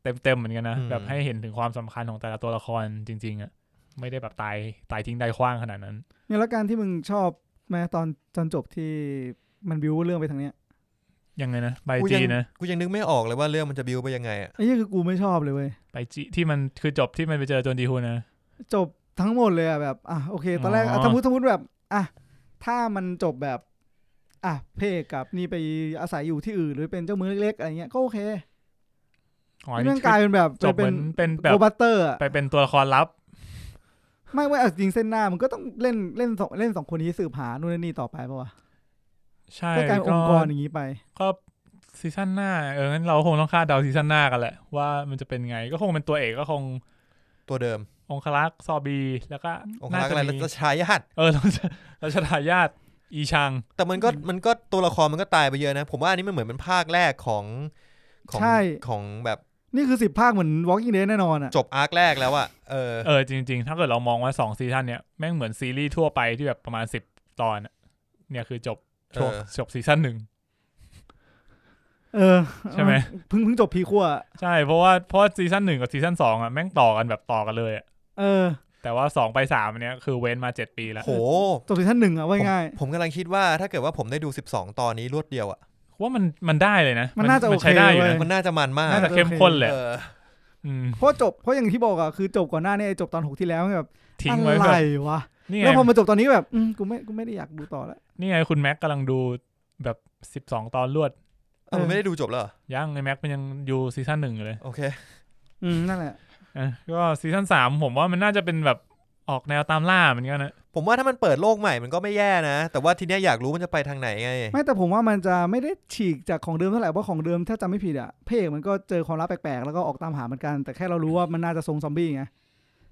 S3: เต็มๆเหมือนกันนะ
S2: อืม
S3: แบบให้เห็นถึงความสำคัญของแต่ละตัวละครจริง ๆ อ่ะ ไม่ได้แบบตายตายทิ้งตายขว้างขนาดนั้น
S4: เนี่ยแล้วการที่มึงชอบแม้ตอนตอนจบที่มันบิวเรื่องไปทางเนี้ย
S3: ยังไงนะใบ
S2: กู
S3: จี
S2: ยัง
S3: นะ
S2: กูยังนึกไม่ออกเลยว่าเรื่องมันจะบิวไปยังไงอ่ะ
S4: ไอ้นี่คือกูไม่ชอบเลยเว้ย
S3: ใบจีที่มันคือจบที่มันไปเจอโจนจีฮุนนะ
S4: จบทั้งหมดเลยอะแบบอ่ะโอเค ตอนแรก
S3: อ๋
S4: อ่ะ
S3: อ
S4: สมมติสมมติแบบอ่ะถ้ามันจบแบบอ่ะเพกกับนี่ไปอาศัยอยู่ที่อื่นหรือเป็นเจ้ามือเล็กๆอะไรเงี้ยก็โอเค
S3: อ๋ออัน
S4: เรื่
S3: นี้
S4: อง
S3: คื
S4: กลาย
S3: อ
S4: เป็นแบบ
S3: จบเห
S4: เป็
S3: มือ
S4: น
S3: นเป็นแบ
S4: โก
S3: บ
S4: บัตเตอร์อะ
S3: ไปเป็นตัวละครลับ
S4: ไม่ว่าเอาจริงเส้นหน้ามันก็ต้องเล่นเล่นสองเล่นสองคนนี้สืบหานู่นนี่ต่อไปปะวะ
S3: ใช่
S4: ก็กลายเป็นอ
S3: ก็
S4: งค์กรอย่างนี้ไป
S3: ก็ซีซั่นหน้าเอองั้นเราคงต้องคาดเดาซีซั่นหน้ากันแหละ ว่ามันจะเป็นไงก็คงเป็นตัวเอกก็คง
S2: ตัวเดิม
S3: องคลักษ์ซอบี แล้วก็
S2: องค์
S3: น่า
S2: รัก
S3: จะ
S2: อะไร
S3: มี
S2: รัชายาต
S3: เออเราจะเราจะทายาทอีชัง
S2: แต่มันก็มันก็ตัวละครมันก็ตายไปเยอะนะ ผมว่าอันนี้มันเหมือนเป็นภาคแรกของของ
S4: ใช่
S2: ของแบบ
S4: นี่คือสิบภาคเหมือน Walking Dead แน่นอนอะ
S2: จบอาร์คแรกแล้วอ่ะเออ
S3: เออจริงๆ ถ้าเกิดเรามองว่าสองซีซั่นเนี้ยแม่งเหมือนซีรีส์ทั่วไปที่แบบประมาณสิบตอนอะเนี่ยคือจบช่วง
S2: เออ
S3: จบซีซั่นหนึ่ง
S4: เออ
S3: ใช่ ไหม
S4: เพิ่งเพิ่งจบพีคั่วอะ
S3: ใช่เพราะว่าเพราะว่าซีซั่นหนึ่งกับซีซั่นสองอ่ะแม่งต่อกันแบบต่อกันเลยอะ
S4: เออ
S3: แต่ว่าสองไปสามอันเนี้ยคือเว้นมาเจ็ดปีแล้ว
S2: โห
S4: จบซีซั่นหนึ่งอะว่าง่าย
S2: ผมกำลังคิดว่าถ้าเกิดว่าผมได้ดู 12 ตอนนี้รวดเดียวอ่ะ
S3: ว่ามันมันได้เลยนะ
S4: มันน่าจะโอเค
S3: ใช้ได้อยู่นะ
S4: เว้ย
S2: มันน่าจะมันมาก
S3: น่าจะเข้มข้นแหละ
S2: เออ
S3: อืม
S4: เพราะจบเพราะอย่างที่บอกอะคือจบก่อนหน้านี้ไอ้จบตอนหกที่แล้วแบบ
S3: ทิ้ง
S4: อะ
S3: ไว้แบ
S4: ไร
S3: บ
S4: วะ
S3: นี่ไง
S4: แล้วพอมาจบตอนนี้ก็แบบอืมกูไม่กูไม่ได้อยากดูต่อแล้ว
S3: นี่ไงคุณแม็กกำลังดูแบบสิบสองตอนรวด
S2: เออมันไม่ได้ดูจบแล้วเหรอ
S3: ยังไอแม็กมันยังอยู่ซีซั่นหนึ่งอยู่เลย
S2: โอเค
S4: อืม นั่นแหละ
S3: อ่ะก็ซีซั่นสามผมว่ามันน่าจะเป็นแบบออกแนวตามล่าเหมือนกันนะ
S2: ผมว่าถ้ามันเปิดโลกใหม่มันก็ไม่แย่นะ แต่ว่าทีเนี้ยอยากรู้มันจะไปทางไหนไง
S4: ไม่แต่ผมว่ามันจะไม่ได้ฉีกจากของเดิมเท่าไหร่เพราะของเดิมถ้าจำไม่ผิดอะพระเอกมันก็เจอความลับแปลกๆ แล้วก็ออกตามหาเหมือนกัน แต่แค่เรารู้ว่ามันน่าจะทรงซอมบี้ไง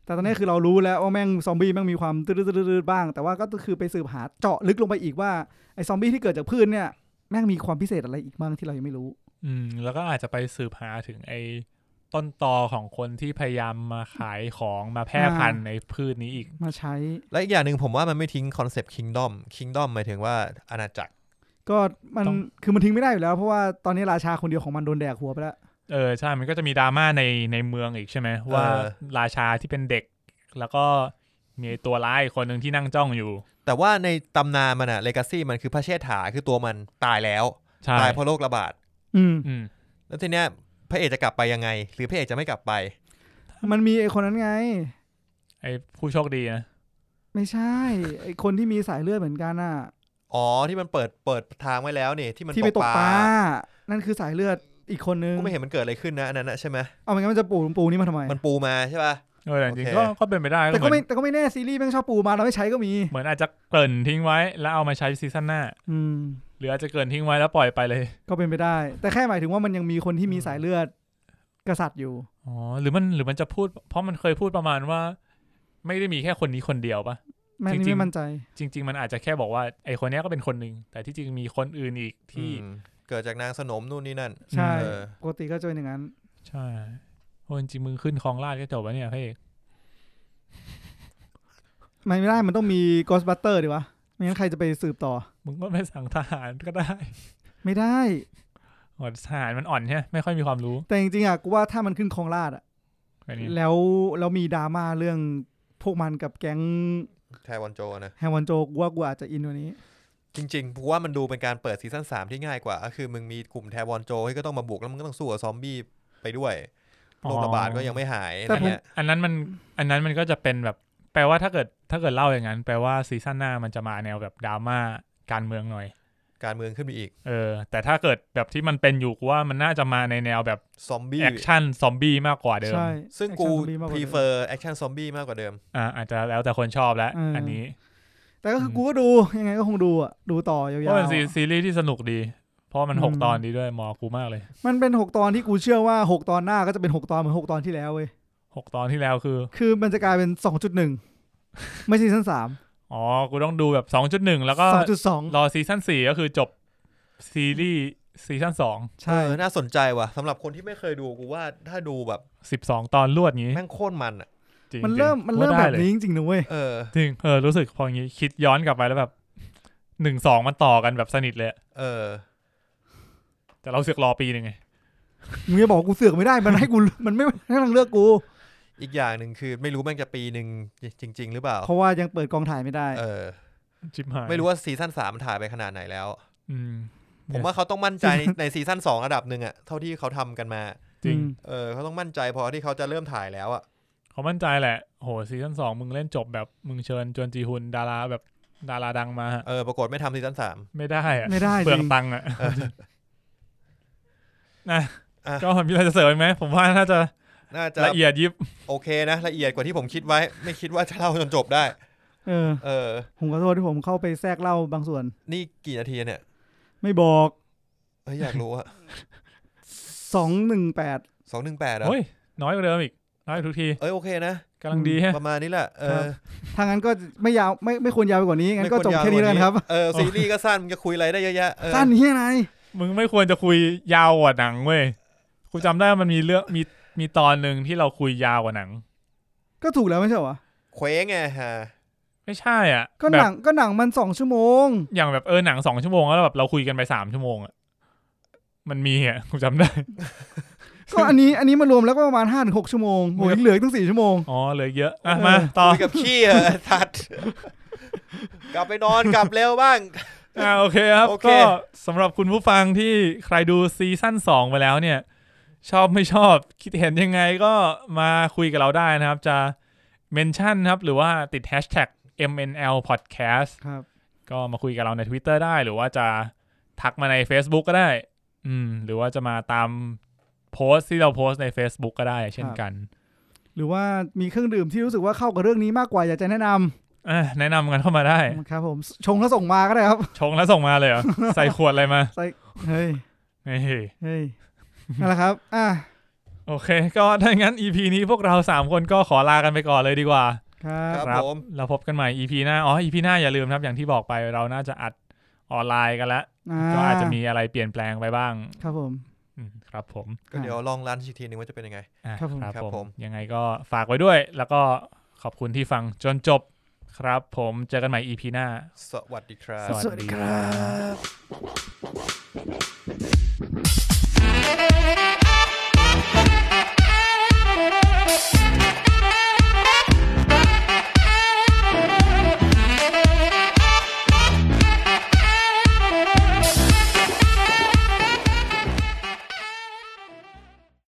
S4: แต่ตอนนี้คือเรารู้แล้วว่าแม่งซอมบี้แม่งมีความตื้อๆๆๆบ้าง แต่ว่าก็คือไปสืบหาเจาะลึกลงไปอีกว่าไอ้ซอมบี้ที่เกิดจากพืชเนี่ยแม่งมีความพิเศษอะไรอีกบ้างที่เรายังไม่รู้
S3: อืมแล้วก็อาจจะไปสืบหาถึงไอ้ต้นตอของคนที่พยายามมาขายของมาแพร่พันธุ์ในพืชนี้อีก
S4: มาใช้
S2: และอีกอย่างหนึ่งผมว่ามันไม่ทิ้งคอนเซปต์คิงดอมคิงดอมหมายถึงว่าอาณาจักร
S4: ก็มัน
S3: ต้อง
S4: คือมันทิ้งไม่ได้อยู่แล้ว เพราะว่าตอนนี้ราชาคนเดียวของมันโดนแดกหัวไปแล้ว
S3: เออใช่ มันก็จะมีดราม่าในในเมืองอีกใช่ไหมว่า
S2: เออ
S3: ราชาที่เป็นเด็ก แล้วก็มีไอ้ตัวร้ายอีกคนหนึ่งที่นั่งจ้องอยู่
S2: แต่ว่าในตำนานมันอะเลกาซี่มันคือพระเชษฐาคือตัวมันตายแล้ว
S3: ใช่
S2: ตายเพราะโรคระบาด
S4: อืม
S3: อืม
S2: แล้วทีเนี้ยพระเอกจะกลับไปยังไง หรือพระเอกจะไม่กลับไป
S4: มันมีไอ้คนนั้นไง
S3: ไอ้ผู้โชคดีนะ
S4: ไม่ใช่ไอคนที่มีสายเลือดเหมือนกันอ่ะ
S2: อ๋อที่มันเปิดเปิดทางไว้แล้วนี่ที่มัน
S4: ที่ไปตกปลานั่นคือสายเลือดอีกคนนึง
S2: ก็ไม่เห็นมันเกิดอะไรขึ้นนะอันนั้นนะใช่ไหม
S4: เอาไม่งั้นมันจะปูปูนี่มาทำไม
S2: มันปูมาใช่ป่ะ
S3: เออแต่จริ
S2: โอ
S3: งๆ
S2: เค
S3: ก็ก็เป็นไปได้ก็
S4: แต่
S3: เห
S4: ก็
S3: มือน
S4: ไม่แต่ก็ไม่แน่ซีรีส์แม่งชอบปูมาเราไม่ใช้ก็มี
S3: เหมือนอาจจะเกริ่นทิ้งไว้ แล้วเอามาใช้ซีซั่นหน้า
S4: อืม
S3: หรืออาจจะเกริ่นทิ้งไว้แล้วปล่อยไปเลย
S4: ก็เป็นไปได้ แต่แค่หมายถึงว่ามันยังมีคนที่มีสายเลือดกษัตริย์อยู่
S3: อ๋อหรือมันหรือมันจะพูด เพราะมันเคยพูดประมาณว่า ไม่ได้มีแค่คนนี้คนเดียวปะ
S4: แม่ง
S3: จ
S4: นี่
S3: ริงๆ
S4: ไม่มั่นใจ
S3: จริง ๆ มันอาจจะแค่บอกว่าไอคนเนี้ยก็เป็นคนหนึ่งแต่ที่จริงมีคนอื่นอีกที่
S2: อืมเกิดจากนางสนมนู่นนี่นั่น
S4: ใช่
S2: เออ
S4: ปกติก็จะเป็นอย่างนั้น
S3: ใช่โอ้จริงๆมึงขึ้นคลองลาดก็จบแล้วเนี่ยพี่เอก
S4: มันไม่ได้มันต้องมี Ghostbuster ดีวะไม่งั้นใครจะไปสืบต่อ
S3: มึงก็ไปสั่งทหารก็ได้
S4: ไม่ได้
S3: อ๋อทหารมันอ่อนใช่ไหมไม่ค่อยมีความรู้
S4: แต่จริงๆอ่ะกูว่าถ้ามันขึ้นครองราชอ่ะ
S3: แบบนี้
S4: แล้วแล้วมีดราม่าเรื่องพวกมันกับแก๊ง
S2: ไทวอนโจนะ
S4: แฮวันโจกูว่ากูอาจจะอินกวันนี้
S2: จริงๆผมว่ามันดูเป็นการเปิดซีซั่นสามที่ง่ายกว่าก็คือมึงมีกลุ่มแทวอนโจที่ก็ต้องมาบุกแล้วมึงก็ต้องสู้กับซอมบี้ไปด้วยโรคระบาดก็ยังไม่หาย
S4: แต่
S2: อะไร
S4: ผม
S2: เงี้ย
S3: อันนั้นมันอันนั้นมันก็จะเป็นแบบ แปลว่าถ้าเกิดถ้าเกิดเล่าอย่างนั้น แปลว่าซีซั่นหน้ามันจะมาแนวแบบดราม่าการเมืองหน่อย
S2: การเมืองขึ้นไปอีก
S3: เออ แต่ถ้าเกิดแบบที่มันเป็นอยู่กูว่ามันน่าจะมาในแนวแบบ
S2: ซอมบี้
S3: แอคชั่นซอมบี้มากกว่าเดิม
S4: ใช่
S2: ซึ่ง
S4: แอคชั่
S2: กู
S4: นซอมบี้มากกว่า
S2: prefer แอคชั่นซอมบี้มากกว่าเดิม
S3: อ่าอาจจะแล้วแต่คนชอบแล้ว
S4: อืม
S3: อันนี้
S4: แต่ก็คืออ
S3: ม
S4: กูก็ดู ยังไงก็คงดูอ่ะดูต่อยาว
S3: เพ
S4: ๆ
S3: ราะเป็น
S4: อะ
S3: ซีซีรีส์ที่สนุกดี เพราะมันหก
S4: อืม
S3: ตอนดีด้วยมอกูมากเลย
S4: มันเป็นหกตอนที่กูเชื่อว่าหกตอนหน้าก็จะเป็นหกตอนเหมือนหกตอนที่แล้วเว้ย
S3: หกตอนที่แล้วคือ
S4: คือมันจะกลายเป็นสองจุดหนึ่ง ไม่ใช่ซีซั่นสาม
S3: อ๋อ กูต้องดูแบบสองจุดหนึ่งแล้วก็
S4: สองจุดสอง
S3: รอซีซั่นสี่ก็คือจบซีรีส์ซีซั่นสอง
S4: ใช่
S2: เออ น่าสนใจว่ะสำหรับคนที่ไม่เคยดูกูว่าถ้าดูแบบ
S3: สิบสองตอนรวดงี้
S2: แม่งโคตรมันอ่ะ
S3: จง
S4: มันเริ่ม
S3: จง
S4: มันเริ่ม
S3: ว่า
S4: แบ
S3: ได้
S4: บ
S3: เลย
S4: นี้จริงๆนะเว้ย
S2: เออ
S3: จริงเออรู้สึกพออย่างงี้คิดย้อนกลับไปแล้วแบบหนึ่งสองมันต่อกันแบบสนิทเลย
S2: เออ
S3: แต่เราเสือกรอปีหนึ่งไง
S4: มึงจะบอกกูเสือกไม่ได้มันให้กูมันไม่ให้ทางเลือกกู
S2: อีกอย่างหนึ่งคือไม่รู้แม่งจะปีหนึ่งจริง ๆ หรือเปล่า
S4: เพราะว่ายังเปิดกองถ่ายไม่ได้
S2: เออ
S3: ชิบหาย
S2: ไม่รู้ว่าซีซั่นสามถ่ายไปขนาดไหนแล้ว
S3: อืม
S2: ผมว่าเขาต้องมั่นใจ ในในซีซั่นสองระดับหนึ่งอะเท่าที่เขาทำกันมา
S3: จริง
S2: เออเขาต้องมั่นใจพอที่เขาจะเริ่มถ่ายแล้วอะ
S3: เขามั่นใจแหละ โหซีซั่นสองมึงเล่นจบแบบมึงเชิญจวนจีฮุนดาราแบบดาราดังมาฮะ
S2: เออปรากฏไม่ทำซีซั่นสาม
S3: ไม่ได้อะ
S4: ไม่ได้
S3: เปลื
S4: จ
S3: อง
S4: ริง
S3: ตังค์อะนะ
S2: อ่ะ
S3: ก็มีอะไรจะเสริมอีกไหมผมว่าน่าจะ
S2: น่าจะ
S3: ละเอียดยิบ
S2: โอเคนะ ละเอียดกว่าที่ผมคิดไว้ ไม่คิดว่าจะเล่าจนจบได้
S4: เออ
S2: เออ
S4: ผมขอโทษที่ผมเข้าไปแทรกเล่าบางส่วน
S2: นี่กี่นาทีเนี่ย
S4: ไม่บอก
S2: เอ้ยอยากรู้อะ
S4: สองหนึ่งแปด
S2: สองหนึ่งแปดอะ
S3: โอ้ย น้อยกว่าเดิมอีก น้อยกว่าทุกที
S2: เอ้ยโอเคนะ
S3: กำลังดีฮะ
S2: ประมาณนี้แหละ เอ
S4: ครั
S2: อบ
S4: ทางนั้นก็ไม่ยาวไม่ไม่ควรยาวไปกว่านี้งั้นก็จบแค่นี้แล้วกันครับ
S2: เออซีรีส์ก็สั้นมึงจะคุยอะไรได้เยอะแยะเออ
S4: สั้นเฮียไหนาย
S3: มึงไม่ควรจะคุยยาวกว่าหนังเว้ยกูจำได้มันมีเรื่องมีมีตอนหนึ่งที่เราคุยยาวกว่าหนัง
S4: ก็ถูกแล้วไม่ใช่เหรอ
S2: เคว้งไงฮะ
S3: ไม่ใช่อ่ะ
S4: ก็หนังก็หนังมันสองชั่วโมง
S3: แบบอย่างแบบเออหนังสองชั่วโมงแล้วแบบเราคุยกันไปสามชั่วโมงอ่ะมันมีอ่ะกูจำได้
S4: ก็อันนี้อันนี้มารวมแล้วก็ประมาณห้าถึงหกชั่วโมงโอ้ยเหลืออีกตั้งสี่ชั่วโมง
S3: อ๋อเหลยเยอะอ่ะ
S4: เออ
S3: มาต่อ
S2: คุยกับขี้เหรอะทัด กลับไปนอนกลับเร็วบ้าง
S3: อ่าโอเคครับ
S2: โอเค
S3: ก็สำหรับคุณผู้ฟังที่ใครดูซีซั่นสองไปแล้วเนี่ย ชอบไม่ชอบคิดเห็นยังไงก็มาคุยกับเราได้นะครับ จะเมนชั่นครับ หรือว่าติดแฮชแท็ก MNL Podcast
S4: ครับ
S3: ก็มาคุยกับเราใน Twitter ได้ หรือว่าจะทักมาใน Facebook ก็ได้ อืม หรือว่าจะมาตามโพสต์ที่เราโพสต์ใน Facebook ก็ได้ เช่นกัน
S4: หรือว่ามีเครื่องดื่มที่รู้สึกว่าเข้ากับเรื่องนี้มากกว่าอยากจะแนะน
S3: อ่ะแนะนำกันเข้ามาได้
S4: ำครับผมชงแล้วส่งมาก็ได้ครับ
S3: ชงแล้วส่งมา เลยเหรอ ใส่ขวดอะไรมา
S4: เฮ้ย
S3: เฮ้ย
S4: เฮ้ยนั่นแหละครับ อ่ะ
S3: โอเค ก็ถ้างั้น EP นี้พวกเรา 3 คนก็ขอลากันไปก่อนเลยดีกว่า
S4: ครับ
S2: ครับผม
S3: เราพบกันใหม่ EP หน้า อ๋อ EP หน้าอย่าลืมครับอย่างที่บอกไปเราน่าจะอัดออนไลน์กันแล้ว ก็อาจจะมีอะไรเปลี่ยนแปลงไปบ้าง
S4: ครับผม
S3: อืมครับผม
S2: ก็เดี๋ยวลองรันอีกทีนึงว่าจะเป็นยังไง
S3: อ่ะ
S4: ครับผม
S2: ครับผม
S3: ยังไงก็ฝากไว้ด้วย แล้วก็ขอบคุณที่ฟังจนจบครับผมเจอกันใหม่ EP หน้า
S2: สวัสดีครับ
S3: สวัสดีครับ